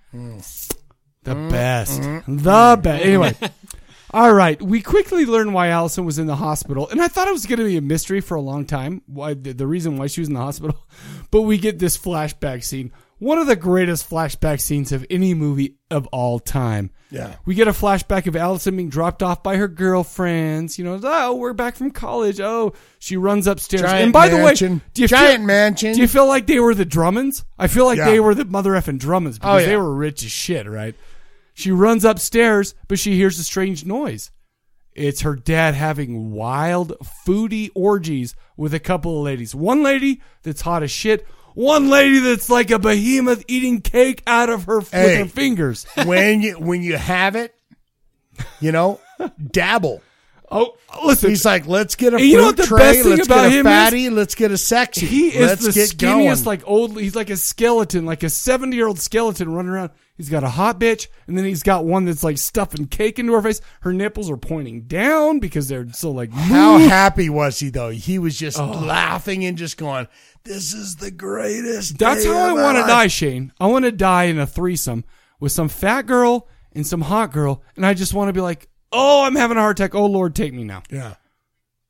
Speaker 1: The
Speaker 2: Mm,
Speaker 1: best.
Speaker 2: mm,
Speaker 1: The
Speaker 2: mm.
Speaker 1: best. Anyway. All right. We quickly learned why Allison was in the hospital, and I thought it was going to be a mystery for a long time. Why the, the reason why she was in the hospital, but we get this flashback scene. One of the greatest flashback scenes of any movie of all time.
Speaker 2: Yeah.
Speaker 1: We get a flashback of Allison being dropped off by her girlfriends. You know, oh, we're back from college. Oh, she runs upstairs.
Speaker 2: Giant
Speaker 1: and by the way,
Speaker 2: mansion.
Speaker 1: do you
Speaker 2: Giant
Speaker 1: feel,
Speaker 2: mansion.
Speaker 1: Do you feel like they were the Drummonds? I feel like
Speaker 2: Yeah.
Speaker 1: they were the mother effing Drummonds because
Speaker 2: Oh, yeah.
Speaker 1: they were rich as shit, right? She runs upstairs, but she hears a strange noise. It's her dad having wild foodie orgies with a couple of ladies. One lady that's hot as shit. One lady that's like a behemoth eating cake out of her, with
Speaker 2: Hey.
Speaker 1: her fingers.
Speaker 2: when you when you have it, you know, dabble.
Speaker 1: Oh, listen.
Speaker 2: He's like, let's get a
Speaker 1: And you know
Speaker 2: fruit
Speaker 1: what the
Speaker 2: tray,
Speaker 1: best thing
Speaker 2: let's
Speaker 1: about
Speaker 2: get a
Speaker 1: him
Speaker 2: fatty, let's get a sexy.
Speaker 1: He is
Speaker 2: let's
Speaker 1: the
Speaker 2: get going.
Speaker 1: skinniest, like old. He's like a skeleton, like a seventy-year-old skeleton running around. He's got a hot bitch, and then he's got one that's like stuffing cake into her face. Her nipples are pointing down because they're so like.
Speaker 2: How
Speaker 1: moved.
Speaker 2: happy was he though? He was just
Speaker 1: Oh.
Speaker 2: laughing and just going, "This is the greatest."
Speaker 1: That's
Speaker 2: day
Speaker 1: how
Speaker 2: of
Speaker 1: I
Speaker 2: my
Speaker 1: want to
Speaker 2: life."
Speaker 1: die, Shane. I want to die in a threesome with some fat girl and some hot girl, and I just want to be like, "Oh, I'm having a heart attack. Oh Lord, take me now."
Speaker 2: Yeah.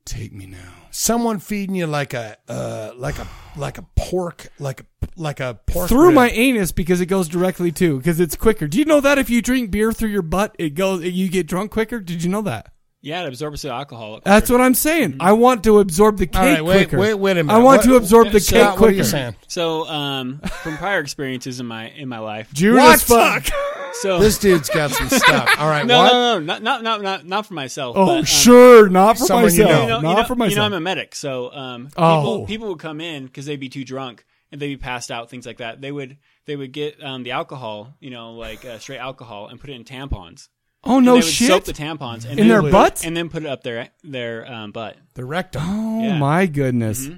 Speaker 1: Take me now.
Speaker 2: Someone feeding you like a uh, like a like a pork like a like a pork
Speaker 1: through
Speaker 2: rib.
Speaker 1: my anus because it goes directly to because it's quicker. Do you know that if you drink beer through your butt, it goes you get drunk quicker? Did you know that?
Speaker 14: Yeah, it absorbs the alcohol.
Speaker 1: That's what I'm saying. I want to absorb the cake
Speaker 14: All right, wait-
Speaker 1: quicker.
Speaker 14: wait- wait a minute.
Speaker 1: I want
Speaker 14: What-
Speaker 1: to absorb the
Speaker 14: Scott,
Speaker 1: cake
Speaker 14: what are
Speaker 1: quicker.
Speaker 14: you saying? So, um, from prior experiences in my in my life,
Speaker 1: Jew as What? fuck.
Speaker 14: So
Speaker 2: This dude's got some stuff. All right,
Speaker 14: no,
Speaker 2: what?
Speaker 14: no, no, not not not not, not for myself.
Speaker 1: Oh,
Speaker 14: but, um,
Speaker 1: sure, not for
Speaker 2: Someone you
Speaker 1: myself.
Speaker 2: know.
Speaker 14: you know,
Speaker 1: not
Speaker 14: you know,
Speaker 1: for
Speaker 14: You know,
Speaker 1: myself.
Speaker 14: I'm a medic, so um,
Speaker 1: Oh.
Speaker 14: people people would come in because they'd be too drunk and they'd be passed out, things like that. They would they would get um, the alcohol, you know, like uh, straight alcohol, and put it in tampons.
Speaker 1: Oh,
Speaker 14: And
Speaker 1: no
Speaker 14: they would
Speaker 1: shit?
Speaker 14: Soak the tampons and
Speaker 1: In
Speaker 14: then
Speaker 1: their
Speaker 14: put-
Speaker 1: butts?
Speaker 14: and then put it up their their um, butt.
Speaker 2: The rectum.
Speaker 1: oh
Speaker 14: Yeah.
Speaker 1: my goodness! And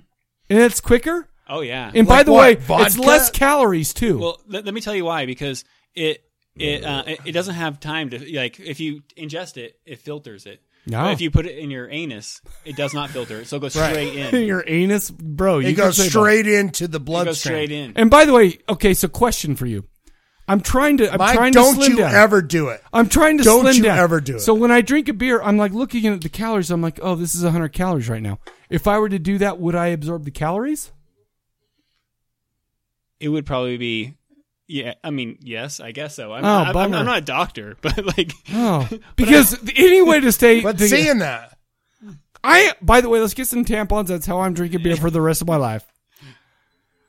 Speaker 1: it's quicker.
Speaker 14: Mm-hmm. Oh yeah.
Speaker 1: And by the way, it's less calories too.
Speaker 14: Well, let, let me tell you why because it it, uh, it it doesn't have time to like if you ingest it, it filters it.
Speaker 1: No.
Speaker 14: But if you put it in your anus, it does not filter it, so it goes
Speaker 1: Right.
Speaker 14: straight in.
Speaker 1: your anus, bro.
Speaker 2: It
Speaker 1: you
Speaker 2: goes
Speaker 1: can say that.
Speaker 2: straight into the bloodstream.
Speaker 14: straight in.
Speaker 1: And by the way, okay, so question for you. I'm trying to. I'm
Speaker 2: Mike,
Speaker 1: trying
Speaker 2: don't
Speaker 1: to slim
Speaker 2: you
Speaker 1: down.
Speaker 2: ever do it.
Speaker 1: I'm trying to
Speaker 2: Don't
Speaker 1: slim
Speaker 2: you
Speaker 1: down.
Speaker 2: ever do it.
Speaker 1: So when I drink a beer, I'm like looking at the calories. I'm like, oh, this is 100 calories right now. If I were to do that, would I absorb the calories?
Speaker 14: It would probably be. Yeah, I mean, yes, I guess so. I'm,
Speaker 1: Oh,
Speaker 14: I'm- I'm,
Speaker 1: bummer.
Speaker 14: I'm not a doctor, but like,
Speaker 1: Oh, because any way to stay.
Speaker 2: But
Speaker 1: to-
Speaker 2: seeing that,
Speaker 1: I. By the way, let's get some tampons. That's how I'm drinking beer for the rest of my life.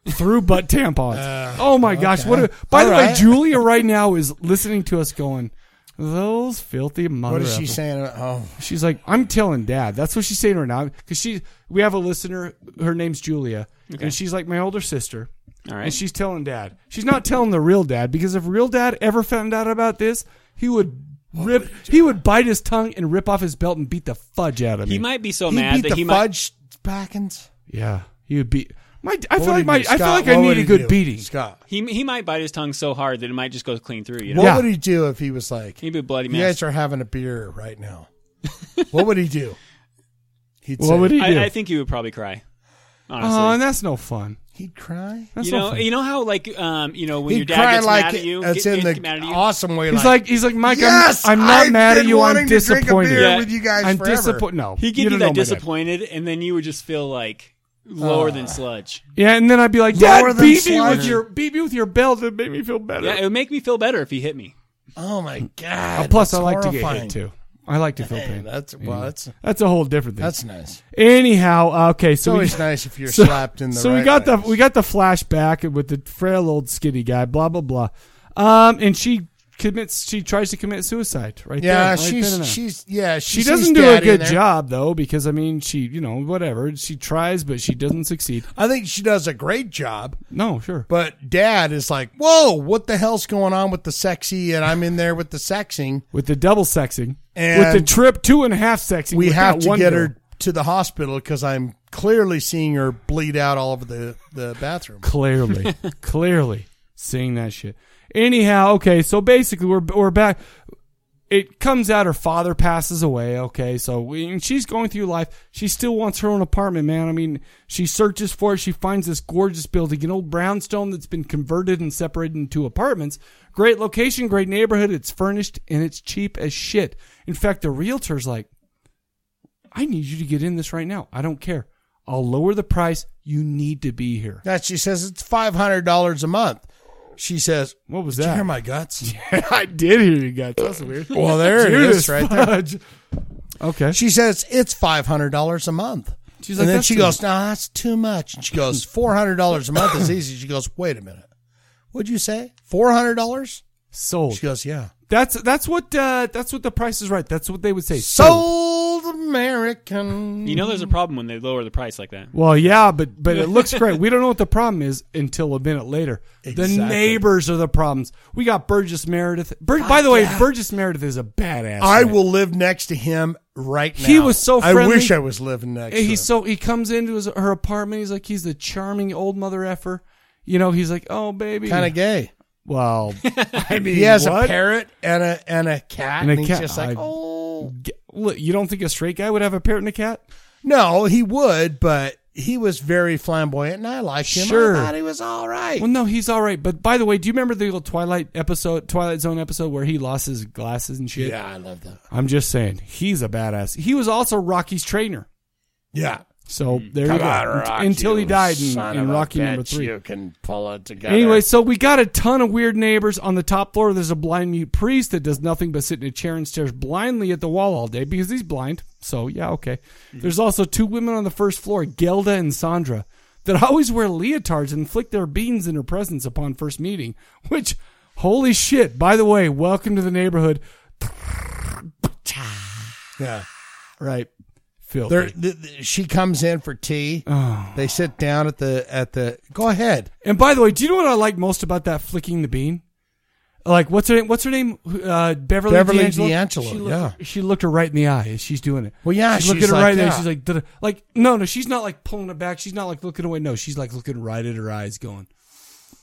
Speaker 1: Through butt tampons. oh my gosh! What? A, by
Speaker 2: Uh, All
Speaker 1: the way,
Speaker 2: right.
Speaker 1: Julia right now is listening to us going. Those filthy mother.
Speaker 2: what is she
Speaker 1: effers."
Speaker 2: saying? Oh,
Speaker 1: She's like, I'm telling dad. That's what she's saying right now. Because she, we have a listener. Her name's Julia,
Speaker 14: Okay.
Speaker 1: and she's like my older sister.
Speaker 14: All right.
Speaker 1: And she's telling dad. She's not telling the real dad because if real dad ever found out about this, he would rip. he would bite his tongue and rip off his belt and beat the fudge out of me.
Speaker 14: he might be so
Speaker 2: he
Speaker 14: mad
Speaker 2: beat
Speaker 14: that
Speaker 2: the
Speaker 14: he might.
Speaker 2: fudge Backens.
Speaker 1: Yeah, he would be. My, I
Speaker 2: What
Speaker 1: feel
Speaker 2: would he
Speaker 1: like my.
Speaker 2: do,
Speaker 1: I feel
Speaker 2: Scott?
Speaker 1: like I
Speaker 2: What would
Speaker 1: need a
Speaker 2: he
Speaker 1: good
Speaker 2: do,
Speaker 1: beating.
Speaker 2: Scott,
Speaker 14: He he might bite his tongue so hard that it might just go clean through. You know,
Speaker 2: what would he do if he was like?
Speaker 14: He'd be a bloody
Speaker 2: You
Speaker 14: mess.
Speaker 2: guys are having a beer right now. what would he do? He'd
Speaker 1: What would he do?
Speaker 14: I, I think he would probably cry. Honestly,
Speaker 1: Oh, and that's no fun.
Speaker 2: He'd cry.
Speaker 14: you know, you know how like um, you know when
Speaker 2: He'd
Speaker 14: your
Speaker 2: cry
Speaker 14: dad gets
Speaker 2: like
Speaker 14: mad at you,
Speaker 2: it's
Speaker 14: get-
Speaker 2: in
Speaker 14: get
Speaker 2: the
Speaker 14: mad at you.
Speaker 2: awesome way.
Speaker 1: He's like, he's like, Mike, I'm- I'm, not mad at you. I'm disappointed. I'm disappointed. No,
Speaker 14: he
Speaker 1: you
Speaker 14: gave you
Speaker 1: don't know
Speaker 14: that
Speaker 1: my dad.
Speaker 14: disappointed, and then you would just feel like lower
Speaker 1: Uh,
Speaker 14: than sludge.
Speaker 1: Yeah, and then I'd be like,
Speaker 14: Lower
Speaker 1: Dad,
Speaker 14: than
Speaker 1: beat me with
Speaker 14: sludge.
Speaker 1: your beat me with your belt. It made me feel better.
Speaker 14: Yeah, it would make me feel better if he hit me.
Speaker 2: Oh my
Speaker 1: Uh,
Speaker 2: god!
Speaker 1: plus, I
Speaker 2: that's
Speaker 1: like to get
Speaker 2: horrifying.
Speaker 1: hit too. I like to feel
Speaker 2: Hey,
Speaker 1: pain.
Speaker 2: that's- well, that's-
Speaker 1: that's a whole different thing.
Speaker 2: that's nice.
Speaker 1: Anyhow, uh, okay.
Speaker 2: It's
Speaker 1: So
Speaker 2: always
Speaker 1: we,
Speaker 2: nice if you're
Speaker 1: so-
Speaker 2: slapped in the
Speaker 1: So we
Speaker 2: right
Speaker 1: got the we got the flashback with the frail old skinny guy. Blah blah blah. Um, and she commits. She tries to commit suicide. Right.
Speaker 2: Yeah,
Speaker 1: there, right
Speaker 2: she's-
Speaker 1: then and there.
Speaker 2: she's- yeah, she
Speaker 1: She, doesn't
Speaker 2: sees
Speaker 1: do a
Speaker 2: daddy in
Speaker 1: good
Speaker 2: there.
Speaker 1: job though, because I mean, she you know whatever she tries, but she doesn't succeed.
Speaker 2: I think she does a great job.
Speaker 1: No, sure.
Speaker 2: But dad is like, whoa, what the hell's going on with the sexy? And I'm in there with the sexing.
Speaker 1: With the double sexing.
Speaker 2: And
Speaker 1: with the trip two and a half sexing.
Speaker 2: we
Speaker 1: with
Speaker 2: have
Speaker 1: that
Speaker 2: to
Speaker 1: one
Speaker 2: get
Speaker 1: girl.
Speaker 2: her to the hospital because I'm clearly seeing her bleed out all over the, the bathroom.
Speaker 1: clearly, clearly seeing that shit. Anyhow, okay, so basically we're we're back. It comes out her father passes away. Okay, so we, and she's going through life. She still wants her own apartment, man. I mean, she searches for it. She finds this gorgeous building, an old brownstone that's been converted and separated into apartments. Great location, great neighborhood. It's furnished and it's cheap as shit. In fact, the realtor's like, I need you to get in this right now. I don't care. I'll lower the price. You need to be here.
Speaker 2: That she says it's five hundred dollars a month. She says,
Speaker 1: "What was
Speaker 2: Did you
Speaker 1: that?"
Speaker 2: hear my guts?
Speaker 1: I did hear you guys. That's weird.
Speaker 2: Well, there it
Speaker 1: Judas
Speaker 2: is, right
Speaker 1: Fudge.
Speaker 2: there.
Speaker 1: Okay.
Speaker 2: She says it's five hundred dollars a month.
Speaker 1: She's like,
Speaker 2: and then
Speaker 1: "That's
Speaker 2: she
Speaker 1: too
Speaker 2: goes, "No, that's too much." And she goes, 400 dollars a month is easy." She goes, "Wait a minute, what'd you say? Four hundred dollars
Speaker 1: sold?"
Speaker 2: She goes, "Yeah."
Speaker 1: That's that's what uh, that's what the Price is Right. That's what they would say.
Speaker 2: Sold American.
Speaker 14: You know, there's a problem when they lower the price like that.
Speaker 1: Well, yeah, but but it looks great. We don't know what the problem is until a minute later. The
Speaker 14: Exactly.
Speaker 1: neighbors are the problems. We got Burgess Meredith. Bur- by the way, Burgess Meredith is a badass.
Speaker 2: I
Speaker 1: in it.
Speaker 2: will live next to him right now.
Speaker 1: He was so friendly.
Speaker 2: I wish I was living next.
Speaker 1: And
Speaker 2: to him.
Speaker 1: he's so he comes into his her apartment. He's like he's the charming old mother effer. You know, he's like, oh baby,
Speaker 2: Kinda gay.
Speaker 1: Well, I mean,
Speaker 2: he has
Speaker 1: what?
Speaker 2: a parrot and a and a cat, and,
Speaker 1: And a
Speaker 2: he's
Speaker 1: cat.
Speaker 2: just like,
Speaker 1: I-
Speaker 2: oh.
Speaker 1: G- Look, you don't think a straight guy would have a parrot and a cat?
Speaker 2: No, he would, but he was very flamboyant, and I liked him.
Speaker 1: Sure.
Speaker 2: I thought he was all right.
Speaker 1: Well, no, he's all right. But by the way, do you remember the old Twilight episode, Twilight Zone episode where he lost his glasses and shit?
Speaker 2: Yeah, I love that.
Speaker 1: I'm just saying, he's a badass. He was also Rocky's trainer.
Speaker 2: Yeah.
Speaker 1: So there
Speaker 2: Mm. Come
Speaker 1: you go.
Speaker 2: on,
Speaker 1: Unt-
Speaker 2: Rocky,
Speaker 1: Until he
Speaker 2: you
Speaker 1: died in,
Speaker 2: son
Speaker 1: in
Speaker 2: of a
Speaker 1: Rocky number
Speaker 2: bitch,
Speaker 1: three.
Speaker 2: You can pull it together.
Speaker 1: Anyway, so we got a ton of weird neighbors on the top floor. There's a blind mute priest that does nothing but sit in a chair and stares blindly at the wall all day because he's blind. So yeah, okay.
Speaker 2: Mm-hmm.
Speaker 1: There's also two women on the first floor, Gelda and Sandra, that always wear leotards and flick their beans in her presence upon first meeting. Which, holy shit! By the way, welcome to the neighborhood.
Speaker 2: yeah,
Speaker 1: right. Filthy.
Speaker 2: There, th- th- she comes in for tea.
Speaker 1: Oh.
Speaker 2: They sit down at the at the. Go ahead.
Speaker 1: And by the way, do you know what I like most about that flicking the bean? Like what's her name? What's her name? Uh, Beverly.
Speaker 2: Beverly
Speaker 1: D'Angelo.
Speaker 2: D'Angelo,
Speaker 1: She
Speaker 2: yeah.
Speaker 1: she looked her right in the eye as she's doing it.
Speaker 2: Well, yeah,
Speaker 1: she's,
Speaker 2: she's
Speaker 1: looking at her
Speaker 2: like,
Speaker 1: right in the eye.
Speaker 2: yeah.
Speaker 1: She's like, "Duh-duh." like no, no. She's not like pulling it back. She's not like looking away. No, she's like looking right at her eyes, going.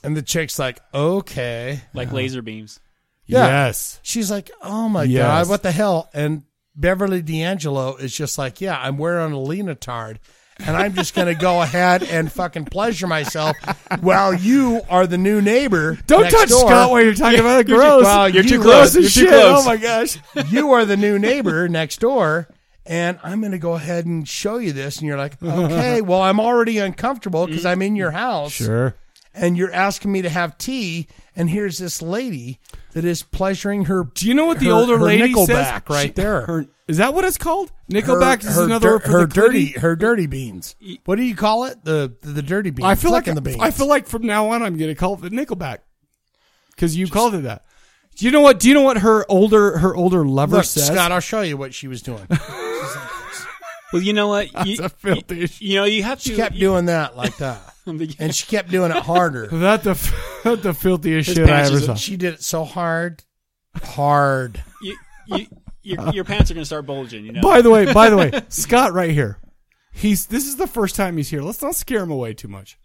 Speaker 2: And the chick's like, okay,
Speaker 14: Like laser beams.
Speaker 2: Yeah.
Speaker 1: Yes.
Speaker 2: She's like, oh my
Speaker 1: Yes.
Speaker 2: god, what the hell? And Beverly D'Angelo is just like, yeah, I'm wearing a leotard, and I'm just gonna go ahead and fucking pleasure myself while you are the new neighbor.
Speaker 1: Don't
Speaker 2: next
Speaker 1: touch
Speaker 2: door.
Speaker 1: Scott while you're talking about it. Gross.
Speaker 2: Well,
Speaker 1: You're
Speaker 2: you
Speaker 1: too
Speaker 2: gross
Speaker 1: close. You're
Speaker 2: as
Speaker 1: too
Speaker 2: shit.
Speaker 1: close.
Speaker 2: Oh my gosh, you are the new neighbor next door. And I'm going to go ahead and show you this. And you're like, okay, well, I'm already uncomfortable because I'm in your house
Speaker 1: Sure.
Speaker 2: and you're asking me to have tea, and here's this lady that is pleasuring her. Do
Speaker 1: you know what the older
Speaker 2: her
Speaker 1: lady
Speaker 2: Nickelback
Speaker 1: says?
Speaker 2: right
Speaker 1: She-
Speaker 2: there?
Speaker 1: her- is that what it's called? Nickelback is another
Speaker 2: dir-
Speaker 1: word for
Speaker 2: her
Speaker 1: the
Speaker 2: dirty
Speaker 1: clitty?
Speaker 2: her dirty beans. What do you call it? The the, dirty beans.
Speaker 1: I feel like
Speaker 2: Flicking the beans.
Speaker 1: I feel like from now on I'm going to call it the Nickelback because you called it that. Do you know what? Do you know what her older her older lover
Speaker 2: Look,
Speaker 1: says?
Speaker 2: Scott, I'll show you what she was doing.
Speaker 14: Well, you know what? You,
Speaker 1: filthy. You,
Speaker 14: you know, you have to.
Speaker 2: She kept
Speaker 14: you-
Speaker 2: doing that like that, and she kept doing it harder.
Speaker 1: that the f- that the filthiest
Speaker 2: His
Speaker 1: shit I
Speaker 2: pants
Speaker 1: ever
Speaker 2: is-
Speaker 1: saw.
Speaker 2: She did it so hard, hard.
Speaker 14: You, you, your, your pants are going to start bulging, you know?
Speaker 1: By the way, by the way, Scott right here. He's this is the first time he's here. Let's not scare him away too much.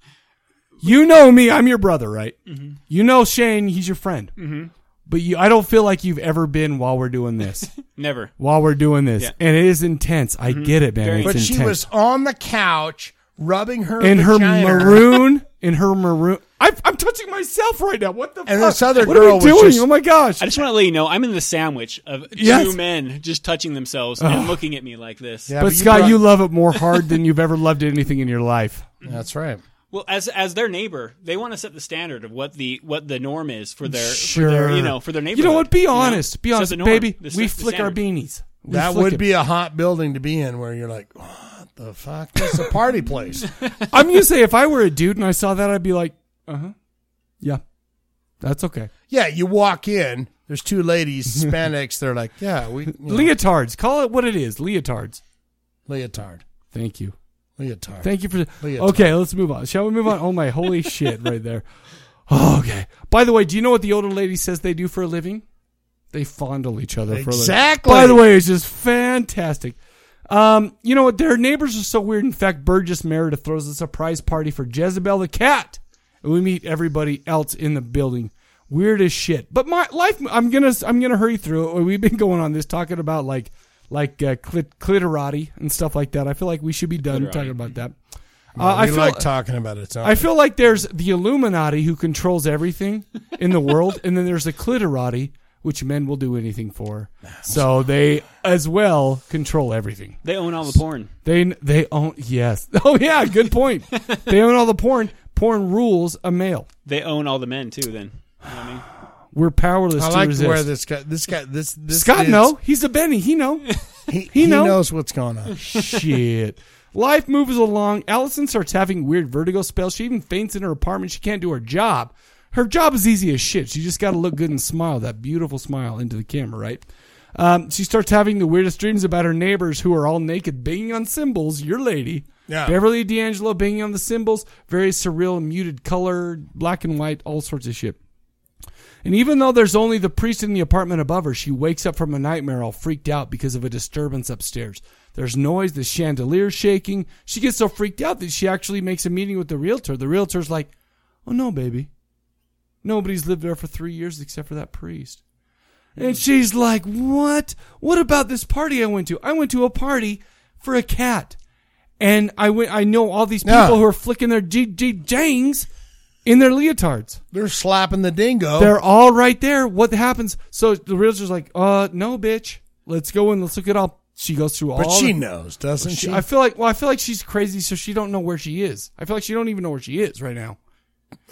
Speaker 1: You know me, I'm your brother, right?
Speaker 14: Mhm.
Speaker 1: You know Shane, he's your friend.
Speaker 14: Mhm.
Speaker 1: But you, I don't feel like you've ever been while we're doing this.
Speaker 14: Never.
Speaker 1: While we're doing this,
Speaker 14: Yeah. Mm-hmm.
Speaker 1: and it is intense. I get it, man. It's
Speaker 2: but she
Speaker 1: intense.
Speaker 2: was on the couch rubbing her
Speaker 1: in her
Speaker 2: vagina.
Speaker 1: maroon in her maroon. I'm, I'm touching myself right now. What the fuck?
Speaker 2: And this other
Speaker 1: what are
Speaker 2: girl
Speaker 1: we
Speaker 2: was
Speaker 1: doing?
Speaker 2: just-
Speaker 1: oh my gosh!
Speaker 14: I just want to let you know I'm in the sandwich of
Speaker 1: Yes.
Speaker 14: two men just touching themselves
Speaker 1: Ugh.
Speaker 14: and looking at me like this.
Speaker 1: but, Scott, you love it more hard than you've ever loved anything in your life.
Speaker 2: That's right.
Speaker 14: Well, as as their neighbor, they want to set the standard of what the what the norm is for their, for their you know for their neighborhood.
Speaker 1: You know what? Be
Speaker 14: you know?
Speaker 1: honest. Be
Speaker 14: Set
Speaker 1: honest,
Speaker 14: the norm.
Speaker 1: baby.
Speaker 14: This-
Speaker 1: we
Speaker 14: that's the
Speaker 1: flick our
Speaker 14: standard.
Speaker 1: beanies. We
Speaker 2: that
Speaker 1: flick
Speaker 2: would
Speaker 1: it.
Speaker 2: be a hot building to be in where you're like, what the fuck? This is a party place.
Speaker 1: I'm gonna say if I were a dude and I saw that, I'd be like, uh huh, yeah, that's okay.
Speaker 2: yeah, you walk in, there's two ladies, Hispanics. They're like, yeah, we. you know,
Speaker 1: Leotards. Call it what it is. Leotards.
Speaker 2: leotard.
Speaker 1: Thank you.
Speaker 2: Leotard.
Speaker 1: Thank you for.
Speaker 2: Leotard.
Speaker 1: Okay, let's move on. Shall we move on? Oh my holy shit! Right there. Oh, okay. By the way, do you know what the older lady says they do for a living? They fondle each other for a living.
Speaker 2: Exactly.
Speaker 1: By the way, it's just fantastic. Um, you know what? Their neighbors are so weird. In fact, Burgess Meredith throws a surprise party for Jezebel the cat, and we meet everybody else in the building. Weird as shit. But my life, I'm gonna, I'm gonna hurry through it. We've been going on this talking about like, like uh, clit, clitorati and stuff like that. I feel like we should be done
Speaker 2: Clitorati.
Speaker 1: talking about that. Uh,
Speaker 2: No, we like talking about it, sorry.
Speaker 1: I feel like there's the Illuminati who controls everything in the world, and then there's the clitorati, which men will do anything for. So they as well control everything.
Speaker 14: They own all the porn.
Speaker 1: They they own yes. Oh yeah, good point. they own all the porn. Porn rules a male.
Speaker 14: They own all the men too. Then you know what I mean.
Speaker 1: We're powerless
Speaker 2: I
Speaker 1: to
Speaker 2: like
Speaker 1: resist.
Speaker 2: where this guy. This guy. This, this
Speaker 1: Scott,
Speaker 2: is-
Speaker 1: no, he's a Benny. He know.
Speaker 2: He,
Speaker 1: he
Speaker 2: he
Speaker 1: know.
Speaker 2: knows what's going on.
Speaker 1: Shit. Life moves along. Allison starts having weird vertigo spells. She even faints in her apartment. She can't do her job. Her job is easy as shit. She just got to look good and smile that beautiful smile into the camera, right? Um, she starts having the weirdest dreams about her neighbors who are all naked banging on cymbals. Your lady,
Speaker 2: Yeah.
Speaker 1: Beverly D'Angelo banging on the cymbals. Very surreal, muted color, black and white, all sorts of shit. And even though there's only the priest in the apartment above her, she wakes up from a nightmare all freaked out because of a disturbance upstairs. There's noise, the chandelier shaking. She gets so freaked out that she actually makes a meeting with the realtor. The realtor's like, Oh no, baby. Nobody's lived there for three years except for that priest. And she's like, What? What about this party I went to? I went to a party for a cat. And I went I know all these people
Speaker 2: Yeah.
Speaker 1: who are flicking their G G jangs in their leotards.
Speaker 2: They're slapping the dingo.
Speaker 1: They're all right there. What happens? So the realtor's like, uh, no, bitch. Let's go in. Let's look it up. She goes through all.
Speaker 2: But she
Speaker 1: the-
Speaker 2: knows, doesn't she?
Speaker 1: I feel like, well, I feel like she's crazy, so she don't know where she is. I feel like she don't even know where she is right now.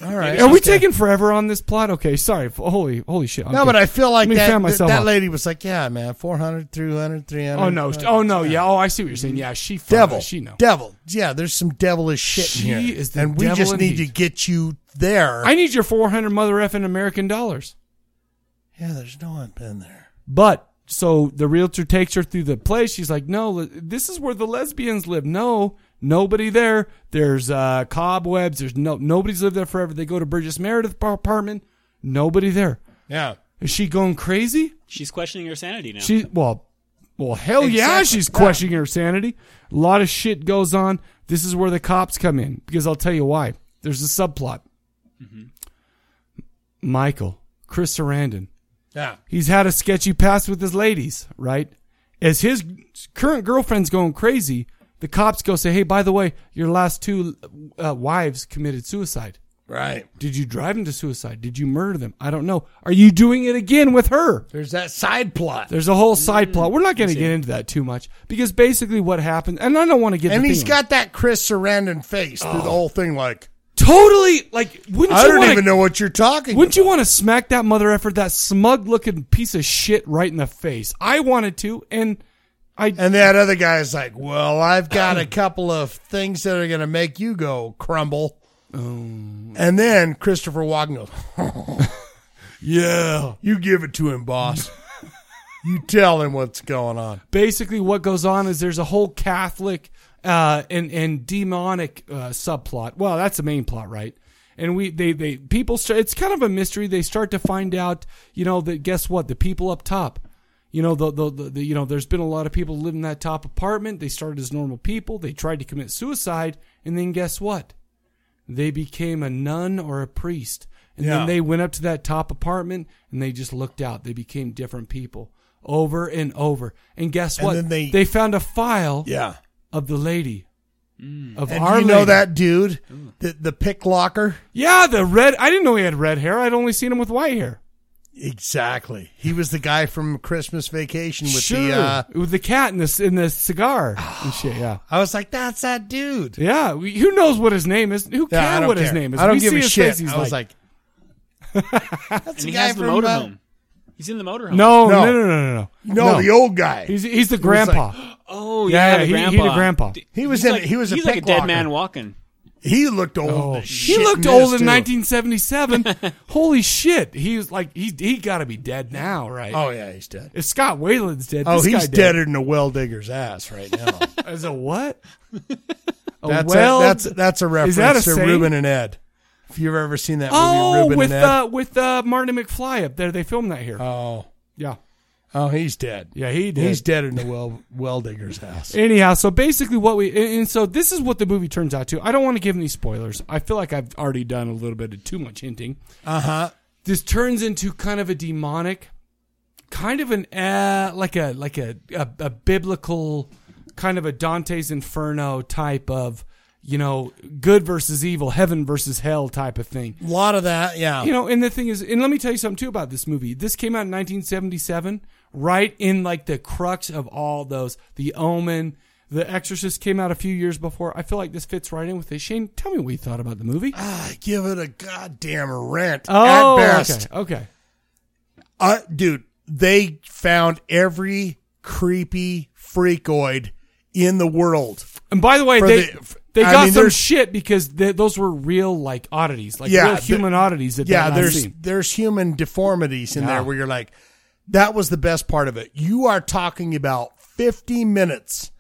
Speaker 2: All right.
Speaker 1: Are we
Speaker 2: Okay.
Speaker 1: taking forever on this plot? Okay, sorry. F- Holy, holy shit.
Speaker 2: No, but I feel like
Speaker 1: Let me
Speaker 2: that,
Speaker 1: fan
Speaker 2: that,
Speaker 1: myself
Speaker 2: that
Speaker 1: up.
Speaker 2: lady was like, yeah, man, 400, 300, 300.
Speaker 1: Oh no! Oh no! Yeah. Oh, I see what you're saying. Yeah, she. found
Speaker 2: Uh, Devil.
Speaker 1: out. She know.
Speaker 2: Devil. Yeah, there's some devilish shit
Speaker 1: She
Speaker 2: in here.
Speaker 1: is the
Speaker 2: and we
Speaker 1: devil
Speaker 2: just need
Speaker 1: indeed.
Speaker 2: to get you there.
Speaker 1: I need your 400 mother effing American dollars.
Speaker 2: yeah, there's no one been there.
Speaker 1: But so the realtor takes her through the place. She's like, "No, le- this is where the lesbians live. No, nobody there. There's uh, cobwebs. There's no nobody's lived there forever. They go to Burgess Meredith par- apartment. Nobody there.
Speaker 2: Yeah,
Speaker 1: is she going crazy?
Speaker 14: She's questioning her sanity now.
Speaker 1: She well, well, hell yeah,
Speaker 14: Exactly.
Speaker 1: she's questioning her sanity. A lot of shit goes on. This is where the cops come in because I'll tell you why. There's a subplot. Mm-hmm. Michael, Chris Sarandon,
Speaker 2: Yeah.
Speaker 1: He's had a sketchy past with his ladies, right? As his current girlfriend's going crazy, the cops go say, "Hey, by the way, your last two uh, wives committed suicide.
Speaker 2: Right.
Speaker 1: Did you drive them to suicide? Did you murder them? I don't know. Are you doing it again with her?"
Speaker 2: There's that side plot. Mm,
Speaker 1: There's a whole side plot. We're not going to get into that too much because basically what happened, and I don't want to get.
Speaker 2: and
Speaker 1: the Oh.
Speaker 2: he's
Speaker 1: thing-
Speaker 2: got that Chris Sarandon face through the whole thing, like,
Speaker 1: totally, like, wouldn't
Speaker 2: I
Speaker 1: you
Speaker 2: don't
Speaker 1: wanna-
Speaker 2: even know what you're talking
Speaker 1: Wouldn't you want to smack that mother effort, that smug looking piece of shit, right in the face? I wanted to, and I.
Speaker 2: And that other guy's like, well, I've got a couple of things that are going to make you go crumble.
Speaker 1: Oh.
Speaker 2: And then Christopher Walken goes, yeah, you give it to him, boss. you tell him what's going on.
Speaker 1: basically what goes on is there's a whole Catholic uh, and and demonic uh, subplot. Well, that's the main plot, right? And we they they people start. It's kind of a mystery. They start to find out, you know, that guess what? The people up top. You know, the, the, the, the you know, there's been a lot of people living in that top apartment. They started as normal people. They tried to commit suicide, and then guess what? They became a nun or a priest, and
Speaker 2: Yeah.
Speaker 1: then they went up to that top apartment and they just looked out. They became different people over and over. And guess
Speaker 2: And
Speaker 1: what?
Speaker 2: then they-
Speaker 1: found a file
Speaker 2: Yeah.
Speaker 1: of the lady of
Speaker 2: and
Speaker 1: Our
Speaker 2: you know
Speaker 1: Lady.
Speaker 2: that dude, the the pick locker.
Speaker 1: Yeah, the red. I didn't know he had red hair. I'd only seen him with white hair.
Speaker 2: Exactly. He was the guy from Christmas Vacation with
Speaker 1: sure,
Speaker 2: the. Uh,
Speaker 1: with the cat and the in the cigar and shit. Yeah,
Speaker 2: I was like, that's that dude.
Speaker 1: Yeah, we- who knows what his name is? Who
Speaker 2: Yeah, I
Speaker 1: can
Speaker 2: don't
Speaker 1: what his
Speaker 2: care.
Speaker 1: name is?
Speaker 2: I don't
Speaker 1: We
Speaker 2: give
Speaker 1: see
Speaker 2: a
Speaker 1: his
Speaker 2: shit.
Speaker 1: face, he's
Speaker 2: I was like,
Speaker 14: and he
Speaker 2: guy
Speaker 14: has the
Speaker 2: from, uh,
Speaker 14: motorhome. He's in the motorhome.
Speaker 1: No, no, no, no, no, no.
Speaker 2: No, the old guy.
Speaker 1: He's he's the
Speaker 2: He was
Speaker 1: grandpa.
Speaker 2: like-
Speaker 14: Oh yeah, the
Speaker 1: he,
Speaker 14: grandpa.
Speaker 1: he the grandpa.
Speaker 2: He was in. he was
Speaker 14: he's
Speaker 2: a
Speaker 14: like a
Speaker 2: pick
Speaker 14: dead
Speaker 2: locker.
Speaker 14: man walking.
Speaker 2: He looked old. as
Speaker 1: He
Speaker 2: shit
Speaker 1: looked
Speaker 2: this,
Speaker 1: old in
Speaker 2: too.
Speaker 1: 1977. Holy shit! He was like he he got to be dead now, right?
Speaker 2: Oh, yeah, he's dead.
Speaker 1: If Scott Whalen's dead,
Speaker 2: Oh,
Speaker 1: this guy
Speaker 2: he's
Speaker 1: dead.
Speaker 2: deader than a well digger's ass right now.
Speaker 1: As a what? A
Speaker 2: that's
Speaker 1: well-
Speaker 2: a, that's that's a reference
Speaker 1: Is that a
Speaker 2: to
Speaker 1: saying?
Speaker 2: Ruben and Ed. If you've ever seen that movie,
Speaker 1: Oh,
Speaker 2: Ruben
Speaker 1: with
Speaker 2: and Ed.
Speaker 1: uh, with uh, Marty McFly up there, they filmed that here.
Speaker 2: Oh,
Speaker 1: yeah.
Speaker 2: Oh, he's dead.
Speaker 1: Yeah, he did.
Speaker 2: He's dead in the well well digger's house.
Speaker 1: Anyhow, so basically what we and and so this is what the movie turns out to. I don't want to give any spoilers. I feel like I've already done a little bit of too much hinting.
Speaker 2: Uh-huh.
Speaker 1: This turns into kind of a demonic, kind of an uh, like a like a, a a biblical kind of a Dante's Inferno type of you know good versus evil, heaven versus hell type of thing.
Speaker 2: A lot of that, yeah.
Speaker 1: You know, and the thing is, and let me tell you something too about this movie. This came out in 1977, right in like the crux of all those. The Omen, The Exorcist came out a few years before. I feel like this fits right in with this. Shane, tell me what you thought about the movie.
Speaker 2: Ah, give it a goddamn rent
Speaker 1: Oh,
Speaker 2: at best.
Speaker 1: okay, okay.
Speaker 2: Uh, dude, they found every creepy freakoid in the world.
Speaker 1: And by the way,
Speaker 2: For
Speaker 1: they
Speaker 2: the-
Speaker 1: they
Speaker 2: I
Speaker 1: got
Speaker 2: mean,
Speaker 1: some
Speaker 2: there's-
Speaker 1: shit because th those were real like oddities, like real
Speaker 2: the-
Speaker 1: human oddities that
Speaker 2: yeah,
Speaker 1: they
Speaker 2: there's there's human deformities in
Speaker 1: Yeah.
Speaker 2: there where you're like, that was the best part of it. You are talking about 50 minutes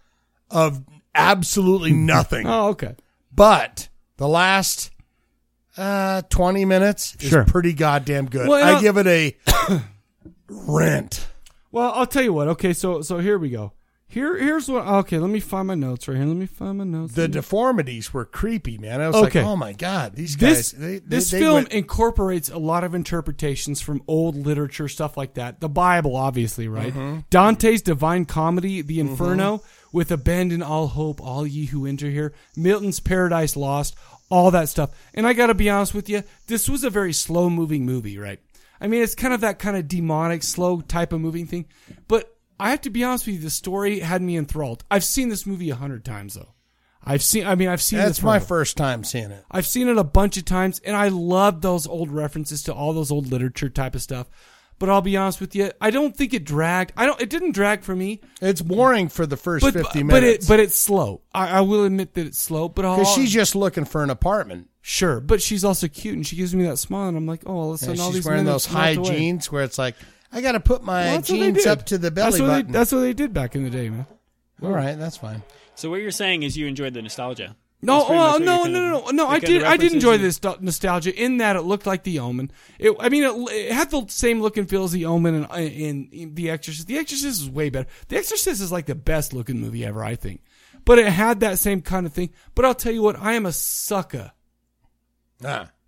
Speaker 2: of absolutely nothing.
Speaker 1: Oh, okay.
Speaker 2: But the last uh, 20 minutes is
Speaker 1: Sure.
Speaker 2: pretty goddamn good.
Speaker 1: Well, and
Speaker 2: I
Speaker 1: I'll-
Speaker 2: give it a rent.
Speaker 1: Well, I'll tell you what. Okay, so so here we go. Here here's what. Okay, let me find my notes right here. Let me find my notes.
Speaker 2: The
Speaker 1: Let me-
Speaker 2: deformities were creepy, man. I was
Speaker 1: Okay.
Speaker 2: like, oh my god, these
Speaker 1: This,
Speaker 2: guys. they, they-
Speaker 1: this
Speaker 2: they
Speaker 1: film
Speaker 2: went-
Speaker 1: incorporates a lot of interpretations from old literature, stuff like that. The Bible, obviously, right?
Speaker 2: Mhm.
Speaker 1: Dante's Divine Comedy,
Speaker 2: Mm-hmm.
Speaker 1: The Inferno, with Abandon All Hope, All Ye Who Enter Here, Milton's Paradise Lost, all that stuff. And I got to be honest with you, this was a very slow moving movie, right? I mean, it's kind of that kind of demonic, slow type of moving thing. But I have to be honest with you, the story had me enthralled. I've seen this movie a hundred times, though. I've seen. I mean, I've seen.
Speaker 2: That's
Speaker 1: this
Speaker 2: my
Speaker 1: one.
Speaker 2: first time seeing it.
Speaker 1: I've seen it a bunch of times, and I love those old references to all those old literature type of stuff. But I'll be honest with you, I don't think it dragged. I don't. It didn't drag for me.
Speaker 2: It's boring for the first
Speaker 1: but,
Speaker 2: 50
Speaker 1: but it
Speaker 2: minutes.
Speaker 1: but it's slow. Oh. I, I will admit that it's slow. But I'll,
Speaker 2: Because she's just looking for an apartment.
Speaker 1: sure. But she's also cute, and she gives me that smile, and I'm like, oh, all of a sudden
Speaker 2: And
Speaker 1: all
Speaker 2: she's
Speaker 1: these
Speaker 2: wearing
Speaker 1: minutes
Speaker 2: those high
Speaker 1: melt away.
Speaker 2: jeans where it's like, I got to put my
Speaker 1: Well, that's what they
Speaker 2: jeans
Speaker 1: did.
Speaker 2: up to the belly
Speaker 1: that's what they-
Speaker 2: button.
Speaker 1: that's what they did back in the day, man.
Speaker 2: All right, that's fine.
Speaker 14: So what you're saying is you enjoyed the nostalgia.
Speaker 1: No,
Speaker 14: That's pretty much
Speaker 1: oh,
Speaker 14: what
Speaker 1: no, no,
Speaker 14: you're kind
Speaker 1: no,
Speaker 14: of-
Speaker 1: no, no.
Speaker 14: the
Speaker 1: I
Speaker 14: kind of
Speaker 1: did, I did
Speaker 14: references
Speaker 1: enjoy
Speaker 14: you-
Speaker 1: this sto- nostalgia in that it looked like The Omen. It, I mean, it, it had the same look and feel as The Omen and in, The Exorcist. The Exorcist is way better. The Exorcist is like the best looking movie ever, I think. But it had that same kind of thing. But I'll tell you what, I am a sucker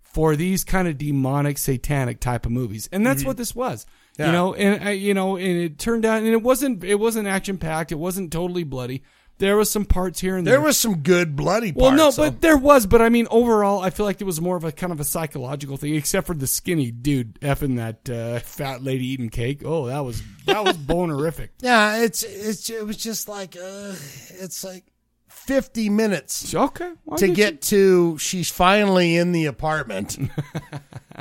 Speaker 1: for these kind of demonic, satanic type of movies, and that's
Speaker 14: Mhm.
Speaker 1: what this was. You
Speaker 14: Yeah.
Speaker 1: know, and I, you know, and it turned out, and it wasn't, it wasn't action packed. It wasn't totally bloody. There was some parts here and there.
Speaker 2: There was some good bloody
Speaker 1: Well,
Speaker 2: parts.
Speaker 1: no, but there was, but I mean, overall, I feel like it was more of a kind of a psychological thing, except for the skinny dude effing that uh, fat lady eating cake. Oh, that was that was bonerific.
Speaker 2: Yeah, it's it's it was just like uh, it's like fifty minutes.
Speaker 1: Okay, well, I
Speaker 2: to
Speaker 1: get
Speaker 2: get to she's finally in the apartment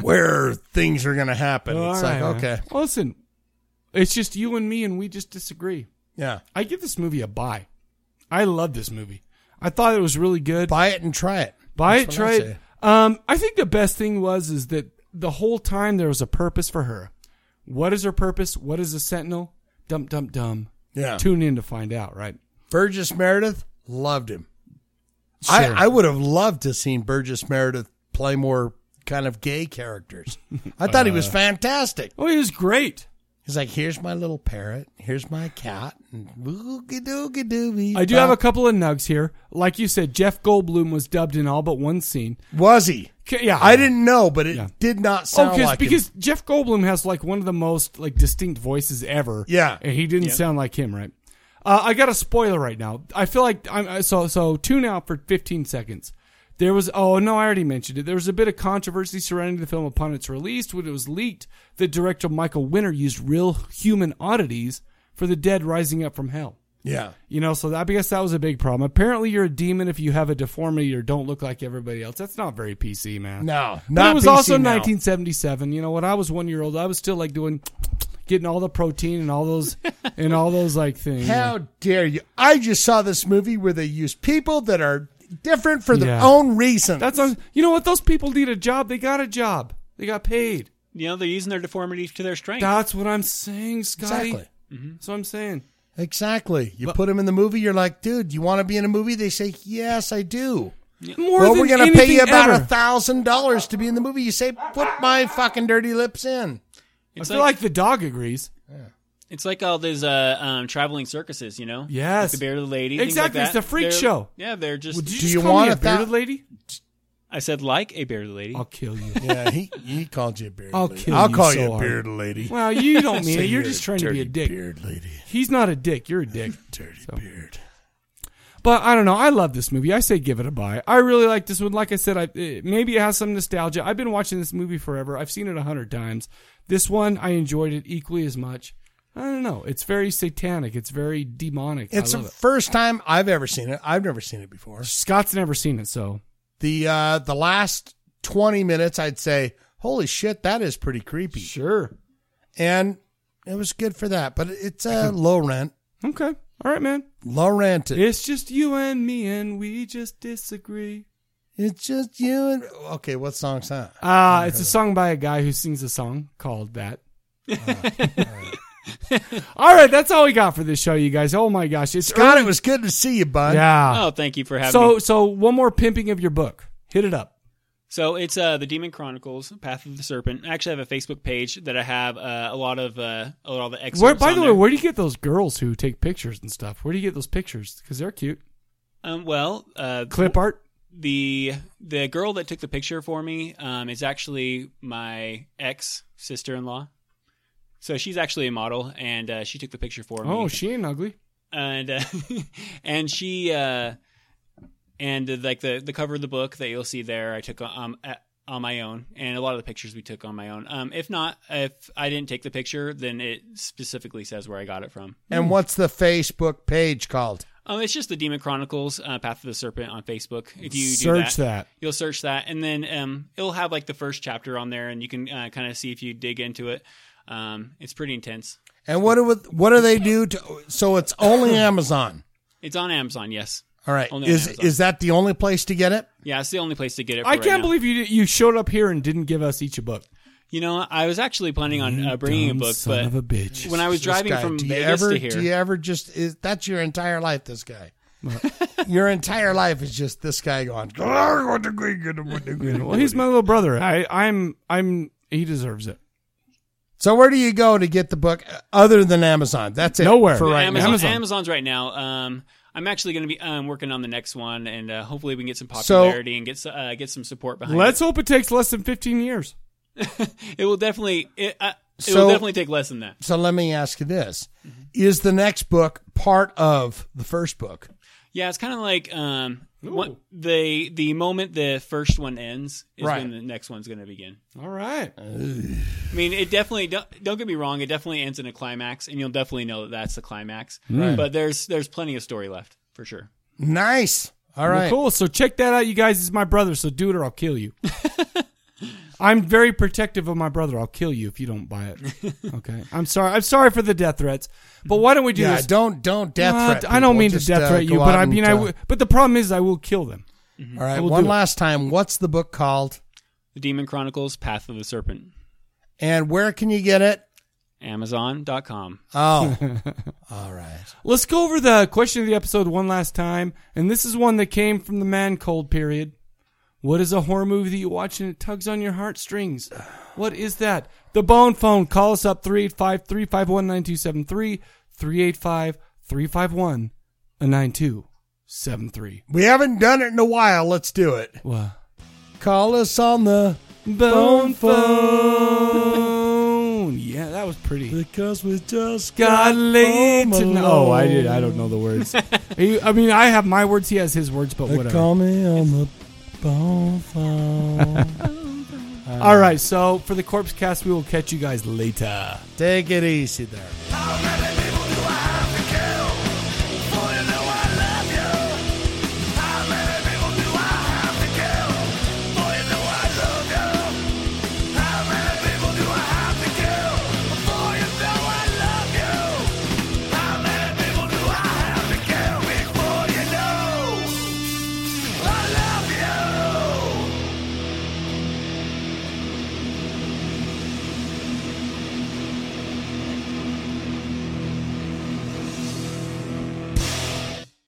Speaker 2: where things are gonna happen.
Speaker 1: All
Speaker 2: it's like
Speaker 1: right, man.
Speaker 2: okay,
Speaker 1: Well, Listen, it's just you and me, and we just disagree.
Speaker 2: Yeah,
Speaker 1: I give this movie a buy. I love this movie. I thought it was really good.
Speaker 2: Buy it and try it.
Speaker 1: Buy
Speaker 2: That's
Speaker 1: it,
Speaker 2: what
Speaker 1: try
Speaker 2: I
Speaker 1: it. Um, I think the best thing was is that the whole time there was a purpose for her. What is her purpose? What is a sentinel? Dump, dump, dumb.
Speaker 2: Yeah.
Speaker 1: Tune in to find out, right?
Speaker 2: Burgess Meredith loved him.
Speaker 1: Sure.
Speaker 2: I I would have loved to have seen Burgess Meredith play more kind of gay characters. I thought he was
Speaker 1: Uh.
Speaker 2: fantastic.
Speaker 1: Oh, he was great.
Speaker 2: He's like, here's my little parrot, here's my cat, and oogie doogie dooby.
Speaker 1: I do have a couple of nugs here. Like you said, Jeff Goldblum was dubbed in all but one scene.
Speaker 2: Was he?
Speaker 1: Yeah,
Speaker 2: I didn't know, but it did not sound
Speaker 1: oh, 'cause-
Speaker 2: like him.
Speaker 1: because Jeff Goldblum has like one of the most like distinct voices ever.
Speaker 2: Yeah.
Speaker 1: and he didn't
Speaker 2: Yeah.
Speaker 1: sound like him, right? Uh, I got a spoiler right now. I feel like I'm I- so so. Tune out for 15 seconds. There was oh no, I already mentioned it. There was a bit of controversy surrounding the film upon its release when it was leaked that director Michael Winner used real human oddities for the dead rising up from hell.
Speaker 2: Yeah.
Speaker 1: You know, so that, I guess that was a big problem. Apparently, you're a demon if you have a deformity or don't look like everybody else. That's not very PC, man.
Speaker 2: No,
Speaker 1: but
Speaker 2: not
Speaker 1: it was
Speaker 2: PC
Speaker 1: also
Speaker 2: now.
Speaker 1: 1977. You know, when I was one year old, I was still like doing, getting all the protein and all those and all those like things.
Speaker 2: How dare you? I just saw this movie where they use people that are different for their
Speaker 1: Yeah.
Speaker 2: own reasons.
Speaker 1: That's un- you know what? Those people need a job. They got a job. They got paid.
Speaker 14: You know, they're using their deformity to their strength.
Speaker 1: That's what I'm saying, Scotty.
Speaker 2: Exactly.
Speaker 14: Mm-hmm.
Speaker 1: That's what I'm saying.
Speaker 2: Exactly. You put them in the movie. You're like, dude, you want to be in a movie? They say, yes, I do.
Speaker 1: More
Speaker 2: well,
Speaker 1: than
Speaker 2: we're gonna pay
Speaker 1: anything
Speaker 2: you about a
Speaker 1: ever.
Speaker 2: thousand dollars to be in the movie. You say, put my fucking dirty lips in.
Speaker 14: It's feel like- like
Speaker 1: the dog agrees.
Speaker 14: It's like all these uh, um, traveling circuses, you know?
Speaker 1: Yes.
Speaker 14: Like the bearded lady.
Speaker 1: Exactly,
Speaker 14: Things like
Speaker 1: it's the
Speaker 14: that.
Speaker 1: freak
Speaker 14: They're-
Speaker 1: show.
Speaker 14: Yeah, they're just.
Speaker 1: Would you Do just you call me want a a thou- bearded lady?
Speaker 14: I said like a bearded lady. I'll
Speaker 1: kill you.
Speaker 2: Yeah, he he called you a beard.
Speaker 1: I'll
Speaker 2: lady.
Speaker 1: kill
Speaker 2: I'll
Speaker 1: you
Speaker 2: call
Speaker 1: so
Speaker 2: you a
Speaker 1: hard.
Speaker 2: beard lady.
Speaker 1: Well, you don't mean
Speaker 2: Say
Speaker 1: it. You're
Speaker 2: you're
Speaker 1: just
Speaker 2: a
Speaker 1: trying to be a
Speaker 2: dirty
Speaker 1: dick.
Speaker 2: beard lady.
Speaker 1: He's not a dick. You're a dick.
Speaker 2: dirty
Speaker 1: beard. But I don't know. I love this movie. I say give it a buy. I really like this one. Like I said, I it, maybe it has some nostalgia. I've been watching this movie forever. I've seen it a hundred times. This one, I enjoyed it equally as much. I don't know. It's very satanic. It's very demonic.
Speaker 2: It's
Speaker 1: I
Speaker 2: the
Speaker 1: love it.
Speaker 2: first time I've ever seen it. I've never seen it before.
Speaker 1: Scott's never seen it, so
Speaker 2: the uh the last twenty minutes, I'd say, holy shit, that is pretty creepy.
Speaker 1: Sure,
Speaker 2: and it was good for that, but it's uh, low rent.
Speaker 1: Okay, all right, man.
Speaker 2: Low rented.
Speaker 1: It's just you and me, and we just disagree.
Speaker 2: It's just you and okay. What song's that?
Speaker 1: Uh, it's a song by a guy who sings a song called that.
Speaker 14: Uh,
Speaker 1: all right, that's all we got for this show, you guys. Oh my gosh, it's
Speaker 2: Scott,
Speaker 1: early-
Speaker 2: it was good to see you, bud.
Speaker 1: Yeah.
Speaker 14: Oh, thank you for having
Speaker 1: so
Speaker 14: me.
Speaker 1: so one more pimping of your book. Hit it up.
Speaker 14: So it's uh, the Demon Chronicles, Path of the Serpent. I actually have a Facebook page that I have uh, a lot of uh, a lot of the excerpts.
Speaker 1: Where, by
Speaker 14: on
Speaker 1: the way,
Speaker 14: there.
Speaker 1: where do you get those girls who take pictures and stuff? Where do you get those pictures? Because they're cute.
Speaker 14: Um, well, uh,
Speaker 1: Clip art?
Speaker 14: The the girl that took the picture for me um, is actually my ex sister in law. So she's actually a model, and uh, she took the picture for me.
Speaker 1: Oh, she ain't ugly.
Speaker 14: and uh, and she uh, and uh, like the the cover of the book that you'll see there, I took um a- on my own, and a lot of the pictures we took on my own. Um, if not, if I didn't take the picture, then it specifically says where I got it from.
Speaker 2: And what's the Facebook page called?
Speaker 14: Um, it's just the Demon Chronicles, uh, Path of the Serpent on Facebook. If you do
Speaker 2: Search that.
Speaker 14: you'll search that, and then um, it'll have like the first chapter on there, and you can uh, kind of see if you dig into it. Um, it's pretty intense.
Speaker 2: And what do what do they do to? So it's only Amazon.
Speaker 14: It's on Amazon, yes.
Speaker 2: All right.
Speaker 14: Only on
Speaker 2: Is
Speaker 14: Amazon.
Speaker 2: is that the only place to get it?
Speaker 14: Yeah, it's the only place to get it. For
Speaker 1: I
Speaker 14: right
Speaker 1: can't
Speaker 14: now.
Speaker 1: believe you you showed up here and didn't give us each a book.
Speaker 14: You know, I was actually planning on uh, bringing a
Speaker 1: dumb
Speaker 14: book,
Speaker 1: son
Speaker 14: but
Speaker 1: of a bitch.
Speaker 14: when I was
Speaker 2: This
Speaker 14: driving
Speaker 2: guy,
Speaker 14: from
Speaker 2: do you
Speaker 14: Vegas
Speaker 2: ever,
Speaker 14: to here,
Speaker 2: Do you ever just is that's your entire life? This guy. your entire life is just this guy going.
Speaker 1: Well, he's my little brother. I I'm I'm he deserves it.
Speaker 2: So where do you go to get the book uh, other than Amazon? That's it.
Speaker 1: Nowhere.
Speaker 2: for right
Speaker 14: Amazon,
Speaker 2: now.
Speaker 14: Amazon's right now. Um, I'm actually going to be um, working on the next one, and uh, hopefully we can get some
Speaker 1: So-
Speaker 14: popularity and get s- uh, get some support behind.
Speaker 1: Let's hope it takes less than 15 years.
Speaker 14: it. It will definitely it, uh, it
Speaker 2: So-
Speaker 14: will definitely take less than that.
Speaker 2: So let me ask you this: Is the next book part of the first book?
Speaker 14: Yeah, it's kind of like um, what, the the moment the first one ends is
Speaker 2: Right.
Speaker 14: when the next one's going to begin.
Speaker 1: All right.
Speaker 14: I mean, it definitely don't, don't get me wrong. It definitely ends in a climax, and you'll definitely know that that's the climax.
Speaker 1: Right.
Speaker 14: But there's there's plenty of story left for sure.
Speaker 2: Nice. All
Speaker 1: Well,
Speaker 2: right.
Speaker 1: cool. So check that out, you guys. He's my brother, so do it or I'll kill you. I'm very protective of my brother. I'll kill you if you don't buy it. Okay. I'm sorry. I'm sorry for the death threats. But why don't we do
Speaker 2: Yeah,
Speaker 1: this?
Speaker 2: don't- don't death threat
Speaker 1: I don't
Speaker 2: people.
Speaker 1: mean
Speaker 2: Just,
Speaker 1: to death
Speaker 2: uh,
Speaker 1: threat you,
Speaker 2: go
Speaker 1: but
Speaker 2: out
Speaker 1: I mean
Speaker 2: and,
Speaker 1: I
Speaker 2: uh,
Speaker 1: will but the problem is I will kill them.
Speaker 2: All right.
Speaker 14: I will
Speaker 2: One
Speaker 14: do it.
Speaker 2: last time. What's the book called?
Speaker 14: The Demon Chronicles: Path of the Serpent.
Speaker 2: And where can you get it?
Speaker 14: Amazon.com.
Speaker 2: Oh.
Speaker 1: Let's go over the question of the episode one last time, and this is one that came from the man cold period. What is a horror movie that you watch and it tugs on your heartstrings? What is that? The Bone Phone. Call us up 385 351 9273 385 351 9273.
Speaker 2: We haven't done it in a while. Let's do it.
Speaker 1: What?
Speaker 2: Call us on the
Speaker 1: Bone
Speaker 2: phone.
Speaker 1: Yeah, that that was pretty.
Speaker 3: Because we just
Speaker 1: got late
Speaker 3: home
Speaker 1: tonight.
Speaker 3: alone.
Speaker 1: Oh, I did. I don't know the words. He- I mean, I have my words. He has his words, but
Speaker 3: They
Speaker 1: whatever.
Speaker 3: call me on the bonfire. Uh,
Speaker 1: All right. So for the corpse cast, we will catch you guys later.
Speaker 2: Take it easy there.